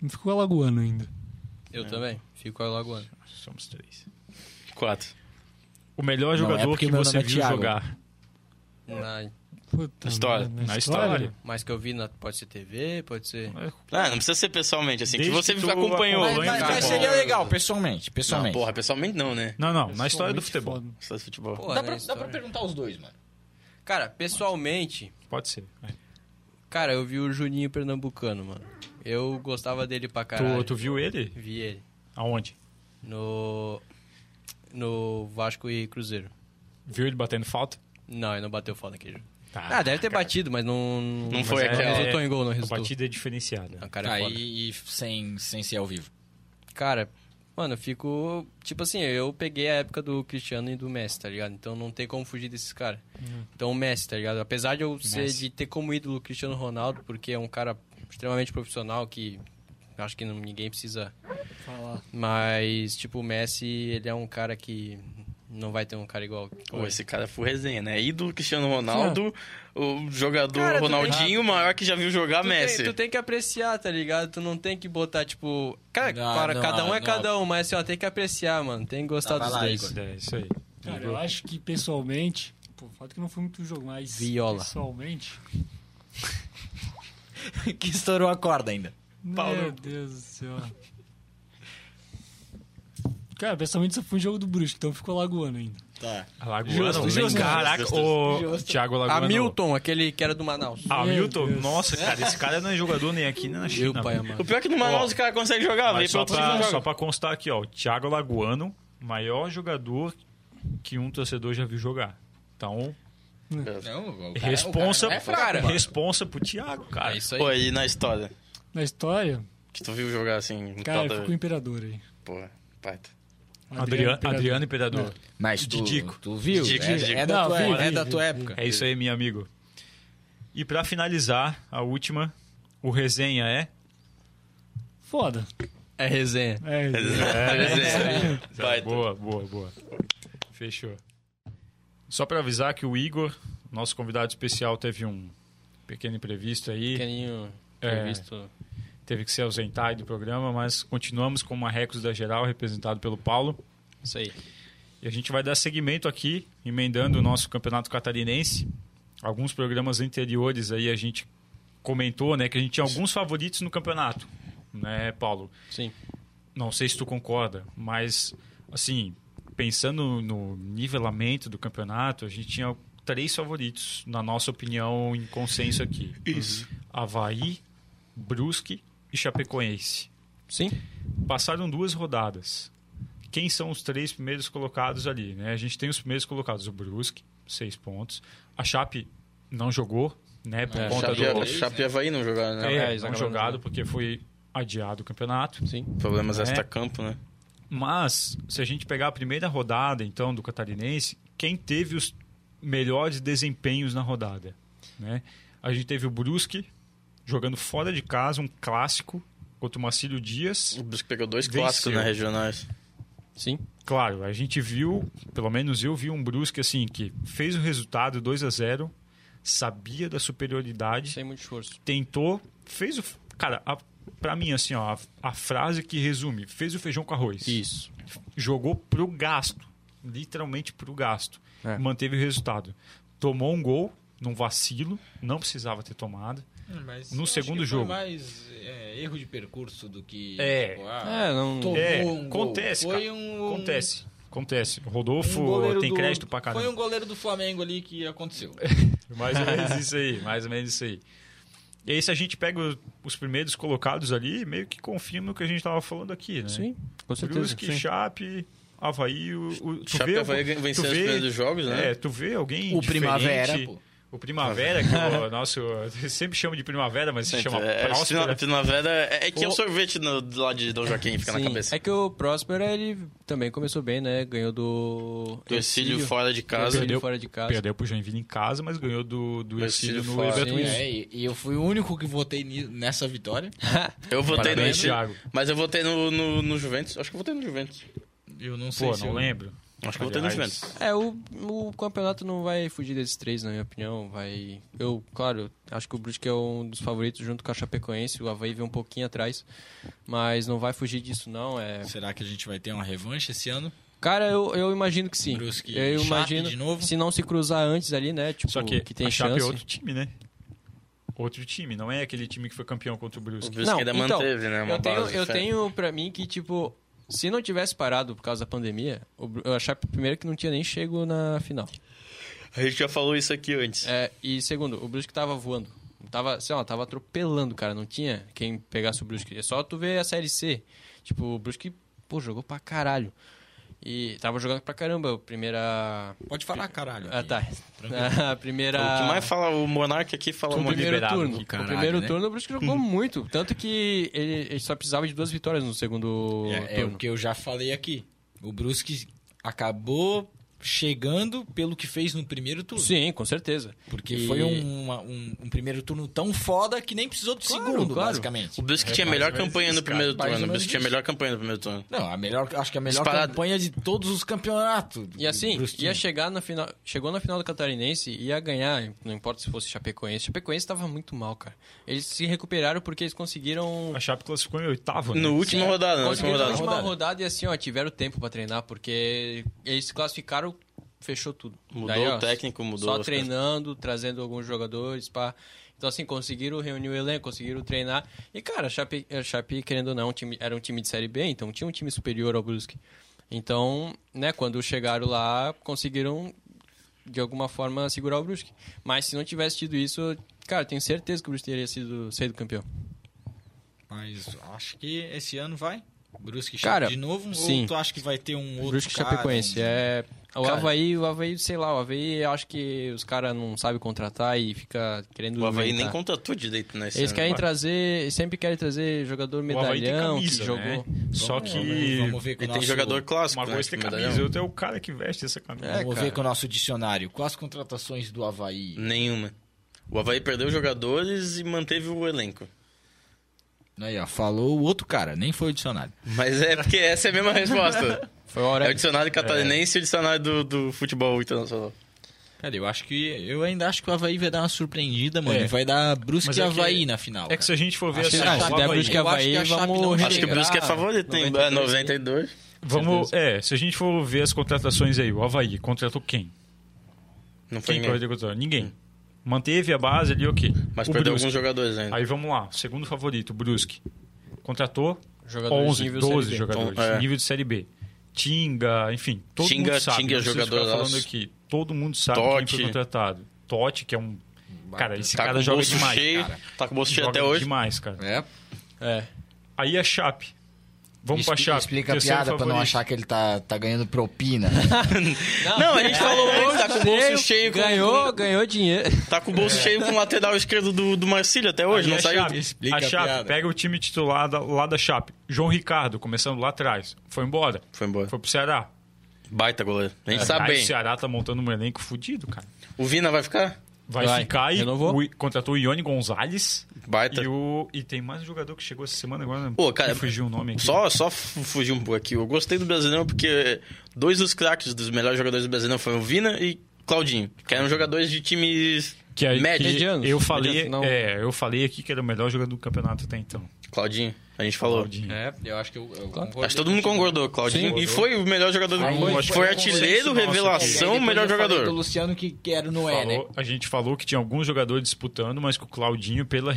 Speaker 5: Não ficou alagoano ainda.
Speaker 4: Eu também. Fico com a Lagoa.
Speaker 2: Somos três.
Speaker 1: Quatro.
Speaker 2: O melhor
Speaker 3: Não, é
Speaker 2: jogador
Speaker 3: porque
Speaker 2: que
Speaker 3: meu
Speaker 2: você
Speaker 3: nome é
Speaker 2: viu
Speaker 3: Thiago.
Speaker 2: jogar.
Speaker 4: Na-
Speaker 5: Puta
Speaker 1: História.
Speaker 5: merda,
Speaker 2: Na história.
Speaker 4: Mas que eu vi, na- pode ser TV, pode ser...
Speaker 1: Ah, não precisa ser pessoalmente, assim.
Speaker 2: Desde
Speaker 1: que você
Speaker 2: que tu
Speaker 1: acompanhou.
Speaker 2: acompanhou, então,
Speaker 1: né?
Speaker 2: hein,
Speaker 3: Mas,
Speaker 2: cara?
Speaker 3: mas seria legal, pessoalmente.
Speaker 1: Não,
Speaker 3: pessoalmente.
Speaker 1: porra, pessoalmente não, né?
Speaker 2: Não, não, na história do
Speaker 5: Pessoalmente
Speaker 2: futebol.
Speaker 5: foda.
Speaker 1: Só de futebol.
Speaker 4: Porra, né, história.
Speaker 3: perguntar os dois, mano.
Speaker 4: Cara, pessoalmente,
Speaker 2: Pode ser. É.
Speaker 4: cara, eu vi o Juninho Pernambucano, mano. Eu gostava dele pra
Speaker 2: Tu,
Speaker 4: caralho.
Speaker 2: tu viu ele?
Speaker 4: Vi ele
Speaker 2: Aonde?
Speaker 4: no... No Vasco e Cruzeiro.
Speaker 2: Viu ele batendo falta?
Speaker 4: Não, ele não bateu falta aquele jogo.
Speaker 2: Tá.
Speaker 4: Ah, deve ter batido, mas não...
Speaker 1: Não foi
Speaker 2: é-
Speaker 1: aquela. Ah,
Speaker 4: resultou em gol, não
Speaker 2: a
Speaker 4: resultou.
Speaker 2: batida é diferenciada.
Speaker 4: O cara é foda.
Speaker 3: Tá e, e sem, sem ser ao vivo.
Speaker 4: Cara, mano, eu fico. Tipo assim, eu peguei a época do Cristiano e do Messi, tá ligado? Então não tem como fugir desses caras.
Speaker 3: Uhum.
Speaker 4: Então o Messi, tá ligado? Apesar de eu ser de ter como ídolo o Cristiano Ronaldo, porque é um cara extremamente profissional que acho que não- ninguém precisa
Speaker 5: Falar.
Speaker 4: Mas, tipo, o Messi, ele é um cara que não vai ter um cara igual.
Speaker 1: Pô, esse cara foi resenha, né? Ídolo Cristiano Ronaldo,
Speaker 2: é.
Speaker 1: o jogador
Speaker 4: Cara, tu
Speaker 1: Ronaldinho, o maior que já viu jogar
Speaker 4: Tu
Speaker 1: é Messi.
Speaker 4: Tem, tu tem que apreciar, tá ligado? Tu não tem que botar, tipo. Cara,
Speaker 3: Não,
Speaker 4: para-
Speaker 3: não,
Speaker 4: cada um é
Speaker 3: não.
Speaker 4: cada um, mas assim, ó, tem que apreciar, mano. Tem que gostar
Speaker 3: Tá, vai lá,
Speaker 4: dos dois.
Speaker 3: Igor.
Speaker 2: É isso aí.
Speaker 5: Cara, eu acho que pessoalmente. Pô, o fato é que não foi muito jogo, mas.
Speaker 4: Viola.
Speaker 5: Pessoalmente.
Speaker 3: que estourou a corda ainda.
Speaker 5: Meu Deus do céu. Cara, pessoalmente só foi um jogo do Brusque, então ficou lagoano ainda.
Speaker 3: Tá.
Speaker 2: Alagoano.
Speaker 5: Justo, justo.
Speaker 2: Caraca, o
Speaker 5: Justo.
Speaker 2: Thiago Alagoano.
Speaker 4: Hamilton, aquele que era do Manaus.
Speaker 2: Ah,
Speaker 5: Meu
Speaker 2: Milton,
Speaker 5: Deus.
Speaker 2: nossa, cara, esse cara não é jogador nem aqui, nem na China.
Speaker 4: Meu pai
Speaker 2: velho.
Speaker 4: amado.
Speaker 1: O pior é que no Manaus
Speaker 2: Ó,
Speaker 1: o cara consegue jogar, veio
Speaker 2: Mas
Speaker 1: pra
Speaker 2: só
Speaker 1: outro time
Speaker 2: pra,
Speaker 1: e
Speaker 2: só
Speaker 1: joga.
Speaker 2: pra constar aqui, ó, o Thiago Lagoano, maior jogador que um torcedor já viu jogar. Então,
Speaker 3: Não,
Speaker 2: responsa,
Speaker 3: é
Speaker 4: fraco, mano.
Speaker 2: responsa pro Thiago, cara.
Speaker 4: É isso aí.
Speaker 1: Pô, e na história?
Speaker 5: Na história,
Speaker 1: Que tu viu jogar assim, em
Speaker 2: Então tá
Speaker 5: cara,
Speaker 1: toda-
Speaker 5: ficou o imperador aí.
Speaker 1: Porra, pai.
Speaker 2: Adriano, Adriano Imperador.
Speaker 3: Mas tu,
Speaker 2: Didico.
Speaker 3: tu viu?
Speaker 1: Didico,
Speaker 3: é,
Speaker 1: Didico.
Speaker 3: é da
Speaker 5: Não,
Speaker 3: tua,
Speaker 5: vi,
Speaker 3: é
Speaker 5: vi,
Speaker 3: da
Speaker 5: vi,
Speaker 3: tua
Speaker 5: vi.
Speaker 3: época.
Speaker 2: É isso aí, meu amigo. E pra finalizar, a última, o resenha é.
Speaker 5: Foda.
Speaker 4: É resenha.
Speaker 5: É,
Speaker 1: Vai, tu.
Speaker 2: Tá, Boa, boa, boa. Fechou. Só pra avisar que o Igor, nosso convidado especial, teve um pequeno imprevisto aí.
Speaker 4: Pequeninho
Speaker 2: É.
Speaker 4: previsto.
Speaker 2: teve que se ausentar aí do programa, mas continuamos com o Marrecos da Geral, representado pelo Paulo.
Speaker 4: Isso aí.
Speaker 2: E a gente vai dar seguimento aqui, emendando o nosso campeonato catarinense. Alguns programas anteriores aí a gente comentou, né, que a gente tinha alguns favoritos no campeonato, né, Paulo?
Speaker 4: Sim.
Speaker 2: Não sei se tu concorda, mas assim, pensando no nivelamento do campeonato, a gente tinha três favoritos, na nossa opinião, em consenso aqui. Isso. Havaí, Brusque e Chapecoense.
Speaker 4: Sim?
Speaker 2: Passaram duas rodadas. Quem são os três primeiros colocados ali? Né? A gente tem os primeiros colocados, o Brusque, seis pontos. A Chape não jogou, né? Por
Speaker 3: É,
Speaker 2: conta
Speaker 1: Chape,
Speaker 2: do.
Speaker 1: Chape, e Havaí não jogaram, né?
Speaker 2: É,
Speaker 4: eles
Speaker 2: não
Speaker 4: acabaram
Speaker 2: jogado porque foi adiado o campeonato.
Speaker 4: Sim.
Speaker 1: Problemas
Speaker 2: É.
Speaker 1: extra-campo, né?
Speaker 2: Mas, se a gente pegar a primeira rodada, então, do Catarinense, quem teve os melhores desempenhos na rodada? Né? A gente teve o Brusque jogando fora de casa, um clássico, contra o Marcílio Dias.
Speaker 1: O Brusque pegou dois
Speaker 2: Venceu.
Speaker 1: clássicos na regionais.
Speaker 4: Sim.
Speaker 2: Claro, a gente viu, pelo menos eu vi um Brusque assim, que fez o resultado 2 a 0 sabia da superioridade,
Speaker 4: Sem muito esforço.
Speaker 2: tentou, fez o. Cara, a, pra mim, assim, ó, a, a frase que resume: fez o feijão com arroz.
Speaker 4: Isso.
Speaker 2: Jogou pro gasto, literalmente pro gasto.
Speaker 8: É.
Speaker 2: Manteve o resultado. Tomou um gol, num vacilo, não precisava ter tomado.
Speaker 6: Mas
Speaker 2: No
Speaker 6: eu acho que
Speaker 2: segundo
Speaker 6: foi
Speaker 2: jogo.
Speaker 6: mais é, erro de percurso do que.
Speaker 2: É.
Speaker 6: tipo, ah,
Speaker 4: É, não.
Speaker 6: tomou
Speaker 2: É,
Speaker 6: um gol.
Speaker 2: acontece,
Speaker 6: Foi
Speaker 2: cara.
Speaker 6: um-
Speaker 2: Acontece, acontece.
Speaker 6: um
Speaker 2: Rodolfo
Speaker 6: goleiro
Speaker 2: tem
Speaker 6: do-
Speaker 2: crédito pra caramba.
Speaker 6: Foi um goleiro do Flamengo ali que aconteceu.
Speaker 2: Mais ou menos isso aí, mais ou menos isso aí. E aí, se a gente pega o- os primeiros colocados ali, meio que confirma o que a gente tava falando aqui, né?
Speaker 4: Sim,
Speaker 8: com certeza.
Speaker 2: Brusque,
Speaker 8: sim.
Speaker 2: Chape, Havaí, o, o, tu
Speaker 1: Chape
Speaker 2: vê,
Speaker 1: Havaí
Speaker 2: tu
Speaker 1: venceu os
Speaker 2: vê-
Speaker 1: primeiros jogos, né?
Speaker 2: É, tu vê alguém
Speaker 3: O
Speaker 2: diferente,
Speaker 3: Primavera, pô.
Speaker 2: O Primavera, que o nosso... Sempre chama de Primavera, mas se chama
Speaker 1: é,
Speaker 2: Próspera.
Speaker 1: a primavera é, é que é o
Speaker 4: né? O-
Speaker 1: sorvete no, do lado de Dom Joaquim, fica
Speaker 4: Sim.
Speaker 1: na cabeça.
Speaker 4: É que o Prosper, ele também começou bem, né? Ganhou do.
Speaker 1: Do Ercílio fora de casa.
Speaker 4: Ercílio
Speaker 2: Perdeu-
Speaker 4: fora de casa.
Speaker 2: Perdeu pro Joinville em casa, mas ganhou do, do
Speaker 1: Do
Speaker 2: Ercílio
Speaker 1: Ercílio
Speaker 2: no
Speaker 1: fora.
Speaker 2: evento.
Speaker 4: Sim.
Speaker 2: Isso.
Speaker 6: É, e, e eu fui o único que votei ni- nessa vitória.
Speaker 1: Eu votei no
Speaker 2: Parabéns,
Speaker 1: Ercílio,
Speaker 2: Thiago.
Speaker 1: Mas eu votei no, no, no Juventus. Acho que eu votei no Juventus.
Speaker 6: Eu não sei
Speaker 2: Pô,
Speaker 6: se
Speaker 2: não
Speaker 6: eu...
Speaker 2: lembro.
Speaker 1: Acho que eu votei no
Speaker 2: Aliás,
Speaker 1: Juventus.
Speaker 4: É, o, o campeonato não vai fugir desses três, na minha opinião. Vai. Eu, claro, acho que o Brusque é um dos favoritos junto com a Chapecoense. O Havaí vem um pouquinho atrás. Mas não vai fugir disso, não. É...
Speaker 6: Será que a gente vai ter uma revanche esse ano?
Speaker 4: Cara, eu, eu imagino que sim.
Speaker 6: Brusque e
Speaker 4: eu
Speaker 6: Chape
Speaker 4: imagino.
Speaker 6: de novo?
Speaker 4: Se não se cruzar antes ali, né? Tipo,
Speaker 2: Só que,
Speaker 4: tem
Speaker 2: a Chape
Speaker 4: chance.
Speaker 2: é outro time, né? Outro time, não é aquele time que foi campeão contra o
Speaker 1: O
Speaker 2: Brusque.
Speaker 1: Brusque ainda manteve, né? Uma
Speaker 4: então, eu tenho,
Speaker 1: base
Speaker 4: eu
Speaker 1: diferente.
Speaker 4: tenho pra mim que, tipo, se não tivesse parado por causa da pandemia, o Bru- a Chape, primeiro, que não tinha nem chego na final.
Speaker 1: A gente já falou isso aqui antes.
Speaker 4: É, e segundo, o Brusque tava voando. Tava, sei lá, tava atropelando, cara. Não tinha quem pegasse o Brusque. É só tu ver a Série C. Tipo, o Brusque, pô, jogou pra caralho. E tava jogando pra caramba. a Primeira...
Speaker 6: Pode falar, caralho.
Speaker 4: Ah,
Speaker 6: aqui.
Speaker 4: tá. A primeira...
Speaker 1: O que mais fala, o Monark aqui fala
Speaker 4: O
Speaker 1: muito.
Speaker 4: primeiro
Speaker 2: liberado
Speaker 4: turno.
Speaker 6: aqui, caralho,
Speaker 4: o primeiro
Speaker 6: né?
Speaker 4: turno o Brusque jogou muito. Tanto que ele, ele só precisava de duas vitórias no segundo
Speaker 6: É, é
Speaker 4: turno.
Speaker 6: o que eu já falei aqui. O Brusque acabou chegando pelo que fez no primeiro turno.
Speaker 4: Sim, com certeza.
Speaker 6: Porque
Speaker 4: E-
Speaker 6: foi um, uma- um- um primeiro turno tão foda que nem precisou do
Speaker 4: Claro,
Speaker 6: segundo,
Speaker 4: claro.
Speaker 1: O
Speaker 6: basicamente.
Speaker 1: Brusque
Speaker 2: É,
Speaker 1: tinha a
Speaker 2: mais
Speaker 1: melhor
Speaker 2: ou menos
Speaker 1: campanha
Speaker 2: isso,
Speaker 1: no primeiro
Speaker 6: cara, mais
Speaker 1: turno.
Speaker 6: ou
Speaker 1: O
Speaker 6: menos
Speaker 1: Brusque tinha a
Speaker 6: isso.
Speaker 1: melhor campanha no primeiro turno.
Speaker 6: Não, a melhor, acho que a melhor
Speaker 1: Disparado.
Speaker 6: campanha de todos os campeonatos.
Speaker 4: E assim,
Speaker 6: Brusque.
Speaker 4: ia chegar na final, chegou na final do Catarinense e ia ganhar, não importa se fosse Chapecoense. Chapecoense estava muito mal, cara. Eles se recuperaram porque eles conseguiram
Speaker 2: A Chape classificou em oitavo, né?
Speaker 1: No último rodada, na última
Speaker 4: conseguiram na
Speaker 1: rodada.
Speaker 4: última rodada e assim, ó, tiveram tempo pra treinar porque eles se classificaram, fechou tudo.
Speaker 1: Mudou
Speaker 4: Daí, ó,
Speaker 1: o técnico, mudou.
Speaker 4: Só
Speaker 1: as
Speaker 4: treinando, trazendo alguns jogadores pá. Então, assim, conseguiram reunir o elenco, conseguiram treinar. E, cara, a Chape, a Chape, querendo ou não, é um time- era um time de Série B, então tinha um time superior ao Brusque. Então, né, quando chegaram lá, conseguiram, de alguma forma, segurar o Brusque. Mas se não tivesse tido isso, cara, tenho certeza que o Brusque teria sido, sido campeão.
Speaker 6: Mas acho que esse ano vai. Brusque
Speaker 4: Cara,
Speaker 6: Chape de novo?
Speaker 4: sim.
Speaker 6: Ou tu acha que vai ter um outro
Speaker 4: Brusque e
Speaker 6: cara,
Speaker 4: Chapecoense.
Speaker 6: um-
Speaker 4: É, o
Speaker 1: Cara.
Speaker 4: Havaí, o Havaí, sei lá, o Havaí, eu acho que os caras não sabem contratar e fica querendo.
Speaker 1: O Havaí nem
Speaker 4: inventar.
Speaker 1: contratou direito nesse
Speaker 4: Eles
Speaker 1: ano.
Speaker 4: querem trazer, sempre querem trazer jogador
Speaker 2: O Havaí tem
Speaker 4: medalhão
Speaker 2: camisa,
Speaker 4: que jogou.
Speaker 2: né? Só
Speaker 6: Vamos-
Speaker 2: que
Speaker 6: Vamos ver com
Speaker 1: E
Speaker 6: o
Speaker 1: tem
Speaker 6: nosso-
Speaker 1: jogador clássico,
Speaker 2: uma
Speaker 1: né?
Speaker 2: coisa tem
Speaker 1: medalhão.
Speaker 2: camisa, outra é o cara que veste essa camisa.
Speaker 6: Vamos
Speaker 4: É,
Speaker 6: ver
Speaker 4: cara.
Speaker 6: com o nosso dicionário. Quais contratações do Havaí?
Speaker 1: Nenhuma. O Havaí perdeu jogadores e manteve o elenco.
Speaker 6: Né, Aí, ó, falou o outro cara, nem foi o dicionário.
Speaker 1: Mas é porque essa é a mesma resposta.
Speaker 4: Foi a hora.
Speaker 1: É o dicionário catarinense e o dicionário do, do futebol internacional.
Speaker 6: Cara, eu acho que. Eu ainda acho que o Havaí vai dar uma surpreendida, mano.
Speaker 2: É.
Speaker 6: e Vai dar Brusque
Speaker 2: Mas
Speaker 6: e
Speaker 2: é que-
Speaker 6: Havaí na final.
Speaker 2: É que se a gente for ver
Speaker 6: Acho
Speaker 2: assim,
Speaker 6: que-
Speaker 2: ó,
Speaker 4: Ah,
Speaker 6: acho
Speaker 2: o
Speaker 6: que dá
Speaker 2: Havaí-
Speaker 6: Brusque- eu acho que a Chape não vai
Speaker 1: Acho que o
Speaker 6: Será?
Speaker 1: Brusque
Speaker 2: Ah,
Speaker 1: é favorito, É, tem
Speaker 4: 92,
Speaker 1: 92. 92.
Speaker 2: vamos, é, se a gente for ver as contratações aí, o Havaí contratou quem?
Speaker 1: Não foi
Speaker 2: Quem
Speaker 1: ninguém.
Speaker 2: que contratou? Ninguém. Manteve a base ali, ok.
Speaker 1: Hum. Mas
Speaker 2: o
Speaker 1: perdeu
Speaker 2: Brusque.
Speaker 1: alguns jogadores ainda.
Speaker 2: Aí vamos lá, segundo favorito, o Brusque. Contratou
Speaker 4: Jogadores de
Speaker 2: 11,
Speaker 4: nível
Speaker 2: 12
Speaker 4: Série B.
Speaker 2: jogadores,
Speaker 1: Então, é.
Speaker 2: nível de Série B. Tinga, enfim, todo
Speaker 1: Tinga-
Speaker 2: mundo sabe.
Speaker 1: Tinga
Speaker 2: não preciso
Speaker 1: jogador
Speaker 2: ficar falando
Speaker 1: nosso.
Speaker 2: aqui. Todo mundo sabe quem
Speaker 1: Totti.
Speaker 2: foi contratado. Totti, que é um... Cara, esse
Speaker 1: Tá com
Speaker 2: cara
Speaker 1: o
Speaker 2: joga
Speaker 1: bolso
Speaker 2: demais.
Speaker 1: cheio.
Speaker 2: cara.
Speaker 1: Tá com o bolso cheio
Speaker 2: Joga
Speaker 1: até hoje.
Speaker 2: demais, cara.
Speaker 3: É,
Speaker 4: É.
Speaker 2: Aí a Chape. Vamos pra
Speaker 3: expli-
Speaker 2: Chape.
Speaker 3: Explica a
Speaker 2: terceiro
Speaker 3: piada pra não
Speaker 2: favorito.
Speaker 3: achar que ele tá, tá ganhando propina.
Speaker 6: né?
Speaker 1: Não, a gente falou
Speaker 2: é
Speaker 1: antes, tá com o bolso cheio. com-
Speaker 4: Ganhou, ganhou dinheiro.
Speaker 1: Tá com o bolso cheio com o lateral esquerdo do, do Marcílio até hoje,
Speaker 2: Aí
Speaker 1: não
Speaker 2: a é
Speaker 1: saiu.
Speaker 2: Chape,
Speaker 6: Explica
Speaker 2: a
Speaker 6: a
Speaker 2: Chape,
Speaker 6: piada.
Speaker 2: pega o time titular da- lá da Chape. João Ricardo, começando lá atrás, foi embora.
Speaker 1: Foi embora.
Speaker 2: Foi pro Ceará.
Speaker 1: Baita goleiro. A gente sabe
Speaker 2: É, Aí o
Speaker 1: bem.
Speaker 2: Ceará tá montando um elenco fudido, cara.
Speaker 1: O Vina vai ficar?
Speaker 2: vai,
Speaker 4: Vai.
Speaker 2: ficar e
Speaker 4: Renovou.
Speaker 2: o I- contratou o Ione Gonzalez.
Speaker 1: Baita.
Speaker 2: E, o, e tem mais um jogador que chegou essa semana agora. né?
Speaker 1: Pô, cara,
Speaker 2: me fugiu o nome aqui.
Speaker 1: Só, só fu- fugir um pouco aqui. Eu gostei do Brasileirão porque dois dos craques dos melhores jogadores do Brasileirão foram o Vina e Claudinho, que eram jogadores de times.
Speaker 2: Que, aí-
Speaker 1: Médio.
Speaker 2: que
Speaker 4: Medianos.
Speaker 2: eu falei,
Speaker 4: Medianos, não.
Speaker 2: é, eu falei aqui que era o melhor jogador do campeonato até então.
Speaker 1: Claudinho, a gente falou.
Speaker 2: Claudinho.
Speaker 6: É, eu acho que eu, eu concordo.
Speaker 1: Acho que todo mundo concordou, Claudinho. e foi o melhor jogador do
Speaker 2: Aí
Speaker 1: Foi,
Speaker 2: foi
Speaker 1: foi
Speaker 2: um
Speaker 1: artilheiro,
Speaker 2: consenso nosso
Speaker 6: É,
Speaker 1: revelação,
Speaker 7: depois
Speaker 1: melhor
Speaker 7: eu falei do
Speaker 1: jogador.
Speaker 7: Luciano que, que era no
Speaker 3: é,
Speaker 7: E, né?
Speaker 2: Falou- a gente falou que tinha alguns jogadores disputando, mas que o Claudinho, pela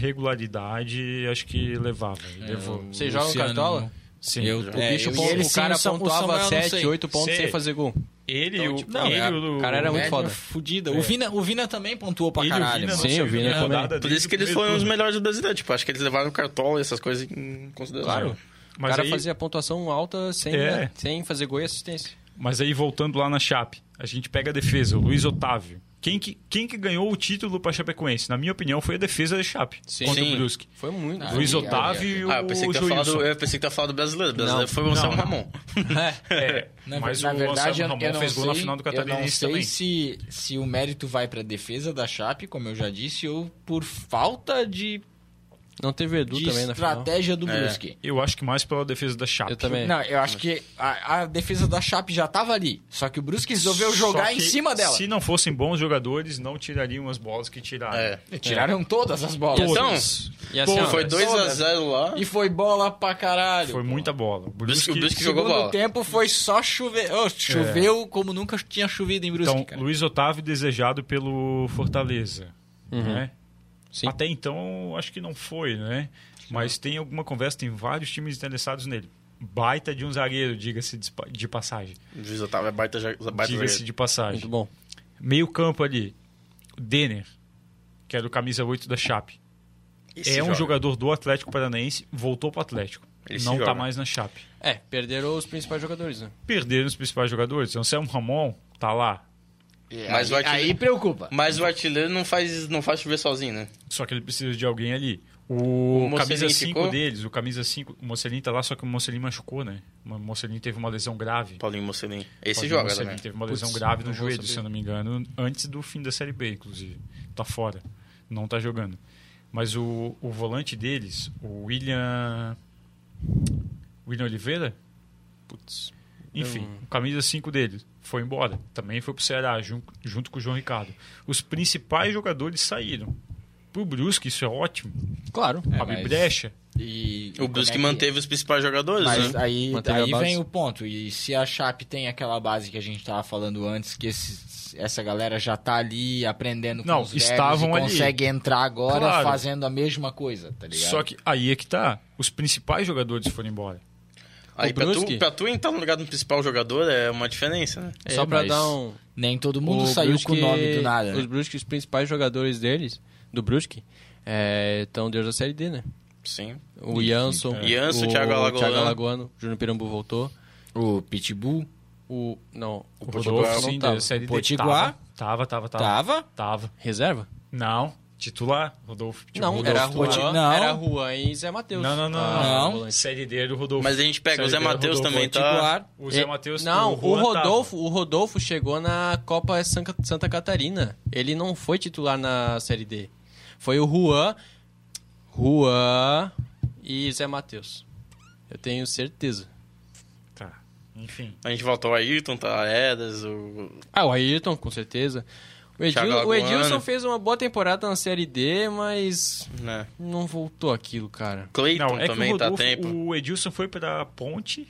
Speaker 2: regularidade, acho que levava. e levou.
Speaker 4: Vocês jogam
Speaker 6: Luciano,
Speaker 4: cartola?
Speaker 2: Sim.
Speaker 6: Eu-
Speaker 4: O
Speaker 1: É,
Speaker 4: bicho,
Speaker 6: eu-
Speaker 4: pon-
Speaker 3: ele
Speaker 4: o
Speaker 3: sim,
Speaker 4: cara
Speaker 3: o Sam- o
Speaker 4: pontuava
Speaker 3: Samuel, eu não
Speaker 4: 7,
Speaker 3: sei.
Speaker 4: 8 pontos
Speaker 2: Sei.
Speaker 4: sem fazer gol.
Speaker 2: Ele,
Speaker 4: Então,
Speaker 2: o,
Speaker 4: tipo,
Speaker 2: ele,
Speaker 4: é,
Speaker 2: o,
Speaker 4: cara era muito
Speaker 3: Média
Speaker 4: foda.
Speaker 3: Fudida.
Speaker 4: é.
Speaker 3: O, Vina, o Vina também pontuou pra
Speaker 2: ele e o
Speaker 3: caralho.
Speaker 2: Vina,
Speaker 3: mano.
Speaker 2: não
Speaker 4: Sim, o
Speaker 2: serviu
Speaker 4: Vina
Speaker 2: na
Speaker 4: também.
Speaker 2: rodada
Speaker 1: Por
Speaker 2: desde
Speaker 1: isso
Speaker 2: o
Speaker 1: que eles
Speaker 2: primeiro
Speaker 1: foram os
Speaker 2: turno.
Speaker 1: melhores do Brasileirão. Tipo, acho que eles levaram cartola e essas coisas em consideração.
Speaker 2: Claro.
Speaker 4: O
Speaker 2: Mas
Speaker 4: cara
Speaker 2: aí,
Speaker 4: fazia pontuação alta sem, né,
Speaker 2: É.
Speaker 4: sem fazer gol e assistência.
Speaker 2: mas aí, voltando lá na Chape, a gente pega a defesa, o Luiz Otávio. Quem que, quem que ganhou o título para Chapecoense? Na minha opinião, foi a defesa da Chape
Speaker 4: Sim.
Speaker 2: contra
Speaker 1: Sim.
Speaker 2: o Brusque.
Speaker 4: Foi muito.
Speaker 7: Ah,
Speaker 2: Luiz
Speaker 7: ali,
Speaker 2: Otávio
Speaker 7: ali,
Speaker 2: e o
Speaker 1: Ah, eu pensei que tu ia falar do,
Speaker 2: Joilson.
Speaker 1: eu pensei que tu ia falar do brasileiro. O brasileiro foi o
Speaker 2: Não,
Speaker 1: Anselmo
Speaker 2: não.
Speaker 1: Ramon.
Speaker 2: É,
Speaker 3: né, Na,
Speaker 2: mas
Speaker 3: na
Speaker 2: o
Speaker 3: verdade,
Speaker 2: Anselmo
Speaker 3: eu,
Speaker 2: Ramon
Speaker 3: eu não
Speaker 2: fez
Speaker 3: sei,
Speaker 2: gol na final do
Speaker 3: eu não
Speaker 2: Catarinense
Speaker 3: sei
Speaker 2: também.
Speaker 3: se se o mérito vai pra defesa da Chape, como eu já disse, ou por falta de,
Speaker 4: Não teve Edu
Speaker 3: de
Speaker 4: também na final. É.
Speaker 3: estratégia do
Speaker 1: É.
Speaker 3: Brusque.
Speaker 2: Eu acho que mais pela defesa da Chape.
Speaker 4: Eu também.
Speaker 3: Não, eu acho que a, a defesa da Chape já tava ali, só que o Brusque resolveu
Speaker 2: Só
Speaker 3: jogar
Speaker 2: que
Speaker 3: em cima dela.
Speaker 2: Se não fossem bons jogadores, não tirariam as bolas que tiraram.
Speaker 1: É.
Speaker 3: Tiraram todas as bolas.
Speaker 1: Então,
Speaker 4: E assim,
Speaker 1: Pô,
Speaker 4: ó,
Speaker 1: foi
Speaker 2: né?
Speaker 1: 2x0 lá.
Speaker 3: E foi bola pra caralho.
Speaker 2: Foi
Speaker 3: pô.
Speaker 2: muita bola. O
Speaker 1: Brusque-
Speaker 2: Brusque,
Speaker 1: O Brusque
Speaker 3: Segundo
Speaker 1: jogou bola.
Speaker 3: tempo foi só chover. Ô, choveu como nunca tinha chovido em Brusque,
Speaker 2: É. Então,
Speaker 3: cara.
Speaker 2: Luiz Otávio desejado pelo Fortaleza.
Speaker 1: Uhum.
Speaker 2: né?
Speaker 4: Sim.
Speaker 2: Até então, acho que não foi, né? Mas tem alguma conversa, tem vários times interessados nele. Baita de um zagueiro, diga-se de pa- de passagem.
Speaker 1: O juiz Otávio é baita, ja- baita
Speaker 2: Diga-se
Speaker 1: zagueiro.
Speaker 2: de passagem.
Speaker 4: Muito bom.
Speaker 2: Meio campo ali, o Denner, que era o camisa 8 da Chape.
Speaker 1: Esse
Speaker 2: é um
Speaker 1: joga.
Speaker 2: jogador do Atlético Paranaense, voltou pro Atlético.
Speaker 1: Esse
Speaker 2: não
Speaker 1: joga.
Speaker 2: tá mais na Chape.
Speaker 4: É, perderam os principais jogadores, né?
Speaker 2: Perderam os principais jogadores. Anselmo Ramon tá lá,
Speaker 7: E
Speaker 1: Mas
Speaker 7: aí,
Speaker 1: o artilheiro-
Speaker 7: aí preocupa.
Speaker 1: Mas o artilheiro não faz, não faz chover sozinho, né?
Speaker 2: só que ele precisa de alguém ali. O,
Speaker 1: Mocelin
Speaker 2: camisa 5
Speaker 1: ficou?
Speaker 2: deles, o camisa 5, o Mocelin tá lá, só que o Mocelin machucou, né? O Mocelin teve uma lesão grave.
Speaker 1: Paulinho Mocelin. Esse
Speaker 2: Pode
Speaker 1: joga
Speaker 2: ser,
Speaker 1: também.
Speaker 2: ele teve uma lesão
Speaker 4: Putz,
Speaker 2: grave no
Speaker 4: não vou
Speaker 2: joelho,
Speaker 4: saber.
Speaker 2: se eu não me engano, antes do fim da Série B, inclusive. Tá fora, não tá jogando. Mas o, o volante deles, o William. William Oliveira? Putz. Enfim, o camisa 5 deles foi embora. Também foi pro Ceará, jun- junto com o João Ricardo. Os principais jogadores saíram. Pro Brusque, isso é ótimo.
Speaker 4: Claro.
Speaker 3: É,
Speaker 2: Abre
Speaker 3: mas-
Speaker 2: brecha.
Speaker 3: E,
Speaker 1: O Brusque
Speaker 3: como é que-
Speaker 1: manteve os principais jogadores,
Speaker 3: Mas
Speaker 1: né?
Speaker 3: aí,
Speaker 4: Manteve
Speaker 3: aí
Speaker 4: a base.
Speaker 3: vem o ponto. E se a Chape tem aquela base que a gente tava falando antes, que esses- essa galera já tá ali aprendendo com
Speaker 2: Não,
Speaker 3: os velhos
Speaker 2: estavam
Speaker 3: e
Speaker 2: ali.
Speaker 3: consegue entrar agora
Speaker 2: Claro.
Speaker 3: fazendo a mesma coisa, tá ligado?
Speaker 2: Só que aí é que tá. Os principais jogadores foram embora.
Speaker 1: Aí
Speaker 4: o
Speaker 1: pra tu,
Speaker 4: Brusque-
Speaker 1: pra tu entrar no lugar do principal jogador é uma diferença, né?
Speaker 3: É,
Speaker 4: Só pra
Speaker 3: mas
Speaker 4: dar um.
Speaker 3: Nem todo mundo saiu com o
Speaker 4: Brusque-
Speaker 3: nome do nada,
Speaker 4: Os
Speaker 3: né?
Speaker 4: Brusque, os principais jogadores deles, do Brusque, estão Deus da Série D, né?
Speaker 1: Sim.
Speaker 4: O Jansson,
Speaker 1: é. Jansson,
Speaker 4: o
Speaker 1: Thiago Alagoano.
Speaker 4: Thiago Alagoano, Júnior Pirambu voltou.
Speaker 3: O Pitbull
Speaker 4: O. Não,
Speaker 2: O
Speaker 1: Potiguar
Speaker 2: Rodolfo,
Speaker 4: não
Speaker 2: sim,
Speaker 4: tava.
Speaker 2: da Série D.
Speaker 3: Potiguar?
Speaker 2: Tava, tava, tava. Tava.
Speaker 3: tava.
Speaker 2: tava.
Speaker 4: reserva?
Speaker 2: Não, titular, Tipo, Rodolfo. Pitbull.
Speaker 4: Não, era Juan,
Speaker 3: Poti- não.
Speaker 4: era Juan e Zé Matheus.
Speaker 2: Não, não, não.
Speaker 4: Ah,
Speaker 2: não.
Speaker 4: volante.
Speaker 2: Série D era o Rodolfo.
Speaker 1: Mas a gente pega, o Zé
Speaker 2: Série D era
Speaker 1: Matheus
Speaker 2: Rodolfo.
Speaker 1: também tá.
Speaker 3: Potiguar.
Speaker 2: O Zé Matheus.
Speaker 4: É, Não, o
Speaker 2: Juan tava.
Speaker 4: Rodolfo, o Rodolfo chegou na Copa Sanca- Santa Catarina. Ele não foi titular na Série D. Foi o Juan, Juan e Zé Matheus. Eu tenho certeza.
Speaker 2: Tá. Enfim.
Speaker 1: A gente volta o Ayrton, tá? Edas, o.
Speaker 4: Ah, o Ayrton, com certeza. O, Edil-
Speaker 1: Thiago
Speaker 4: o
Speaker 1: Alagoano.
Speaker 4: Edilson fez uma boa temporada na Série D, mas
Speaker 1: Né?
Speaker 4: não voltou aquilo, cara.
Speaker 1: Cleiton
Speaker 2: Não, é
Speaker 1: também
Speaker 2: que o
Speaker 1: tá a
Speaker 2: Rodolfo,
Speaker 1: tempo.
Speaker 2: o Edilson foi pra Ponte,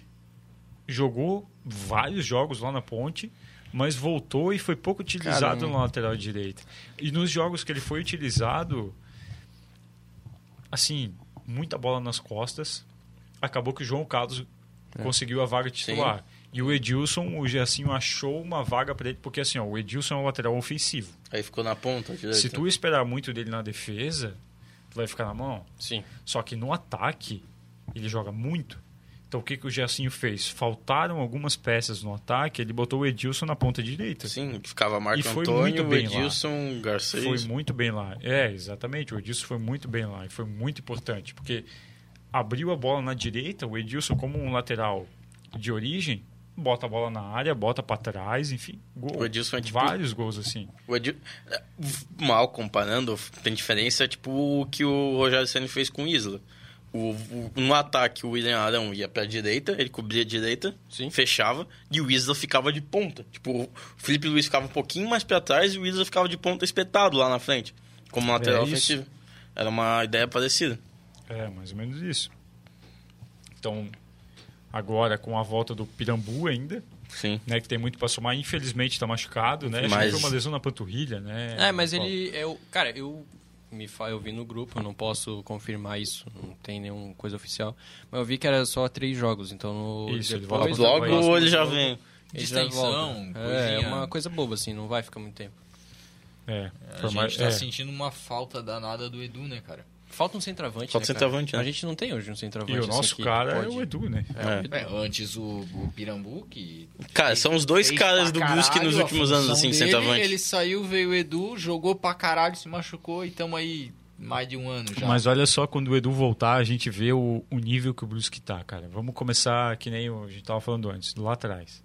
Speaker 2: jogou vários jogos lá na Ponte, mas voltou e foi pouco utilizado na lateral direita. E nos jogos que ele foi utilizado, assim, muita bola nas costas, acabou que o João Carlos
Speaker 1: É.
Speaker 2: conseguiu a vaga titular. E o Edilson, o Gersinho achou uma vaga pra ele, porque assim, ó, o Edilson é um lateral ofensivo.
Speaker 1: Aí ficou na ponta tá- direita.
Speaker 2: Se tu esperar muito dele na defesa, tu vai ficar na mão.
Speaker 4: Sim.
Speaker 2: Só que no ataque, ele joga muito. Então o que, que o Gersinho fez? Faltaram algumas peças no ataque, ele botou o Edilson na ponta direita.
Speaker 1: Sim, que ficava Marco
Speaker 2: E foi
Speaker 1: Antônio,
Speaker 2: muito bem lá.
Speaker 1: Edilson, Garcia.
Speaker 2: Foi muito bem lá. É, exatamente. O Edilson foi muito bem lá. E foi muito importante. Porque abriu a bola na direita, o Edilson, como um lateral de origem, bota a bola na área, bota pra trás, enfim. Gol.
Speaker 1: O Edilson é tipo-
Speaker 2: Vários gols assim.
Speaker 1: O Edil- Mal comparando, tem diferença tipo o que o Rogério Senna fez com o Isla. O, o- no ataque, o William Arão ia pra direita, ele cobria a direita, fechava, e o Isla ficava de ponta. Tipo, o Felipe Luiz ficava um pouquinho mais pra trás e o Isla ficava de ponta espetado lá na frente,
Speaker 6: É
Speaker 1: como lateral
Speaker 2: isso.
Speaker 1: ofensivo. Era uma ideia parecida.
Speaker 2: É, mais ou menos isso. Então, agora com a volta do Pirambu ainda,
Speaker 1: Sim.
Speaker 2: né? Que tem muito pra somar. Infelizmente tá machucado, né? Acho que
Speaker 1: Mas-
Speaker 2: foi uma lesão na panturrilha, né?
Speaker 4: É, mas ele. Eu, cara, eu me fa- eu vi no grupo, eu não posso confirmar isso, não tem nenhuma coisa oficial. Mas eu vi que era só três jogos, então no. é
Speaker 2: Isso, ele volta
Speaker 4: depois do
Speaker 1: Logo
Speaker 4: próximo
Speaker 1: ele já
Speaker 4: jogo,
Speaker 1: vem.
Speaker 4: ele já
Speaker 6: Distensão,
Speaker 4: volta. É,
Speaker 6: coisinha.
Speaker 4: é uma coisa boba, assim, não vai ficar muito tempo.
Speaker 2: É,
Speaker 6: A
Speaker 2: foi mais-
Speaker 6: gente tá
Speaker 2: é.
Speaker 6: sentindo uma falta danada do Edu, né, cara?
Speaker 4: Falta um centroavante.
Speaker 1: Falta
Speaker 4: né,
Speaker 1: um centroavante,
Speaker 4: cara?
Speaker 1: né?
Speaker 4: A gente não tem hoje um centroavante.
Speaker 2: E o
Speaker 4: assim,
Speaker 2: nosso
Speaker 4: que
Speaker 2: cara é
Speaker 4: pode-
Speaker 2: o Edu, né?
Speaker 1: É.
Speaker 6: É, antes o, o Pirambu, que...
Speaker 1: Cara, são os dois
Speaker 6: fez
Speaker 1: caras
Speaker 6: pra
Speaker 1: do Brusque
Speaker 6: caralho
Speaker 1: nos
Speaker 6: a
Speaker 1: últimos anos,
Speaker 6: função
Speaker 1: assim,
Speaker 6: dele,
Speaker 1: centavante.
Speaker 6: Ele saiu, veio o Edu, jogou pra caralho, se machucou e tamo aí mais de um ano já.
Speaker 2: Mas olha só, quando o Edu voltar, a gente vê o, o nível que o Brusque tá, cara. Vamos começar, que nem o- a gente tava falando antes, lá atrás.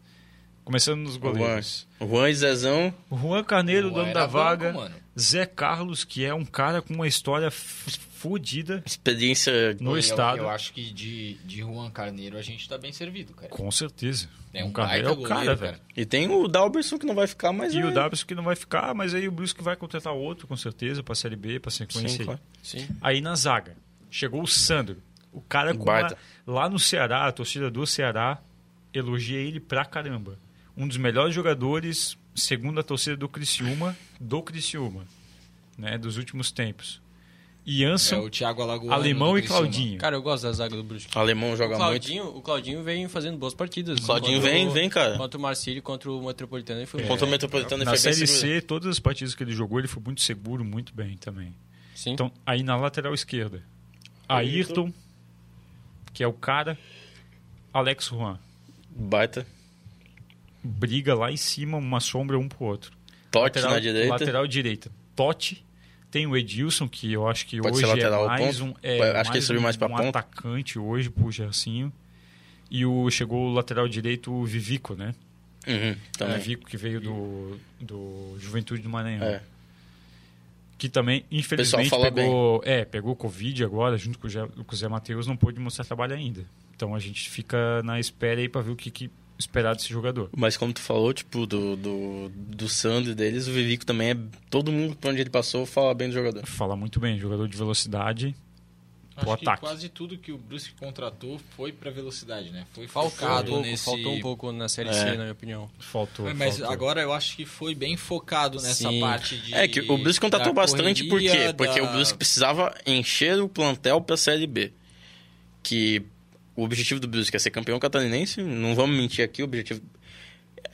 Speaker 2: Começando nos goleiros.
Speaker 1: O Juan e Zezão.
Speaker 2: O Juan Carneiro,
Speaker 6: Pô,
Speaker 2: dono
Speaker 6: era
Speaker 2: da vaga.
Speaker 6: banco, é mano.
Speaker 2: Zé Carlos, que é um cara com uma história f- fodida
Speaker 1: Experiência
Speaker 2: no
Speaker 6: Eu-
Speaker 2: estado.
Speaker 6: Eu acho que de, de Juan Carneiro a gente tá bem servido, cara.
Speaker 2: Com certeza.
Speaker 6: É
Speaker 2: O
Speaker 6: um
Speaker 2: Carneiro
Speaker 6: baita
Speaker 2: é o
Speaker 6: goleiro,
Speaker 2: cara,
Speaker 6: cara.
Speaker 2: velho.
Speaker 1: E tem o Dalberson que não vai ficar, mas
Speaker 2: E
Speaker 1: é-
Speaker 2: o Dabs que não vai ficar, mas aí o Brusque vai contratar outro, com certeza, pra Série B, pra sequência.
Speaker 1: Sim,
Speaker 2: aí.
Speaker 1: claro.
Speaker 4: Sim.
Speaker 2: Aí na zaga, chegou o Sandro. O cara com
Speaker 1: Baita.
Speaker 2: uma- lá no Ceará, a torcida do Ceará elogia ele pra caramba. Um dos melhores jogadores, segundo a torcida do Criciúma, do Criciúma, né, dos últimos tempos.
Speaker 6: É
Speaker 2: Jansson,
Speaker 6: o Thiago Alagoano.
Speaker 2: Alemão
Speaker 6: do
Speaker 2: e
Speaker 6: Criciúma.
Speaker 2: Claudinho.
Speaker 4: Cara, eu gosto da zaga do Brusque.
Speaker 1: O alemão
Speaker 4: O
Speaker 1: joga muito.
Speaker 4: Claudinho, o Claudinho vem fazendo boas partidas.
Speaker 1: Claudinho
Speaker 4: Contra
Speaker 1: vem,
Speaker 4: o-
Speaker 1: vem, cara. É. um
Speaker 4: Contra o Marcílio, contra o Metropolitano, ele foi bem.
Speaker 1: Contra o Metropolitano
Speaker 2: Na
Speaker 1: ele foi bem
Speaker 2: Série
Speaker 1: seguro.
Speaker 2: C, todas as partidas que ele jogou, ele foi muito seguro, muito bem também.
Speaker 4: Sim.
Speaker 2: Então, aí na lateral esquerda, Ayrton, que é o cara, Alex Juan.
Speaker 1: Baita.
Speaker 2: Briga lá em cima, uma sombra um pro outro.
Speaker 1: Toque
Speaker 2: lateral,
Speaker 1: na direita.
Speaker 2: Lateral direita. Totti. Tem o Edilson, que eu acho que
Speaker 1: Pode ser
Speaker 2: hoje
Speaker 1: lateral
Speaker 2: é
Speaker 1: ou
Speaker 2: mais um...
Speaker 1: ponta?
Speaker 2: É,
Speaker 1: Ué, acho que ele subiu
Speaker 2: um-
Speaker 1: mais pra
Speaker 2: um
Speaker 1: ponta.
Speaker 2: atacante hoje pro Gercinho. E o, chegou o lateral direito, o Vivico, né?
Speaker 1: Uhum, também.
Speaker 2: Vivico, que veio do, do Juventude do Maranhão.
Speaker 1: É.
Speaker 2: Que também, infelizmente,
Speaker 1: fala
Speaker 2: pegou, é, pegou Covid agora, junto com o Zé, com o Zé Matheus, não pôde mostrar trabalho ainda. Então a gente fica na espera aí pra ver o que, que esperar desse jogador.
Speaker 1: Mas como tu falou, tipo, do, do, do Sandro e deles, o Vivico também é... Todo mundo pra onde ele passou fala bem do jogador.
Speaker 2: Fala muito bem, jogador de velocidade.
Speaker 6: Acho
Speaker 2: Pro ataque.
Speaker 6: que quase tudo que o Brusque contratou foi pra velocidade, né? Foi
Speaker 4: Faltou um,
Speaker 6: focado
Speaker 4: pouco,
Speaker 6: nesse...
Speaker 4: faltou um pouco na Série C, na minha opinião.
Speaker 2: Faltou.
Speaker 6: É, Mas
Speaker 2: faltou.
Speaker 6: agora eu acho que foi bem focado nessa
Speaker 4: Sim.
Speaker 6: parte de...
Speaker 1: É que o Brusque contratou
Speaker 6: da
Speaker 1: bastante, por quê?
Speaker 6: correria,
Speaker 1: Porque
Speaker 6: da-
Speaker 1: o Brusque precisava encher o plantel pra Série B. Que o objetivo do Brusque é ser campeão catarinense, não vamos mentir aqui, o objetivo...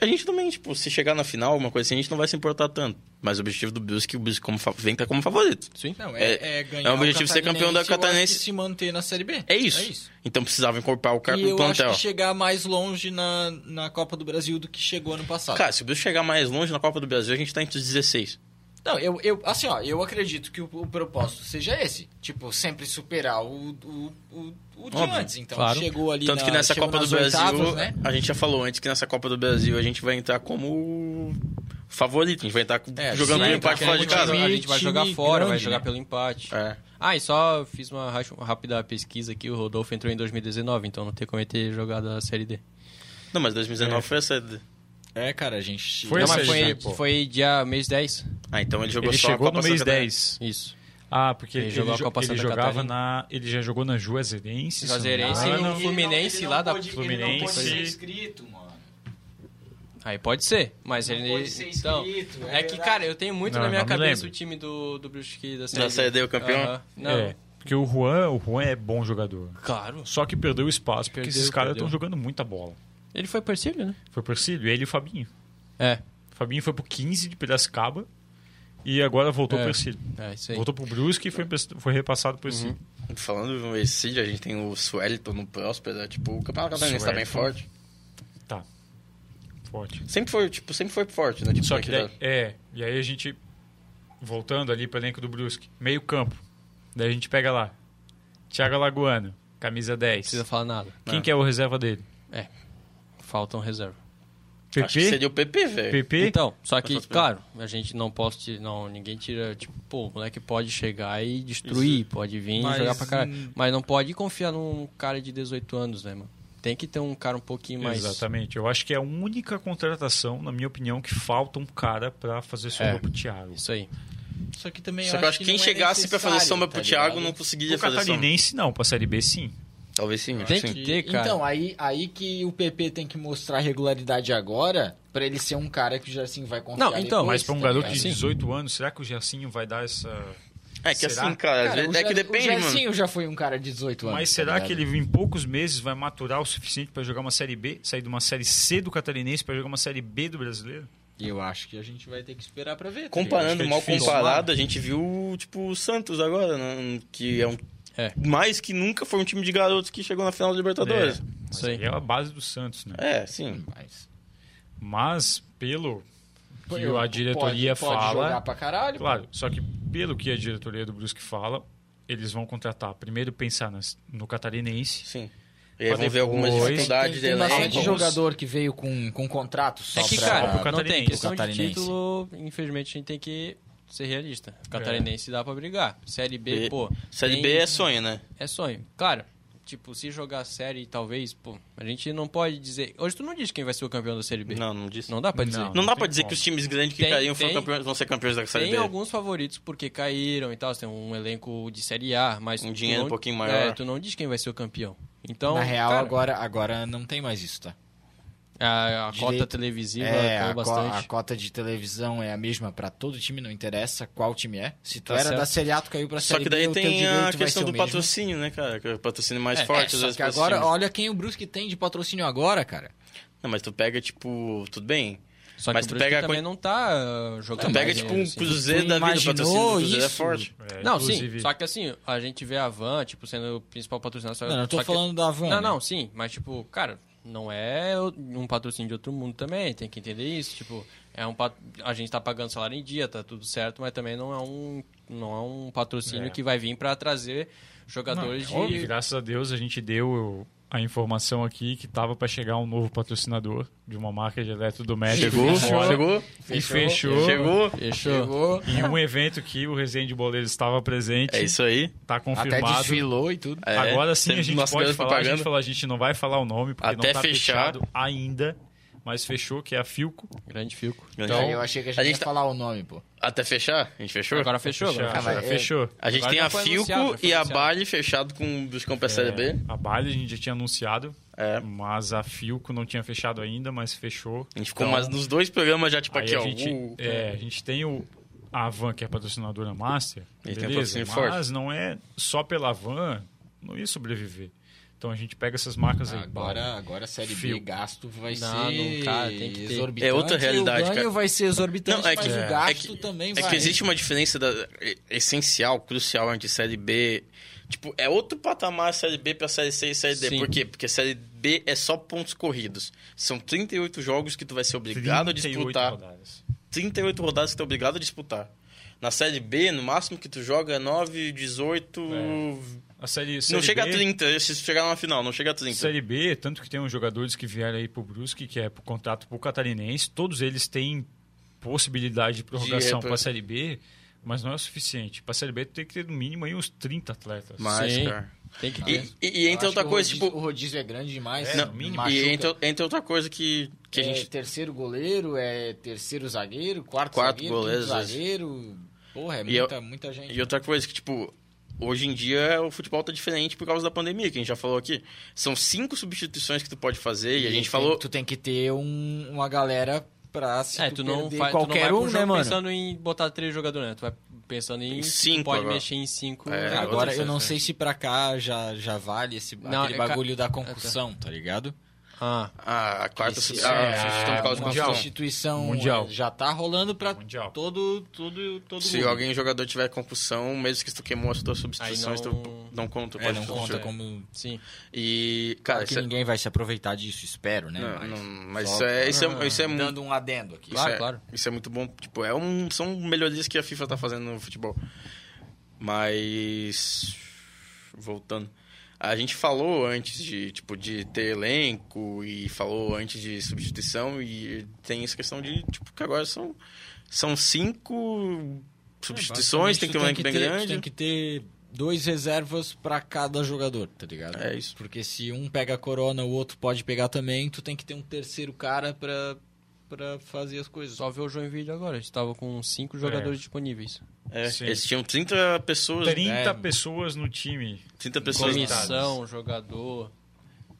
Speaker 1: A gente também, tipo, se chegar na final, alguma coisa assim, a gente não vai se importar tanto. Mas o objetivo do Brusque, o Brusque como fa- vem tá como favorito.
Speaker 6: Não, é, é, ganhar
Speaker 1: é o objetivo ser campeão da
Speaker 6: Catarinense, eu acho
Speaker 1: Catarinense.
Speaker 6: que se manter na Série B.
Speaker 1: É isso. Então precisava incorporar o cara
Speaker 6: E
Speaker 1: no
Speaker 6: eu
Speaker 1: plantel.
Speaker 6: acho que chegar mais longe na, na Copa do Brasil do que chegou ano passado.
Speaker 1: Cara, se o Brusque chegar mais longe na Copa do Brasil, a gente tá entre os 16.
Speaker 6: Não, eu, eu, assim, ó, eu acredito que o, o propósito seja esse. Tipo, sempre superar o, o, o, o de
Speaker 1: Óbvio,
Speaker 6: antes. Então,
Speaker 4: claro.
Speaker 6: chegou ali
Speaker 1: Tanto
Speaker 6: na,
Speaker 1: que nessa
Speaker 6: chegou
Speaker 1: Copa do
Speaker 6: nas
Speaker 1: Brasil,
Speaker 6: oitavas, né?
Speaker 1: a gente já falou antes que nessa Copa do Brasil a gente vai entrar como favorito. A gente vai entrar com-
Speaker 6: É,
Speaker 1: jogando
Speaker 6: sim,
Speaker 1: com um empate
Speaker 6: porque
Speaker 1: fora de
Speaker 6: muito
Speaker 1: casa.
Speaker 6: time-
Speaker 4: a gente vai
Speaker 6: time
Speaker 4: jogar fora, vai
Speaker 6: grande,
Speaker 4: jogar
Speaker 6: né?
Speaker 4: pelo empate.
Speaker 1: É.
Speaker 4: Ah, e só fiz uma ra- rápida pesquisa aqui, o Rodolfo entrou em 2019, então não tem como ele ter jogado a Série D.
Speaker 1: Não, mas 2019 foi essa.
Speaker 6: É, cara, a gente...
Speaker 2: Foi
Speaker 4: não,
Speaker 2: essa
Speaker 4: mas
Speaker 2: aí,
Speaker 4: foi,
Speaker 2: né, pô?
Speaker 4: foi dia mês 10,
Speaker 1: Ah, então ele jogou
Speaker 2: Ele
Speaker 1: só
Speaker 2: chegou
Speaker 1: a Copa
Speaker 2: no mês
Speaker 1: Santa Catarina.
Speaker 2: 10.
Speaker 4: isso.
Speaker 2: Ah, porque
Speaker 4: Ele
Speaker 2: ele,
Speaker 4: jogou a
Speaker 2: jo-
Speaker 4: Copa
Speaker 2: ele
Speaker 4: Santa
Speaker 2: jogava
Speaker 4: Catarina.
Speaker 2: na. Ele já jogou na Juazeirense. se não me
Speaker 4: Juazeirense
Speaker 6: Ah,
Speaker 2: engano.
Speaker 4: e no Fluminense lá da
Speaker 2: Fluminense.
Speaker 6: inscrito, mano.
Speaker 4: Aí pode ser, mas ele...
Speaker 6: pode ser
Speaker 4: então,
Speaker 6: inscrito,
Speaker 4: é,
Speaker 6: é
Speaker 4: que,
Speaker 6: verdade.
Speaker 4: cara, eu tenho muito
Speaker 2: Não,
Speaker 4: na minha
Speaker 2: não me
Speaker 4: cabeça
Speaker 2: lembro.
Speaker 4: o time do, do Brusque da Série
Speaker 1: Da
Speaker 4: D.
Speaker 1: Série D, o campeão?
Speaker 4: Aham. Não,
Speaker 2: É, porque o Juan, o Juan é bom jogador.
Speaker 4: claro.
Speaker 2: Só que perdeu espaço, porque
Speaker 4: Perdeu,
Speaker 2: esses caras
Speaker 4: perdeu.
Speaker 2: estão jogando muita bola.
Speaker 4: Ele foi parceiro, né?
Speaker 2: Foi pro Cílio, ele e o Fabinho.
Speaker 4: É,
Speaker 2: O Fabinho foi pro 15 de Piracicaba e agora voltou
Speaker 4: É.
Speaker 2: pro Cílio.
Speaker 4: é isso aí.
Speaker 2: Voltou pro Brusque e foi, emprest- foi repassado pro Cílio.
Speaker 1: Falando do Exídio, a gente tem o Suelton no Próspero. é, Tipo, o Campeonato Catarinense tá bem
Speaker 2: Suelton.
Speaker 1: forte.
Speaker 2: Forte.
Speaker 1: Sempre foi, tipo, sempre foi forte, né? Tipo,
Speaker 2: Só que
Speaker 1: aquele-
Speaker 2: daí, é, e aí a gente voltando ali para elenco do Brusque, meio campo. Daí a gente pega lá. Thiago Alagoano, camisa
Speaker 4: Não precisa
Speaker 2: 10.
Speaker 4: falar nada.
Speaker 2: Quem que é o reserva dele?
Speaker 4: faltam reserva.
Speaker 1: Acho que
Speaker 2: PP?
Speaker 1: seria o PP, velho.
Speaker 2: PP?
Speaker 4: Então, só que,
Speaker 1: Quantas
Speaker 4: claro, a gente não pode. ti- Não, ninguém tira. Tipo, pô, o moleque pode chegar e destruir, pode vir e
Speaker 6: Mas,
Speaker 4: jogar pra
Speaker 6: hum.
Speaker 4: caralho. Mas não pode confiar num cara de 18 anos, né, mano? Tem que ter um cara um pouquinho mais.
Speaker 2: Exatamente. Eu acho que é a única contratação, na minha opinião, que falta um cara pra fazer sombra
Speaker 4: É.
Speaker 2: pro Thiago.
Speaker 4: Isso aí.
Speaker 6: Só que também
Speaker 1: Só que eu acho que quem
Speaker 6: não é
Speaker 1: chegasse pra fazer
Speaker 6: necessário,
Speaker 1: sombra pro
Speaker 6: tá
Speaker 1: Thiago
Speaker 6: ligado?
Speaker 1: não
Speaker 2: O
Speaker 1: conseguiria fazer um. sombra.
Speaker 2: catarinense não, pra Série B sim.
Speaker 1: Talvez sim, acho
Speaker 4: Tem
Speaker 1: sim.
Speaker 4: que ter, cara.
Speaker 3: Então, aí, aí que o PP tem que mostrar regularidade agora, pra ele ser um cara que o Jarcinho vai confiar
Speaker 4: Não, então,
Speaker 3: depois,
Speaker 2: Mas pra um
Speaker 3: tá
Speaker 2: garoto
Speaker 3: ligado?
Speaker 2: de
Speaker 4: Sim.
Speaker 2: 18 anos, será que o Jacinho vai dar essa...
Speaker 1: É que
Speaker 2: Será?
Speaker 1: assim, cara, às
Speaker 3: Cara,
Speaker 1: vezes
Speaker 3: o
Speaker 1: é que
Speaker 3: Jar-
Speaker 1: depende,
Speaker 3: O
Speaker 1: mano.
Speaker 3: Jarcinho já foi um cara de 18 anos.
Speaker 2: Mas
Speaker 3: tá
Speaker 2: será
Speaker 3: ligado?
Speaker 2: que ele em poucos meses vai maturar o suficiente pra jogar uma Série B, sair de uma Série C do catarinense pra jogar uma Série B do brasileiro?
Speaker 3: Eu acho que a gente vai ter que esperar pra ver. tá ligado?
Speaker 1: Comparando,
Speaker 2: é
Speaker 1: mal
Speaker 2: difícil,
Speaker 1: comparado, a gente viu, tipo, o Santos agora, né? Que é um.
Speaker 4: É.
Speaker 1: Mais que nunca foi um time de garotos que chegou na final da Libertadores.
Speaker 2: Mas
Speaker 4: Isso aí.
Speaker 2: aí é a base do Santos, né?
Speaker 1: É, sim.
Speaker 3: Mas-
Speaker 2: Mas pelo
Speaker 3: Pô,
Speaker 2: que a diretoria
Speaker 3: pode, Pode
Speaker 2: fala...
Speaker 3: jogar pra caralho.
Speaker 2: Claro, só que pelo que a diretoria do Brusque fala, eles vão contratar, primeiro pensar nas- no catarinense,
Speaker 1: Sim. E aí
Speaker 2: Mas
Speaker 1: vão ver algumas
Speaker 2: depois-
Speaker 1: dificuldades
Speaker 3: Tem
Speaker 1: de elenco,
Speaker 3: bastante
Speaker 1: alguns-
Speaker 3: jogador que veio com, com contrato só
Speaker 4: É que,
Speaker 3: pra...
Speaker 2: Só pro
Speaker 4: cara, não tem.
Speaker 2: catarinense.
Speaker 4: Questão de
Speaker 3: Catarinense.
Speaker 4: título, infelizmente, a gente tem que ser realista. Catarinense
Speaker 2: É.
Speaker 4: dá pra brigar. Série B,
Speaker 1: E-
Speaker 4: pô.
Speaker 1: Série
Speaker 4: tem-
Speaker 1: B é sonho, né?
Speaker 4: É sonho. Claro, tipo, se jogar série, talvez, pô, a gente não pode dizer. Hoje tu não diz quem vai ser o campeão da série B.
Speaker 1: Não, não disse. Não,
Speaker 4: Não dá pra dizer.
Speaker 2: Não
Speaker 1: dá
Speaker 2: tem
Speaker 1: pra dizer
Speaker 2: como.
Speaker 1: que os times grandes que
Speaker 4: Tem-
Speaker 1: caíram foram
Speaker 4: tem-
Speaker 1: campeões- vão ser campeões da Série
Speaker 4: Tem
Speaker 1: B.
Speaker 4: alguns favoritos porque caíram e tal. Tem um elenco de série A, mas.
Speaker 1: Um
Speaker 4: tu
Speaker 1: dinheiro
Speaker 4: não-
Speaker 1: um pouquinho maior.
Speaker 4: É, tu não diz quem vai ser o campeão. Então.
Speaker 3: Na real,
Speaker 4: cara,
Speaker 3: agora, agora não tem mais isso, tá?
Speaker 4: A, a
Speaker 3: Direito-
Speaker 4: cota televisiva
Speaker 3: É, a,
Speaker 4: caiu
Speaker 3: co- a
Speaker 4: bastante.
Speaker 3: cota de televisão é a mesma pra todo time, não interessa qual time é. Se tu
Speaker 4: Tá
Speaker 3: era
Speaker 4: certo.
Speaker 3: da Série A, tu caiu pra
Speaker 1: Só
Speaker 3: Série
Speaker 1: que
Speaker 3: B,
Speaker 1: daí
Speaker 3: o teu
Speaker 1: tem
Speaker 3: direito
Speaker 1: a
Speaker 3: vai
Speaker 1: questão
Speaker 3: ser
Speaker 1: do
Speaker 3: o mesmo.
Speaker 1: patrocínio, né, cara? Que é o patrocínio mais
Speaker 3: É,
Speaker 1: forte,
Speaker 3: só
Speaker 1: às vezes,
Speaker 3: que
Speaker 1: pra esses
Speaker 3: agora,
Speaker 1: times.
Speaker 3: olha quem o Brusque tem de patrocínio agora, cara.
Speaker 1: Não, mas tu pega, tipo, tudo bem.
Speaker 4: Só que
Speaker 1: mas
Speaker 4: o
Speaker 1: tu
Speaker 4: Brusque
Speaker 1: pega a
Speaker 4: também
Speaker 1: quan-
Speaker 4: não tá ah, jogando.
Speaker 1: Tu pega,
Speaker 4: mais
Speaker 1: tipo, um
Speaker 4: dinheiro, assim.
Speaker 1: Cruzeiro da vida, o
Speaker 3: imaginou
Speaker 1: patrocínio do Cruzeiro é
Speaker 3: isso?
Speaker 1: forte.
Speaker 2: É,
Speaker 4: Não,
Speaker 2: inclusive-
Speaker 4: sim. Só que assim, a gente vê a Van, tipo, sendo o principal patrocinador. só-
Speaker 3: Não, não tô
Speaker 4: só que-
Speaker 3: falando da Van. né?
Speaker 4: Não, não, sim, mas tipo, cara, não é o- um patrocínio de outro mundo também, tem que entender isso, tipo, é um pat- a gente tá pagando salário em dia, tá tudo certo, mas também não é um não é um patrocínio
Speaker 2: É.
Speaker 4: que vai vir pra trazer jogadores
Speaker 2: Não, é
Speaker 4: de
Speaker 2: óbvio, graças a Deus a gente deu a informação aqui que tava para chegar um novo patrocinador de uma marca de eletrodoméstico.
Speaker 1: Chegou,
Speaker 2: Fora.
Speaker 1: chegou,
Speaker 2: E fechou.
Speaker 1: chegou.
Speaker 4: Fechou.
Speaker 2: E um evento que o Resende Boleiro estava presente.
Speaker 1: É isso aí.
Speaker 2: Tá
Speaker 3: Até
Speaker 2: confirmado.
Speaker 3: desfilou e tudo.
Speaker 1: É,
Speaker 2: Agora sim a
Speaker 1: sempre
Speaker 2: gente
Speaker 1: nossa
Speaker 2: pode
Speaker 1: grande
Speaker 2: falar. A gente,
Speaker 1: propaganda.
Speaker 2: falou, a gente não vai falar o nome, porque
Speaker 1: Até
Speaker 2: não tá
Speaker 1: fechar.
Speaker 2: fechado ainda. Mas fechou, que é a Filco.
Speaker 4: Grande Filco.
Speaker 1: Grande-
Speaker 3: Aí eu
Speaker 2: Então,
Speaker 3: achei que a gente,
Speaker 1: Então, a gente
Speaker 3: ia
Speaker 1: tá-
Speaker 3: falar o nome, pô.
Speaker 1: Até fechar? A gente fechou?
Speaker 4: Agora fechou,
Speaker 2: Fechou.
Speaker 4: agora.
Speaker 3: mas
Speaker 2: já
Speaker 3: é-
Speaker 2: fechou.
Speaker 1: a gente
Speaker 4: agora
Speaker 1: tem
Speaker 4: já
Speaker 1: a
Speaker 4: foi
Speaker 1: Filco
Speaker 4: anunciado, já foi
Speaker 1: e a
Speaker 4: anunciado.
Speaker 1: Bale fechado com o Buscão
Speaker 2: É.
Speaker 1: pra Série B.
Speaker 2: A Bale a gente já tinha anunciado,
Speaker 1: É.
Speaker 2: mas a Filco não tinha fechado ainda, mas fechou.
Speaker 1: A gente ficou
Speaker 2: Então,
Speaker 1: mais nos dois programas já, tipo,
Speaker 2: Aí
Speaker 1: aqui,
Speaker 2: a
Speaker 1: ó.
Speaker 2: gente,
Speaker 1: uh,
Speaker 2: é, a gente tem o a Van que é patrocinadora master,
Speaker 1: E tem um
Speaker 2: beleza,
Speaker 1: patrocínio
Speaker 2: mas
Speaker 1: forte.
Speaker 2: não é só pela Van, não ia sobreviver. Então a gente pega essas marcas aí.
Speaker 3: Agora, agora a Série B
Speaker 2: Fio.
Speaker 3: gasto vai
Speaker 4: Não,
Speaker 3: ser
Speaker 4: não, cara, tem que ter.
Speaker 3: exorbitante.
Speaker 1: É outra realidade,
Speaker 3: o ganho
Speaker 1: cara.
Speaker 3: vai ser exorbitante,
Speaker 1: Não, é
Speaker 3: mas
Speaker 1: que-
Speaker 3: o
Speaker 1: é.
Speaker 3: gasto
Speaker 1: É que-
Speaker 3: também
Speaker 1: É
Speaker 3: vai.
Speaker 1: que existe uma diferença da- e- essencial, crucial entre Série B. Tipo, é outro patamar a Série B pra Série C e Série D.
Speaker 4: Sim.
Speaker 1: Por quê? Porque Série B é só pontos corridos. São 38 jogos que tu vai ser obrigado a
Speaker 2: 38
Speaker 1: disputar.
Speaker 2: rodadas.
Speaker 1: 38 rodadas que tu é obrigado a disputar. Na Série B, no máximo que tu joga é 9, 18...
Speaker 2: A série,
Speaker 1: Não
Speaker 2: É. Série
Speaker 1: chega
Speaker 2: B,
Speaker 1: a 30, se tu chegar numa final, não chega a 30.
Speaker 2: Série B, tanto que tem uns jogadores que vieram aí pro Brusque, que é por contrato pro Catarinense, todos eles têm possibilidade de prorrogação
Speaker 1: De-
Speaker 2: pra Série B, mas não é o suficiente. Pra Série B tu tem que ter no mínimo aí uns 30 atletas.
Speaker 1: Mas,
Speaker 4: Sim.
Speaker 1: cara...
Speaker 4: Tem que ter.
Speaker 1: E, e, e entre outra coisa, tipo...
Speaker 3: O rodízio é grande demais.
Speaker 2: É,
Speaker 1: Não,
Speaker 2: no mínimo.
Speaker 1: e
Speaker 3: machuca.
Speaker 1: entre, entre outra coisa que, que a
Speaker 3: É
Speaker 1: gente...
Speaker 3: terceiro goleiro, é terceiro zagueiro, quarto,
Speaker 1: Quarto
Speaker 3: zagueiro,
Speaker 1: goleiro,
Speaker 3: quinto
Speaker 1: às vezes.
Speaker 3: zagueiro. Porra, é
Speaker 1: E
Speaker 3: muita, muita gente.
Speaker 1: E outra coisa que, tipo, hoje em dia o futebol tá diferente por causa da pandemia, que a gente já falou aqui. São cinco substituições que tu pode fazer e, a gente
Speaker 3: tem-
Speaker 1: falou.
Speaker 3: Tu tem que ter um- uma galera pra se
Speaker 4: É,
Speaker 3: tu
Speaker 4: tu não,
Speaker 3: perder
Speaker 4: faz, tu não vai
Speaker 3: qualquer
Speaker 4: pro
Speaker 3: um,
Speaker 4: jogo
Speaker 3: né, mano?
Speaker 4: pensando em botar três jogadores, né? Tu vai pensando em...
Speaker 1: Em
Speaker 4: tu
Speaker 1: cinco
Speaker 4: pode
Speaker 1: agora.
Speaker 4: mexer em cinco.
Speaker 1: É,
Speaker 4: jogadores.
Speaker 3: Agora, eu não
Speaker 1: Outras
Speaker 3: sei se pra cá já, já vale esse
Speaker 4: Não,
Speaker 3: aquele
Speaker 4: é ca-
Speaker 3: bagulho da concussão, tá ligado?
Speaker 4: Ah,
Speaker 1: A quarta
Speaker 3: Esse-
Speaker 1: substituição.
Speaker 2: é,
Speaker 1: por causa
Speaker 2: do
Speaker 3: uma
Speaker 2: Mundial.
Speaker 3: substituição
Speaker 2: Mundial.
Speaker 3: eh, já tá rolando pra
Speaker 2: Mundial.
Speaker 3: todo, todo, todo
Speaker 1: Se
Speaker 3: mundo.
Speaker 1: alguém jogador tiver concussão, mesmo que tu queimou as tuas substituições,
Speaker 4: não-
Speaker 1: tu não conta.
Speaker 3: É,
Speaker 1: pode
Speaker 3: não
Speaker 1: substituir.
Speaker 3: conta como...
Speaker 4: sim.
Speaker 1: E, cara,
Speaker 3: Claro
Speaker 1: isso
Speaker 3: que
Speaker 1: é,
Speaker 3: ninguém vai se aproveitar disso, espero, né?
Speaker 1: não, não, mas
Speaker 3: só
Speaker 1: isso é, isso
Speaker 4: Ah,
Speaker 1: é, isso é muito.
Speaker 3: Dando um adendo aqui.
Speaker 1: Isso
Speaker 4: Claro,
Speaker 1: é,
Speaker 4: claro.
Speaker 1: Isso é muito bom. Tipo, é um, são melhorias que a FIFA tá fazendo no futebol. Mas. voltando. A gente falou antes de, tipo, de ter elenco e falou antes de substituição e tem essa questão de, tipo, que agora são, são cinco substituições, tem que ter um
Speaker 3: Tu
Speaker 1: elenco bem
Speaker 3: ter- tu
Speaker 1: grande.
Speaker 3: Tem que ter dois reservas pra cada jogador, tá ligado?
Speaker 1: É isso.
Speaker 3: Porque se um pega a corona, o outro pode pegar também, tu tem que ter um terceiro cara pra, pra fazer as coisas.
Speaker 4: Só ver o Joinville agora. A gente tava com cinco jogadores disponíveis.
Speaker 1: É,
Speaker 2: Sim.
Speaker 1: eles tinham 30 pessoas,
Speaker 2: 30
Speaker 3: É.
Speaker 2: pessoas no time.
Speaker 1: 30 pessoas
Speaker 2: Coitado.
Speaker 4: Comissão, jogador.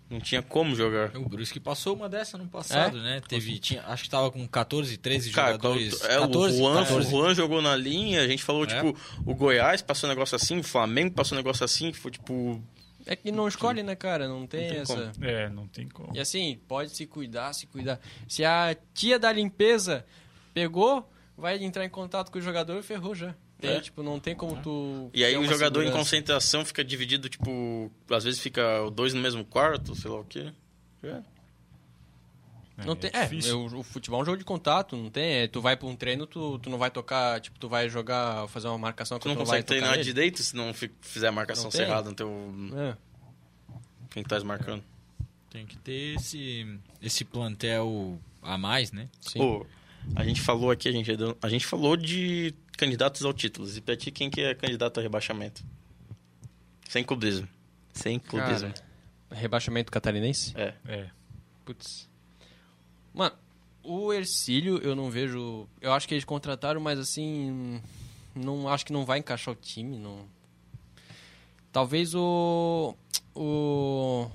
Speaker 1: não tinha como jogar.
Speaker 3: O Brusque passou uma dessa no passado, né? Teve, tinha, acho que tava com 14, 13
Speaker 1: É? Cara,
Speaker 3: jogadores.
Speaker 1: quando- é, o Juan,
Speaker 3: 14.
Speaker 1: o Juan jogou na linha, a gente falou,
Speaker 3: É.
Speaker 1: tipo, o Goiás passou um negócio assim, o Flamengo passou um negócio assim, foi tipo.
Speaker 4: É que não escolhe, né, cara? Não tem,
Speaker 1: Não tem
Speaker 4: essa.
Speaker 1: como.
Speaker 2: É, não tem como.
Speaker 4: E assim, pode se cuidar, se cuidar. Se a tia da limpeza pegou, vai entrar em contato com o jogador e ferrou já. Tem,
Speaker 1: É.
Speaker 4: Tipo, não tem como tu.
Speaker 1: E aí
Speaker 4: ter
Speaker 1: o
Speaker 4: uma
Speaker 1: jogador em
Speaker 4: segurança.
Speaker 1: concentração fica dividido, tipo, às vezes fica dois no mesmo quarto, sei lá o quê. É.
Speaker 4: Não tem, é,
Speaker 2: difícil.
Speaker 4: eu- o futebol é um jogo de contato, não tem. é, tu vai pra um treino, tu, tu não vai tocar, tipo, tu vai jogar, fazer uma marcação
Speaker 1: Tu não
Speaker 4: vai
Speaker 1: consegue
Speaker 4: tocar
Speaker 1: treinar
Speaker 4: nele.
Speaker 1: direito se não fi- fizer a marcação
Speaker 4: Não tem.
Speaker 1: cerrada no teu.
Speaker 4: É.
Speaker 1: Quem tá desmarcando.
Speaker 3: Tem que ter esse, esse plantel a mais, né?
Speaker 4: Sim.
Speaker 1: Pô, a gente falou aqui, a gente, a gente falou de candidatos ao título. E pra ti, quem que é candidato a rebaixamento? Sem clubismo. Sem clubismo.
Speaker 4: Cara, É. rebaixamento catarinense?
Speaker 2: É.
Speaker 4: Putz. Mano, o Ercílio eu não vejo. Eu acho que eles contrataram, mas assim. Não acho que não vai encaixar o time. Não. Talvez o. O.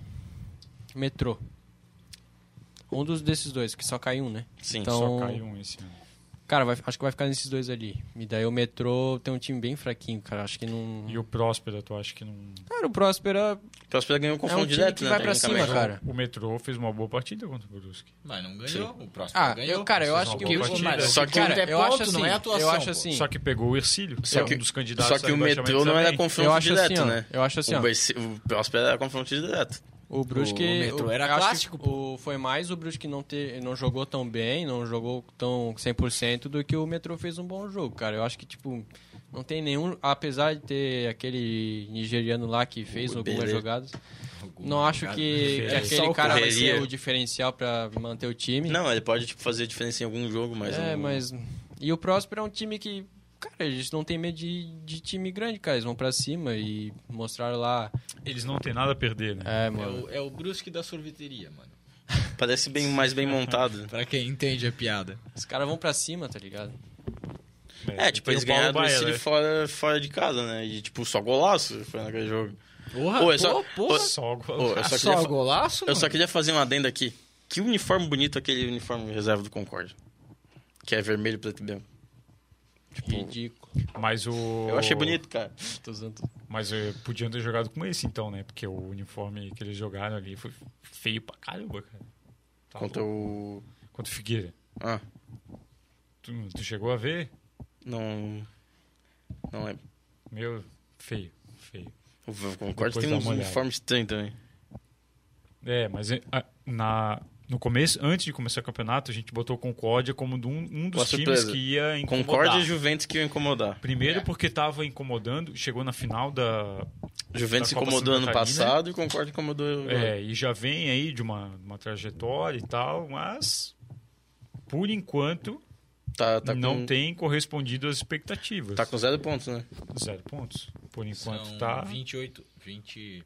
Speaker 4: Metrô. Um dos desses dois, que só cai um, né?
Speaker 1: Sim.
Speaker 4: Então-
Speaker 2: Só caiu um esse ano.
Speaker 4: Cara, vai- acho que vai ficar nesses dois ali. E daí o Metrô tem um time bem fraquinho, cara. Acho que não.
Speaker 2: E o Próspera, tu acha que não.
Speaker 4: Cara, o Próspera
Speaker 1: O Próspera ganhou o
Speaker 4: é
Speaker 1: confronto
Speaker 4: um time
Speaker 1: direto,
Speaker 4: que
Speaker 1: né?
Speaker 4: vai pra cima,
Speaker 1: tecnicamente.
Speaker 4: cara.
Speaker 2: O Metrô fez uma boa partida contra o Brusque.
Speaker 3: Mas não ganhou. O próximo
Speaker 4: Ah,
Speaker 3: ganhou.
Speaker 4: eu, cara, eu acho que
Speaker 2: boa
Speaker 4: o
Speaker 2: partida.
Speaker 4: Cara,
Speaker 1: Só que
Speaker 4: cara,
Speaker 3: é
Speaker 2: um
Speaker 4: eu acho
Speaker 3: ponto,
Speaker 4: assim,
Speaker 3: não é atuação,
Speaker 4: Eu acho
Speaker 3: pô.
Speaker 4: assim.
Speaker 2: Só que pegou o Ercílio.
Speaker 1: Só
Speaker 2: é
Speaker 1: que-
Speaker 2: um dos
Speaker 1: Só
Speaker 2: candidatos
Speaker 1: que
Speaker 2: a
Speaker 1: o metrô
Speaker 2: rebaixamento
Speaker 1: não era
Speaker 2: também.
Speaker 1: confronto direto,
Speaker 4: assim, ó.
Speaker 1: né?
Speaker 4: Eu
Speaker 2: Tipo
Speaker 4: acho assim,
Speaker 1: O,
Speaker 4: ó.
Speaker 1: Berci- o Próspera era confronto direto.
Speaker 4: O Brusque.
Speaker 3: O metrô era
Speaker 4: eu acho que
Speaker 3: clássico, pô.
Speaker 4: o- foi mais o Brusque não, ter, não jogou tão bem, não jogou tão 100% do que o metrô fez um bom jogo, cara. Eu acho que, tipo, não tem nenhum. Apesar de ter aquele nigeriano lá que fez
Speaker 1: O
Speaker 4: algumas
Speaker 1: Belê.
Speaker 4: jogadas, não acho assim, que, que
Speaker 2: É,
Speaker 4: aquele
Speaker 1: só o
Speaker 4: cara vai
Speaker 1: Correria.
Speaker 4: ser o diferencial pra manter o time.
Speaker 1: Não, ele pode tipo, fazer diferença em algum jogo, mas. um
Speaker 4: é,
Speaker 1: não-
Speaker 4: mas. E o Próspero é um time que. Cara, eles não têm medo de, de time grande, cara. Eles vão pra cima e mostraram lá.
Speaker 2: Eles não têm nada a perder, né?
Speaker 4: É,
Speaker 3: É
Speaker 4: mano.
Speaker 3: o, é o Brusque da sorveteria, mano.
Speaker 1: Parece bem, mais bem montado.
Speaker 3: Pra quem entende a piada.
Speaker 4: Os caras vão pra cima, tá ligado?
Speaker 1: É, tipo,
Speaker 2: tem
Speaker 1: eles
Speaker 2: o Paulo
Speaker 1: ganharam do
Speaker 2: Baier,
Speaker 1: Chile
Speaker 2: né?
Speaker 1: fora, fora de casa, né? E, tipo, só golaço foi naquele jogo.
Speaker 2: Ah,
Speaker 3: Porra,
Speaker 1: Pô, é só-
Speaker 3: pô, porra.
Speaker 2: Só o
Speaker 1: Ô, eu, só
Speaker 3: só
Speaker 1: queria, fa-
Speaker 3: golaço,
Speaker 1: eu
Speaker 3: mano?
Speaker 1: só queria fazer um adendo aqui. Que uniforme bonito aquele uniforme reserva do Concorde. Que é vermelho, preto e branco. Tipo,
Speaker 4: Ridículo.
Speaker 2: Mas o.
Speaker 1: Eu achei bonito, cara.
Speaker 4: Tô usando
Speaker 2: Mas eh, podiam ter jogado com esse então, né? Porque o uniforme que eles jogaram ali foi feio pra caramba, cara. Tá
Speaker 1: Contra
Speaker 2: louco.
Speaker 1: o.
Speaker 2: Contra o Figueira.
Speaker 1: Ah,
Speaker 2: Tu, tu chegou a ver?
Speaker 1: não. Não lembro.
Speaker 2: Meu, feio, feio.
Speaker 1: O Concorde
Speaker 2: Depois
Speaker 1: tem
Speaker 2: dá
Speaker 1: uns
Speaker 2: uma olhada.
Speaker 1: uniformes estranhos também.
Speaker 2: É, mas eh, ah, na, no começo, antes de começar o campeonato, a gente botou o Concórdia como de um, um
Speaker 1: Uma
Speaker 2: dos times
Speaker 1: surpresa.
Speaker 2: que ia incomodar.
Speaker 1: Concorde e É. Juventus que iam incomodar.
Speaker 2: Primeiro porque tava incomodando, chegou na final da...
Speaker 1: Juventus
Speaker 2: Da Copa
Speaker 1: incomodou ano
Speaker 2: Santa Catarina.
Speaker 1: passado e Concorde incomodou agora.
Speaker 2: É, e já vem aí de uma, uma trajetória e tal, mas por enquanto
Speaker 1: Tá, tá
Speaker 2: não
Speaker 1: com,
Speaker 2: tem correspondido às expectativas.
Speaker 1: Tá com zero pontos, né?
Speaker 2: Zero pontos. Por enquanto
Speaker 3: São
Speaker 2: tá.
Speaker 3: 28, 20...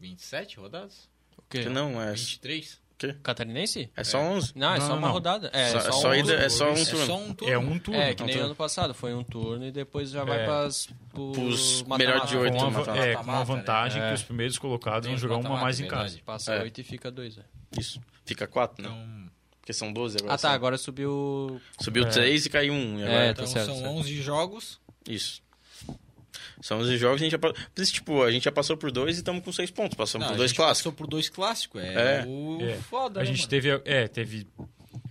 Speaker 3: 27 rodadas?
Speaker 4: O quê?
Speaker 1: Que não, é,
Speaker 3: 23?
Speaker 4: Catarinense?
Speaker 1: é só 11.
Speaker 4: Não, é
Speaker 2: Não,
Speaker 4: só
Speaker 2: não,
Speaker 4: uma
Speaker 2: não.
Speaker 4: rodada. É,
Speaker 1: Só-
Speaker 4: é
Speaker 1: é
Speaker 4: só,
Speaker 1: só
Speaker 4: um
Speaker 1: ida-
Speaker 4: turno.
Speaker 1: é só um
Speaker 3: é
Speaker 1: turno.
Speaker 3: só um turno.
Speaker 2: É um turno.
Speaker 4: É, que nem
Speaker 1: Então,
Speaker 4: ano passado. Foi um turno e depois já vai
Speaker 2: É.
Speaker 4: pras... Pros,
Speaker 1: Pros
Speaker 4: mata-mata.
Speaker 1: melhor de
Speaker 2: com
Speaker 1: oito,
Speaker 2: uma,
Speaker 1: mata-mata.
Speaker 2: é, com uma vantagem
Speaker 4: É.
Speaker 2: que os primeiros colocados
Speaker 3: Tem
Speaker 2: vão jogar uma
Speaker 3: mata-mata,
Speaker 2: mais em
Speaker 3: verdade.
Speaker 2: casa.
Speaker 4: Passa
Speaker 1: É.
Speaker 4: oito e fica dois. é.
Speaker 1: Isso. Fica 4, né?
Speaker 3: Então,
Speaker 1: Porque são 12 agora.
Speaker 4: Ah tá,
Speaker 1: só.
Speaker 4: agora subiu...
Speaker 1: Subiu
Speaker 2: É.
Speaker 1: 3 e caiu 1. E agora...
Speaker 4: É, tá
Speaker 3: então
Speaker 4: certo,
Speaker 3: são
Speaker 4: certo.
Speaker 3: 11 jogos.
Speaker 1: Isso. São 11 jogos, a gente já passou. Por isso, tipo, a gente já passou por 2 e estamos com 6 pontos. Passamos
Speaker 3: Não,
Speaker 1: por
Speaker 3: a
Speaker 1: 2
Speaker 3: gente
Speaker 1: clássicos.
Speaker 3: Passou por dois clássicos. É,
Speaker 1: É.
Speaker 3: o
Speaker 2: É.
Speaker 3: foda,
Speaker 2: A
Speaker 3: né,
Speaker 2: gente
Speaker 3: mano?
Speaker 2: teve. a- É, teve.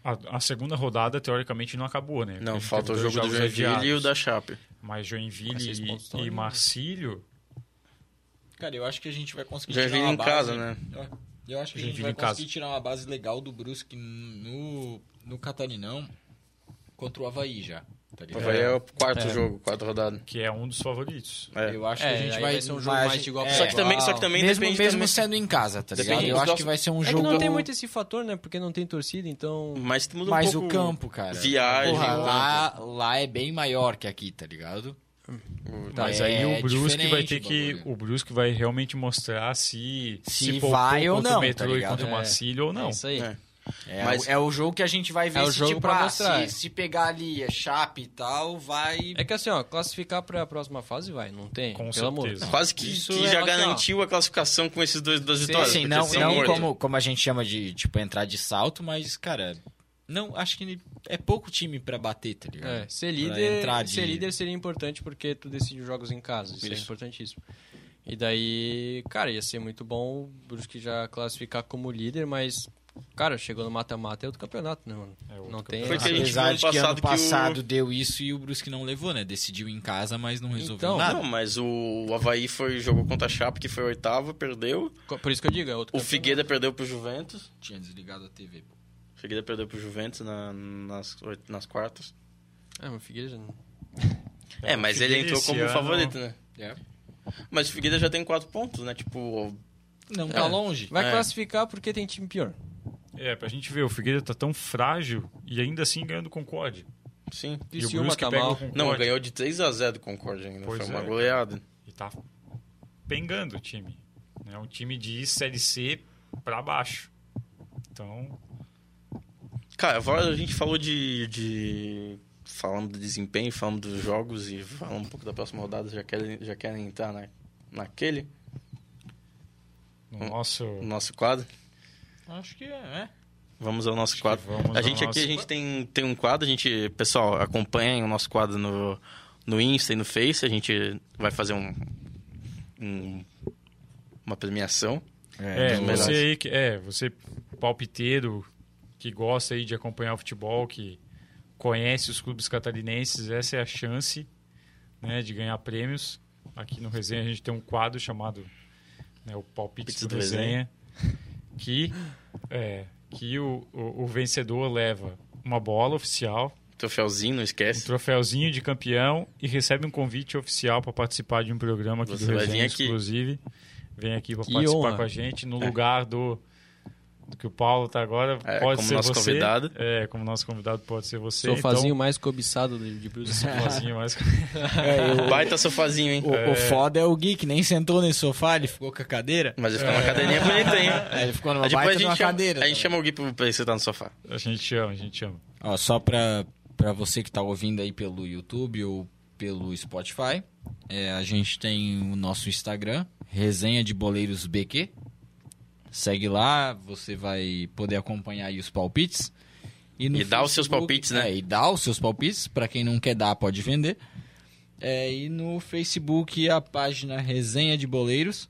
Speaker 2: A, a segunda rodada, teoricamente, não acabou, né?
Speaker 1: Não,
Speaker 2: Porque
Speaker 1: falta o
Speaker 2: teve dois
Speaker 1: jogo do
Speaker 2: jogos
Speaker 1: Joinville e o
Speaker 2: adiados.
Speaker 1: da Chape.
Speaker 2: Mas
Speaker 4: Mas
Speaker 2: Joinville
Speaker 4: seis
Speaker 2: e,
Speaker 4: pontos estão
Speaker 2: e
Speaker 4: ali, né?
Speaker 2: Marcílio.
Speaker 3: Cara, eu acho que a gente vai conseguir tirar
Speaker 1: Joinville
Speaker 3: uma
Speaker 1: em
Speaker 3: base.
Speaker 1: casa, né?
Speaker 3: Eu acho que a gente,
Speaker 2: Joinville
Speaker 3: vai
Speaker 2: em casa.
Speaker 3: conseguir tirar uma base legal do Brusque no, no Catarinão contra o Havaí já. tá ligado?
Speaker 1: Havaí é o quarto jogo, quarta rodada.
Speaker 2: Que é um dos favoritos.
Speaker 1: É.
Speaker 3: Eu acho
Speaker 4: É,
Speaker 3: que a gente
Speaker 4: aí
Speaker 3: vai, é.
Speaker 4: vai ser um jogo mais de igual pra
Speaker 1: Só que também, só que também
Speaker 3: mesmo,
Speaker 1: depende
Speaker 3: mesmo
Speaker 1: também-
Speaker 3: sendo em casa, tá
Speaker 1: Depende
Speaker 3: ligado? Eu
Speaker 1: dos
Speaker 3: acho que
Speaker 1: nossos-
Speaker 3: vai ser um
Speaker 8: É que
Speaker 3: jogo.
Speaker 8: não tem muito esse fator, né? Porque não tem torcida, então.
Speaker 1: Mas tu muda um
Speaker 3: Mas
Speaker 1: pouco
Speaker 3: o campo, cara.
Speaker 1: Viagem, né?
Speaker 3: Porra,
Speaker 1: o
Speaker 3: lá, lá é bem maior que aqui, tá ligado?
Speaker 2: Mas aí
Speaker 3: É
Speaker 2: o Brusque vai ter
Speaker 3: diferente o
Speaker 2: que.
Speaker 3: bagulho.
Speaker 2: O Brusque vai realmente mostrar se.
Speaker 3: Se
Speaker 2: poupou
Speaker 3: vai ou
Speaker 2: contra
Speaker 3: não,
Speaker 2: O
Speaker 3: tá
Speaker 2: metrô e
Speaker 3: ligado?
Speaker 2: contra o
Speaker 8: É.
Speaker 2: Marcílio ou não.
Speaker 8: É isso aí.
Speaker 1: É.
Speaker 3: É,
Speaker 1: Mas-
Speaker 3: o, é o jogo que a gente vai ver
Speaker 8: É o
Speaker 3: se,
Speaker 8: jogo
Speaker 3: tipo,
Speaker 8: pra
Speaker 3: ah,
Speaker 8: mostrar.
Speaker 3: se, se pegar ali a chape e tal, vai.
Speaker 8: É que assim, ó, classificar pra próxima fase vai, não tem.
Speaker 2: Com
Speaker 8: pelo
Speaker 2: certeza.
Speaker 8: amor.
Speaker 1: Quase que,
Speaker 8: Isso
Speaker 1: que
Speaker 8: é
Speaker 1: já
Speaker 8: bacana.
Speaker 1: garantiu a classificação com esses dois duas vitórias.
Speaker 3: Assim,
Speaker 1: porque
Speaker 3: não,
Speaker 1: são
Speaker 3: não
Speaker 1: mortos.
Speaker 3: como, como a gente chama de, tipo, entrar de salto, mas, cara, não, acho que é pouco time pra bater, tá ligado?
Speaker 8: É, ser
Speaker 3: Pra
Speaker 8: líder,
Speaker 3: entrar de-
Speaker 8: ser líder seria importante porque tu decide os jogos em casa, isso, é
Speaker 1: Isso.
Speaker 8: importantíssimo. E daí, cara, ia ser muito bom o Brusque já classificar como líder, mas cara, chegou no mata-mata é outro campeonato, né, mano?
Speaker 2: É outro
Speaker 8: não tem. assim,
Speaker 1: campeonato. Foi que a gente viu
Speaker 3: Apesar
Speaker 1: ano
Speaker 3: de que ano
Speaker 1: passado que o-
Speaker 3: passado deu isso e o Brusque não levou, né? Decidiu em casa, mas não resolveu
Speaker 8: Então,
Speaker 3: nada.
Speaker 1: Não, mas o Havaí foi, jogou contra a Chape, que foi oitavo, perdeu.
Speaker 8: Co- Por isso que eu digo, é outro
Speaker 1: O
Speaker 8: campeonato.
Speaker 1: Figueira perdeu pro Juventus.
Speaker 3: Tinha desligado a TV. pô.
Speaker 1: O Figueira perdeu pro Juventus na- nas, oit- nas quartas.
Speaker 8: É, mas o Figueira já não-
Speaker 1: É, mas ele entrou
Speaker 2: Esse
Speaker 1: como
Speaker 2: ano-
Speaker 1: favorito, né? Mas o Figueira já tem quatro pontos, né? Tipo,
Speaker 3: Não tá longe.
Speaker 8: vai
Speaker 1: É.
Speaker 8: classificar porque tem time pior.
Speaker 2: É, pra gente ver, o Figueiredo tá tão frágil e ainda assim ganhando o Concorde.
Speaker 1: sim.
Speaker 2: E o
Speaker 8: Criciúma
Speaker 2: Brusque
Speaker 8: tá
Speaker 2: pega o
Speaker 8: mal.
Speaker 2: Concorde.
Speaker 1: Não, ganhou de 3 a 0 do Concorde ainda.
Speaker 2: Pois
Speaker 1: foi uma
Speaker 2: é.
Speaker 1: goleada.
Speaker 2: E tá pengando o time. É um time de Série C pra baixo. Então,
Speaker 1: Cara, agora a gente falou de. de... Falamos do desempenho, falamos dos jogos e falamos um pouco da próxima rodada. Já querem, já querem entrar na, naquele,
Speaker 2: no
Speaker 1: Hum.
Speaker 2: nosso...
Speaker 1: no nosso quadro?
Speaker 3: Acho que é, né?
Speaker 1: Vamos ao nosso
Speaker 2: que
Speaker 1: quadro.
Speaker 2: vamos
Speaker 1: a
Speaker 2: ao
Speaker 1: gente
Speaker 2: nosso
Speaker 1: aqui a gente tem, tem um quadro, a gente, pessoal, acompanha o nosso quadro no, no Insta e no Face, a gente vai fazer um, um- uma premiação.
Speaker 2: É,
Speaker 1: dos
Speaker 2: você
Speaker 1: melhores.
Speaker 2: aí que... É, você palpiteiro que gosta aí de acompanhar o futebol, que conhece os clubes catarinenses, essa é a chance né, de ganhar prêmios. Aqui no Resenha a gente tem um quadro chamado né, o Palpite
Speaker 1: Palpites
Speaker 2: do,
Speaker 1: do
Speaker 2: Resenha, que, é, que o- o, o vencedor leva uma bola oficial,
Speaker 1: Troféuzinho, não
Speaker 2: um
Speaker 1: esquece.
Speaker 2: troféuzinho de campeão e recebe um convite oficial para participar de um programa aqui
Speaker 1: Você
Speaker 2: do
Speaker 1: vai
Speaker 2: Resenha,
Speaker 1: vir aqui.
Speaker 2: inclusive. Vem aqui para
Speaker 8: Que
Speaker 2: participar
Speaker 8: honra.
Speaker 2: com a gente no lugar do, do que o Paulo tá agora.
Speaker 1: É,
Speaker 2: pode
Speaker 1: como
Speaker 2: ser
Speaker 1: nosso
Speaker 2: você.
Speaker 1: convidado.
Speaker 2: É, como nosso convidado pode ser você.
Speaker 8: Sofazinho mais cobiçado de, de Brusque.
Speaker 2: Então, sofazinho, mas É,
Speaker 1: Baita sofazinho, hein?
Speaker 3: O, o foda é o Gui, que nem sentou nesse sofá, ele ficou com a cadeira.
Speaker 1: Mas ele ficou
Speaker 2: É.
Speaker 1: numa cadeirinha bonita, hein?
Speaker 3: É, ele ficou numa
Speaker 1: Aí
Speaker 3: baita
Speaker 1: depois a gente,
Speaker 3: numa
Speaker 1: chama,
Speaker 3: cadeira.
Speaker 1: a gente
Speaker 3: também.
Speaker 1: chama o Gui pra, pra ele sentar no sofá.
Speaker 2: a gente ama, a gente ama.
Speaker 3: Ó, só pra, pra você que tá ouvindo aí pelo YouTube ou pelo Spotify, é, a gente tem o nosso Instagram, Resenha de Boleiros BQ. Segue lá, você vai poder acompanhar aí os palpites. no
Speaker 1: E dá os seus palpites, né?
Speaker 3: é, e dá os seus palpites, pra quem não quer dar, pode vender. É, e no Facebook, a página Resenha de Boleiros,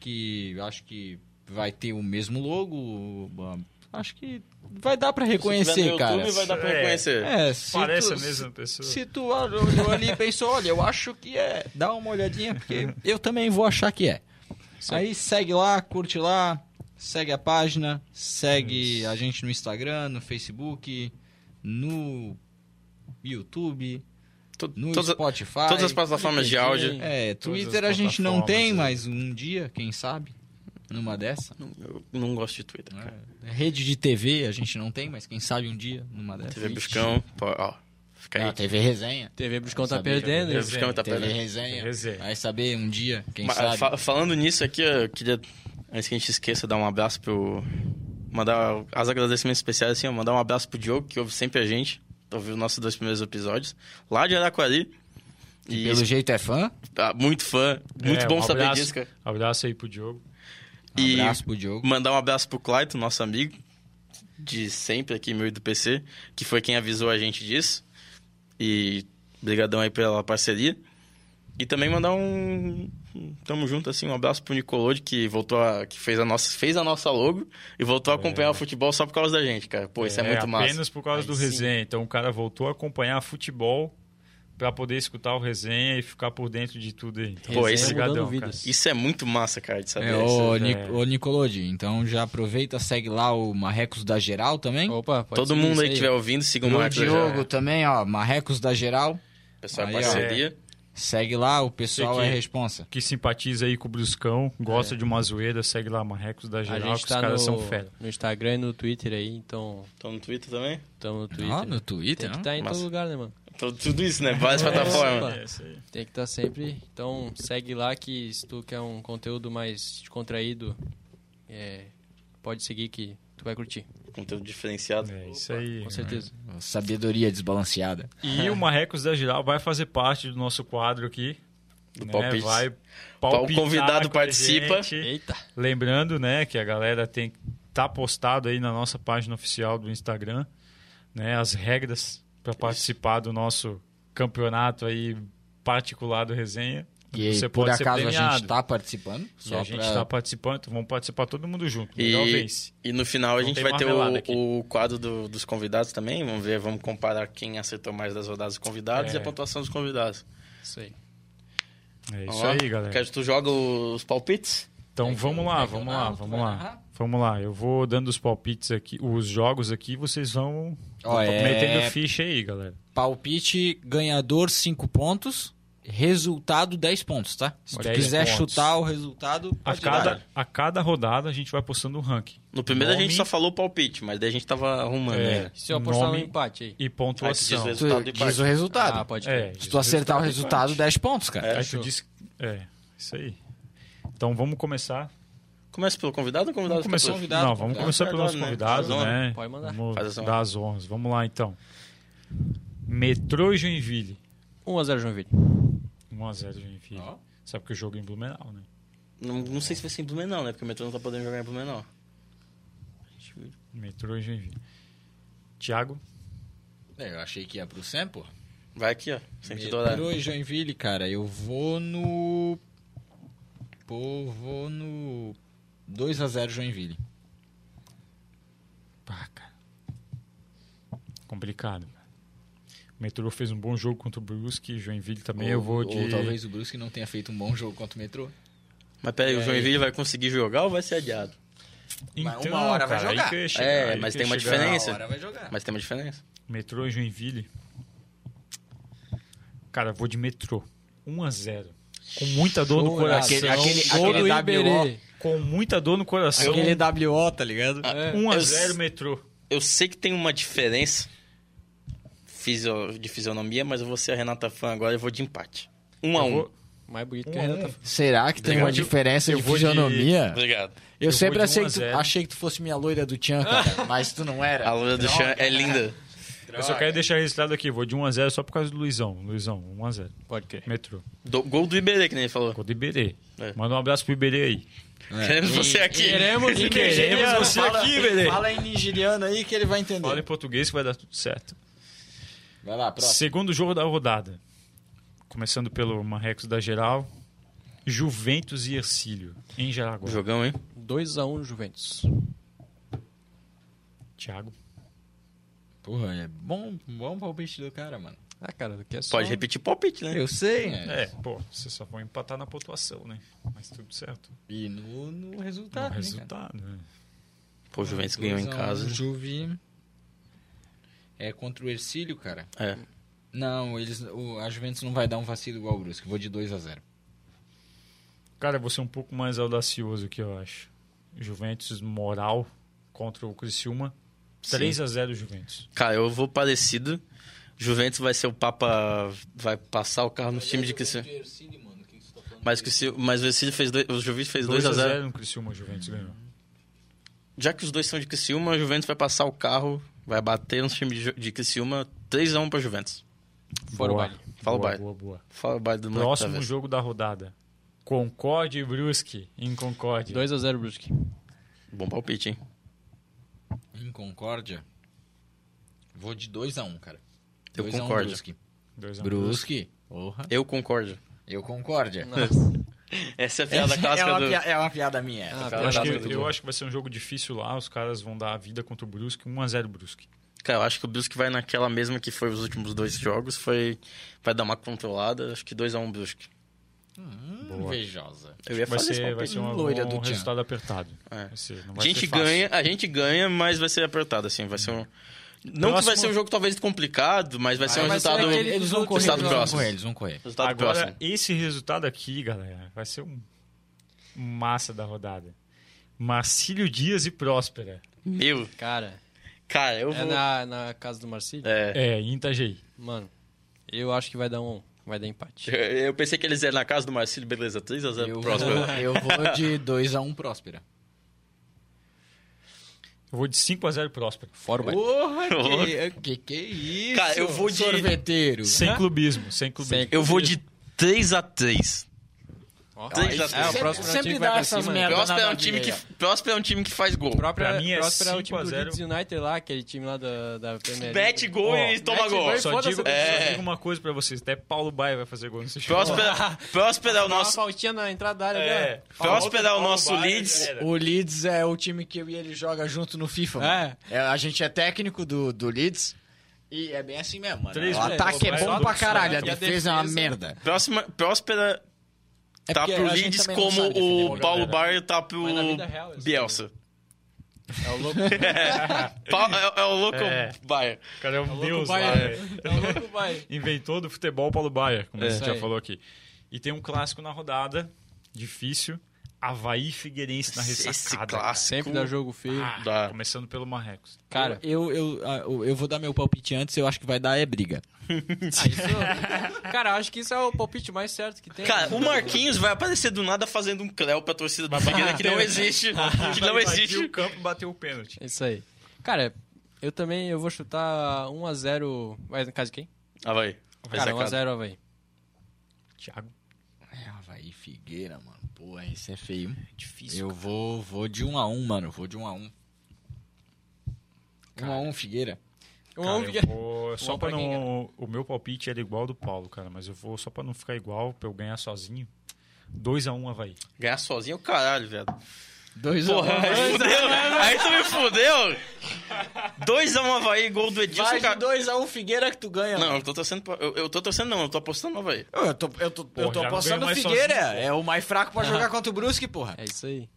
Speaker 3: que eu acho que vai ter o mesmo logo, acho que vai dar pra
Speaker 1: Se tiver no
Speaker 3: reconhecer,
Speaker 1: YouTube,
Speaker 3: cara.
Speaker 1: vai dar pra
Speaker 2: É.
Speaker 1: reconhecer.
Speaker 3: É, se
Speaker 2: Parece
Speaker 3: tu,
Speaker 2: a mesma pessoa.
Speaker 3: Se tu olhou ali e pensou, olha, eu acho que é, dá uma olhadinha, porque eu também vou achar que é. Aí segue lá, curte lá, segue a página, segue
Speaker 2: Isso.
Speaker 3: a gente no Instagram, no Facebook, no YouTube,
Speaker 1: To-
Speaker 3: no
Speaker 1: todas,
Speaker 3: Spotify.
Speaker 1: todas as plataformas de áudio.
Speaker 3: É,
Speaker 2: Todas
Speaker 3: Twitter
Speaker 2: as
Speaker 3: a gente não tem,
Speaker 2: plataformas, é.
Speaker 3: mas um dia, quem sabe, numa dessa.
Speaker 1: Não, Eu não gosto de Twitter, cara.
Speaker 3: Rede de TV a gente não tem, mas quem sabe um dia, numa dessa.
Speaker 1: TV Buscão, pô, ó. Fica aí.
Speaker 3: Ah, TV Ah, Resenha.
Speaker 8: TV Bruscão tá
Speaker 3: Sabia,
Speaker 8: perdendo.
Speaker 1: TV
Speaker 8: hein?
Speaker 1: Buscão tá
Speaker 3: TV
Speaker 1: perdendo.
Speaker 3: Resenha.
Speaker 2: É Resenha.
Speaker 3: Vai saber um dia, quem
Speaker 1: Mas,
Speaker 3: sabe.
Speaker 1: fa- falando nisso aqui, eu queria, antes que a gente esqueça, dar um abraço pro. Mandar as agradecimentos especiais, assim, ó, mandar um abraço pro Diogo, que ouve sempre a gente. Ouviu os nossos dois primeiros episódios. Lá de Araquari.
Speaker 3: E
Speaker 1: E
Speaker 3: pelo jeito é fã.
Speaker 1: tá muito fã. Muito
Speaker 2: É,
Speaker 1: bom
Speaker 2: um
Speaker 1: saber
Speaker 2: abraço,
Speaker 1: disso, cara.
Speaker 2: Abraço aí pro Diogo.
Speaker 3: Um
Speaker 1: E-
Speaker 3: abraço pro Diogo.
Speaker 1: Mandar um abraço pro Clayton, nosso amigo, de sempre aqui, meu e do PC, que foi quem avisou a gente disso. E brigadão aí pela parceria. E também mandar um um tamo junto assim, um abraço pro Nicolode que voltou a que fez a nossa fez a nossa logo e voltou a acompanhar o futebol só por causa da gente, cara. Pô, isso é, muito
Speaker 2: apenas
Speaker 1: massa.
Speaker 2: por causa do Resenha. Então o cara voltou a acompanhar futebol pra poder escutar o resenha e ficar por dentro de tudo aí. Então,
Speaker 1: Pô, esse-
Speaker 2: obrigadão,
Speaker 8: mudando
Speaker 2: cara.
Speaker 8: vidas.
Speaker 1: Isso é muito massa, cara, de saber.
Speaker 6: É,
Speaker 1: isso.
Speaker 6: ô,
Speaker 2: é-
Speaker 6: Nic- ô Nicolodi, então já aproveita, segue lá o Marrecos da Geral também.
Speaker 8: Opa, pode
Speaker 1: Todo
Speaker 8: seguir
Speaker 1: mundo
Speaker 8: isso
Speaker 1: aí que estiver ouvindo, siga o
Speaker 6: o
Speaker 1: Marcos.
Speaker 6: Diogo
Speaker 1: Diogo.
Speaker 6: também, ó, Marrecos da Geral.
Speaker 1: Pessoal, é
Speaker 6: Aí, ó.
Speaker 1: parceria.
Speaker 6: Segue lá, o pessoal
Speaker 2: Sei que-
Speaker 6: é responsa.
Speaker 2: Que simpatiza aí com o Bruscão, gosta de uma zoeira, segue lá Marrecos da
Speaker 8: A
Speaker 2: Geral,
Speaker 8: gente
Speaker 2: que os
Speaker 8: tá no,
Speaker 2: caras são fera.
Speaker 8: no Instagram e no Twitter aí, então
Speaker 1: Tô no Twitter também.
Speaker 8: tamo no Twitter. né?
Speaker 6: Ó,
Speaker 8: Tem
Speaker 6: no Twitter,
Speaker 8: que
Speaker 6: ó.
Speaker 8: estar em
Speaker 1: Massa.
Speaker 8: todo lugar, né, mano?
Speaker 1: Tô- tudo isso, né? Várias plataformas.
Speaker 8: opa. Tem que estar sempre. Então segue lá que se tu quer um conteúdo mais descontraído, é, pode seguir que tu vai curtir,
Speaker 1: Conteúdo diferenciado.
Speaker 2: É isso aí.
Speaker 4: né?
Speaker 8: com certeza.
Speaker 3: Sabedoria desbalanceada.
Speaker 2: E o Marrecos da Geral vai fazer parte do nosso quadro aqui.
Speaker 1: Do
Speaker 2: né?
Speaker 1: palpite.
Speaker 2: Vai
Speaker 1: O
Speaker 2: palpitar
Speaker 1: convidado
Speaker 2: com a
Speaker 1: participa.
Speaker 2: gente.
Speaker 8: Eita!
Speaker 2: Lembrando, né, que a galera tem tá postado aí na nossa página oficial do Instagram, né, as regras para participar do nosso campeonato aí particular do resenha.
Speaker 3: E
Speaker 2: Você
Speaker 3: por
Speaker 2: pode ser
Speaker 3: acaso a gente
Speaker 2: premiado.
Speaker 3: tá participando?
Speaker 2: E a gente
Speaker 3: tá
Speaker 2: está participando, então vamos participar todo mundo junto.
Speaker 1: E-
Speaker 2: Melhor vence.
Speaker 1: E no final a
Speaker 2: Não
Speaker 1: gente
Speaker 2: tem
Speaker 1: vai ter
Speaker 2: marmelada aqui.
Speaker 1: o, o quadro do- dos convidados também. Vamos ver, vamos comparar quem acertou mais das rodadas dos convidados
Speaker 2: É.
Speaker 1: e a pontuação dos convidados.
Speaker 8: Isso aí.
Speaker 2: É
Speaker 1: Vamos
Speaker 2: isso
Speaker 1: lá?
Speaker 2: aí, galera.
Speaker 1: Quer, tu joga os palpites?
Speaker 2: Então vamos lá, vamos lá, vamos lá. Vamos lá, eu vou dando os palpites aqui, os jogos aqui, vocês vão
Speaker 3: Ó, é-
Speaker 2: metendo ficha aí, galera.
Speaker 3: Palpite ganhador 5 pontos, resultado 10 pontos, tá? Se tu
Speaker 2: 10
Speaker 3: quiser
Speaker 2: pontos.
Speaker 3: chutar o resultado,
Speaker 2: A
Speaker 3: pode dar.
Speaker 2: cada, a cada rodada a gente vai postando o ranking
Speaker 1: No primeiro a
Speaker 2: Nome.
Speaker 1: gente só falou palpite, mas daí a gente tava arrumando.
Speaker 2: É.
Speaker 1: né?
Speaker 8: E Se eu apostar
Speaker 2: Nome-
Speaker 8: no empate aí?
Speaker 2: e
Speaker 1: Aí tu diz o
Speaker 2: pontuação.
Speaker 1: resultado
Speaker 3: Tu
Speaker 1: de
Speaker 3: diz o
Speaker 1: parte.
Speaker 3: resultado.
Speaker 8: Ah, pode crer.
Speaker 2: É,
Speaker 3: Se tu acertar o resultado, 10 pontos, cara.
Speaker 2: Aí tu
Speaker 8: Fechou.
Speaker 2: diz- É, isso aí. Então vamos começar.
Speaker 1: Começa pelo convidado ou convidado
Speaker 2: Vamos começar-
Speaker 1: pelo
Speaker 3: convidado,
Speaker 2: não, vamos
Speaker 8: então.
Speaker 3: convidado.
Speaker 2: começar pelo nosso
Speaker 1: Convidado, né?
Speaker 2: convidado,
Speaker 1: Faz a
Speaker 2: né?
Speaker 8: Pode mandar.
Speaker 2: Vamos
Speaker 1: Faz a zona.
Speaker 2: dar as 11. Vamos lá então. Metrô e Joinville.
Speaker 8: 1x0 Joinville.
Speaker 2: 1x0 Joinville. Sabe que eu jogo em Blumenau, né?
Speaker 1: Não, não sei se vai ser em Blumenau, né? Porque o metrô não tá podendo jogar em Blumenau.
Speaker 2: Metrô e Joinville. Thiago,
Speaker 3: É, Eu achei que ia pro Sam, pô.
Speaker 1: Vai aqui, ó. Sentido horário.
Speaker 3: Metrô e Joinville, cara, eu vou no... Pô, vou no... 2x0 Joinville.
Speaker 2: pá, cara. Complicado, cara. O Metrô fez um bom jogo contra o Brusque, Joinville também. eu vou
Speaker 3: ou,
Speaker 2: de.
Speaker 3: ou talvez o Brusque não tenha feito um bom jogo contra o Metrô.
Speaker 1: Mas peraí, o Joinville vai conseguir jogar ou vai ser adiado?
Speaker 3: Mas uma hora
Speaker 2: Então,
Speaker 3: vai
Speaker 2: cara, aí
Speaker 3: jogar.
Speaker 2: que eu ia chegar,
Speaker 1: É,
Speaker 2: aí
Speaker 1: mas
Speaker 2: que
Speaker 1: tem
Speaker 2: eu ia
Speaker 1: uma
Speaker 2: chegar.
Speaker 1: diferença.
Speaker 3: Uma hora vai jogar.
Speaker 1: Mas tem uma diferença.
Speaker 2: Metrô e Joinville. Cara, eu vou de metrô. 1 a 0 Com muita dor
Speaker 8: Um
Speaker 2: no coração.
Speaker 3: né? Aquele, aquele,
Speaker 8: Gol
Speaker 3: aquele
Speaker 8: do
Speaker 3: WO.
Speaker 8: Iberê.
Speaker 2: Com muita dor no coração.
Speaker 3: Aquele WO, tá ligado?
Speaker 2: 1 a
Speaker 1: eu
Speaker 2: 0
Speaker 1: s-
Speaker 2: metrô.
Speaker 1: Eu sei que tem uma diferença fisio- de fisionomia, mas eu vou ser a Renata Fã agora e vou de empate. Um a
Speaker 2: Eu
Speaker 1: um.
Speaker 2: vou-
Speaker 8: É, Mais bonito que
Speaker 2: Um
Speaker 8: a
Speaker 2: a
Speaker 8: Renata.
Speaker 2: um.
Speaker 3: Será que tem
Speaker 2: Eu
Speaker 3: uma
Speaker 2: vou de-
Speaker 3: diferença
Speaker 2: eu
Speaker 3: de
Speaker 2: vou de-
Speaker 3: fisionomia?
Speaker 1: Obrigado.
Speaker 3: Eu,
Speaker 2: Eu
Speaker 3: sempre
Speaker 2: vou de
Speaker 3: achei
Speaker 2: 1 a
Speaker 3: que, tu,
Speaker 2: 0.
Speaker 3: achei que tu fosse minha loira do Tchan, cara, mas tu não
Speaker 1: A
Speaker 3: era.
Speaker 1: loira do Chan é linda.
Speaker 2: Eu só quero deixar registrado aqui. Vou de 1 a 0 só por causa do Luizão. Luizão, 1 a 0
Speaker 8: Pode crer.
Speaker 2: Metrô.
Speaker 1: Do- gol do Iberê, que nem ele falou.
Speaker 2: Gol do Iberê.
Speaker 1: É.
Speaker 2: Manda um abraço pro Iberê aí.
Speaker 1: Queremos você é aqui.
Speaker 8: Queremos e
Speaker 2: Queremos
Speaker 8: queremos.
Speaker 2: você aqui, Iberê.
Speaker 3: Fala em nigeriano aí que ele vai entender.
Speaker 2: Fala em português que vai dar tudo certo.
Speaker 3: Vai lá, próximo.
Speaker 2: Segundo jogo da rodada. Começando pelo Marrecos da Geral. Juventus e Ercílio, em Jaraguá.
Speaker 1: Jogão, hein?
Speaker 8: 2x1 Juventus.
Speaker 2: Thiago.
Speaker 3: Porra, é bom, bom palpite do cara, mano.
Speaker 8: Ah, cara, do que é só...
Speaker 1: Pode repetir palpite, né?
Speaker 3: Eu sei.
Speaker 2: É, pô, vocês só vão empatar na pontuação, né? Mas tudo certo.
Speaker 3: E no, no
Speaker 2: O
Speaker 3: resultado, né, cara?
Speaker 2: resultado, né?
Speaker 1: Pô, o Juventus ganhou em
Speaker 3: Dois a um,
Speaker 1: casa.
Speaker 3: Juve é contra o Ercílio, cara.
Speaker 1: É.
Speaker 3: Não, eles, o, a Juventus não vai dar um vacilo igual o Brusque. Vou de 2 a 0
Speaker 2: Cara, eu vou ser um pouco mais audacioso que eu acho. Juventus moral contra o Criciúma. 3x0 Juventus.
Speaker 1: Cara, eu vou parecido. Juventus vai ser o Papa. Vai passar o carro no time de Cristiano. Mas, Criciú- mas o Ercílio fez dois, o Juventus fez 2 a 0
Speaker 2: no Criciúma, o Juventus ganhou.
Speaker 1: Já que os dois são de Criciúma, a Juventus vai passar o carro, vai bater no time de Ju- de Criciúma, 3x1 pra Juventus.
Speaker 8: Fora
Speaker 2: Boa.
Speaker 8: o baile.
Speaker 1: Fala o
Speaker 2: boa,
Speaker 1: baile.
Speaker 2: Boa, boa.
Speaker 1: Fala o baile do moleque da
Speaker 2: Próximo
Speaker 1: vez.
Speaker 2: jogo da rodada. Concorde e Brusque em Concorde.
Speaker 8: 2x0 Brusque.
Speaker 1: Bom palpite, hein?
Speaker 3: Em Concórdia, vou de 2 a 1 cara.
Speaker 1: Eu
Speaker 3: 2 a 1
Speaker 1: concordo.
Speaker 3: Brusque.
Speaker 2: 2 a 1
Speaker 3: Brusque? Porra.
Speaker 1: Eu concordo.
Speaker 3: Eu Concórdia.
Speaker 1: Essa é a piada
Speaker 3: Essa É
Speaker 1: clássica
Speaker 3: uma,
Speaker 1: do...
Speaker 3: pia- é uma piada minha. essa.
Speaker 2: Eu acho, que,
Speaker 1: Brusque.
Speaker 2: eu acho que vai ser um jogo difícil lá. Os caras vão dar um a vida contra o Brusque. 1x0 Brusque.
Speaker 1: Cara, eu acho que o Brusque vai naquela mesma que foi os últimos dois jogos. Foi... Vai dar uma controlada. Acho que 2x1 um Brusque.
Speaker 3: Invejosa.
Speaker 1: Eu ia
Speaker 2: Vai
Speaker 1: fazer esse
Speaker 2: ser, vai
Speaker 1: palpite.
Speaker 2: ser uma,
Speaker 3: loira
Speaker 2: um
Speaker 3: do Tchan.
Speaker 2: resultado apertado.
Speaker 1: É.
Speaker 2: Vai ser- não
Speaker 1: A
Speaker 2: vai
Speaker 1: gente
Speaker 2: ser fácil.
Speaker 1: ganha, a gente ganha, mas vai ser apertado, assim. Vai ser um. Não que vai
Speaker 2: Próximo-
Speaker 1: ser um jogo talvez complicado, mas vai ser um
Speaker 4: vai ser
Speaker 1: resultado.
Speaker 4: aquele-
Speaker 3: Eles vão correr,
Speaker 1: Resultado
Speaker 3: eles vão
Speaker 1: próximo.
Speaker 3: correr, eles vão correr.
Speaker 1: resultado
Speaker 2: Agora,
Speaker 1: próximo.
Speaker 2: esse resultado aqui, galera, vai ser um um massa da rodada. Marcílio Dias e Próspera.
Speaker 1: Meu,
Speaker 8: Cara,
Speaker 1: cara, eu
Speaker 8: é
Speaker 1: vou.
Speaker 8: na, na casa do Marcílio?
Speaker 1: É,
Speaker 2: É, em Itajaí.
Speaker 8: Mano, eu acho que vai dar um. Vai dar empate.
Speaker 1: eu pensei que eles eram na casa do Marcílio, beleza, 3x0
Speaker 3: Eu
Speaker 1: próximo.
Speaker 3: vou, eu vou de 2x1 um Próspera.
Speaker 2: Eu vou de 5 a 0 Próspera.
Speaker 4: Uhum.
Speaker 8: Fora o
Speaker 3: Porra, que, que que isso?
Speaker 1: Cara, eu vou de-
Speaker 3: Sorveteiro.
Speaker 2: Sem clubismo, sem clubismo.
Speaker 8: Sem-
Speaker 1: Eu vou de 3x3.
Speaker 8: Ó.
Speaker 3: É,
Speaker 1: 3x3.
Speaker 3: o próximo sempre time dá essas merdas.
Speaker 1: Próspero é, um time que, Próspero é um time que faz gol.
Speaker 8: O né? próprio,
Speaker 2: Pra mim é
Speaker 8: próprio era o
Speaker 2: 5 a
Speaker 8: time do
Speaker 2: 0.
Speaker 8: Leeds United lá, aquele time lá da, da Premier League.
Speaker 1: Mete gol
Speaker 2: Ó,
Speaker 1: e toma
Speaker 8: mete
Speaker 1: gol.
Speaker 8: gol e
Speaker 2: Só
Speaker 8: Foda-se
Speaker 2: digo,
Speaker 8: o
Speaker 1: É.
Speaker 2: só digo uma coisa pra vocês. Até Paulo Baia vai fazer gol nesse jogo.
Speaker 1: Próspero, Próspero é o
Speaker 8: Dá uma
Speaker 1: nosso.
Speaker 8: faltinha na entrada da área,
Speaker 2: É.
Speaker 8: né?
Speaker 1: Próspero é o nosso
Speaker 2: Paulo Baia,
Speaker 1: Leeds.
Speaker 2: galera.
Speaker 3: O Leeds é o time que eu e ele joga junto no FIFA. mano. É, a gente é técnico do, do Leeds. E é bem assim mesmo, mano.
Speaker 2: Três
Speaker 3: o
Speaker 2: gols,
Speaker 3: ataque é
Speaker 2: vai,
Speaker 3: bom
Speaker 2: vai,
Speaker 3: pra
Speaker 2: vai,
Speaker 3: caralho, a
Speaker 8: vai,
Speaker 3: defesa é uma
Speaker 8: vai, vai.
Speaker 3: merda.
Speaker 1: Próxima, Próspera
Speaker 3: É
Speaker 1: tá
Speaker 3: porque
Speaker 1: pro
Speaker 3: a gente
Speaker 1: Leeds
Speaker 3: também não
Speaker 1: como
Speaker 3: sabe defender
Speaker 1: o
Speaker 3: muito.
Speaker 1: Paulo Bayer tá pro
Speaker 8: Mas na vida real, assim, né? eu sei.
Speaker 1: Bielsa.
Speaker 8: É o louco,
Speaker 1: Pa- é, é o louco
Speaker 2: É.
Speaker 1: Bayer.
Speaker 2: O cara é um
Speaker 8: o
Speaker 2: deus lá.
Speaker 8: Bayern.
Speaker 2: velho.
Speaker 8: é o louco vai.
Speaker 2: Inventor do futebol Paulo Baia, como a
Speaker 8: É.
Speaker 2: gente já
Speaker 8: Isso aí.
Speaker 2: falou aqui. E tem um clássico na rodada, difícil. Havaí e Figueirense na
Speaker 1: Esse
Speaker 2: ressacada. cara.
Speaker 1: clássico.
Speaker 8: Sempre dá jogo feio.
Speaker 2: Ah,
Speaker 1: Dá.
Speaker 2: Começando pelo Marrecos.
Speaker 8: Cara,
Speaker 3: Eu, eu, ah, eu, eu vou dar meu palpite antes, eu acho que vai dar é briga.
Speaker 8: ah, isso- cara, acho que isso é o palpite mais certo que tem. né?
Speaker 1: Cara, o Marquinhos vai aparecer do nada fazendo um cléu pra torcida do Figueira que não existe.
Speaker 3: Ah,
Speaker 1: Que não
Speaker 2: Vai invadir
Speaker 3: um-
Speaker 1: existe.
Speaker 2: o campo e bateu o pênalti.
Speaker 8: É Isso aí. Cara, eu também eu vou chutar 1x0. Vai na casa de quem?
Speaker 1: Ah, vai. é Vai
Speaker 8: Cara,
Speaker 1: sacada.
Speaker 8: 1x0 Havaí.
Speaker 2: Thiago.
Speaker 3: É, Havaí e Figueira, mano. Pô, isso é feio. difícil. Eu vou, vou de 1 um a 1 um, mano. Vou de 1 um a 1 1 a 1 Figueira.
Speaker 2: Cara,
Speaker 8: 1x1
Speaker 2: eu
Speaker 8: Figueira.
Speaker 2: vou- só
Speaker 8: um
Speaker 2: pra
Speaker 8: pra quem
Speaker 2: não. O meu palpite era igual ao do Paulo, cara. Mas eu vou só pra não ficar igual, pra eu ganhar sozinho. 2x1 Havaí.
Speaker 1: Ganhar sozinho é o caralho, velho.
Speaker 3: 2 a 1
Speaker 1: Porra, aí fudeu. né? Aí tu me fudeu. 2x1 Havaí, gol do Edilson. Cara...
Speaker 3: 2 a 1 Figueira que tu ganha.
Speaker 1: Não, eu tô torcendo. pra- Eu, eu tô torcendo, não, eu tô apostando no Havaí.
Speaker 3: Eu tô, eu tô, eu
Speaker 2: Porra, já
Speaker 3: tô
Speaker 2: não
Speaker 3: apostando
Speaker 2: ganho
Speaker 3: no
Speaker 2: mais
Speaker 3: Figueira.
Speaker 2: sozinho,
Speaker 3: é o mais fraco pra jogar contra o Brusque, porra.
Speaker 8: É isso aí.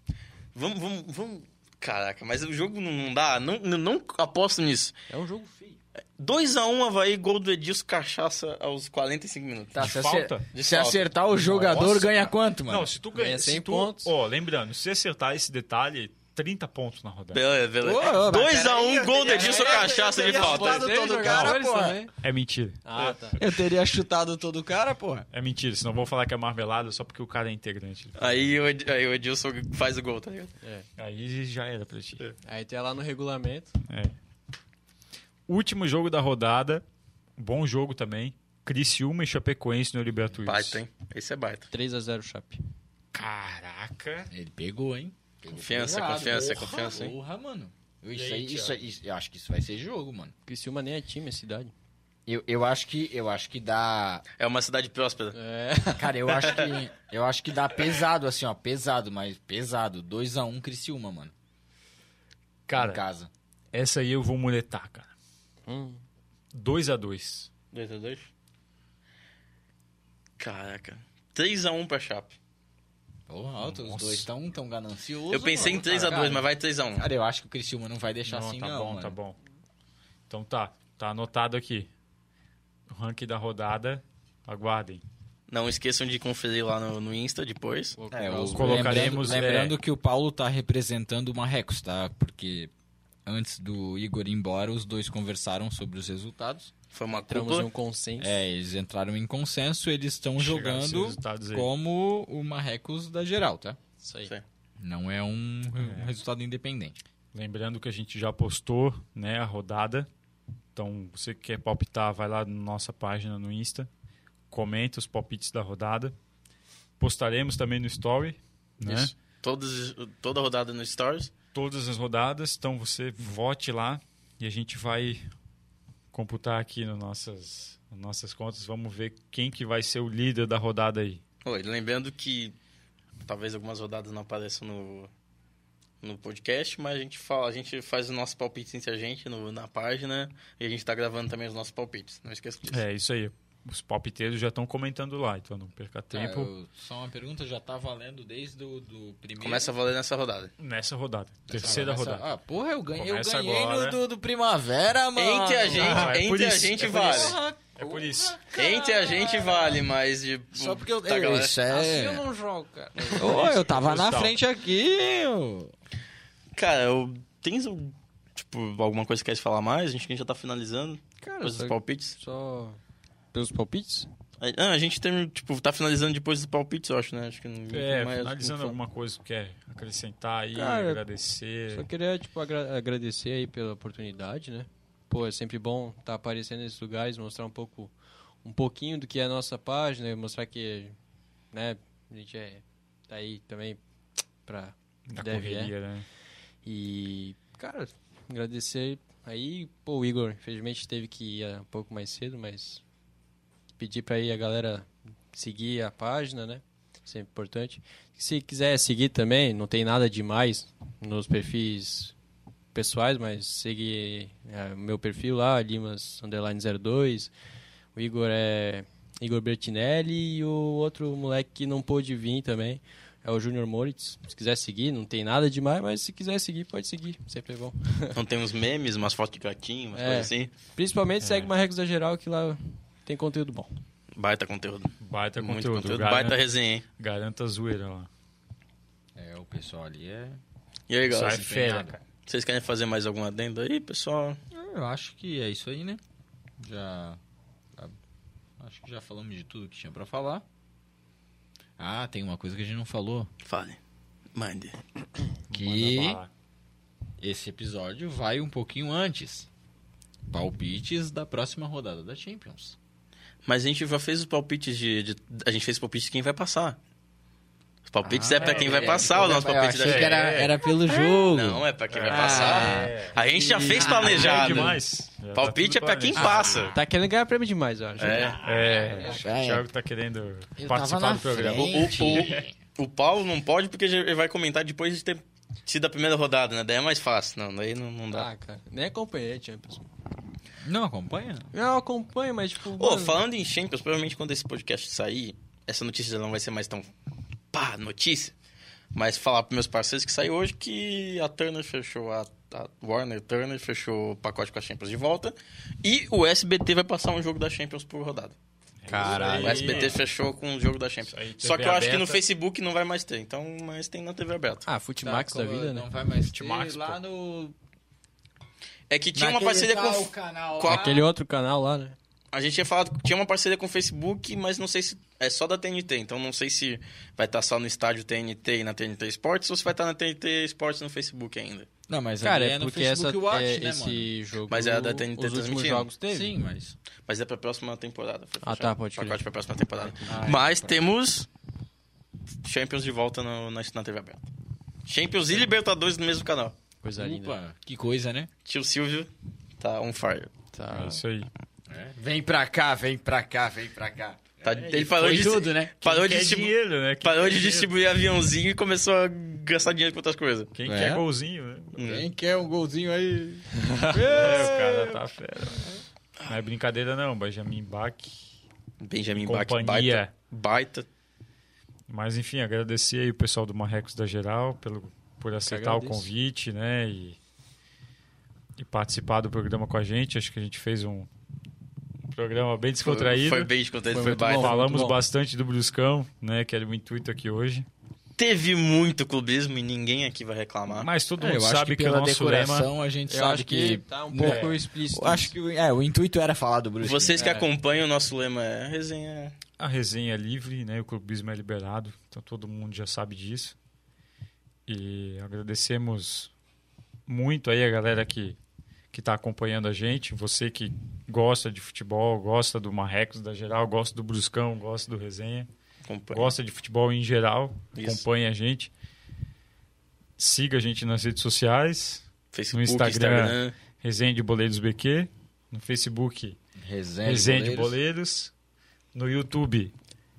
Speaker 1: Vamos, vamos, vamos. Caraca, mas o jogo não- não dá. Não, não, não aposto nisso.
Speaker 8: É um jogo feio.
Speaker 1: 2x1 Havaí, gol do Edilson, cachaça aos 45 minutos.
Speaker 3: Tá,
Speaker 2: De falta?
Speaker 1: De
Speaker 3: se
Speaker 1: falta.
Speaker 3: acertar o jogador,
Speaker 2: Nossa,
Speaker 3: ganha
Speaker 2: cara.
Speaker 3: quanto, mano?
Speaker 2: Não, se tu ganha.
Speaker 8: Ganha
Speaker 2: se
Speaker 8: 100
Speaker 2: tu,
Speaker 8: pontos.
Speaker 2: Ó, lembrando, se acertar esse detalhe, 30 pontos na rodada.
Speaker 1: Beleza,
Speaker 3: Ô,
Speaker 1: beleza.
Speaker 3: ô, mas
Speaker 1: 2x1, gol do Edilson,
Speaker 3: eu teria
Speaker 1: cachaça, me
Speaker 3: apostado
Speaker 1: falta.
Speaker 3: todo cara, porra.
Speaker 2: É mentira.
Speaker 8: Ah, tá.
Speaker 3: Eu teria chutado todo o cara, porra.
Speaker 2: É mentira, senão vão falar que é marvelada só porque o cara é integrante.
Speaker 1: Aí o, Ed- aí o Edilson faz o gol, tá ligado?
Speaker 2: Aí já era pra ti. É.
Speaker 8: Aí tem lá no regulamento.
Speaker 2: Último jogo da rodada. Bom jogo também. Criciúma e Chapecoense no Libertuís.
Speaker 1: Baita, hein? Esse é baita.
Speaker 8: 3x0 Chape.
Speaker 2: Caraca.
Speaker 3: Ele pegou, hein?
Speaker 1: Confiança, confiança, confiança, hein?
Speaker 3: Porra, mano. Eu, isso
Speaker 2: aí,
Speaker 3: aí, isso aí, isso- eu acho que isso vai ser jogo, mano.
Speaker 8: Criciúma nem é time, é cidade.
Speaker 3: Eu, eu acho que eu acho que dá,
Speaker 1: É uma cidade próspera.
Speaker 8: É.
Speaker 3: cara, eu acho que eu acho que dá pesado assim, ó, pesado, mas pesado, 2 a 1 um, Criciúma, mano, em
Speaker 2: Cara,
Speaker 3: casa.
Speaker 2: essa aí eu vou muletar, cara.
Speaker 4: Hum,
Speaker 2: 2x2.
Speaker 1: 2x2? Caraca. 3x1 pra Chape.
Speaker 3: Porra, alto, os
Speaker 2: Nossa.
Speaker 3: dois tão tão gananciosos.
Speaker 1: Eu pensei em
Speaker 3: mano,
Speaker 1: 3x2,
Speaker 3: cara.
Speaker 1: mas vai 3x1.
Speaker 3: Cara, eu acho que o Criciúma não vai deixar assim
Speaker 2: tá
Speaker 3: não,
Speaker 2: bom,
Speaker 3: mano.
Speaker 2: tá bom. Então tá, tá anotado aqui. O ranking da rodada. Aguardem.
Speaker 1: Não esqueçam de conferir lá no, no Insta depois.
Speaker 3: É, o-
Speaker 2: Colocaremos,
Speaker 3: lembrando, lembrando
Speaker 2: é.
Speaker 3: que o Paulo tá representando o Marrecos, tá? Porque antes do Igor ir embora, os dois conversaram sobre os resultados.
Speaker 1: Foi uma
Speaker 8: Entramos em
Speaker 1: cúpula.
Speaker 8: um consenso.
Speaker 3: É, eles entraram em consenso, eles estão
Speaker 2: Chegaram esses
Speaker 3: Um jogando
Speaker 2: resultados aí.
Speaker 3: como o Marrecos da geral, tá?
Speaker 8: Isso aí.
Speaker 1: Sim.
Speaker 3: Não é um um resultado independente.
Speaker 2: Lembrando que a gente já postou né, a rodada. Então, você que quer palpitar, vai lá na nossa página no Insta, comenta os palpites da rodada. Postaremos também no Story,
Speaker 8: um
Speaker 2: né?
Speaker 1: Isso. Todas, toda rodada no Stories.
Speaker 2: Todas as rodadas, então você vote lá e a gente vai computar aqui nas nossas, nas nossas contas. Vamos ver quem que vai ser o líder da rodada aí.
Speaker 1: Oi, lembrando que talvez algumas rodadas não apareçam no, no podcast, mas a gente fala, a gente faz os nossos palpites entre a gente no- na página e a gente tá gravando também os nossos palpites. Não esqueça disso.
Speaker 2: É, isso aí. Os palpiteiros já estão comentando lá, então não
Speaker 3: É,
Speaker 2: perca tempo
Speaker 3: só uma pergunta, já tá valendo desde o do primeiro.
Speaker 1: Começa a valer nessa rodada.
Speaker 2: nessa rodada. terceira
Speaker 3: Começa-
Speaker 2: rodada.
Speaker 3: Ah, porra, eu ganhei, eu
Speaker 2: Começa
Speaker 3: ganhei
Speaker 2: agora.
Speaker 3: no do, do Primavera, mano.
Speaker 1: Entre a gente,
Speaker 2: Ah, é por
Speaker 1: entre a
Speaker 2: isso,
Speaker 1: gente
Speaker 2: é por
Speaker 1: vale.
Speaker 3: Porra,
Speaker 2: É por isso.
Speaker 1: Entre a gente vale, mas de,
Speaker 3: Só porque eu...
Speaker 1: tá,
Speaker 3: eu
Speaker 1: galera?
Speaker 3: isso é...
Speaker 4: Eu não jogo, cara.
Speaker 3: Ô, eu tava na
Speaker 2: Cristal.
Speaker 3: frente aqui. ô.
Speaker 1: Cara, eu tens um- tipo alguma coisa que quer falar mais? A gente, a gente já tá finalizando
Speaker 4: Cara,
Speaker 1: depois dos
Speaker 4: só,
Speaker 1: palpites.
Speaker 4: só pelos palpites?
Speaker 1: A- Não, a gente tem, tipo, tá finalizando depois dos palpites, eu acho, né? Acho que não
Speaker 2: É,
Speaker 1: tem mais o que
Speaker 2: finalizando
Speaker 1: falar.
Speaker 2: alguma coisa que quer acrescentar aí,
Speaker 4: Cara, Só
Speaker 2: agradecer.
Speaker 4: queria, tipo, agra- agradecer aí pela oportunidade, né? Pô, é sempre bom estar aparecendo nesses lugares, mostrar um pouco, um pouquinho do que é a nossa página, e mostrar que, né, a gente é tá aí também pra
Speaker 2: Da
Speaker 4: deve, é.
Speaker 2: correria, né?
Speaker 4: E, cara, agradecer aí, pô, o Igor, infelizmente teve que ir ah, um pouco mais cedo, mas pedir pra aí a galera seguir a página, né? Sempre importante. Se quiser seguir também, não tem nada demais nos perfis pessoais, mas segue é, o meu perfil lá, Limas Underline 02. O Igor é Igor Bertinelli e o outro moleque que não pôde vir também é o Júnior Moritz. Se quiser seguir, não tem nada demais, mas se quiser seguir, pode seguir. Sempre é bom.
Speaker 1: Então tem uns memes, umas fotos de gatinho, umas
Speaker 4: É.
Speaker 1: coisas assim.
Speaker 4: Principalmente segue uma regra da geral que lá tem conteúdo bom.
Speaker 1: Baita conteúdo.
Speaker 2: Baita
Speaker 1: Muito
Speaker 2: conteúdo.
Speaker 1: conteúdo.
Speaker 2: garan-
Speaker 1: Baita resenha, hein?
Speaker 2: Garanta a zoeira lá.
Speaker 3: É, o pessoal ali é...
Speaker 1: E aí, galera?
Speaker 2: Sai fera.
Speaker 3: empenhado.
Speaker 1: Vocês querem fazer mais algum adendo aí, pessoal?
Speaker 3: Eu acho que é isso aí, né? Já. já- Acho que já falamos de tudo que tinha pra falar. Ah, tem uma coisa que a gente não falou.
Speaker 1: Fale. Mande.
Speaker 3: Que
Speaker 2: Manda bala.
Speaker 3: esse episódio vai um pouquinho antes. Palpites da próxima rodada da Champions.
Speaker 1: Mas a gente já fez os palpites de. de- a gente fez o palpite de quem vai passar. Os palpites
Speaker 3: Ah,
Speaker 1: é pra quem
Speaker 3: é,
Speaker 1: vai
Speaker 3: é,
Speaker 1: passar o nosso
Speaker 3: Eu
Speaker 1: palpite da
Speaker 3: achei que era,
Speaker 1: gente.
Speaker 2: É,
Speaker 3: era pelo jogo.
Speaker 1: Não, é pra quem vai
Speaker 3: Ah,
Speaker 1: passar. A gente já fez
Speaker 2: É
Speaker 1: planejado.
Speaker 2: demais. Já tá
Speaker 1: Palpite é
Speaker 2: tudo
Speaker 1: pra quem
Speaker 2: planejado.
Speaker 1: passa.
Speaker 4: Tá querendo ganhar prêmio demais, eu acho.
Speaker 1: É.
Speaker 2: É, acho que
Speaker 3: É.
Speaker 2: o Thiago tá querendo
Speaker 3: Eu tava
Speaker 2: participar
Speaker 3: na
Speaker 2: do programa.
Speaker 3: frente.
Speaker 1: O- O Paulo não pode porque ele vai comentar depois de ter sido a primeira rodada, né? Daí é mais fácil. Não, daí não, não dá.
Speaker 4: Ah, cara. Nem acompanhei a Champions.
Speaker 3: Não acompanha?
Speaker 4: Não, eu acompanho, mas tipo.
Speaker 1: Ô,
Speaker 4: mano,
Speaker 1: falando em Champions, provavelmente quando esse podcast sair, essa notícia já não vai ser mais tão pá, notícia. Mas falar pros meus parceiros que saiu hoje que a Turner fechou, a, a Warner Turner fechou o pacote com a Champions de volta. E o SBT vai passar um jogo da Champions por rodada.
Speaker 2: É Caralho.
Speaker 1: O
Speaker 2: É
Speaker 1: SBT fechou com um jogo da Champions.
Speaker 2: Isso aí, TV
Speaker 1: Só que eu acho que no
Speaker 2: aberta.
Speaker 1: Facebook não vai mais ter, então, mas tem na TV aberta.
Speaker 4: Ah, Futimax da vida, né?
Speaker 3: Não Então vai mais ter
Speaker 2: Futimax, pô.
Speaker 3: lá no...
Speaker 1: É que tinha uma
Speaker 3: naquele
Speaker 1: parceria com.
Speaker 3: tal
Speaker 1: o-
Speaker 3: canal
Speaker 1: com
Speaker 3: lá.
Speaker 1: a-
Speaker 4: Aquele outro canal lá, né?
Speaker 1: A gente tinha falado que tinha uma parceria com o Facebook, mas não sei se. É só da TNT, então não sei se vai estar só no estádio TNT e na TNT Sports ou se vai estar na TNT Sports no Facebook ainda.
Speaker 3: Não, mas
Speaker 4: Cara,
Speaker 3: ali
Speaker 4: é
Speaker 3: no
Speaker 4: porque essa,
Speaker 3: Facebook Watch, né,
Speaker 4: é,
Speaker 3: mano?
Speaker 4: esse jogo.
Speaker 1: Mas é a da TNT
Speaker 4: Os últimos
Speaker 1: transmitindo.
Speaker 4: jogos teve.
Speaker 3: Sim, mas...
Speaker 1: Mas é pra próxima temporada. foi
Speaker 4: Ah,
Speaker 1: fechado.
Speaker 4: tá, pode
Speaker 1: Pacote
Speaker 4: crer.
Speaker 1: pra próxima temporada.
Speaker 2: Ah, é, tá.
Speaker 1: mas temos. Champions de volta no- na, na TV aberta. Champions e Libertadores no mesmo canal.
Speaker 4: Coisa linda.
Speaker 3: Opa, que coisa, né?
Speaker 1: Tio Silvio tá on fire.
Speaker 4: Tá.
Speaker 2: É isso aí.
Speaker 3: É, Vem pra cá, vem pra cá, vem pra cá.
Speaker 1: Tá-
Speaker 2: É,
Speaker 1: ele parou
Speaker 3: foi
Speaker 1: de,
Speaker 3: tudo, né?
Speaker 1: parou de
Speaker 2: Quer
Speaker 1: distribu-
Speaker 2: dinheiro, né? Quem
Speaker 1: parou
Speaker 2: quer
Speaker 1: de
Speaker 2: dinheiro?
Speaker 1: distribuir aviãozinho e começou a gastar dinheiro com outras coisas.
Speaker 2: Quem
Speaker 3: É.
Speaker 2: quer golzinho, né?
Speaker 3: Quem quer um golzinho aí?
Speaker 2: É, o cara tá fera. Não é brincadeira não, Benjamin Bach.
Speaker 1: Benjamin Bach,
Speaker 2: Companhia.
Speaker 1: baita, baita.
Speaker 2: Mas enfim, agradecer aí o pessoal do Marrecos da Geral pelo, por aceitar o
Speaker 4: agradeço.
Speaker 2: convite, né? E, e participar do programa com a gente. Acho que a gente fez um, um programa bem descontraído.
Speaker 1: Foi bem descontraído,
Speaker 4: Foi
Speaker 1: foi
Speaker 4: muito
Speaker 1: baita.
Speaker 4: bom.
Speaker 2: Falamos
Speaker 4: muito
Speaker 2: bastante do Bruscão, né? Que era o intuito aqui hoje.
Speaker 1: Teve muito clubismo e ninguém aqui vai reclamar.
Speaker 2: Mas todo
Speaker 3: É,
Speaker 2: mundo
Speaker 3: eu acho
Speaker 2: sabe
Speaker 3: que
Speaker 2: que, o
Speaker 3: pela
Speaker 2: nosso lema.
Speaker 3: decoração a gente
Speaker 4: Eu
Speaker 3: sabe
Speaker 4: acho
Speaker 3: que...
Speaker 4: que, tá um pouco
Speaker 3: Eu
Speaker 4: explícito.
Speaker 3: Acho que é, o intuito era falar do Bruce. né?
Speaker 1: Vocês que acompanham o nosso lema é a resenha.
Speaker 2: A resenha é livre, né? O clubismo é liberado, então todo mundo já sabe disso. E agradecemos muito aí a galera que que está acompanhando a gente, você que gosta de futebol, gosta do Marrecos da geral, gosta do Bruscão, gosta do resenha,
Speaker 1: Acompanha.
Speaker 2: gosta de futebol em geral,
Speaker 1: Isso.
Speaker 2: acompanha a gente. Siga a gente nas redes sociais,
Speaker 1: Facebook,
Speaker 2: no Instagram.
Speaker 1: Instagram.
Speaker 2: Resenha de Boleiros BQ, no Facebook
Speaker 3: Resenha,
Speaker 2: Resenha de Boleiros. No YouTube,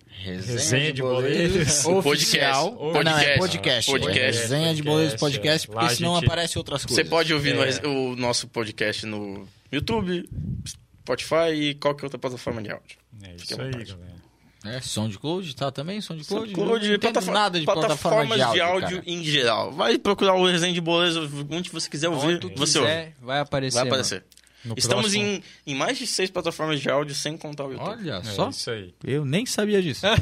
Speaker 3: Resenha,
Speaker 2: Resenha de boleiros.
Speaker 3: Oficial.
Speaker 1: Podcast.
Speaker 3: Não, é
Speaker 1: Podcast.
Speaker 3: podcast.
Speaker 1: Podcast.
Speaker 3: É Resenha de boleiros podcast,
Speaker 2: Lá
Speaker 3: porque
Speaker 2: a
Speaker 3: senão
Speaker 2: gente-
Speaker 3: aparece outras coisas.
Speaker 1: Você pode ouvir
Speaker 2: É.
Speaker 1: nós- o nosso podcast no YouTube, Spotify e qualquer outra plataforma de áudio.
Speaker 2: É
Speaker 1: Fique
Speaker 2: isso
Speaker 1: à
Speaker 2: aí,
Speaker 1: vontade.
Speaker 2: galera.
Speaker 3: É, SoundCloud, tá também? SoundCloud.
Speaker 1: SoundCloud,
Speaker 3: não entendo
Speaker 1: plataforma-
Speaker 3: nada de plataforma
Speaker 1: plataformas
Speaker 3: de áudio, cara.
Speaker 1: em geral. Vai procurar o resenha de Boleza onde você quiser ouvir,
Speaker 8: Onde tu
Speaker 1: você ouve.
Speaker 8: quiser, vai aparecer.
Speaker 1: Vai aparecer.
Speaker 2: No
Speaker 1: Estamos
Speaker 2: próximo-
Speaker 1: em, em mais de seis plataformas de áudio sem contar o YouTube.
Speaker 3: Olha
Speaker 2: É
Speaker 3: só.
Speaker 2: isso aí.
Speaker 3: Eu nem sabia disso. É,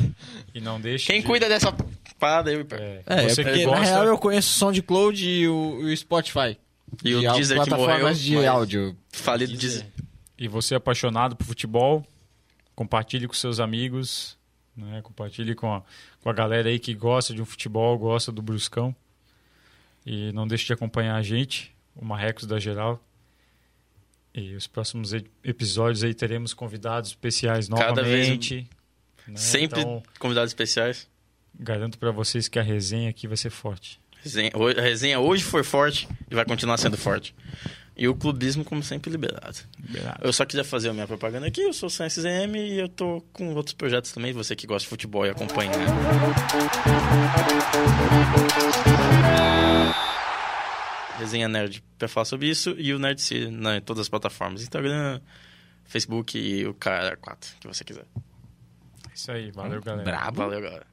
Speaker 2: E não deixe.
Speaker 1: Quem
Speaker 2: de-
Speaker 1: cuida dessa parada aí, pé?
Speaker 2: É, você
Speaker 3: é
Speaker 2: que
Speaker 3: porque
Speaker 2: gosta.
Speaker 3: na real eu conheço o SoundCloud e o, e o Spotify.
Speaker 1: E o
Speaker 3: as
Speaker 1: Deezer que
Speaker 3: plataformas
Speaker 1: morreu.
Speaker 3: de
Speaker 1: mas
Speaker 3: áudio.
Speaker 1: Falido Deezer.
Speaker 2: E você é apaixonado por futebol, compartilhe com seus amigos, né? compartilhe com a, com a galera aí que gosta de um futebol, gosta do Bruscão. E não deixe de acompanhar a gente, o Marrecos da Geral. E os próximos e- episódios aí teremos convidados especiais
Speaker 1: Cada vez
Speaker 2: novamente. né?
Speaker 1: Sempre
Speaker 2: Então,
Speaker 1: convidados especiais.
Speaker 2: garanto pra vocês que a resenha aqui vai ser forte.
Speaker 1: Resenha- ho- a resenha hoje foi forte e vai continuar sendo forte. E o clubismo, como sempre, liberado. Eu só quiser fazer a minha propaganda aqui, eu sou o Science ZM e eu tô com outros projetos também, você que gosta de futebol e acompanha. né? Resenha Nerd pra falar sobre isso e o Nerd City na- em todas as plataformas, Instagram, Facebook e o cara 4, que você quiser.
Speaker 2: Isso aí, valeu galera.
Speaker 3: Ah,
Speaker 1: Valeu, galera. É